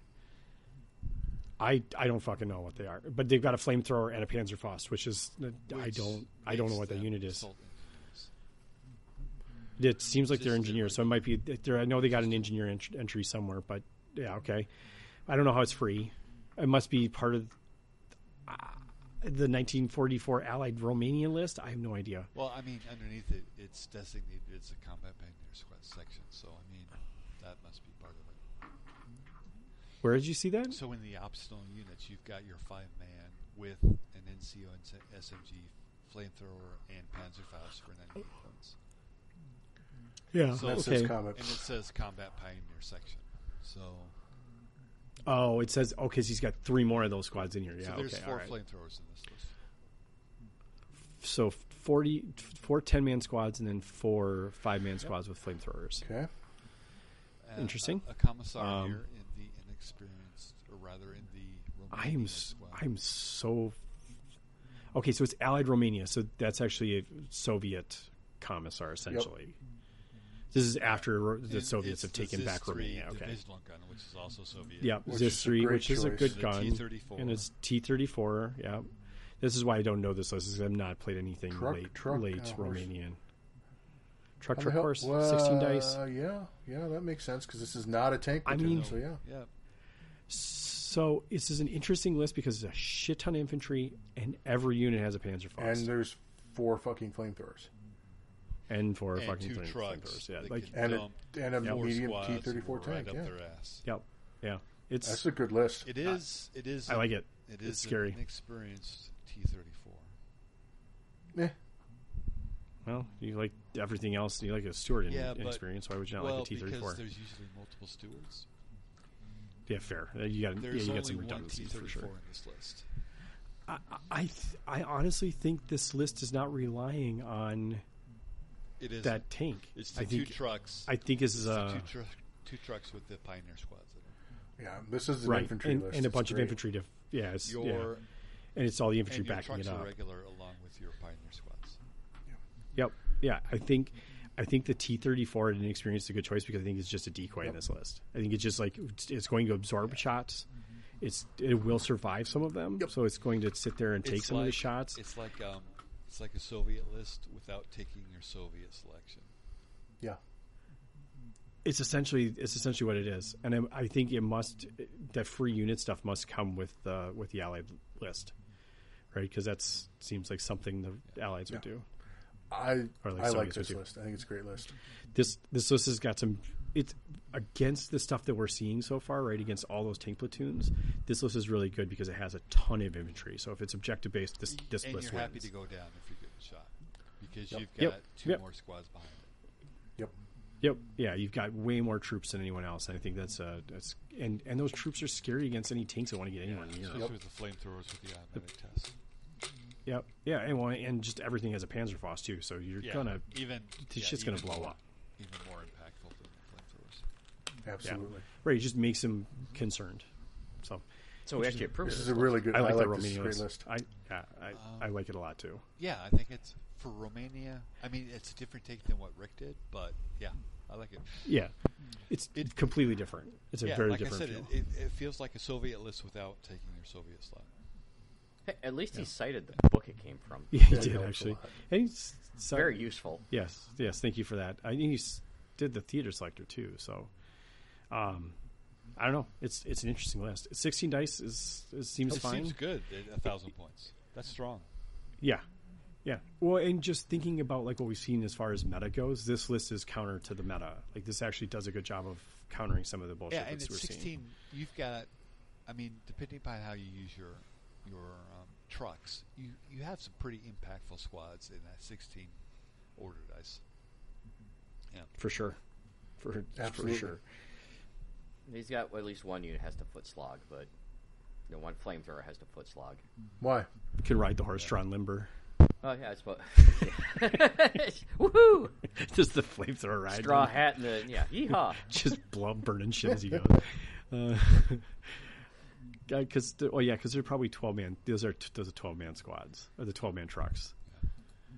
C: I I don't fucking know what they are, but they've got a flamethrower and a Panzerfaust, which is I
A: Which
C: don't I don't
A: makes
C: know what that
A: them
C: unit is.
A: assault engineers.
C: It seems like they're
A: Just
C: engineers, so it might be. There, I know they got an engineer ent- entry somewhere, but yeah, okay. I don't know how it's free. It must be part of uh, the 1944 Allied Romanian list. I have no idea.
A: Well, I mean, underneath it, it's designated as a combat pioneer squad section, so I mean, that must be part of it.
C: Where did you see that?
A: So in the optional units, you've got your five man with an NCO and s- SMG, flamethrower, and Panzerfaust for 98 points.
C: Yeah.
A: So
B: That says
C: okay.
B: combat.
A: And it says combat pioneer section. So,
C: Oh, it says oh, because he's got three more of those squads in here. Yeah.
A: so there's
C: okay. all
A: four
C: right.
A: flamethrowers in this list.
C: so 40 four 10 man squads and then four 5 man squads with flamethrowers.
B: Okay.
A: And
C: Interesting.
A: A, a commissar
C: Um,
A: here in the inexperienced, or rather in the Romanian
C: I'm s-
A: squad.
C: I'm so Okay, so it's Allied Romania. So that's actually a Soviet commissar essentially. This is after Ro- the
A: And it's
C: Soviets have
A: the
C: taken back
A: ZIS-3
C: Romania. Okay.
A: divisional gun, which is also Soviet.
C: Yeah,
B: Which
C: Zis
B: is a
C: 3,
B: great
C: which is a
B: choice.
C: good
A: The
C: gun.
A: T-34.
C: And it's T 34. Yeah. This is why I don't know this list, because I've not played anything
B: Truck,
C: late,
B: truck,
C: late
B: uh, horse.
C: Romanian. Truck,
B: How the
C: truck,
B: hell-
C: horse, 16 dice.
B: Well, Yeah, yeah, that makes sense because this is not a tank.
C: I
B: platoon,
C: mean-
B: so yeah,
A: Yeah.
C: So this is an interesting list because there's a shit ton of infantry, and every unit has a
B: and
C: Panzerfaust and,
B: there's four fucking flamethrowers
C: four
A: And
C: fucking
A: two
C: flame-
A: trucks.
C: flamethrowers. Yeah,
A: that
C: like
A: can
B: and a,
A: dump
B: and a
A: four
B: medium
A: squads
B: T thirty four
A: right
B: tank.
A: up
B: Yeah,
A: their ass.
C: yep, yeah. It's
B: that's a good list.
A: It is. it is.
C: I
A: an-
C: like it.
A: It
C: It's
A: is
C: scary.
A: An inexperienced T thirty four.
B: Eh,
C: well, you like everything else. You like a steward in,
A: Yeah, but-
C: experience. Why would you not
A: Well,
C: like a T thirty
A: because
C: four?
A: there's usually multiple stewards.
C: Yeah, fair. Uh, You got yeah,
A: There's
C: you
A: only
C: got some
A: one T
C: redundancies
A: thirty
C: for
A: four
C: sure.
A: in this list.
C: I I, th- I honestly think this list is not relying on
A: It is
C: that tank.
A: It's the
C: I
A: two
C: think
A: trucks.
C: I think this is uh,
A: it's the
C: a
A: two, tru- two trucks with the pioneer squads. in it.
B: yeah, this is an
C: right
B: infantry
C: and,
B: list
C: and a
B: It's
C: bunch of
B: great.
C: infantry. To, yeah, it's-
A: Your
C: yeah, and it's all the infantry
A: and your
C: backing
A: trucks
C: it up.
A: are regular along with your pioneer squads.
C: Yep. Yeah, I think I think the T thirty four at inexperience is a good choice because I think it's just a decoy in this list. I think it's just like it's, it's going to absorb shots. It's it will survive some of them, so it's going to sit there and take
A: It's
C: some of the
A: like-
C: shots.
A: It's like um, it's like a Soviet list without taking your Soviet selection.
B: Yeah,
C: It's essentially it's essentially what it is, and I, I think it must that free unit stuff must come with the with the allied list, right? Because that seems like something the allies would do.
B: I
C: Or like
B: I like
C: Soviets
B: this
C: would do.
B: list. I think it's a great list.
C: this this list has got some it's against the stuff that we're seeing so far right against all those tank platoons this list is really good because it has a ton of infantry so if it's objective based this this
A: and
C: list
A: you're
C: wins
A: happy to go down if you're getting shot because you've got
C: Yep.
A: two
C: Yep.
A: more squads behind it.
B: Yep.
C: yep yeah you've got way more troops than anyone else and i think that's uh that's and and those troops are scary against any tanks that want to get anywhere near
A: Especially with the flamethrowers with the automatic test.
C: yep yeah and, well, and just everything has a panzerfaust too so you're gonna
A: even
C: this shit's gonna blow
A: more-
C: up.
A: Even more impactful than the flamethrowers.
B: Absolutely,
C: right it just makes them concerned so
D: So we actually approved
B: this is a really good.
C: i like, the
B: this It's a
C: romanian
B: great
C: list,
B: list.
C: i yeah, i i like it a lot too
A: Yeah, I think it's for Romania. I mean, it's a different take than what Rick did, but yeah, I like it.
C: yeah it's
A: It-
C: completely different it's a
A: yeah,
C: very
A: like I
C: different
A: said,
C: feel.
A: it, it, it feels like a Soviet list without taking your Soviet slot.
D: Hey, at least he cited the book it came from.
C: [LAUGHS] Yeah, he
B: Yeah,
C: did
B: helps a
C: actually.
B: lot.
C: And he's so,
D: Very useful.
C: Yes, yes. Thank you for that. I think he s- did the theater selector too. So, um, I don't know. It's it's an interesting list. Sixteen dice is it seems
A: Oh, It
C: fine.
A: seems good. At a thousand points. That's strong.
C: Yeah, yeah. Well, and just thinking about like what we've seen as far as meta goes, this list is counter to the meta. Like this actually does a good job of countering some of the bullshit
A: Yeah, and
C: that's
A: at
C: we're
A: sixteen,
C: seeing.
A: you've got. I mean, depending upon how you use your your um, trucks, you you have some pretty impactful squads in that sixteen order dice.
C: for sure, for, for
B: Absolutely.
C: sure.
D: He's got well, at least one unit has to foot slog, but you know, one flamethrower has to foot slog.
B: Why?
C: Can ride the horse drawn limber.
D: Oh yeah, I suppose. [LAUGHS] Woohoo!
C: [LAUGHS] Just the flamethrower ride.
D: Straw hat and the yeah, yeehaw.
C: [LAUGHS] just blood burning shit as
D: [LAUGHS]
C: you Uh, [LAUGHS] go. Because oh yeah, because they're probably twelve man. Those are t- those are twelve man squads or the twelve man trucks.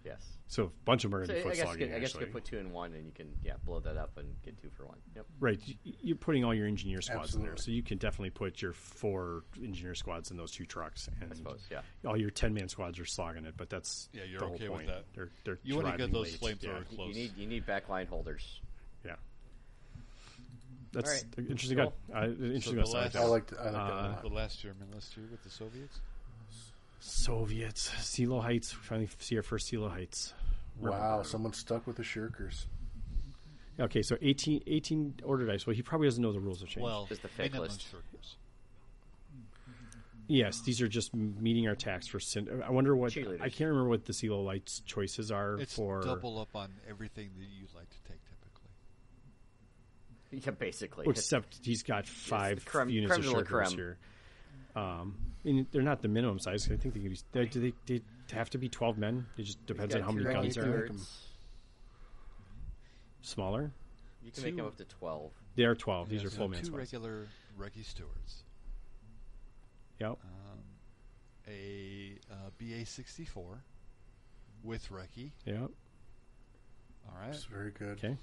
D: Yes.
C: So a bunch of them are in
D: So
C: the
D: I
C: foot
D: guess, you
C: slogging.
D: could, I guess you
C: actually,
D: could put two in one, and you can yeah blow that up and get two for one. Yep.
C: right? y- You're putting all your engineer squads in there,
B: Absolutely.
C: so you can definitely put your four engineer squads in those two trucks. And I
D: suppose, yeah.
C: all your ten man squads are slogging it, but that's
A: Yeah, you're
C: the whole
A: okay with
C: point.
A: that.
C: They're they're
A: You wanna get
C: driving
A: those
C: late.
A: flamethrower
C: Yeah,
A: clo- Close.
D: You need you need backline holders. [LAUGHS]
C: yeah. That's
D: All right,
C: interesting.
D: cool.
C: Got, uh, interesting.
A: the
C: got side
A: last-
B: I
C: note.
B: like. I like that.
A: the last German last year with the Soviets.
C: Soviets, Silo Heights. We finally see our first Silo Heights.
B: one. Wow, someone stuck with the shirkers.
C: Okay, so 18, 18 order dice. Well, he probably doesn't know the rules have changed.
A: Well,
D: Just the
A: they
D: fake
A: never
D: list.
A: circus.
C: yes, these are just m- meeting our tax for. Sin- I wonder what
D: Cheerleaders.
C: I can't remember what the Silo Lights choices are
A: It's
C: for.
A: double up on everything that you'd like to take typically.
D: Yeah, basically.
C: Except he's got five
D: the creme-
C: units
D: creme de
C: of
D: la
C: shirkers
D: creme.
C: here. Um, and they're not the minimum size. I think they can be. They, do they, they have to be twelve men? It just depends on how many guns
B: two
C: are
B: there.
C: smaller.
D: You can make
A: Two-
D: them up to twelve.
C: They are twelve. These
A: Yeah,
C: are full
A: so
C: man
A: Two
C: squads.
A: regular Reggie Stewards,
C: Yep.
A: a uh, BA sixty four with Reggie.
C: Yep.
A: All right, um,
B: It's very good.
C: Okay.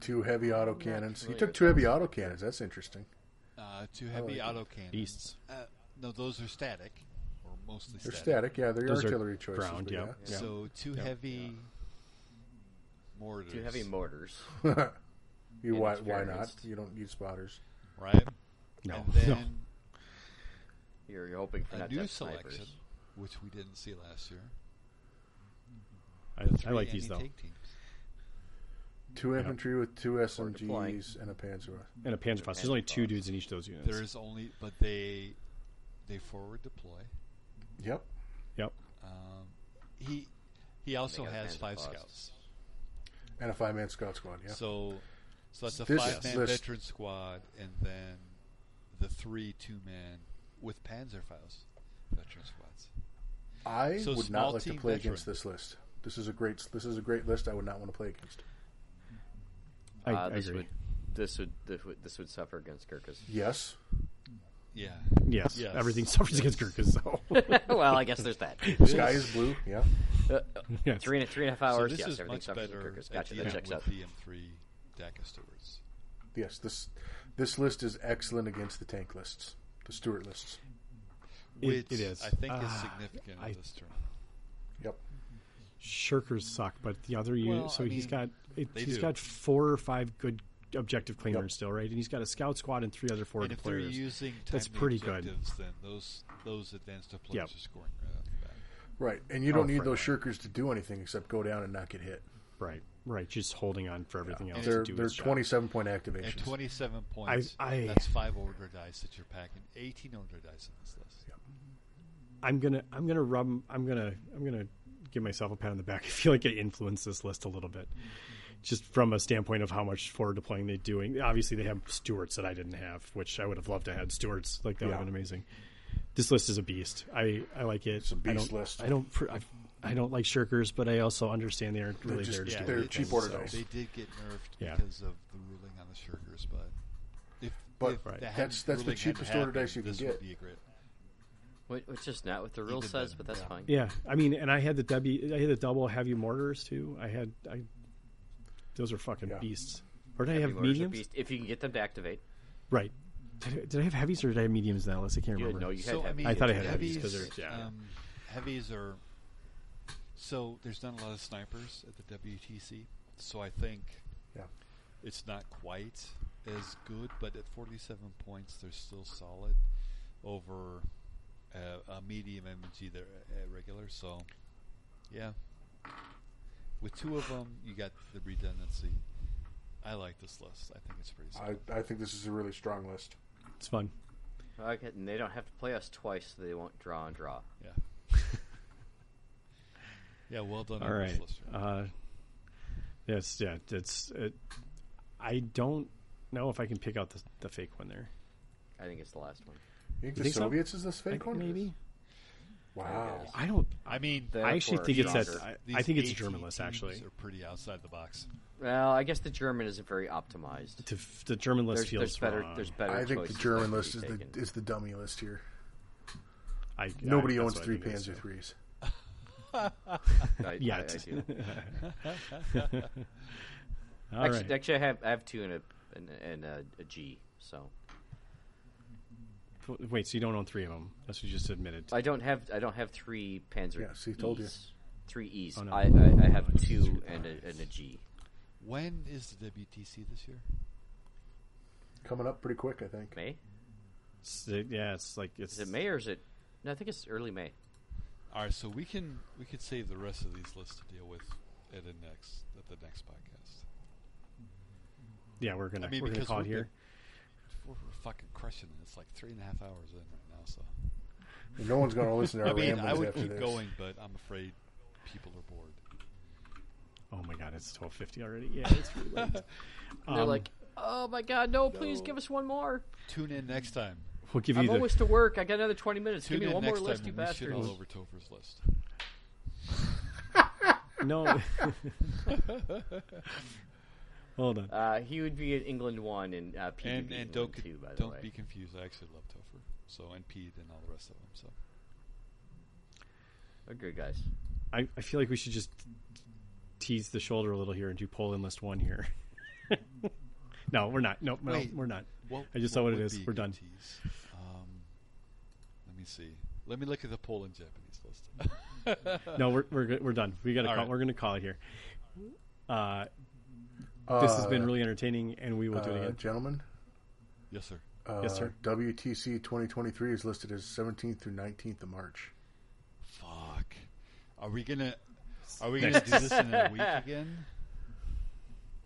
B: Two heavy auto cannons. He
D: familiar
B: took
D: with
B: two heavy auto cannons. That's interesting.
A: uh, two heavy
B: like
A: auto cannons.
C: Beasts.
A: Uh, no, those are static, or mostly
B: They're static. Yeah, they're
C: Those are
B: artillery choices.
C: ground,
B: but
C: yeah. Yeah.
A: So two heavy mortars.
D: Two heavy mortars.
B: [LAUGHS] You, why, why not?
D: Inexperienced.
B: You don't need spotters.
A: right?
C: [LAUGHS] No.
A: And then
C: No.
D: You're, you're hoping for
A: a
D: not to
A: new
D: have
A: selection,
D: snipers.
A: which we didn't see last year.
C: I, I like these though.
A: anti-tank Teams.
B: Two infantry with two
D: deploying.
B: SMGs and a Panzer.
C: And a Panzerfaust. There's only two dudes in each of those units.
A: There is only, but they they forward deploy. Um,
B: Yep.
C: Yep.
A: He he also
D: got
A: has
D: Panzer
A: five
D: Fausts.
A: scouts.
B: And a five man scout squad. Yeah.
A: So so that's a
B: This
A: five man
B: list-
A: veteran squad, and then the three two man with Panzerfaust veteran squads.
B: I
A: so
B: would
A: small
B: not like to
A: team
B: play
A: veteran.
B: against this list. This is a great. This is a great list. I would not want to play against.
C: I,
D: Uh,
C: I
D: this
C: agree.
D: would this would this would this would suffer against Gurkhas.
C: [LAUGHS]
B: Yes.
A: Yeah,
C: Yes,
A: Yes.
C: everything suffers against Gurkhas.
A: [LAUGHS]
C: So
D: [LAUGHS] well, I guess there's [LAUGHS] that.
B: Sky is blue. Yeah.
C: yes.
D: Uh, Three and a, three and a half
A: so
D: hours.
A: this
D: yes,
A: is
D: everything
A: much
D: suffers from
A: better
D: Gurkhas.
A: at
D: Gotcha.
A: the
D: That
A: end
D: checks
A: with
D: out.
A: the M3 DACA stewards.
B: Yes. This this list is excellent against the tank lists, the Stuart lists.
A: Which
C: it is.
A: I think is
C: Ah,
A: significant
C: I-
A: in this turn.
B: Yep.
C: Shirkers suck, but the other unit.
A: Well,
C: so
A: I
C: he's
A: mean,
C: got it,
A: they
C: he's
A: do.
C: got four or five good objective claimers
B: Yep.
C: still, right? And he's got a scout squad and three other forward
A: And if they're
C: deployers.
A: using
C: That's
A: timely
C: pretty good.
A: objectives, then those those advanced deployers
C: Yep.
A: are scoring right off the bat.
B: Right. And you don't
C: Oh,
B: need
C: frick.
B: those shirkers to do anything except go down and not get hit.
C: Right, right. Just holding on for everything else. to
B: They're
C: do
B: they're
C: his job.
B: twenty seven point
A: And
B: activations.
A: 27 points.
C: I-
A: that's five order dice that you're packing. 18 order dice on this list.
C: I'm gonna I'm gonna rub I'm gonna I'm gonna give myself a pat on the back. [LAUGHS] I feel like I influenced this list a little bit, just from a standpoint of how much forward deploying they're doing. Obviously, they have Stewarts that I didn't have, which I would have loved to have Stewarts. Like that would have
B: Yeah.
C: been amazing. This list is a beast. I, I like it. It's
B: a
C: I
B: beast
C: don't,
B: list.
C: I don't pr- I, I don't like shirkers, but I also understand they aren't really
B: just-
C: there to
B: yeah,
C: do
B: they're
C: anything,
B: cheap order
C: so-
B: dice.
A: They did get nerfed
C: Yeah.
A: because of the ruling on the shirkers, but if,
B: But
A: if
C: Right.
A: that
B: that's-
A: hadn't
B: that's the
A: ruling hadn't
B: cheapest order
A: happened,
B: dice you can
A: this
B: get.
A: Would be a great,
D: Wh- Which is not what the rule
A: did
D: says,
A: that.
D: but that's
A: Yeah.
D: fine.
C: Yeah, I mean, and I had the W, I had the double heavy mortars too. I had I, those are fucking
B: Yeah.
C: beasts. Or did I have
D: Mortars are
C: mediums?
D: beast- If you can get them to activate,
C: Right. Did I, did I have heavies or did I have mediums now? Unless I can't
D: you had,
C: remember.
D: no, you had
A: so I
D: heavy.
A: mean,
C: I thought I had heavies
A: heavies
C: 'cause they're- yeah.
A: Um, heavies are so there's not a lot of snipers at the WTC, so I think
B: Yeah.
A: it's not quite as good. But at 47 points, they're still solid over uh, a medium MG there at regular. So yeah, with two of them, you got the redundancy. I like this list. I think it's pretty solid.
B: I, I think this is a really strong list.
C: It's fun.
D: Okay, and they don't have to play us twice, so they won't draw and draw.
A: yeah. [LAUGHS] Yeah, well done.
C: All Uh,
A: on this
C: right.
A: list.
C: Uh, yes. Yeah. It's. It, I don't know if I can pick out the, the fake one there.
D: I think it's the last one.
B: You think the
C: think so?
B: Soviets is this
C: I
B: fake
C: think
B: one?
C: maybe.
B: Wow.
C: I don't.
A: I mean,
D: The-
C: I actually
D: Or
C: think it's that.
D: soccer.
C: I,
A: these
C: I think it's
A: AT
C: Germanless
A: teams
C: actually.
A: Are pretty outside the box.
D: Well, I guess the German isn't very optimized.
C: To, the German list
D: There's,
C: feels
D: there's better.
C: wrong.
D: There's better.
B: I think the
D: choices
B: German
D: that
B: list
D: could
B: is
D: be
B: the
D: taken.
B: is the dummy list here.
C: I, I-
B: Nobody
C: that's
B: owns
C: what I
B: three
C: think it is,
B: Panzer
C: so.
B: threes.
D: I,
C: [LAUGHS] Yeah,
D: I- I
C: it's-
D: do.
C: All
D: actually,
C: right.
D: actually, I have I have two and a and, a- and a, a G. So
C: W- Wait, so you don't own three of them? That's what you just admitted.
D: I don't have I don't have three Panzer.
B: Yes, he told you.
D: E's. Three E's.
C: Oh, no.
D: I, I, I have
C: It's
D: two
C: three
D: and a,
C: I's.
D: and a G.
A: When is the WTC this year?
B: Coming up pretty quick, I think.
D: May
C: It's- yeah, it's like it's.
D: is it May or is it? No, I think it's early May.
A: All right, so we can we could save the rest of these lists to deal with at the next at the next podcast.
C: Yeah, we're gonna
A: I mean,
C: we're gonna
A: because
C: call it
A: we've
C: here.
A: been- we're, we're fucking crushing it. It's like three and a half hours in right now. So
B: And no one's going
C: [LAUGHS]
B: to listen to our
A: I mean,
B: ramblings
A: I would
B: after
A: keep
B: this. Uh,
A: going, but I'm afraid people are bored.
C: Oh my god, it's twelve fifty already.
D: [LAUGHS]
C: Yeah, it's really late.
D: And they're
C: Um,
D: like, oh my god, no, please give us one more.
A: Tune in next time.
C: we'll give you
D: I'm
C: the.
D: almost to work. I got another 20 minutes.
A: Tune
D: Give me
A: in
D: one more
A: next
D: list, you
A: time. when we shit
D: bastards.
A: all over Topher's list.
C: no. [LAUGHS] Hold on.
D: Uh, he would be in England one and uh, Pete would
A: And
D: be in
A: and don't
D: England
A: con-
D: two. By the
A: don't
D: way,
A: be confused. I actually love Topher. So and Pete and all the rest of them. So
D: agree, guys.
C: I, I feel like we should just tease the shoulder a little here and do Poland list one here. [LAUGHS] no, we're not. No, no,
A: Wait.
C: we're not.
A: What-
C: I just saw what it
A: would
C: is.
A: be a
C: We're
A: good
C: done.
A: tease? Um, let me see. Let me look at the Poland Japanese list. [LAUGHS]
C: No, we're we're good- we're done. We got to
A: All
C: call.
A: right.
C: We're going to call it here. Uh, this has
A: Uh,
C: been really entertaining, and we will do it
B: Uh,
C: again.
B: gentlemen,
A: yes, sir.
B: uh,
C: Yes, sir.
B: WTC 2023 is listed as 17th through 19th of March.
A: Fuck. Are we gonna? Are we gonna do this in a
C: [LAUGHS]
A: week again?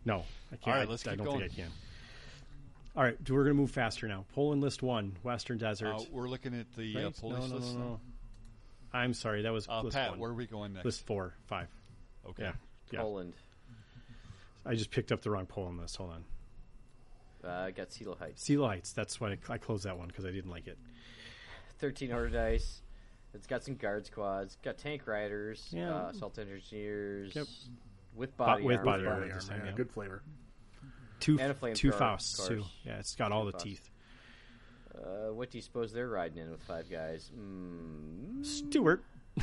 C: No, I can't.
A: uh, All right,
C: I-
A: let's
C: I,
A: keep
C: don't
A: going.
C: think I can. All right, do- we're going to move faster now. Poland list one, Western Desert.
A: Uh, we're looking at the uh,
C: Right?
A: Polish
C: no, no,
A: list.
C: no,
A: now.
C: no. I'm sorry, that was
A: Uh,
C: list
A: Pat,
C: one.
A: where are we going next?
C: list four, five.
A: Okay.
C: Yeah, yeah.
D: Poland.
C: I just picked up the wrong Poland list. Hold on.
D: Uh, I got Silo Heights.
C: Sea Lights. That's why I, I closed that one because I didn't like it.
D: 1300 dice. It's got some guard squads. Got tank riders.
C: Yeah.
D: Uh, assault engineers.
C: Yep.
D: With body
C: with
D: armor.
C: body
B: Fire
C: armor.
B: this
C: armor,
B: time,
C: yeah.
B: Good flavor.
C: Two
D: And a flamethrower,
C: two
D: of
C: Fausts
D: course.
C: too. Yeah, it's got all the
D: Fausts.
C: teeth.
D: Uh, what do you suppose they're riding in with five guys? Mm,
C: Stewart.
D: [LAUGHS]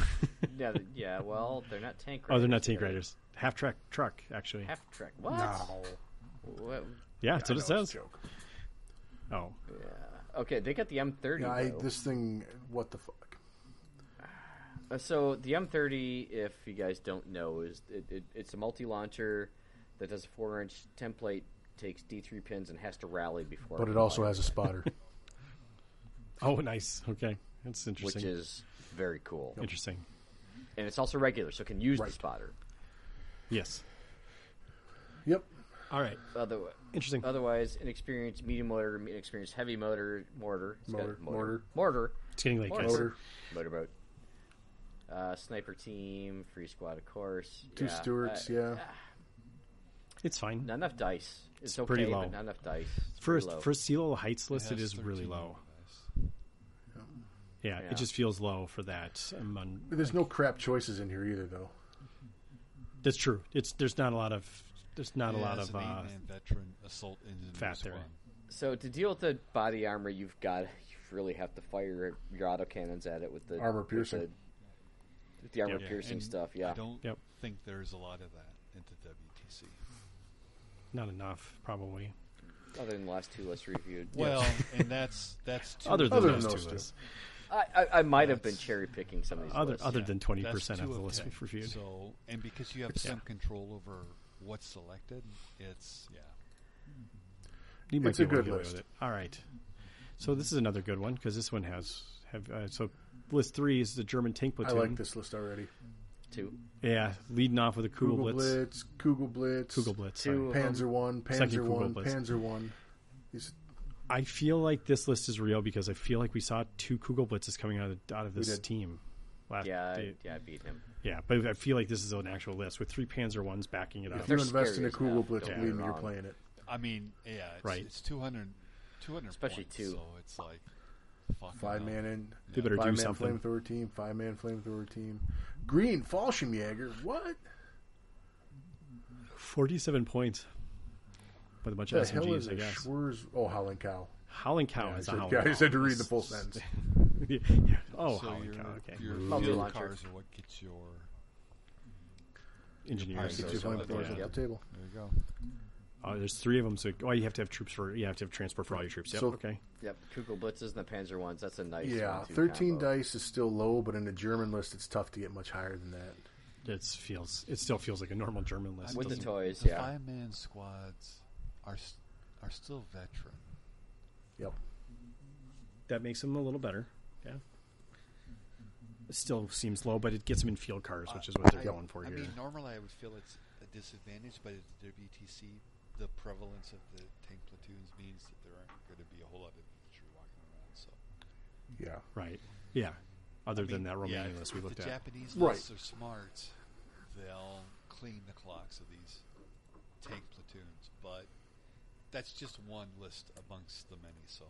D: yeah, th- yeah, well, they're not tank riders.
C: Oh, they're not tank
D: they're
C: riders. Half track truck actually.
D: Half trek. What? What-
C: yeah, that's
B: I
C: what it
B: know
C: says.
B: it's a joke.
C: Oh,
D: Okay, they got the M30.
B: Yeah, I,
D: though.
B: this thing, what the fuck?
D: Uh, So the M30, if you guys don't know, is it, it, it's a multi-launcher that does a four-inch template, takes D3 pins, and has to rally before.
B: But
D: can
B: it also
D: fire,
B: has
C: [LAUGHS]
B: a spotter.
C: oh, nice. Okay, that's
D: which
C: interesting.
D: is very cool,
C: interesting.
D: and it's also regular, so it can use
B: Right.
D: the spotter.
C: Yes.
B: yep.
C: All right.
D: Other,
C: Interesting.
D: otherwise, inexperienced medium motor, inexperienced heavy motor, mortar, it's got
B: Motor,
D: mortar,
B: mortar.
D: mortar,
C: It's getting late, guys.
B: Motor,
D: motorboat, uh, sniper team, free squad, of course.
B: two
D: Yeah,
B: Stewarts,
D: uh,
B: yeah.
C: It's fine.
D: Not enough dice. It's, okay,
C: pretty low.
D: but not enough dice. It's
C: for
D: pretty low.
C: for Silo Heights
A: It
C: list, it
A: has
C: is really
A: 13
C: low.
A: guys.
C: Yeah,
D: Yeah.
C: it just feels low for that. Um, on-
B: There's no crap choices in here either, though.
C: that's true. It's there's not a lot of there's not a
A: Yeah,
C: lot
A: it's
C: of
A: an
C: uh,
A: eight-man veteran assault engineer
C: fat there.
A: squad.
D: So to deal with the body armor, you've got you really have to fire your auto cannons at it with the
B: Armor
D: with
B: piercing.
D: the, with the armor
C: Yeah,
D: piercing
A: And
D: stuff. Yeah,
A: I don't
C: Yep.
A: think there's a lot of that at the WTC.
C: not enough probably.
D: other than the last two lists reviewed.
A: Well, and that's
C: [LAUGHS]
A: that's two
C: Other than
B: Other
C: those
B: than
C: two
B: those two.
C: lists.
D: I, I, I might have been
A: That's-
D: cherry picking some of these.
C: other
D: lists.
C: other than twenty
A: That's
C: percent of
A: two
C: the list
A: 10.
C: we've reviewed.
A: So, and because you have
C: Yeah.
A: some control over what's selected, it's yeah.
C: You might
B: It's
C: be
B: a
C: able to
B: good
C: get away
B: list.
C: with it. All right. So this is another good one because this one has have uh, so list three is the German tank
B: I
C: platoon.
B: like this list already.
D: two,
C: Yeah, leading off with a Kugel Blitz.
B: Kugelblitz, Kugelblitz,
C: Kugel Blitz. sorry.
D: Two of 'em.
B: Panzer One,
C: Second
B: Panzer One,
C: Kugelblitz.
B: Panzer One. These,
C: I feel like this list is real because I feel like we saw two Kugel Blitzes coming out of out of this
B: did.
C: team. Last,
D: Yeah, I,
C: day-
D: yeah, I beat him.
C: yeah, but I feel like this is an actual list with three Panzer ones backing it up.
B: if you
D: They're
B: invest in
D: scary
B: a
D: as hell,
B: Kugelblitz,
D: don't get
B: believe
D: me
B: me, you're
D: wrong.
B: playing it.
A: I mean, yeah, it's,
C: Right.
A: it's 200, 200
D: Especially
A: points,
D: two.
A: So it's like fucking
B: Five
A: hell.
B: man in.
C: They better do
B: five man
C: something.
B: flamethrower team. Five man flamethrower team. Green Fallschirmjäger. What
C: 47 points with a bunch
B: the
C: of
B: hell is
C: SMGs, I
B: a
C: guess.
B: Schwerz? Oh, howling cow.
C: Howling Cow
B: Yeah, I
C: is a
B: said-
C: howling
B: yeah,
C: cow.
B: I said to read the full sentence.
C: [LAUGHS] yeah. Oh,
A: so
C: Howling
A: your,
C: Cow. Okay.
A: Your
D: Lovely
A: field
D: launcher.
A: cars are what gets your.
C: Engineers.
A: Get
B: Two
A: Something like
B: flamethrowers
A: that.
B: off
C: Yeah.
B: the table.
A: There you go.
C: Oh, there's three of them. So oh, you have to have troops for you have to have transport for all your troops. Yep.
B: So-
C: okay.
D: Yep, Kugel Blitzes and the Panzer ones. That's a nice.
B: Yeah,
D: one-two
B: thirteen
D: combo.
B: dice is still low, but in the German list, it's tough to get much higher than that.
C: It feels it still feels like a normal German list.
D: with the
C: doesn't-
D: toys.
A: The
D: Oh, yeah,
A: five man squads are s- are still veteran.
B: Yep.
C: that makes them a little better. Yeah. It still seems low, but it gets them in field cars, which is what they're
A: I-
C: going for
A: I
C: here.
A: mean, normally I would feel it's a disadvantage, but at the WTC, the prevalence of the tank platoons means that there aren't going to be a whole lot of infantry walking around. So,
B: Yeah.
C: right. Yeah. Other
A: I mean,
C: than that Romanian
A: yeah,
C: list
A: if
C: we looked
A: the
C: at.
A: Japanese
B: Right.
A: lists are smart. They'll clean the clocks of these tank platoons, but that's just one list amongst the many. So,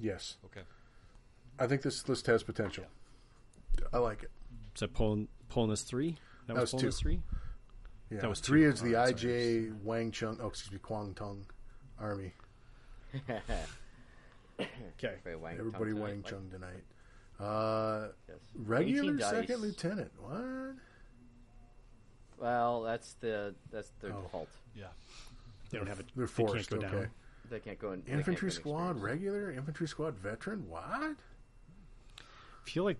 B: Yes.
A: okay,
B: I think this list has potential. I like it.
C: so Poland, Poland is three. That,
B: That
C: was
B: was
C: Poland
B: two.
C: is three.
B: Yeah.
C: That was
B: three
C: two. Oh,
B: is the
C: Alright, sorry.
B: IJ Wang Chung. Oh, excuse me, Kwang Tung Army.
C: Okay.
D: Very wang
B: Everybody
D: tongue
B: Wang
D: tonight,
B: Chung tonight. Uh,
D: like this. 18
B: regular
D: dice.
B: second lieutenant. What?
D: Well, that's the that's their
B: Oh.
D: default.
A: yeah,
C: They don't have it.
B: They're forced.
C: They can't go
B: okay.
C: down.
D: They can't go in. they
B: Infantry
D: can't go in
B: squad,
D: experience.
B: regular infantry squad veteran. What?
C: I feel like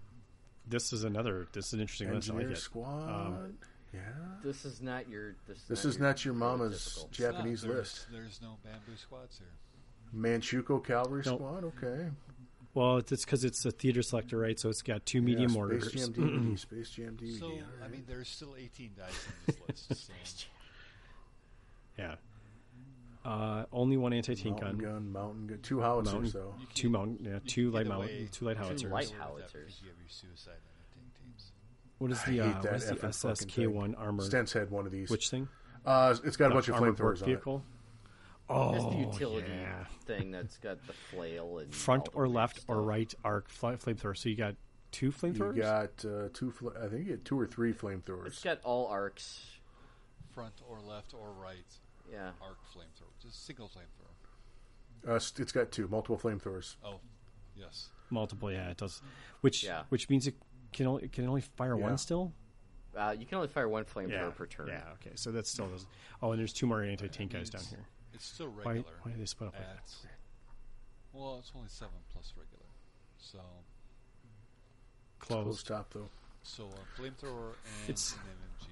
C: this is another. This is an interesting list. I like
B: Engineer
C: it.
B: squad.
C: Um,
B: yeah.
D: This is not your. This,
B: This is not your
D: prototypical.
B: mama's
A: It's not-
B: Japanese
A: Ah, there's-
B: list.
A: There's no bamboo squads here.
B: Manchukuo cavalry
C: Nope.
B: squad. Okay.
C: Well, it's because it's, a theater selector, right? So it's got two
B: Yeah,
C: medium
B: Space
C: orders.
B: Jam DVD, Space Jam DVD.
A: So,
B: all
A: I
B: right.
A: mean, there's still 18 dice on this
B: [LAUGHS]
A: list. So.
C: Yeah. Uh, only one anti-tank
B: mountain
C: gun,
B: gun. mountain gun, two howitzers
C: Mountain-
B: though.
A: You
C: two
A: can't-
C: mount, yeah, two
A: either
C: light mount,
A: way,
C: two light
A: you
C: howitzers.
A: can't deal
D: light
A: with that
D: howitzers.
A: because You have your suicide on the tank teams.
C: What is
B: I
C: the
B: hate
C: uh,
B: that
C: what is the
B: effing fucking thing.
C: SSK1 armor?
B: Stents had one of these.
C: Which thing?
B: uh, it's got a bunch of
C: armored work
B: flamethrowers on it.
C: vehicle. Oh,
D: Just the utility
C: yeah.
D: thing that's got the flail and
C: Front
D: all the
C: or
D: weird
C: left or
D: stuff.
C: right arc fly, flamethrower. So you got two
B: You
C: flamethrowers.
B: got uh, two. Fl- I think you had two or three
D: It's
B: flamethrowers.
D: got all arcs.
A: Front or left or right
D: Yeah,
A: arc flamethrower. Just single flamethrower.
B: Uh, s- it's got two, multiple flamethrowers.
A: Oh, yes.
C: Multiple, yeah, it does. Which
D: Yeah.
C: which means it can only it can only fire
B: Yeah.
C: one still.
D: uh, you can only fire one flamethrower per turn.
C: Yeah. Okay. So that's still those. Oh, and there's two more anti-tank guys down here.
A: It's still
C: Why,
A: regular.
C: why do they split up like that?
A: at- well, it's only 7 plus regular. So,
B: Close
C: Closed.
B: top though.
A: so a flamethrower and
C: It's-
A: an MMG.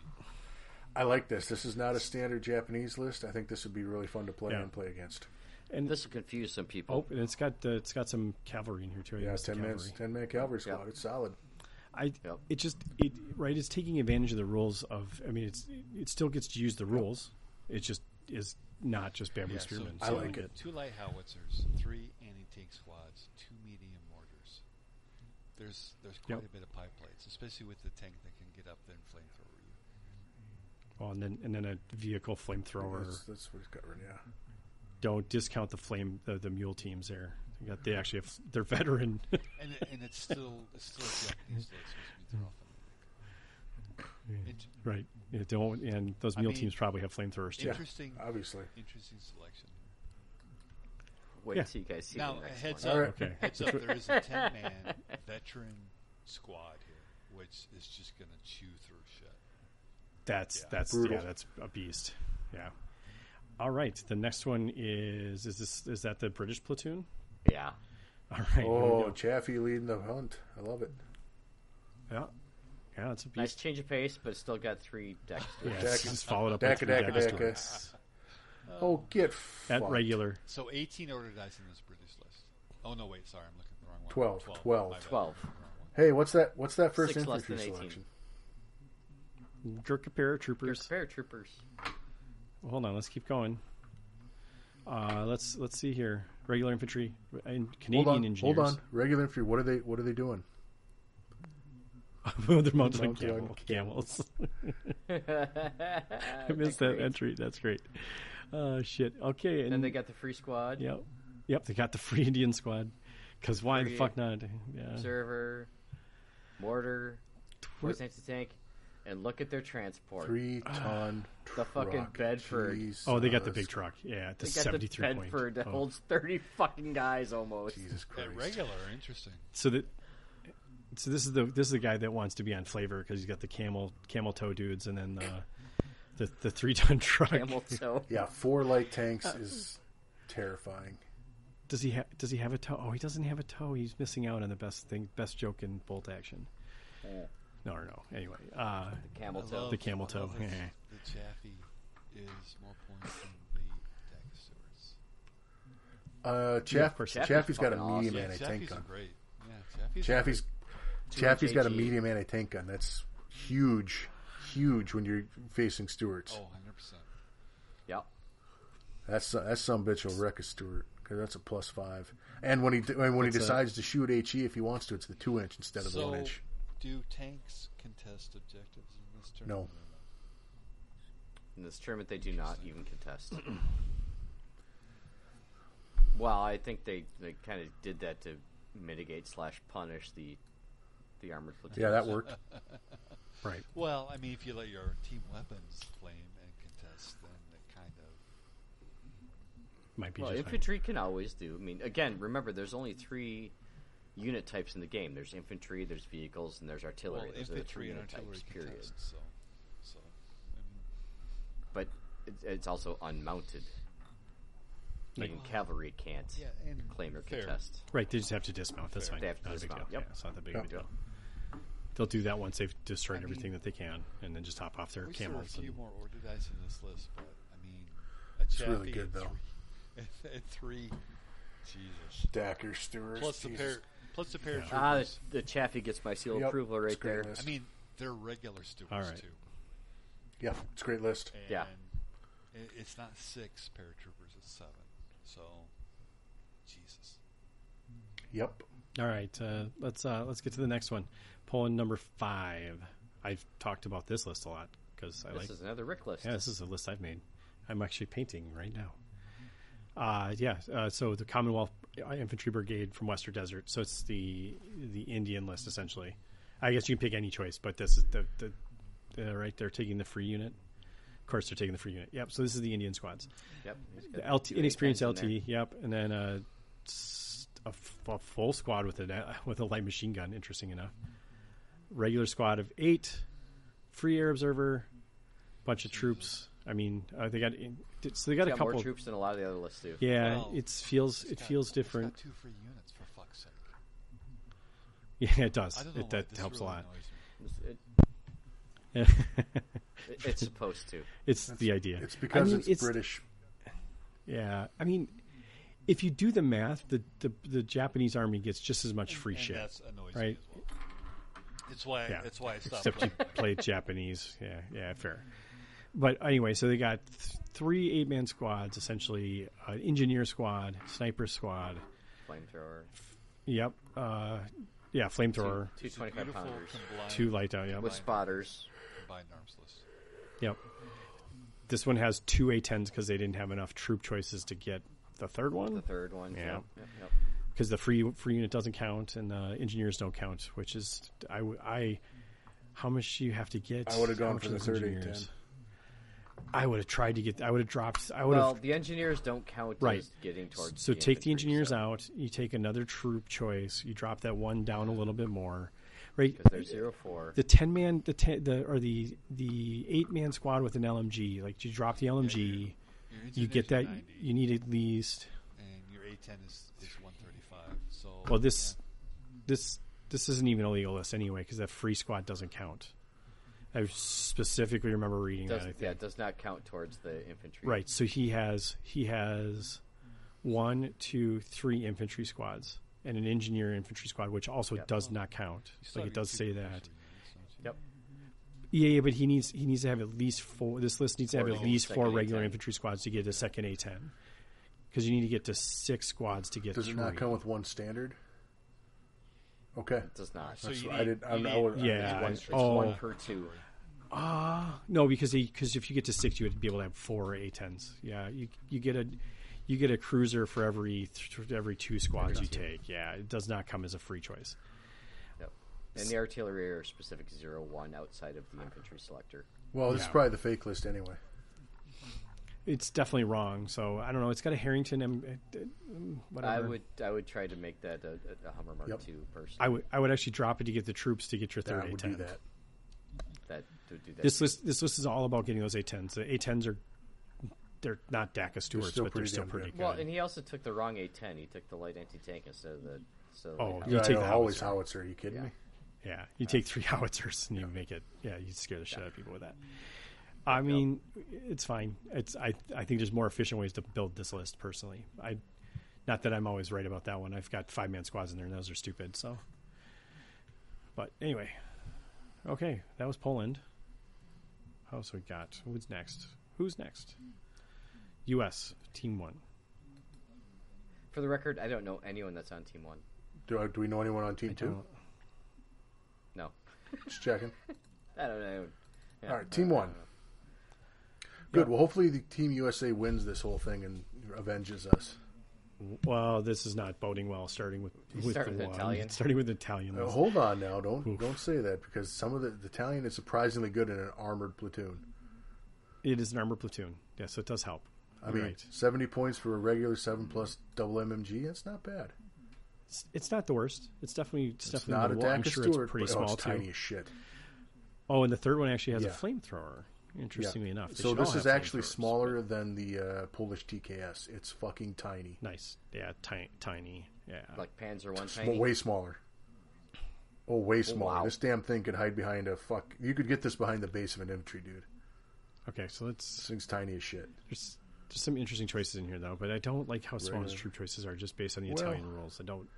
B: I like this. This is not a standard Japanese list. I think this would be really fun to play
C: Yeah.
B: and play against.
C: And
D: This will confuse some people.
C: Oh, and it's got the, it's got some cavalry in here too. I
B: Yeah,
C: missed the
B: ten man,
C: cavalry.
B: ten man cavalry squad.
D: Yep.
B: It's solid.
C: I
D: Yep.
C: it just it right. It's taking advantage of the rules of. I mean, it's it still gets to use the rules. It just is not just bamboo
A: Yeah, so
C: spearmen.
A: two,
B: I like it.
A: Two light howitzers, three anti-tank squads, two medium mortars. There's there's quite
C: Yep.
A: a bit of pie plates, especially with the tank that can get up there and flamethrower you.
C: Oh, and then and then a vehicle flamethrower.
B: That's, that's what it's got right now.
C: Don't discount the flame the, the mule teams there. They got they actually have, they're [LAUGHS] veteran.
A: And it, and it's still it's still a Japanese list, which means they're often. Int-
C: right. Yeah, don't and those
A: I
C: mule
A: mean-
C: teams probably have flamethrowers too.
A: interesting,
B: Obviously.
A: interesting selection.
D: Wait
C: Yeah.
D: till you guys see
A: Now,
D: the next
A: heads
D: one.
A: up,
B: Alright.
C: Okay.
A: heads up, there
C: [LAUGHS]
A: is a ten-man veteran squad here, which is just going to chew through shit.
C: That's
A: Yeah.
C: that's
B: Brutal.
C: yeah, that's a beast. Yeah. All right. The next one is is this is that the British platoon? [LAUGHS]
D: Yeah,
C: All right. here we
B: Oh,
C: go.
B: Chaffee leading the hunt. I love it.
C: yeah. Yeah, that's a beast.
D: nice change of pace, but still got three decks. to it.
C: Yeah,
B: Daka-
C: it's just followed up
B: Daka
C: with three
B: Daka
C: Daka
B: Daka.
C: stories.
B: Oh, get
C: At
B: fucked.
C: uh, regular,
A: So 18 order dice in this British list. Oh no, wait, sorry, I'm looking at the wrong one.
B: Twelve,
A: Twelve.
B: twelve.
A: my bad.
D: Twelve.
A: Wrong one.
B: Hey, what's that? What's that first
D: Six less
B: infantry
D: than 18.
B: selection?
C: Gurkha
D: They're
C: paratroopers. [LAUGHS]
D: paratroopers. [LAUGHS]
C: Hold on, let's keep going. Uh, let's let's see here. Regular infantry and Canadian
B: hold on,
C: engineers. [LAUGHS]
B: hold on. Regular infantry. What are they? What are they doing?
C: on. They're mounted on
B: Mounted on
C: [LAUGHS] camel, camels. I missed that entry. That's great. Oh shit. Okay, and,
D: Then they got the free squad,
C: yep, yep, they got the free [LAUGHS] Indian squad. Because why the
D: Free-
C: fuck not? Yeah.
D: observer, mortar,
C: What-
D: force anti-tank, and look at their transport.
B: Three ton
D: The fucking Bedford.
C: ah, Oh, they got the big truck. Yeah, the
D: uh, They got the
C: seventy-three point.
D: Bedford that
C: Oh.
D: holds thirty fucking guys almost.
B: Jesus Christ.
A: At regular, interesting.
C: So that. So this is the this is the guy that wants to be on flavor because he's got the camel camel toe dudes and then the the, the three ton [LAUGHS] truck.
D: Camel toe.
C: [LAUGHS]
B: Yeah, four light tanks
C: Uh,
B: is
C: mm.
B: terrifying.
C: Does he have Does he have a toe? Oh, he doesn't have a toe. He's missing out on the best thing, best joke in bolt action. No, no, no. Anyway, uh,
D: Camel
A: I
D: toe.
C: the camel
A: I love
C: toe.
A: that the Chaffee is more points than the Deck Stewards.
B: Uh, Chaff,
C: of course.
B: Chaffee's got a
D: fucking
B: medium
D: awesome.
B: anti tank
A: Chaffee's
B: gun.
A: great. Yeah, Chaffee's
B: Chaffee's Chaffee's got a
D: HAG.
B: medium anti tank gun. That's huge, huge when you're facing Stewarts.
A: great. Oh, 100%.
D: Yep.
B: That's that's some bitch will wreck a Stewart because that's a plus five. And when he d- and when he
C: That's a-
B: decides to shoot HE if he wants to, it's the two inch instead of the
A: So,
B: one inch.
A: do tanks contest objectives in this
B: No.
A: tournament? or not?
D: In this tournament, they do not even contest. well, I think they, they kind of did that to mitigate slash punish the the armored platoon.
B: Yeah,
A: [LAUGHS]
B: that worked.
C: right.
A: Well, I mean, if you let your team weapons claim and contest, then it kind of.
C: Might be
D: Well,
C: just fine.
D: infantry can always do. I mean, again, remember, there's only three unit types in the game. There's infantry, there's vehicles, and there's artillery.
A: Well,
D: Those are the three
A: infantry and
D: unit
A: artillery
D: types. Period.
A: contest, so. so I mean,
D: But it's, it's also unmounted.
C: Like-
D: Even cavalry can't
A: Yeah, and
D: claim or
A: fair.
D: contest.
C: Right, they just have to dismount. That's fine.
D: They have to
C: Not a big
D: dismount,
C: deal.
D: yep.
C: Yeah, it's not that big of a
B: Yep.
C: deal. They'll do that once they've
A: I
C: destroyed
A: mean-
C: everything that they can, and then just hop off their
A: we still have a
C: camels.
A: few
C: and-
A: more order dice in this list, but I mean, a Chaffee
B: really good,
A: and
B: though.
A: Three, [LAUGHS] and three, Jesus.
B: Dacker Stewart
A: Plus the pair, plus the pair of
D: Ah, the,
A: troopers.
D: the Chaffee gets my seal
B: Yep,
D: approval
B: it's
D: right
B: great
D: there.
B: list.
A: I mean, they're regular stewards
C: All right.
A: too.
B: Yeah, it's a great list.
A: And
D: Yeah.
A: it- It's not six paratroopers; it's seven. So, Jesus.
B: Yep.
C: All right, uh, let's uh, let's get to the next one. Poland number five. I've talked about this list a lot because I
D: This
C: like.
D: is another Rick list.
C: yeah, this is a list I've made. I'm actually painting right now. Uh, yeah, uh, so the Commonwealth Infantry Brigade from Western Desert. So it's the the Indian list essentially. I guess you can pick any choice, but this is the, the uh, right. They're taking the free unit. Of course, they're taking the free unit. Yep. So this is the Indian squads.
D: Yep. he's got
C: The LT,
D: two
C: inexperienced
D: A-10s
C: LT.
D: in there.
C: Yep, and then uh, s- a, f- a full squad with a [LAUGHS] with a light machine gun. Interesting enough, regular squad of eight, free air observer, bunch of troops. I mean, uh, they got in, did- so they got
D: He's
C: a
D: got
C: couple.
D: more troops than a lot of the other lists do.
C: Yeah,
A: Well,
C: it feels it
A: It's
C: feels
A: got-
C: different.
A: It's got two free units for fuck's sake.
C: [LAUGHS] Yeah, it
A: I
C: does.
A: don't know
C: It,
A: why
C: that
A: this
C: helps
A: really
C: a lot.
A: annoys me.
D: It's, it- it- it's supposed to.
C: [LAUGHS] it's the idea.
B: It's because
C: I mean,
B: it's, British.
C: Yeah, I mean, if you do the math, the the, the Japanese army gets just as much free
A: and
C: shit.
A: That's annoys
C: right?
A: me as well. It's why.
C: Yeah.
A: That's why I stopped.
C: except you
A: playing. [LAUGHS]
C: play Japanese. Yeah, yeah, fair. But anyway, so they got th- three eight man squads essentially: an engineer squad, sniper squad.
D: Flamethrower.
C: Yep. Uh, yeah, flamethrower,
D: Two
A: It's a
D: 25
A: beautiful
D: pounders.
A: combined,
C: two light down. Yep.
D: With spotters.
A: combined arms list.
C: Yep. This one has two A10s because they didn't have enough troop choices to get the third
D: The
C: one
D: third one.
C: Yeah.
D: Yep, yep, yep.
C: because the free free unit doesn't count and the engineers don't count, which is I w- I- how much do you have to get?
B: I would have
C: How
B: gone
C: much
B: for
C: are
B: the
C: those
B: third eight ten.
C: engineers? I would have tried to get. I would have dropped. I would have
D: Well, the engineers don't count
C: Right.
D: as getting towards.
C: So take the
D: infantry,
C: engineers
D: so-
C: out. You take another troop choice. You drop that one down a little bit more, right?
D: Because they're zero four.
C: The ten man, the ten, the or the the eight man squad with an LMG. Like you drop the LMG,
A: Your
C: you get that.
A: engineer's 90,
C: You need at least.
A: and your A10 is, is 135. So
C: Well, this this this isn't even a legal list anyway because that free squad doesn't count. I specifically remember reading
D: Does,
C: that. I think.
D: yeah, it does not count towards the infantry.
C: Right. So he has he has one, two, three infantry squads and an engineer infantry squad, which also does not count.
A: You still
C: Like
A: have
C: it
A: your
C: does
A: two
C: say
A: free
C: that.
A: units, don't you?
D: Yep.
C: Yeah, yeah, but he needs he needs to have at least four. This list needs to have
D: Or
C: at
D: the
C: least
D: second
C: four regular
D: A10.
C: infantry squads to get a second A ten, because you need to get to six squads to get.
B: Does
C: three.
B: it not come with one standard? Okay.
D: It does not.
A: So you
B: I
A: need-
B: did. I,
A: you
B: I would,
C: Yeah.
D: It's one,
C: I-
D: it's
C: oh,
D: one per two.
C: Uh, No, because he because if you get to six, you would be able to have four A-10s. Yeah, you you get a you get a cruiser for every th- every two squads you take. Yeah, it does not come as a free choice.
D: Nope. And the artillery are specific zero one outside of the infantry selector.
B: Well, this is
C: Yeah.
B: probably the fake list anyway.
C: It's definitely wrong. So I don't know. It's got a Harrington. M- uh, um, whatever.
D: I would I would try to make that a, a- a Hummer Mark
B: Yep.
D: two person.
C: I would I would actually drop it to get the troops to get your
B: That
C: third
B: would
C: A10.
B: do that.
D: that would do that.
C: This list this list is all about getting those A10s. The A10s are they're not DACA stewards,
B: still
C: but they're
B: pretty
C: still
B: damn
C: pretty good.
D: well, and he also took the wrong A ten. He took the light anti tank instead of the. So
C: Oh,
B: Yeah,
C: You take
B: I
C: the
B: know, always
C: howitzer.
B: howitzer. Are you kidding me?
C: Yeah, you take three [LAUGHS] howitzers and you make it. Yeah, you scare the shit out of people with that. I mean, it's fine. It's I I think there's more efficient ways to build this list personally. I not that I'm always right about that one. I've got five man squads in there and those are stupid. So, but anyway, okay, that was Poland. How else we got? Who's next? Who's next? U.S. Team One.
D: for the record, I don't know anyone that's on team one.
B: Do, I- do we know anyone on team two?
C: don't-
D: No,
B: Just checking.
D: I don't know. Yeah,
B: All right, team
D: I- I
B: one.
D: don't know.
B: Good. Well, hopefully the team USA wins this whole thing and avenges us.
C: Well, this is not boding well. Starting with with
D: start
C: the
D: with
C: one. [LAUGHS]
D: Italian?
C: Starting with Italian.
B: Uh,
C: list.
B: hold on now. Don't don't say that because some of the, the Italian is surprisingly good in an armored platoon.
C: It is an armored platoon. Yeah, so it does help.
B: I mean,
C: right.
B: seventy points for a regular seven plus double MMG. That's not bad.
C: It's, it's not the worst. It's definitely it's,
B: It's
C: definitely
B: not a
C: doable. I'm
B: DACA
C: sure
B: Stewart.
C: it's pretty
B: but- oh,
C: small
B: it's
C: too.
B: tiny as shit.
C: Oh, and the third one actually has a
B: Yeah.
C: flamethrower.
B: Yeah.
C: Interestingly enough, They
B: so
C: should
B: this
C: all
B: is
C: have
B: actually
C: flamethrowers.
B: smaller than the uh, Polish TKS. It's fucking tiny.
C: Nice. Yeah, tiny, tiny. Yeah.
D: Uh, Like Panzer one
B: Sm-
D: tiny.
B: way smaller. Oh, way smaller.
D: wow.
B: This damn thing could hide behind a fuck. You could get this behind the base of an infantry dude.
C: okay, so let's.
B: This thing's tiny as shit.
C: There's, there's some interesting choices in here though, but I don't like how small his
B: Right.
C: troop choices are just based on the
B: Well-
C: Italian rules. I don't.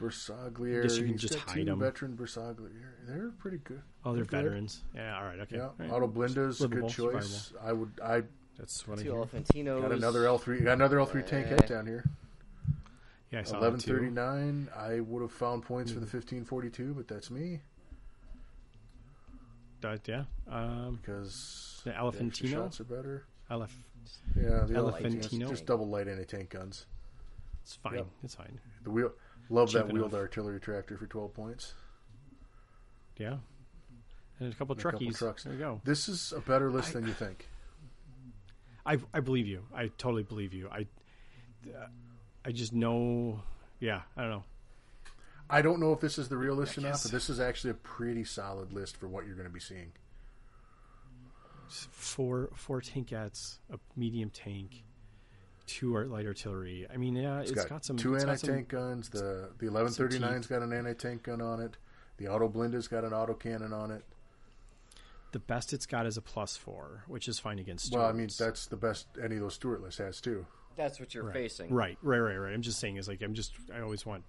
B: Bersaglieri.
C: Guess you can
B: He's
C: just
B: got
C: hide
B: two
C: 'em.
B: Veteran Bersaglieri. They're pretty good.
C: Oh, they're
B: good.
C: veterans. Yeah. All right. Okay.
B: Yeah,
C: all right.
B: Auto Blinda's a
C: Livable,
B: good choice. I would. I
C: That's what I
D: Two
C: hear.
D: Elefantinos.
B: got another L three. Got another L three tank
D: Yeah.
B: head down here.
C: Yeah, I saw Hmm.
B: Eleven
C: that
B: thirty
C: too.
B: nine. I would have found points for the fifteen forty two, but that's me
C: That- yeah. Um,
B: because
C: The
B: extra
C: Elefantino?
B: shots are better.
C: I left.
B: Yeah, the
C: Elefantino?
B: Elefantino. Just double light anti tank guns.
C: It's fine.
B: Yeah.
C: It's fine.
B: The wheel. Love
C: Cheap
B: that wheeled
C: enough.
B: artillery tractor for twelve points.
C: Yeah. And a couple
B: And a couple
C: truckies.
B: trucks.
C: There you go.
B: This is a better list than you think.
C: I, I believe you. I totally believe you. I, uh, I just know. Yeah, I don't know.
B: I don't know if this is the real list or not,
C: guess.
B: but this is actually a pretty solid list for what you're going to be seeing.
C: Four four tankettes, a medium tank, two art light artillery. I mean, yeah,
B: It's got,
C: some
B: two
C: it's
B: anti
C: got some-
B: tank guns. The the eleven thirty nine's got an anti tank gun on it. The auto blinder's got an auto cannon on it.
C: the best it's got is a plus four, which is fine against.
B: Well, I mean
C: Stuarts.
B: that's the best any of those Stuart lists has too.
D: That's what you're facing.
C: Right, right, right, right. I'm just saying is like I'm just I always want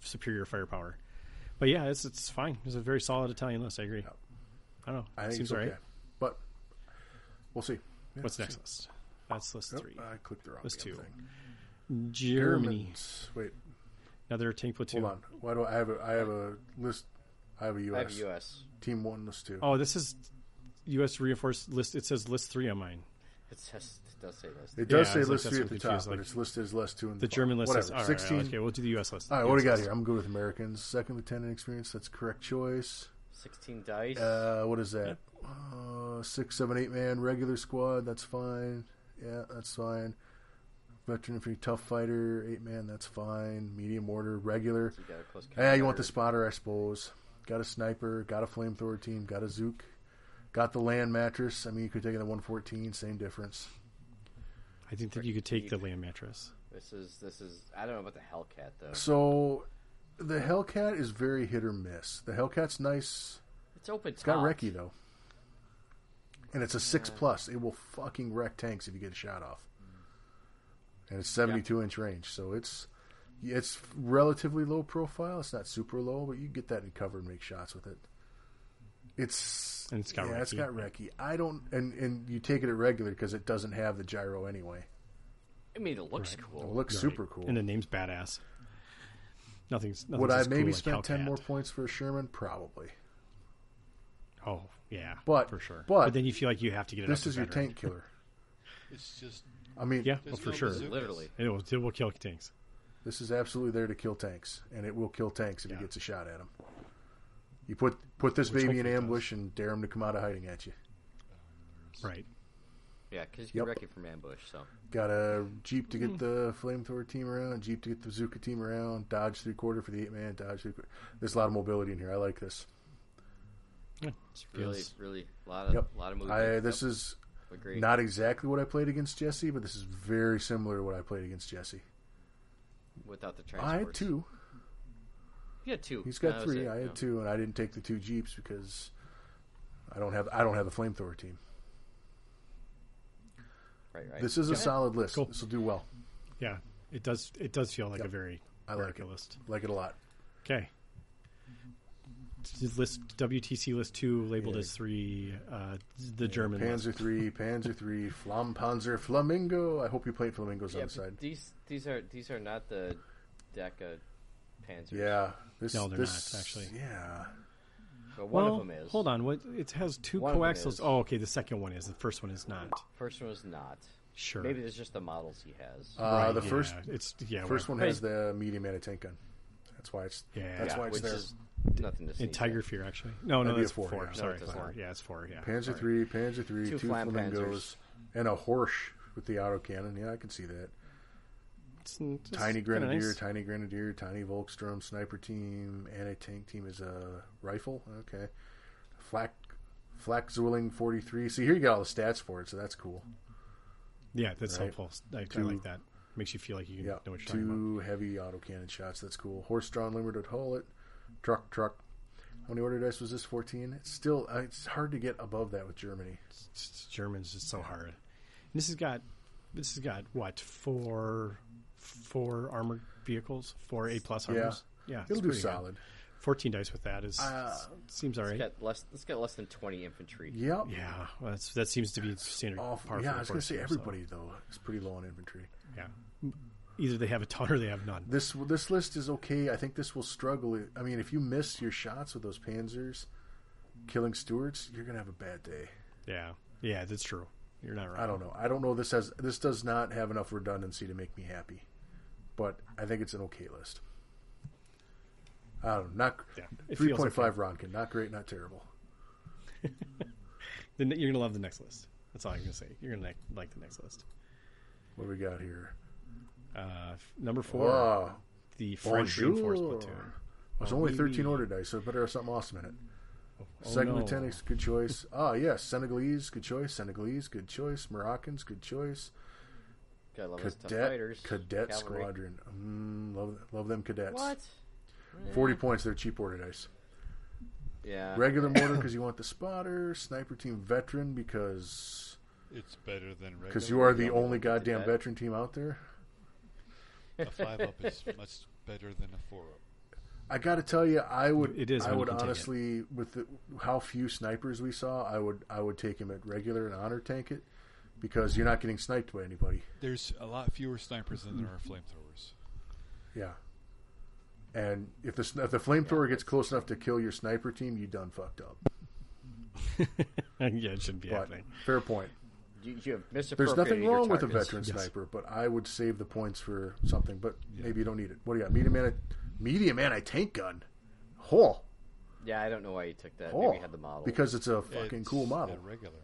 C: superior firepower, but yeah, it's it's fine. It's a very solid Italian list. I agree. I don't know.
B: I think
C: Seems
B: it's okay,
C: alright.
B: but we'll see. Yeah,
C: What's
B: we'll
C: next
B: see.
C: list? That's list
B: Nope, uh,
C: three.
B: I clicked the wrong
C: List
B: damn
C: two.
B: thing.
C: Germany,
B: Germans. Wait,
C: another tank platoon.
B: hold on. Why do I have a I have a list? I have a
D: I
B: U.S.
D: have U.S.
B: team one list two.
C: Oh, this is U.S. reinforced list. It says list three on mine.
D: It says it does say this.
B: It does
C: Yeah, I
B: say
C: was like,
B: list
C: that's what
B: three at the
C: confused,
B: top,
C: like,
B: but it's listed as list two in the,
C: The German list.
B: Whatever,
C: Is, all right, all right,
B: sixteen.
C: okay, we'll do the U.S. list.
B: All right, what do
C: US
B: we got
C: list.
B: here? I'm good with Americans. Second lieutenant experience. That's correct choice.
D: Sixteen dice.
B: Uh, what is that? Uh, six, seven, eight man regular squad. That's fine. Yeah, that's fine. Veteran infantry, tough fighter, eight man. That's fine. Medium order, regular.
D: you got a close.
B: Yeah, you
D: combat.
B: want the spotter, I suppose. Got a sniper. Got a flamethrower team. Got a zook. Got the land mattress. I mean, you could take it the 114. Same difference.
C: I think that you could take the land mattress.
D: This is this is. I don't know about the Hellcat though.
B: So, the Hellcat is very hit or miss. The Hellcat's nice.
D: It's open top.
B: It's got recce though, and it's a six plus. It will fucking wreck tanks if you get a shot off, and it's seventy two inch range. So it's it's relatively low profile. It's not super low, but you can get that in cover and make shots with it. It's
C: And it's got
B: yeah, it's
C: recce.
B: got recce. I don't and and you take it at regular because it doesn't have the gyro anyway.
D: I mean, it looks cool.
B: It looks super cool.
C: And the name's badass. Nothing's. nothing's
B: Would I
C: as
B: maybe
C: cool
B: spend
C: like
B: ten
C: Hellcat.
B: more points for a Sherman? Probably.
C: Oh Yeah,
B: But-
C: for sure.
B: but-
C: then you feel like you have to get it. out
B: This
C: to
B: is your
C: veteran.
B: tank killer.
A: It's just
B: I mean,
C: Yeah, well,
A: There's
C: for
A: no
C: sure.
A: bazookas.
D: Literally.
C: It will, it will kill tanks.
B: This is absolutely there to kill tanks, and it will kill tanks if
C: Yeah.
B: it gets a shot at them. You put put this baby in
C: hopefully it does.
B: ambush and dare him to come out of hiding at you.
C: Right.
D: Yeah, because you can
B: Yep.
D: wreck it from ambush. So
B: Got a jeep to get the flamethrower team around, jeep to get the bazooka team around, dodge three quarter for the eight man, dodge three quarter. There's a lot of mobility in here. I like this.
D: it's really,
C: Feels-
D: really a lot of
B: Yep.
D: lot of movement.
B: I this is
D: agree.
B: not exactly what I played against Jesse, but this is very similar to what I played against Jesse.
D: without the
B: I
D: transport.
B: had two.
D: You had two.
B: He's
D: That
B: got
D: was
B: three.
D: it,
B: I had
D: yeah.
B: two, and I didn't take the two jeeps because I don't have I don't have the flamethrower team.
D: Right, right.
B: This is a
C: Yeah.
B: solid list.
C: Cool.
B: This will do well.
C: Yeah. It does. It does feel like a very
B: I like
C: vertical
B: it.
C: list.
B: Like it a lot.
C: Okay. This List WTC list two labeled
B: Yeah.
C: as three. Uh, the German list. [LAUGHS]
B: Panzer three, Panzer three, Flampanzer, Flamingo. I hope you played flamingos
D: yeah,
B: on the
D: but
B: side.
D: these these are these are not the Deca Panzers.
B: Yeah, this,
C: No, they're
B: this-
C: not, actually.
B: Yeah,
D: but one
C: well,
D: of them is.
C: Hold on. What? It has two
D: One of them
C: coaxials.
D: is.
C: Oh, okay. The second one is. The first one is not.
D: First one was not.
C: Sure.
D: Maybe it's just the models he has.
B: uh,
C: Right,
B: the
C: yeah,
B: first
C: It's yeah.
B: first
C: whatever.
B: one has the medium anti tank gun. That's why it's
C: Yeah.
B: that's
D: yeah,
B: why it's
D: which
B: there.
D: is nothing to see.
C: And Tiger Fear actually. No,
B: That'd
C: no,
B: be a
C: that's
B: four,
C: four.
B: yeah. No,
C: Sorry,
D: it's a
C: four.
D: four.
C: Yeah, it's four. Yeah.
B: Panzer
C: Sorry.
B: three, Panzer three,
D: Two
B: two,
D: flam
B: flamingos, and a Horsch with the auto cannon. Yeah, I can see that.
C: It's- it's
B: Tiny
C: kinda nice.
B: grenadier, tiny grenadier, tiny Volkstrom sniper team, anti tank team is a rifle. Okay, Flak Flak Zwilling forty three. See here you got all the stats for it, so that's cool.
C: Yeah, that's
B: Right.
C: helpful. I, I
B: Two-
C: like that. Makes you feel like you
B: Yeah,
C: know what you're talking about.
B: two heavy auto cannon shots. That's cool. Horse drawn limited hullet, truck truck. How many order dice was this? Fourteen. It's still uh, it's hard to get above that with Germany.
C: It's- it's- German's just so hard. And this has got this has got what four four armored vehicles, four A plus
B: Yeah.
C: armors. Yeah, it's
B: It'll do
C: pretty good.
B: solid.
C: Fourteen dice with that is
B: Uh,
C: seems all right.
D: It's got less. It's got less than twenty infantry.
B: Yep.
C: yeah, well, that's that seems to be standard.
B: Off,
C: par
B: yeah,
C: for
B: I was going
C: first
B: to say
C: year, so,
B: everybody though is pretty low on inventory.
C: yeah, either they have a ton or they have none.
B: This this list is okay. I think this will struggle. I mean, if you miss your shots with those Panzers, killing Stuarts, you're going to have a bad day.
C: Yeah, yeah, that's true. You're not wrong.
B: I don't know. I don't know. This has this does not have enough redundancy to make me happy, but I think it's an okay list. I don't know. Not
C: Yeah, it
B: three
C: feels
B: point five Ronkin. Not great. Not terrible.
C: Then you're gonna love the next list. That's all I'm gonna say. You're gonna like, like the next list.
B: What do we got here?
C: Uh, f- number four,
B: Wow,
C: the French reinforced
B: bonjour.
C: platoon.
B: it's only
C: oui,
B: thirteen
C: oui.
B: order dice, so it better have something awesome in it.
C: Oh,
B: Second
C: no.
B: lieutenant's good choice. Ah, yes, Senegalese, good choice. Senegalese, good choice. Moroccans, good choice.
D: Got love those tough
B: Cadet,
D: fighters.
B: cadet
D: cavalry.
B: squadron. Mm, love, love them cadets.
D: What?
B: Forty points. They're cheap order dice.
D: Yeah.
B: Regular mortar because you want the spotter. Sniper team veteran because
G: It's better than regular.
B: because you are the
G: Double.
B: only goddamn
D: that.
B: veteran team out there.
G: A five up is much better than a four up.
B: I got to tell you, I would.
C: It is
B: I
C: when
B: would
C: you can take it.
B: honestly, with the, how few snipers we saw, I would. I would take him at regular and honor tank it because you're not getting sniped by anybody.
G: There's a lot fewer snipers than there are flamethrowers.
B: Yeah. And if the sn- if the flamethrower gets close enough to kill your sniper team, you done fucked up.
C: [LAUGHS] yeah, it shouldn't be
B: But
C: happening.
B: fair point.
D: You, you have
B: There's
D: misappropriated
B: nothing
D: your
B: wrong with a
D: targets.
B: veteran
C: Yes.
B: sniper, but I would save the points for something. But maybe you don't need it. What do you got? Medium anti medium anti tank gun. Oh,
D: Yeah, I don't know why you took that.
B: oh.
D: Maybe you had the model.
B: because it's a fucking
G: It's
B: cool model.
G: A regular.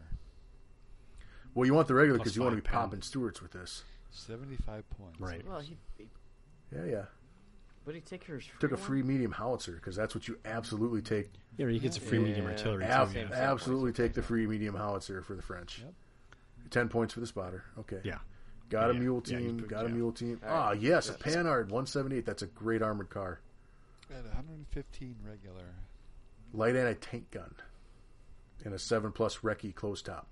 B: Well, you want the regular
C: Plus
B: because you want to
C: five
B: be
C: pound.
B: popping Stewarts with this.
G: 75 points.
C: Right.
D: well, he, he
B: Yeah, yeah.
D: but he take yours.
B: Took a free medium howitzer because that's what you absolutely take.
C: Yeah, he gets a free medium
D: Yeah.
C: artillery.
D: Ab-
C: too,
B: Ab-
C: yeah.
D: same
B: absolutely take the free medium howitzer for the French.
G: Yep.
B: Ten points for the spotter. Okay.
C: yeah.
B: Got a
C: Yeah,
B: mule
C: yeah, you
B: team.
C: put-
B: got a
C: yeah.
B: mule team.
D: right.
B: Ah, yes, a Panhard 178. That's a great armored car.
G: At 115 regular.
B: Light anti tank gun. And a 7 plus recce close top.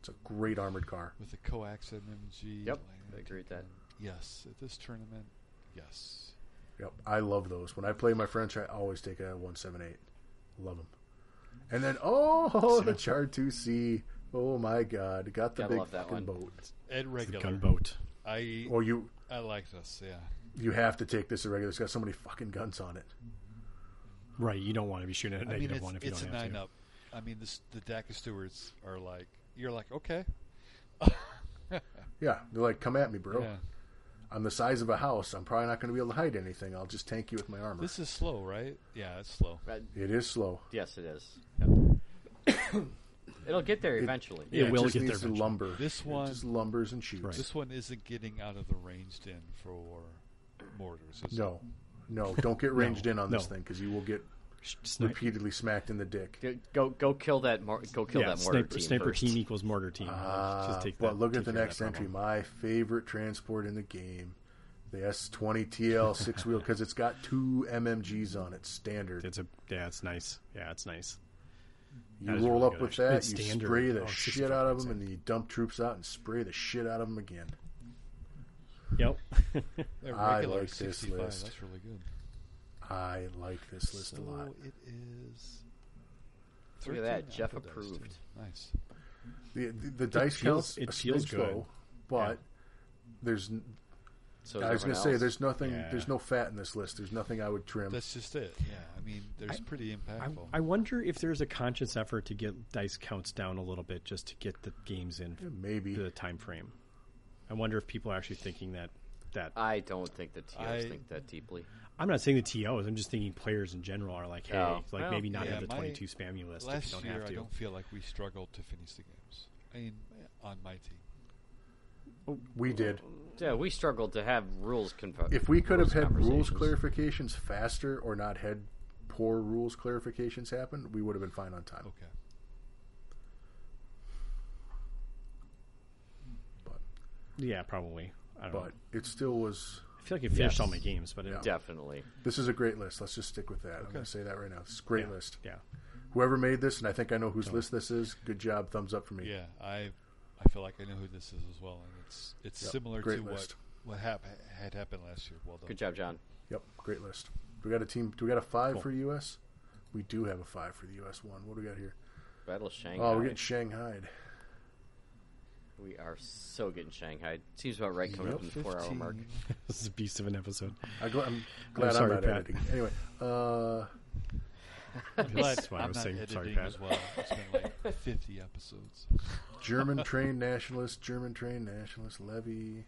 B: It's a great armored car.
G: With the coax MMG.
D: Yep,
G: land.
D: I agree with that.
G: Yes. At this tournament, yes.
B: Yep. I love those. When I play my French, I always take a 178. Love them. And then, oh, [LAUGHS] the Char 2C. Oh, my God. Got the
D: Gotta
B: big
D: love that
B: fucking
D: one.
B: boat.
G: At
C: The
G: regular.
C: gunboat.
G: I,
B: Well, you
G: I like this, yeah.
B: you have to take this irregular. It's got so many fucking guns on it.
C: Right. You don't want to be shooting at a
G: I mean,
C: negative
G: it's,
C: one if you
G: it's a
C: don't have
G: 9
C: to.
G: up.
A: I mean, this, the DACA stewards are like, you're like,
G: [LAUGHS]
A: okay,
B: Yeah, they're like, "Come at me, bro.
A: yeah.
B: I'm the size of a house. I'm probably not going to be able to hide anything. I'll just tank you with my armor."
A: This is slow, right? Yeah, it's slow.
D: But
B: it is slow.
D: yes, it is. [COUGHS] It'll get there eventually.
C: It will
B: just
C: get there
B: needs to
C: eventually.
B: lumber.
A: This
B: It
A: one-
B: just lumbers and shoots.
A: This one isn't getting out of the ranged in for mortars. Is
B: No, no, don't get ranged in on this
C: [LAUGHS] no.
B: thing because you will get
C: Snipe-
B: repeatedly smacked in the dick.
D: Go- Go go kill that mor- go kill
C: yeah,
D: that mortar
C: sniper,
D: team
C: sniper
D: first.
C: team equals mortar team.
B: Ah,
C: Just take
B: but
C: that-
B: look at
C: take
B: the
C: care of
B: next
C: that
B: entry.
C: problem.
B: My favorite transport in the game, the S20 TL six
C: [LAUGHS]
B: wheel, because it's got two MMGs on it. Standard.
C: It's a yeah, it's nice. Yeah, it's nice.
B: you
C: that is
B: roll
C: really
B: up
C: good,
B: with
C: actually.
B: that,
C: It's
B: you
C: standard.
B: spray the
C: Oh, it's just
B: shit out of
C: fucking
B: them, and then you dump troops out and spray the shit out of them again.
C: Yep.
A: They're
B: I
A: regular
B: like this
A: 65,
B: list.
A: That's really good.
B: I like this list
A: so
B: a lot.
A: it is.
D: Look at that,
A: 13
D: Jeff
A: apple dice, too.
D: approved.
A: Nice.
B: The, the, the dice
C: feels-
B: feels,
C: it
B: a
C: feels
B: smidge
C: good.
B: low, but there's. n-
D: So
B: I was gonna
D: going to
B: say there's nothing.
C: Yeah.
B: There's no fat in this list. There's nothing I would trim.
A: That's just it. Yeah, I mean, there's pretty
C: I,
A: impactful.
C: I wonder if there's a conscious effort to get dice counts down a little bit just to get the games in
B: Maybe
C: the time frame. I wonder if people are actually thinking that. That
D: I don't think the TOs
A: I-
D: think that deeply.
C: I'm not saying the TOs. I'm just thinking players in general are like, hey,
D: Oh.
C: like
D: Well,
C: maybe not
A: yeah,
C: have the
A: my-
C: 22 spammy list if you
A: Last
C: don't
A: year,
C: have to.
A: I don't feel like we struggled to finish the games. I mean, on my team.
B: we did.
D: Yeah, we struggled to have rules confused.
B: If we could have had rules clarifications faster, or not had poor rules clarifications happen, we would have been fine on time.
A: Okay.
C: Yeah, probably. I don't know.
B: But it still was.
C: I feel like I finished
D: Yes.
C: all my games, but it, yeah.
D: definitely.
B: This is a great list. Let's just stick with that. I'm going to say that right now. It's a great list.
C: yeah,
B: Whoever made this, and I think I know whose list this is. Good job. Thumbs up for me.
A: Yeah, I I feel like I know who this is as well, and it's it's
B: Yep,
A: similar
B: great
A: to
B: list.
A: what what hap- had happened last year. Well done.
D: Good job, John.
B: Yep. Great list. Do we got a team? Do we got a five for U.S.? We do have a five for the U.S. one. What do we got here?
D: Battle of Shanghai.
B: Oh, we're getting Shanghaied.
D: We are so getting Shanghai. Seems about right coming up in the four hour mark.
C: this is a beast of an
D: [LAUGHS]
C: episode.
B: I gl- I'm glad I'm,
C: sorry,
B: not
C: Pat.
B: editing. Anyway, uh,
C: That's why I
A: I'm
C: was
A: not
C: saying,
A: editing
C: sorry, Pat.
A: as well. It's been
D: [LAUGHS]
A: like 50 episodes.
B: German trained nationalist, German trained nationalist, Levy.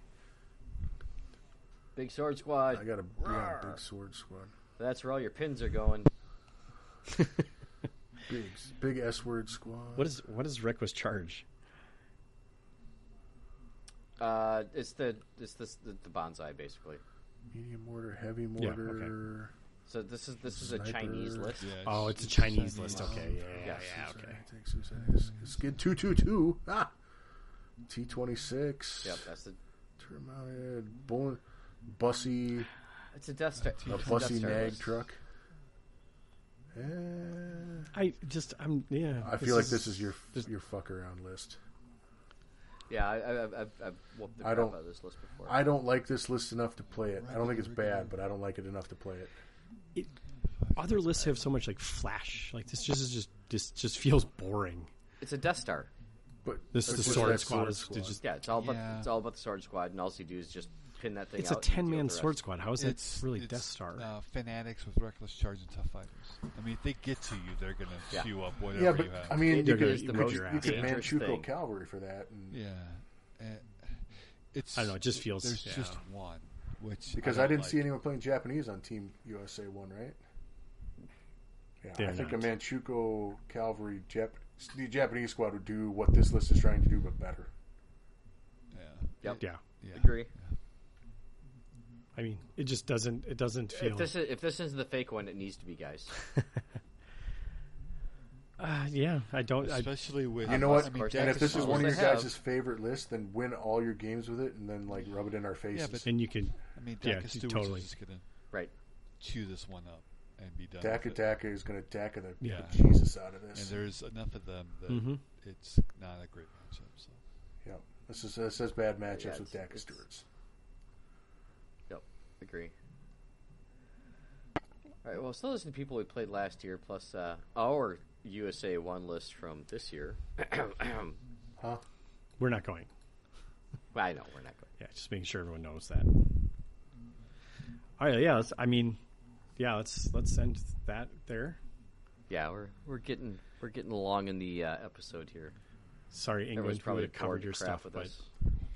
D: Big Sword
B: I
D: Squad.
B: got a we got a big sword squad.
D: That's where all your pins are going.
B: Big, big S word squad.
C: What is what is Request Charge?
D: Uh, it's the it's this the, the bonsai basically.
B: medium mortar, heavy
C: okay.
B: mortar? Um,
D: So this is this is
B: Sniper.
D: a Chinese list.
A: Yeah,
C: Oh, it's a Chinese list. Okay, yeah, yeah,
D: Yes.
C: yeah, okay.
B: I think suicide is- Skid two two two. Ah, T twenty six.
D: Yep, that's the
B: Turn mounted bone, bussy,
D: it's a Death Star.
B: a
D: it's a
B: bussy
D: Death Star
B: nag
D: list.
B: truck. Eh,
C: I just I'm yeah.
B: I feel like this is your your fuck around list.
D: Yeah, I, I, I've, I've, I've whooped the
B: I
D: crap
B: don't-
D: out of this list before.
B: I don't like this list enough to play it. I don't think it's bad, but I don't like it enough to play it.
C: It, other lists have so much like flash. Like this just is just just just feels boring.
D: it's a Death Star.
B: But
C: This
B: but
C: the
B: just
C: sword
B: that
C: squad is is just
D: Yeah, it's all about
A: Yeah.
D: it's all about the sword squad, and all you do is just pin that thing.
C: it's a
D: out and deal
C: ten man
D: with the
C: sword
D: rest.
C: squad. How is it really Death Star?
A: Uh, fanatics with reckless charge and tough fighters. I mean, if they get to you, they're going to
D: Yeah.
A: queue up whatever
B: Yeah,
A: you
B: but
A: have.
B: I mean,
D: It
B: you
C: is
B: could,
C: the
B: you could,
C: most
B: you could
D: dangerous
B: Manchukuo
D: thing.
B: cavalry for that, and,
A: yeah. Eh, it's
C: I don't know, it just feels-
A: There's
C: yeah.
A: just one. Which
B: because I,
A: don't
B: didn't
A: like.
B: see anyone playing Japanese on Team USA one, right? Yeah,
C: They're
B: I think
C: not.
B: a Manchukuo cavalry Jap- the Japanese squad would do what this list is trying to do, but better.
A: Yeah.
D: Yep.
C: yeah,
A: Yeah.
D: Agree.
C: I mean it just doesn't it doesn't feel.
D: If this is if this isn't the fake one, it needs to be, guys.
C: uh, yeah, I don't. I,
A: Especially with
B: You know
D: of
B: what?
D: course,
B: and
D: that's
B: if this is
D: what
B: one of
D: they
B: your
D: have.
B: guys' favorite lists, then win all your games with it, and then like rub it in our faces.
A: but-
C: and you can
A: I mean,
C: Yeah,
A: Daka
C: you
A: Stewart's
C: totally-
A: just going to
D: right.
A: chew this one up and be done.
B: Daka
A: with it.
B: Daka is going to Daka the
C: Yeah.
B: Jesus out of
A: And
B: this.
A: there's enough of them that
C: Mhm.
A: it's not a great matchup. So
B: Yeah, this is this has bad matchups
D: Yeah,
B: with
D: it's-
B: Daka
D: it's-
B: Stewart's.
D: Yep. Agree. All right. Well, still listen to people we played last year, plus uh, our USA one list from this year. [COUGHS]
B: Huh?
C: we're not going.
D: Well, I know we're not going.
C: Yeah, just making sure everyone knows that. All right, yeah. Let's, I mean, yeah. Let's let's end that there.
D: Yeah, we're we're getting we're getting along in the uh, episode here.
C: Sorry,
D: Everyone's
C: England, we
D: probably
C: would have covered
D: bored
C: your
D: to crap
C: stuff,
D: with
C: but
D: us.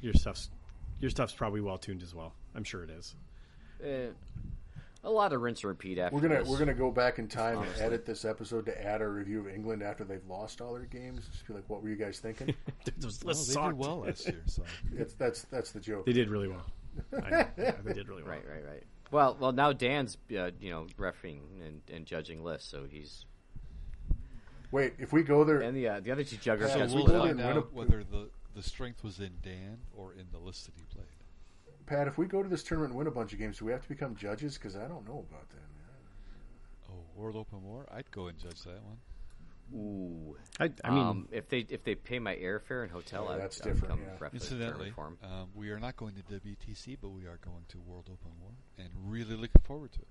C: your stuff's your stuff's probably well tuned as well. I'm sure
A: [LAUGHS]
C: it is.
D: Eh, a lot of rinse and repeat after
B: We're gonna
D: this.
B: we're gonna go back in time and
D: Honestly.
B: edit this episode to add a review of England after they've lost all their games. Just be like, what were you guys
C: [LAUGHS]
B: thinking?
C: Those
A: Well, they did well last year,
D: [LAUGHS]
A: so
B: it's, that's that's the joke.
C: They did
A: [LAUGHS]
C: really well. I know. Yeah, they did really well.
D: Right, right, right. Well, well, now Dan's uh, you know refereeing and, and judging lists, so he's
B: Wait, if we go there,
D: and the uh, the other two juggers. got
B: So
A: we'll
D: split up.
A: find
B: in Winnip-
A: out whether the the strength was in Dan or in the list that he played.
B: Pat, if we go to this tournament and win a bunch of games, do we have to become judges? Because I don't know about that. Man.
A: Oh, World Open War! I'd go and judge that one.
D: Ooh.
C: I, I mean,
D: um, if they if they pay my airfare and hotel,
B: Yeah,
D: I,
B: that's
D: I would
B: different,
D: Come
B: yeah.
D: ref the
A: Incidentally,
D: tournament for 'em.
A: um, we are not going to WTC, but we are going to World Open War, and really looking forward to it.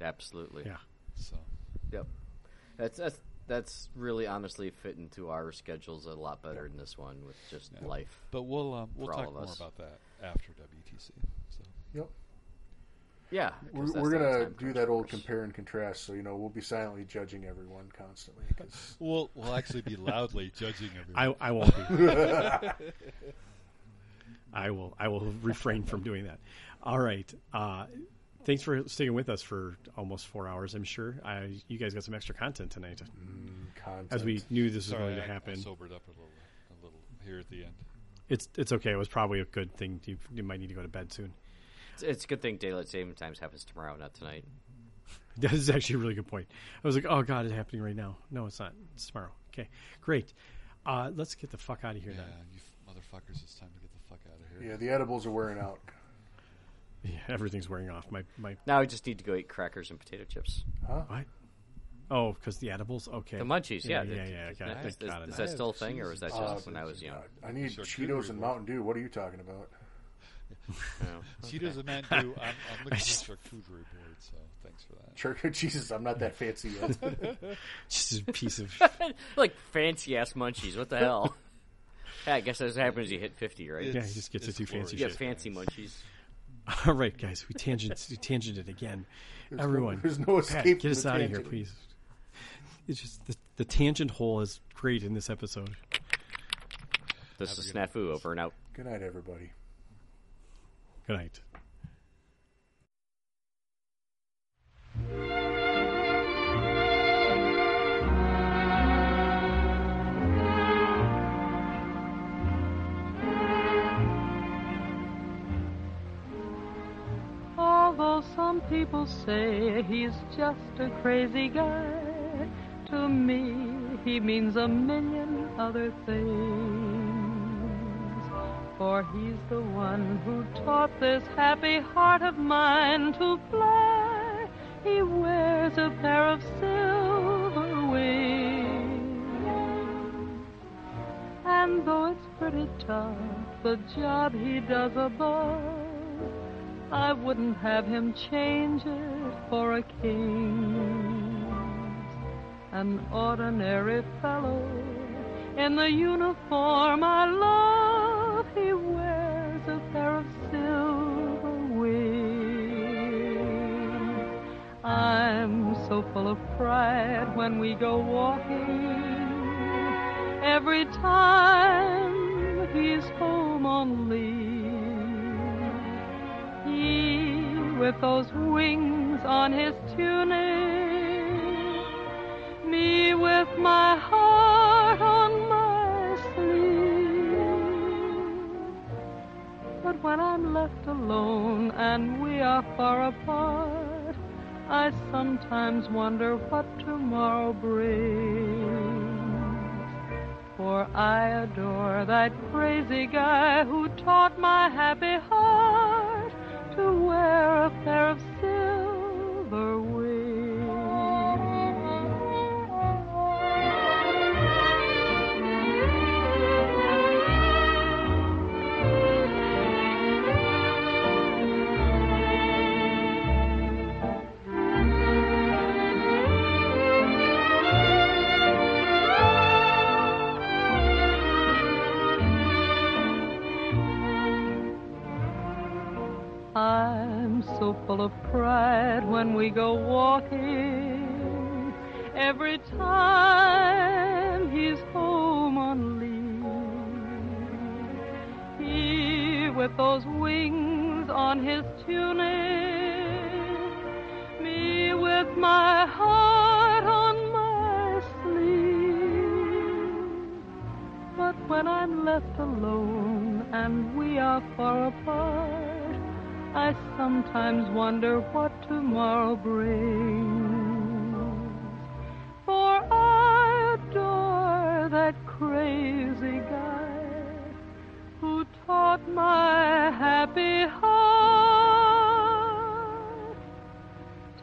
D: absolutely.
C: yeah.
A: So,
D: Yep. That's that's that's really honestly fit into our schedules a lot better than this one with just
A: Yeah.
D: life.
A: but we'll um, we'll
D: For all
A: talk
D: of
A: more
D: us.
A: about that after WTC. So,
B: Yep.
D: Yeah,
B: We're, we're gonna do that old compare and contrast. So you know, we'll be silently judging everyone constantly.
C: [LAUGHS]
B: 'cause-
A: we'll we'll actually be loudly judging everyone.
C: I, I won't
D: [LAUGHS]
C: be. I will. I will refrain from doing that. All right. Uh, thanks for sticking with us for almost four hours. I'm sure I, you guys got some extra content tonight,
B: content.
C: Mm-hmm. as we knew this
A: Mm-hmm.
C: was
A: Sorry,
C: going to
A: I- I
C: happen.
A: sobered up a little, a little here at the end.
C: It's it's okay. It was probably a good thing. You, you might need to go to bed soon.
D: It's, it's a good thing daylight saving times happens tomorrow, not tonight.
C: [LAUGHS] That is actually a really good point. I was like, oh god, it's happening right now. No, it's not. It's tomorrow. Okay, great. Uh, let's get the fuck out of here
A: Yeah,
C: then.
A: you f- motherfuckers, it's time to get the fuck out of here.
B: yeah, the edibles are
C: [LAUGHS]
B: wearing out.
C: Yeah, everything's wearing off. My my
D: Now I just need to go eat crackers and potato chips.
C: what? Oh, because the edibles. Okay,
D: The munchies, yeah.
C: yeah, yeah.
D: the-
C: yeah,
D: the-
C: God,
D: the-
C: thank
D: is, is
C: God on that.
D: that still a thing, or was that just
B: Uh,
D: when I was young?
B: I need
A: Charcuterie
B: Cheetos
A: board.
B: and Mountain Dew. What are you talking about?
D: No.
A: Cheetos and
C: [LAUGHS]
A: Mountain Dew. I'm, I'm looking
C: just-
A: for a charcuterie board, so thanks for that.
B: Church, [LAUGHS] Jesus, I'm not that fancy yet.
C: [LAUGHS] Just a
D: [LAUGHS]
C: piece of [LAUGHS]
D: like fancy ass munchies. What the [LAUGHS] hell? yeah, I guess that's what happens. You hit fifty, right?
A: It's-
C: just gets a
A: it's
C: too fancy
D: You
A: glorious.
D: get fancy munchies.
C: All right, guys, we tangent we tangented again. Everyone,
B: there's no
C: Pat,
B: escape
C: get
B: from
C: us
B: the
C: out of here,
B: tangent.
C: please. It's just the, the tangent hole is great in this episode.
D: This is snafu over and out.
B: Good night, everybody.
C: Good night.
H: Although some people say he's just a crazy guy, to me he means a million other things. For he's the one who taught this happy heart of mine to fly. He wears a pair of silver wings. And though it's pretty tough, the job he does above. I wouldn't have him change it for a king's. An ordinary fellow in the uniform I love, he wears a pair of silver wings. I'm so full of pride when we go walking. Every time he's home on leave. He, with those wings on his tunic, me with my heart on my sleeve. But when I'm left alone and we are far apart, I sometimes wonder what tomorrow brings. For I adore that crazy guy who taught my happy heart to wear a pair of silver wings. I'm so full of pride when we go walking. every time he's home on leave. He, with those wings on his tunic, me with my heart on my sleeve. But when I'm left alone and we are far apart, I sometimes wonder what tomorrow brings. For I adore that crazy guy who taught my happy heart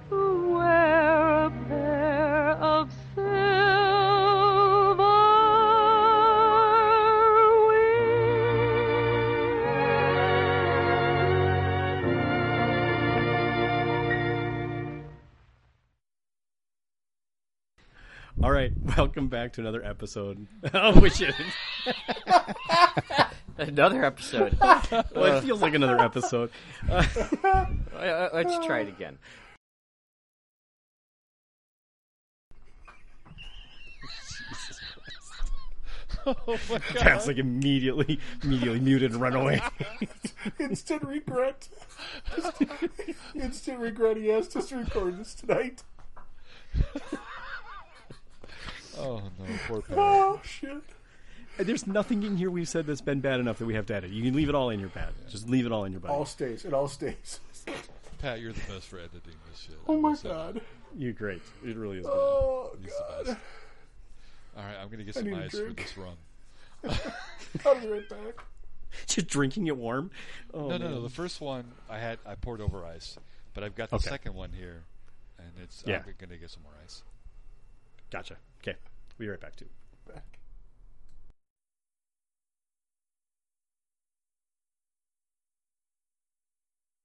H: to wear a pair of silver wings.
C: All right, [LAUGHS] welcome back to another episode. [LAUGHS] oh, we should.
D: Another [LAUGHS] episode.
C: Well, it feels like another episode.
D: Uh, Let's try it again.
C: Pat's like immediately, immediately muted and run away.
B: Instant regret. Instant regret he has to record this tonight.
A: Oh no, poor Pat.
B: Oh, shit.
C: [LAUGHS] There's nothing in here we've said that's been bad enough that we have to edit. You can leave it all in your Pat. Just leave it all in your body.
B: All stays. It all stays.
A: Pat, you're the best for editing this shit.
B: Oh, my
A: Almost
B: God.
C: You're great. It really is.
A: [LAUGHS]
B: Oh,
A: He's the best. All right, I'm gonna get some
B: need a
A: ice for
B: drink.
A: this rum.
B: I'll be right back.
C: Just drinking it warm. Oh,
A: No,
C: man.
A: no, no. The first one I had, I poured over ice, but I've got the
C: Okay.
A: second one here, and it's
C: Yeah.
A: I'm gonna get some more ice.
C: Gotcha. Okay, we'll be right back too.
B: Back.